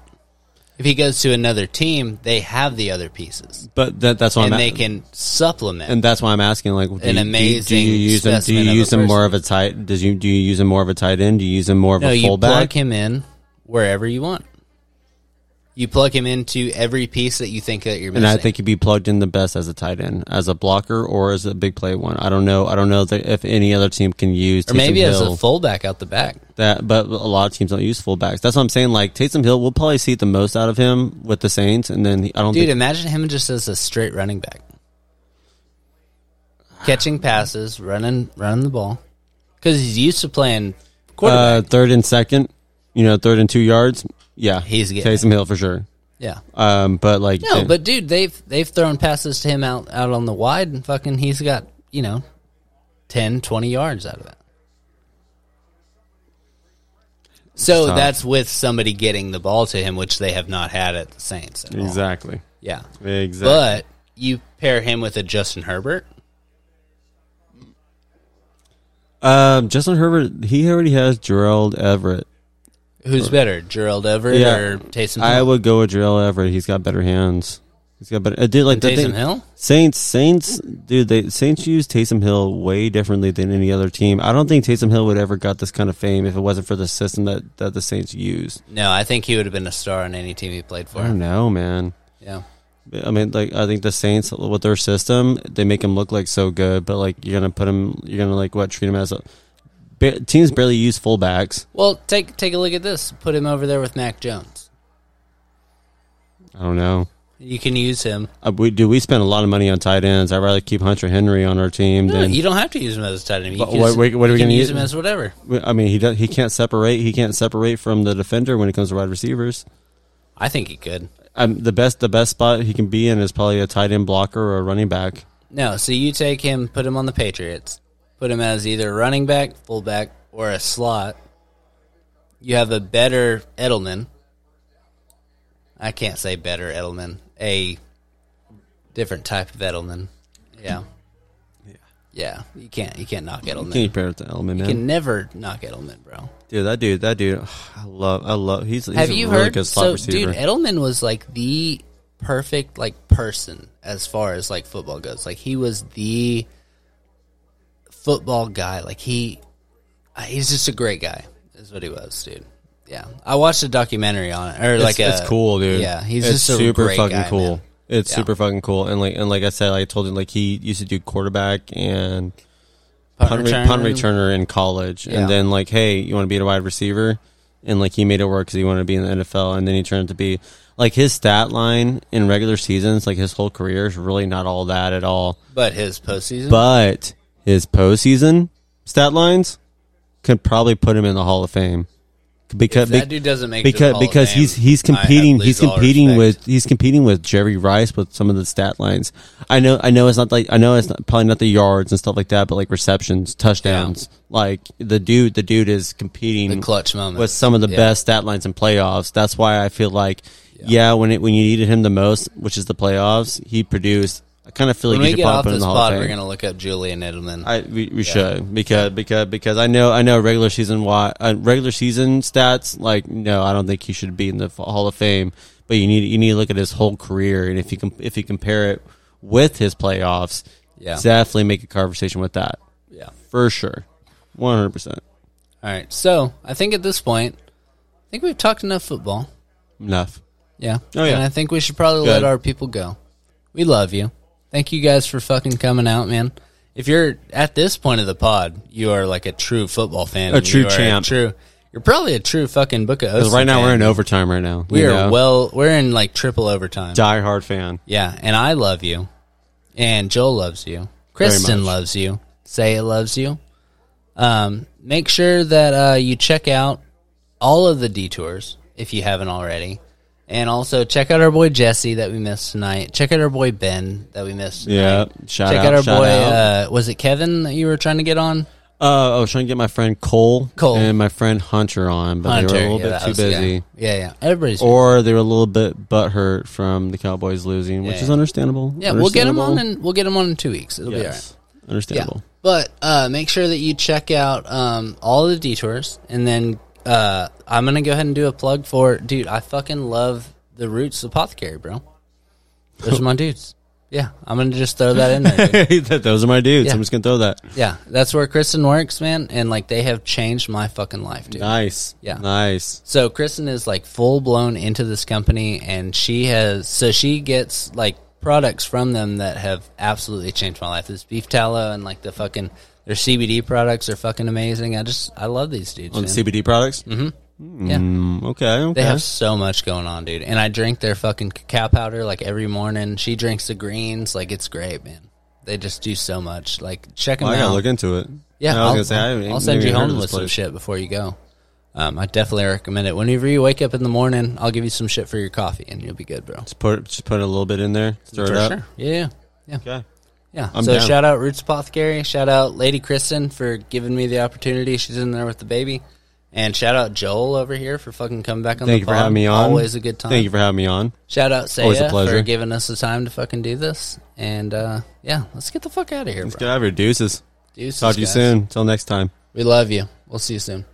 Speaker 1: If he goes to another team, they have the other pieces,
Speaker 2: But that, that's why
Speaker 1: and
Speaker 2: I'm
Speaker 1: they
Speaker 2: a-
Speaker 1: can supplement.
Speaker 2: and that's why I'm asking like do you- do, you- do
Speaker 1: amazing
Speaker 2: you use him? Do
Speaker 1: specimen
Speaker 2: you
Speaker 1: of a
Speaker 2: use him more of a tight? Does you do you use him more of a tight end? Do you use him more of
Speaker 1: no,
Speaker 2: a
Speaker 1: you plug
Speaker 2: fullback?
Speaker 1: him in wherever you want. You plug him into every piece that you think that you're missing.
Speaker 2: And I think he'd be plugged in the best as a tight end, as a blocker, or as a big play one. I don't know. I don't know that if any other team can use
Speaker 1: or
Speaker 2: Taysom
Speaker 1: maybe as
Speaker 2: Hill.
Speaker 1: a fullback out the back.
Speaker 2: that, but a lot of teams don't use fullbacks. That's what I'm saying. Like Taysom Hill, we'll probably see the most out of him with the Saints, and then he- I don't
Speaker 1: Dude,
Speaker 2: think
Speaker 1: imagine him just as a straight running back, catching passes, running, running the ball, because he's used to playing quarterback.
Speaker 2: uh, third and second, you know, third and two yards. Yeah,
Speaker 1: He's getting
Speaker 2: Taysom Hill for sure.
Speaker 1: yeah,
Speaker 2: Um, but like
Speaker 1: No, but dude, they've they've thrown passes to him out out on the wide, and fucking he's got you know 10, 20 yards out of it. So
Speaker 2: tough.
Speaker 1: that's with somebody getting the ball to him, which they have not had at the Saints. at all.
Speaker 2: Exactly.
Speaker 1: Yeah.
Speaker 2: Exactly.
Speaker 1: But you pair him with a Justin Herbert.
Speaker 2: Um, Justin Herbert, he already has Gerald Everett.
Speaker 1: Who's better, Gerald Everett
Speaker 2: Yeah.
Speaker 1: or Taysom Hill?
Speaker 2: I would go with Gerald Everett. He's got better hands. He's got better. Uh, dude, like
Speaker 1: And
Speaker 2: the
Speaker 1: Taysom
Speaker 2: thing,
Speaker 1: Hill?
Speaker 2: Saints, Saints, dude, they Saints use Taysom Hill way differently than any other team. I don't think Taysom Hill would ever got this kind of fame if it wasn't for the system that that the Saints use.
Speaker 1: No, I think he would have been a star on any team he played
Speaker 2: I
Speaker 1: for.
Speaker 2: don't know, man.
Speaker 1: Yeah.
Speaker 2: I mean, like I think the Saints with their system, they make him look like so good, but like you're gonna put him, you're gonna like what treat him as a ba- teams barely use fullbacks.
Speaker 1: Well, take take a look at this. Put him over there with Mac Jones.
Speaker 2: I don't know.
Speaker 1: You can use him.
Speaker 2: Uh, we do. We spend a lot of money on tight ends. I'd rather keep Hunter Henry on our team
Speaker 1: No,
Speaker 2: than.
Speaker 1: you don't have to use him as a tight end. You
Speaker 2: But
Speaker 1: can
Speaker 2: what-
Speaker 1: use-
Speaker 2: what- what are
Speaker 1: you
Speaker 2: we
Speaker 1: can
Speaker 2: gonna
Speaker 1: use
Speaker 2: use-
Speaker 1: him as? Whatever.
Speaker 2: I mean, he does, he can't separate. He can't separate from the defender when it comes to wide receivers.
Speaker 1: I think he could.
Speaker 2: Um, the best the best spot he can be in is probably a tight end blocker or a running back.
Speaker 1: No, so you take him, put him on the Patriots, put him as either running back, fullback, or a slot. You have a better Edelman. I can't say better Edelman. A different type of Edelman. Yeah. Yeah. Yeah. You can't you can't knock Edelman.
Speaker 2: Can you pair it to Element
Speaker 1: You
Speaker 2: man?
Speaker 1: can never knock Edelman, bro.
Speaker 2: dude, that dude, that dude, I love, I love. He's, he's
Speaker 1: Have
Speaker 2: a
Speaker 1: you
Speaker 2: really
Speaker 1: heard?
Speaker 2: good slot
Speaker 1: so,
Speaker 2: receiver.
Speaker 1: dude, Edelman was like the perfect like person as far as like football goes. Like he was the football guy. Like he, uh, he's just a great guy. Is what he was, dude. Yeah, I watched a documentary on it, or like
Speaker 2: it's,
Speaker 1: a-
Speaker 2: it's cool, dude.
Speaker 1: Yeah, he's
Speaker 2: it's
Speaker 1: just a
Speaker 2: super
Speaker 1: great
Speaker 2: fucking
Speaker 1: guy,
Speaker 2: cool.
Speaker 1: man.
Speaker 2: It's
Speaker 1: Yeah.
Speaker 2: super fucking cool. And like and like I said, I told him like he used to do quarterback and
Speaker 1: Punt,
Speaker 2: punt, re-
Speaker 1: return.
Speaker 2: punt returner in college,
Speaker 1: Yeah.
Speaker 2: and then like, hey, you want to be a wide receiver? And like he made it work because he wanted to be in the NFL, and then he turned to be like his stat line in regular seasons, like his whole career is really not all that at all.
Speaker 1: But his postseason,
Speaker 2: But his postseason stat lines could probably put him in the Hall of Fame because
Speaker 1: that dude doesn't make it to the
Speaker 2: uh, because
Speaker 1: Hall of
Speaker 2: because
Speaker 1: Fame,
Speaker 2: he's he's
Speaker 1: I have-
Speaker 2: competing
Speaker 1: lose
Speaker 2: he's
Speaker 1: all
Speaker 2: competing
Speaker 1: respect.
Speaker 2: with he's competing with Jerry Rice with some of the stat lines. I know I know it's not like I know it's not, probably not the yards and stuff like that, but like receptions, touchdowns, like the dude the dude is competing
Speaker 1: The clutch moments.
Speaker 2: with some of the
Speaker 1: Yeah.
Speaker 2: best stat lines in playoffs. That's why I feel like yeah, when it when you needed him the most, which is the playoffs, he produced. I kind of feel
Speaker 1: When
Speaker 2: like
Speaker 1: we
Speaker 2: you should
Speaker 1: get off
Speaker 2: pop him in
Speaker 1: this
Speaker 2: the Hall
Speaker 1: pod,
Speaker 2: of
Speaker 1: we're
Speaker 2: Fame.
Speaker 1: gonna look up Julian Edelman.
Speaker 2: I we, we should because because because I know I know regular season why uh, regular season stats like no I don't think he should be in the F- Hall of Fame but you need you need to look at his whole career and if you com- if you compare it with his playoffs
Speaker 1: Yeah.
Speaker 2: definitely make a conversation with that
Speaker 1: yeah.
Speaker 2: for sure one hundred percent
Speaker 1: All right. So I think at this point, I think we've talked enough football.
Speaker 2: enough
Speaker 1: Yeah.
Speaker 2: Oh, yeah.
Speaker 1: And I think we should probably
Speaker 2: Good.
Speaker 1: let our people go. We love you. Thank you guys for fucking coming out, man. If you're at this point of the pod, you are like a true football fan.
Speaker 2: A
Speaker 1: and
Speaker 2: true
Speaker 1: you are
Speaker 2: champ.
Speaker 1: True. You're probably a true fucking book of
Speaker 2: 'Cause
Speaker 1: O's.
Speaker 2: right now
Speaker 1: fan.
Speaker 2: we're in overtime right now
Speaker 1: we
Speaker 2: you
Speaker 1: are
Speaker 2: know?
Speaker 1: well. We're in like triple overtime.
Speaker 2: die hard fan
Speaker 1: Yeah, and I love you, and Joel loves you. Kristen
Speaker 2: much.
Speaker 1: loves you. Say loves you. Um, make sure that uh, you check out all of the detours if you haven't already, and also check out our boy Jesse that we missed tonight. Check out our boy Ben that we missed. Tonight.
Speaker 2: yeah shout
Speaker 1: Check
Speaker 2: out,
Speaker 1: out our
Speaker 2: shout
Speaker 1: boy.
Speaker 2: out.
Speaker 1: Uh, was it Kevin that you were trying to get on?
Speaker 2: Uh, I was trying to get my friend Cole,
Speaker 1: Cole.
Speaker 2: and my friend Hunter on, but they were a
Speaker 1: yeah,
Speaker 2: little
Speaker 1: that
Speaker 2: bit too
Speaker 1: was- yeah.
Speaker 2: busy.
Speaker 1: Yeah, yeah. Everybody's
Speaker 2: or they were a little bit butthurt from the Cowboys losing, which
Speaker 1: Yeah.
Speaker 2: is understandable.
Speaker 1: yeah. We'll get him on,
Speaker 2: Understandable.
Speaker 1: and we'll get him on in two weeks. It'll be all right.
Speaker 2: yes, understandable.
Speaker 1: But uh, make sure that you check out um, all the detours, and then uh, I'm gonna go ahead and do a plug for dude. I fucking love the Roots Apothecary, bro. Those are my dudes. Yeah, I'm gonna just throw that in there. dude.
Speaker 2: That- Those are my dudes.
Speaker 1: Yeah.
Speaker 2: I'm just gonna throw that.
Speaker 1: Yeah, that's where Kristen works, man, and like they have changed my fucking life, dude.
Speaker 2: Nice.
Speaker 1: Yeah.
Speaker 2: Nice.
Speaker 1: So Kristen is like full blown into this company, and she has so she gets like products from them that have absolutely changed my life. This beef tallow and like the fucking their CBD products are fucking amazing. I just I love these dudes.
Speaker 2: On
Speaker 1: man.
Speaker 2: CBD products.
Speaker 1: Mm-hmm. Yeah.
Speaker 2: Mm, okay. Okay.
Speaker 1: They have so much going on, dude. And I drink their fucking cacao powder like every morning. She drinks the greens, like it's great, man. They just do so much. Like check them
Speaker 2: Well, I gotta
Speaker 1: out.
Speaker 2: look into it.
Speaker 1: Yeah,
Speaker 2: I was
Speaker 1: I'll,
Speaker 2: gonna say I haven't
Speaker 1: I'll send
Speaker 2: even
Speaker 1: you
Speaker 2: heard of
Speaker 1: home
Speaker 2: this
Speaker 1: with some
Speaker 2: place.
Speaker 1: shit before you go. Um, I definitely recommend it. Whenever you wake up in the morning, I'll give you some shit for your coffee, and you'll be good, bro.
Speaker 2: Just put just put a little bit in there. Stir it up.
Speaker 1: Yeah, yeah,
Speaker 2: Okay.
Speaker 1: yeah.
Speaker 2: I'm
Speaker 1: so
Speaker 2: down.
Speaker 1: shout out Roots Apothecary. Shout out Lady Kristen for giving me the opportunity. She's in there with the baby, And shout out Joel over here for fucking coming back on
Speaker 2: Thank
Speaker 1: the
Speaker 2: you for
Speaker 1: pod.
Speaker 2: having me on.
Speaker 1: Always a good time.
Speaker 2: Thank you for having me on.
Speaker 1: Shout out
Speaker 2: Always a
Speaker 1: Saya
Speaker 2: pleasure.
Speaker 1: for giving us the time to fucking do this. And uh, yeah, let's get the fuck out of here,
Speaker 2: Let's
Speaker 1: bro.
Speaker 2: get out of here. Deuces.
Speaker 1: Deuces,
Speaker 2: Talk to you
Speaker 1: guys.
Speaker 2: soon. Till next time.
Speaker 1: We love you. We'll see you soon.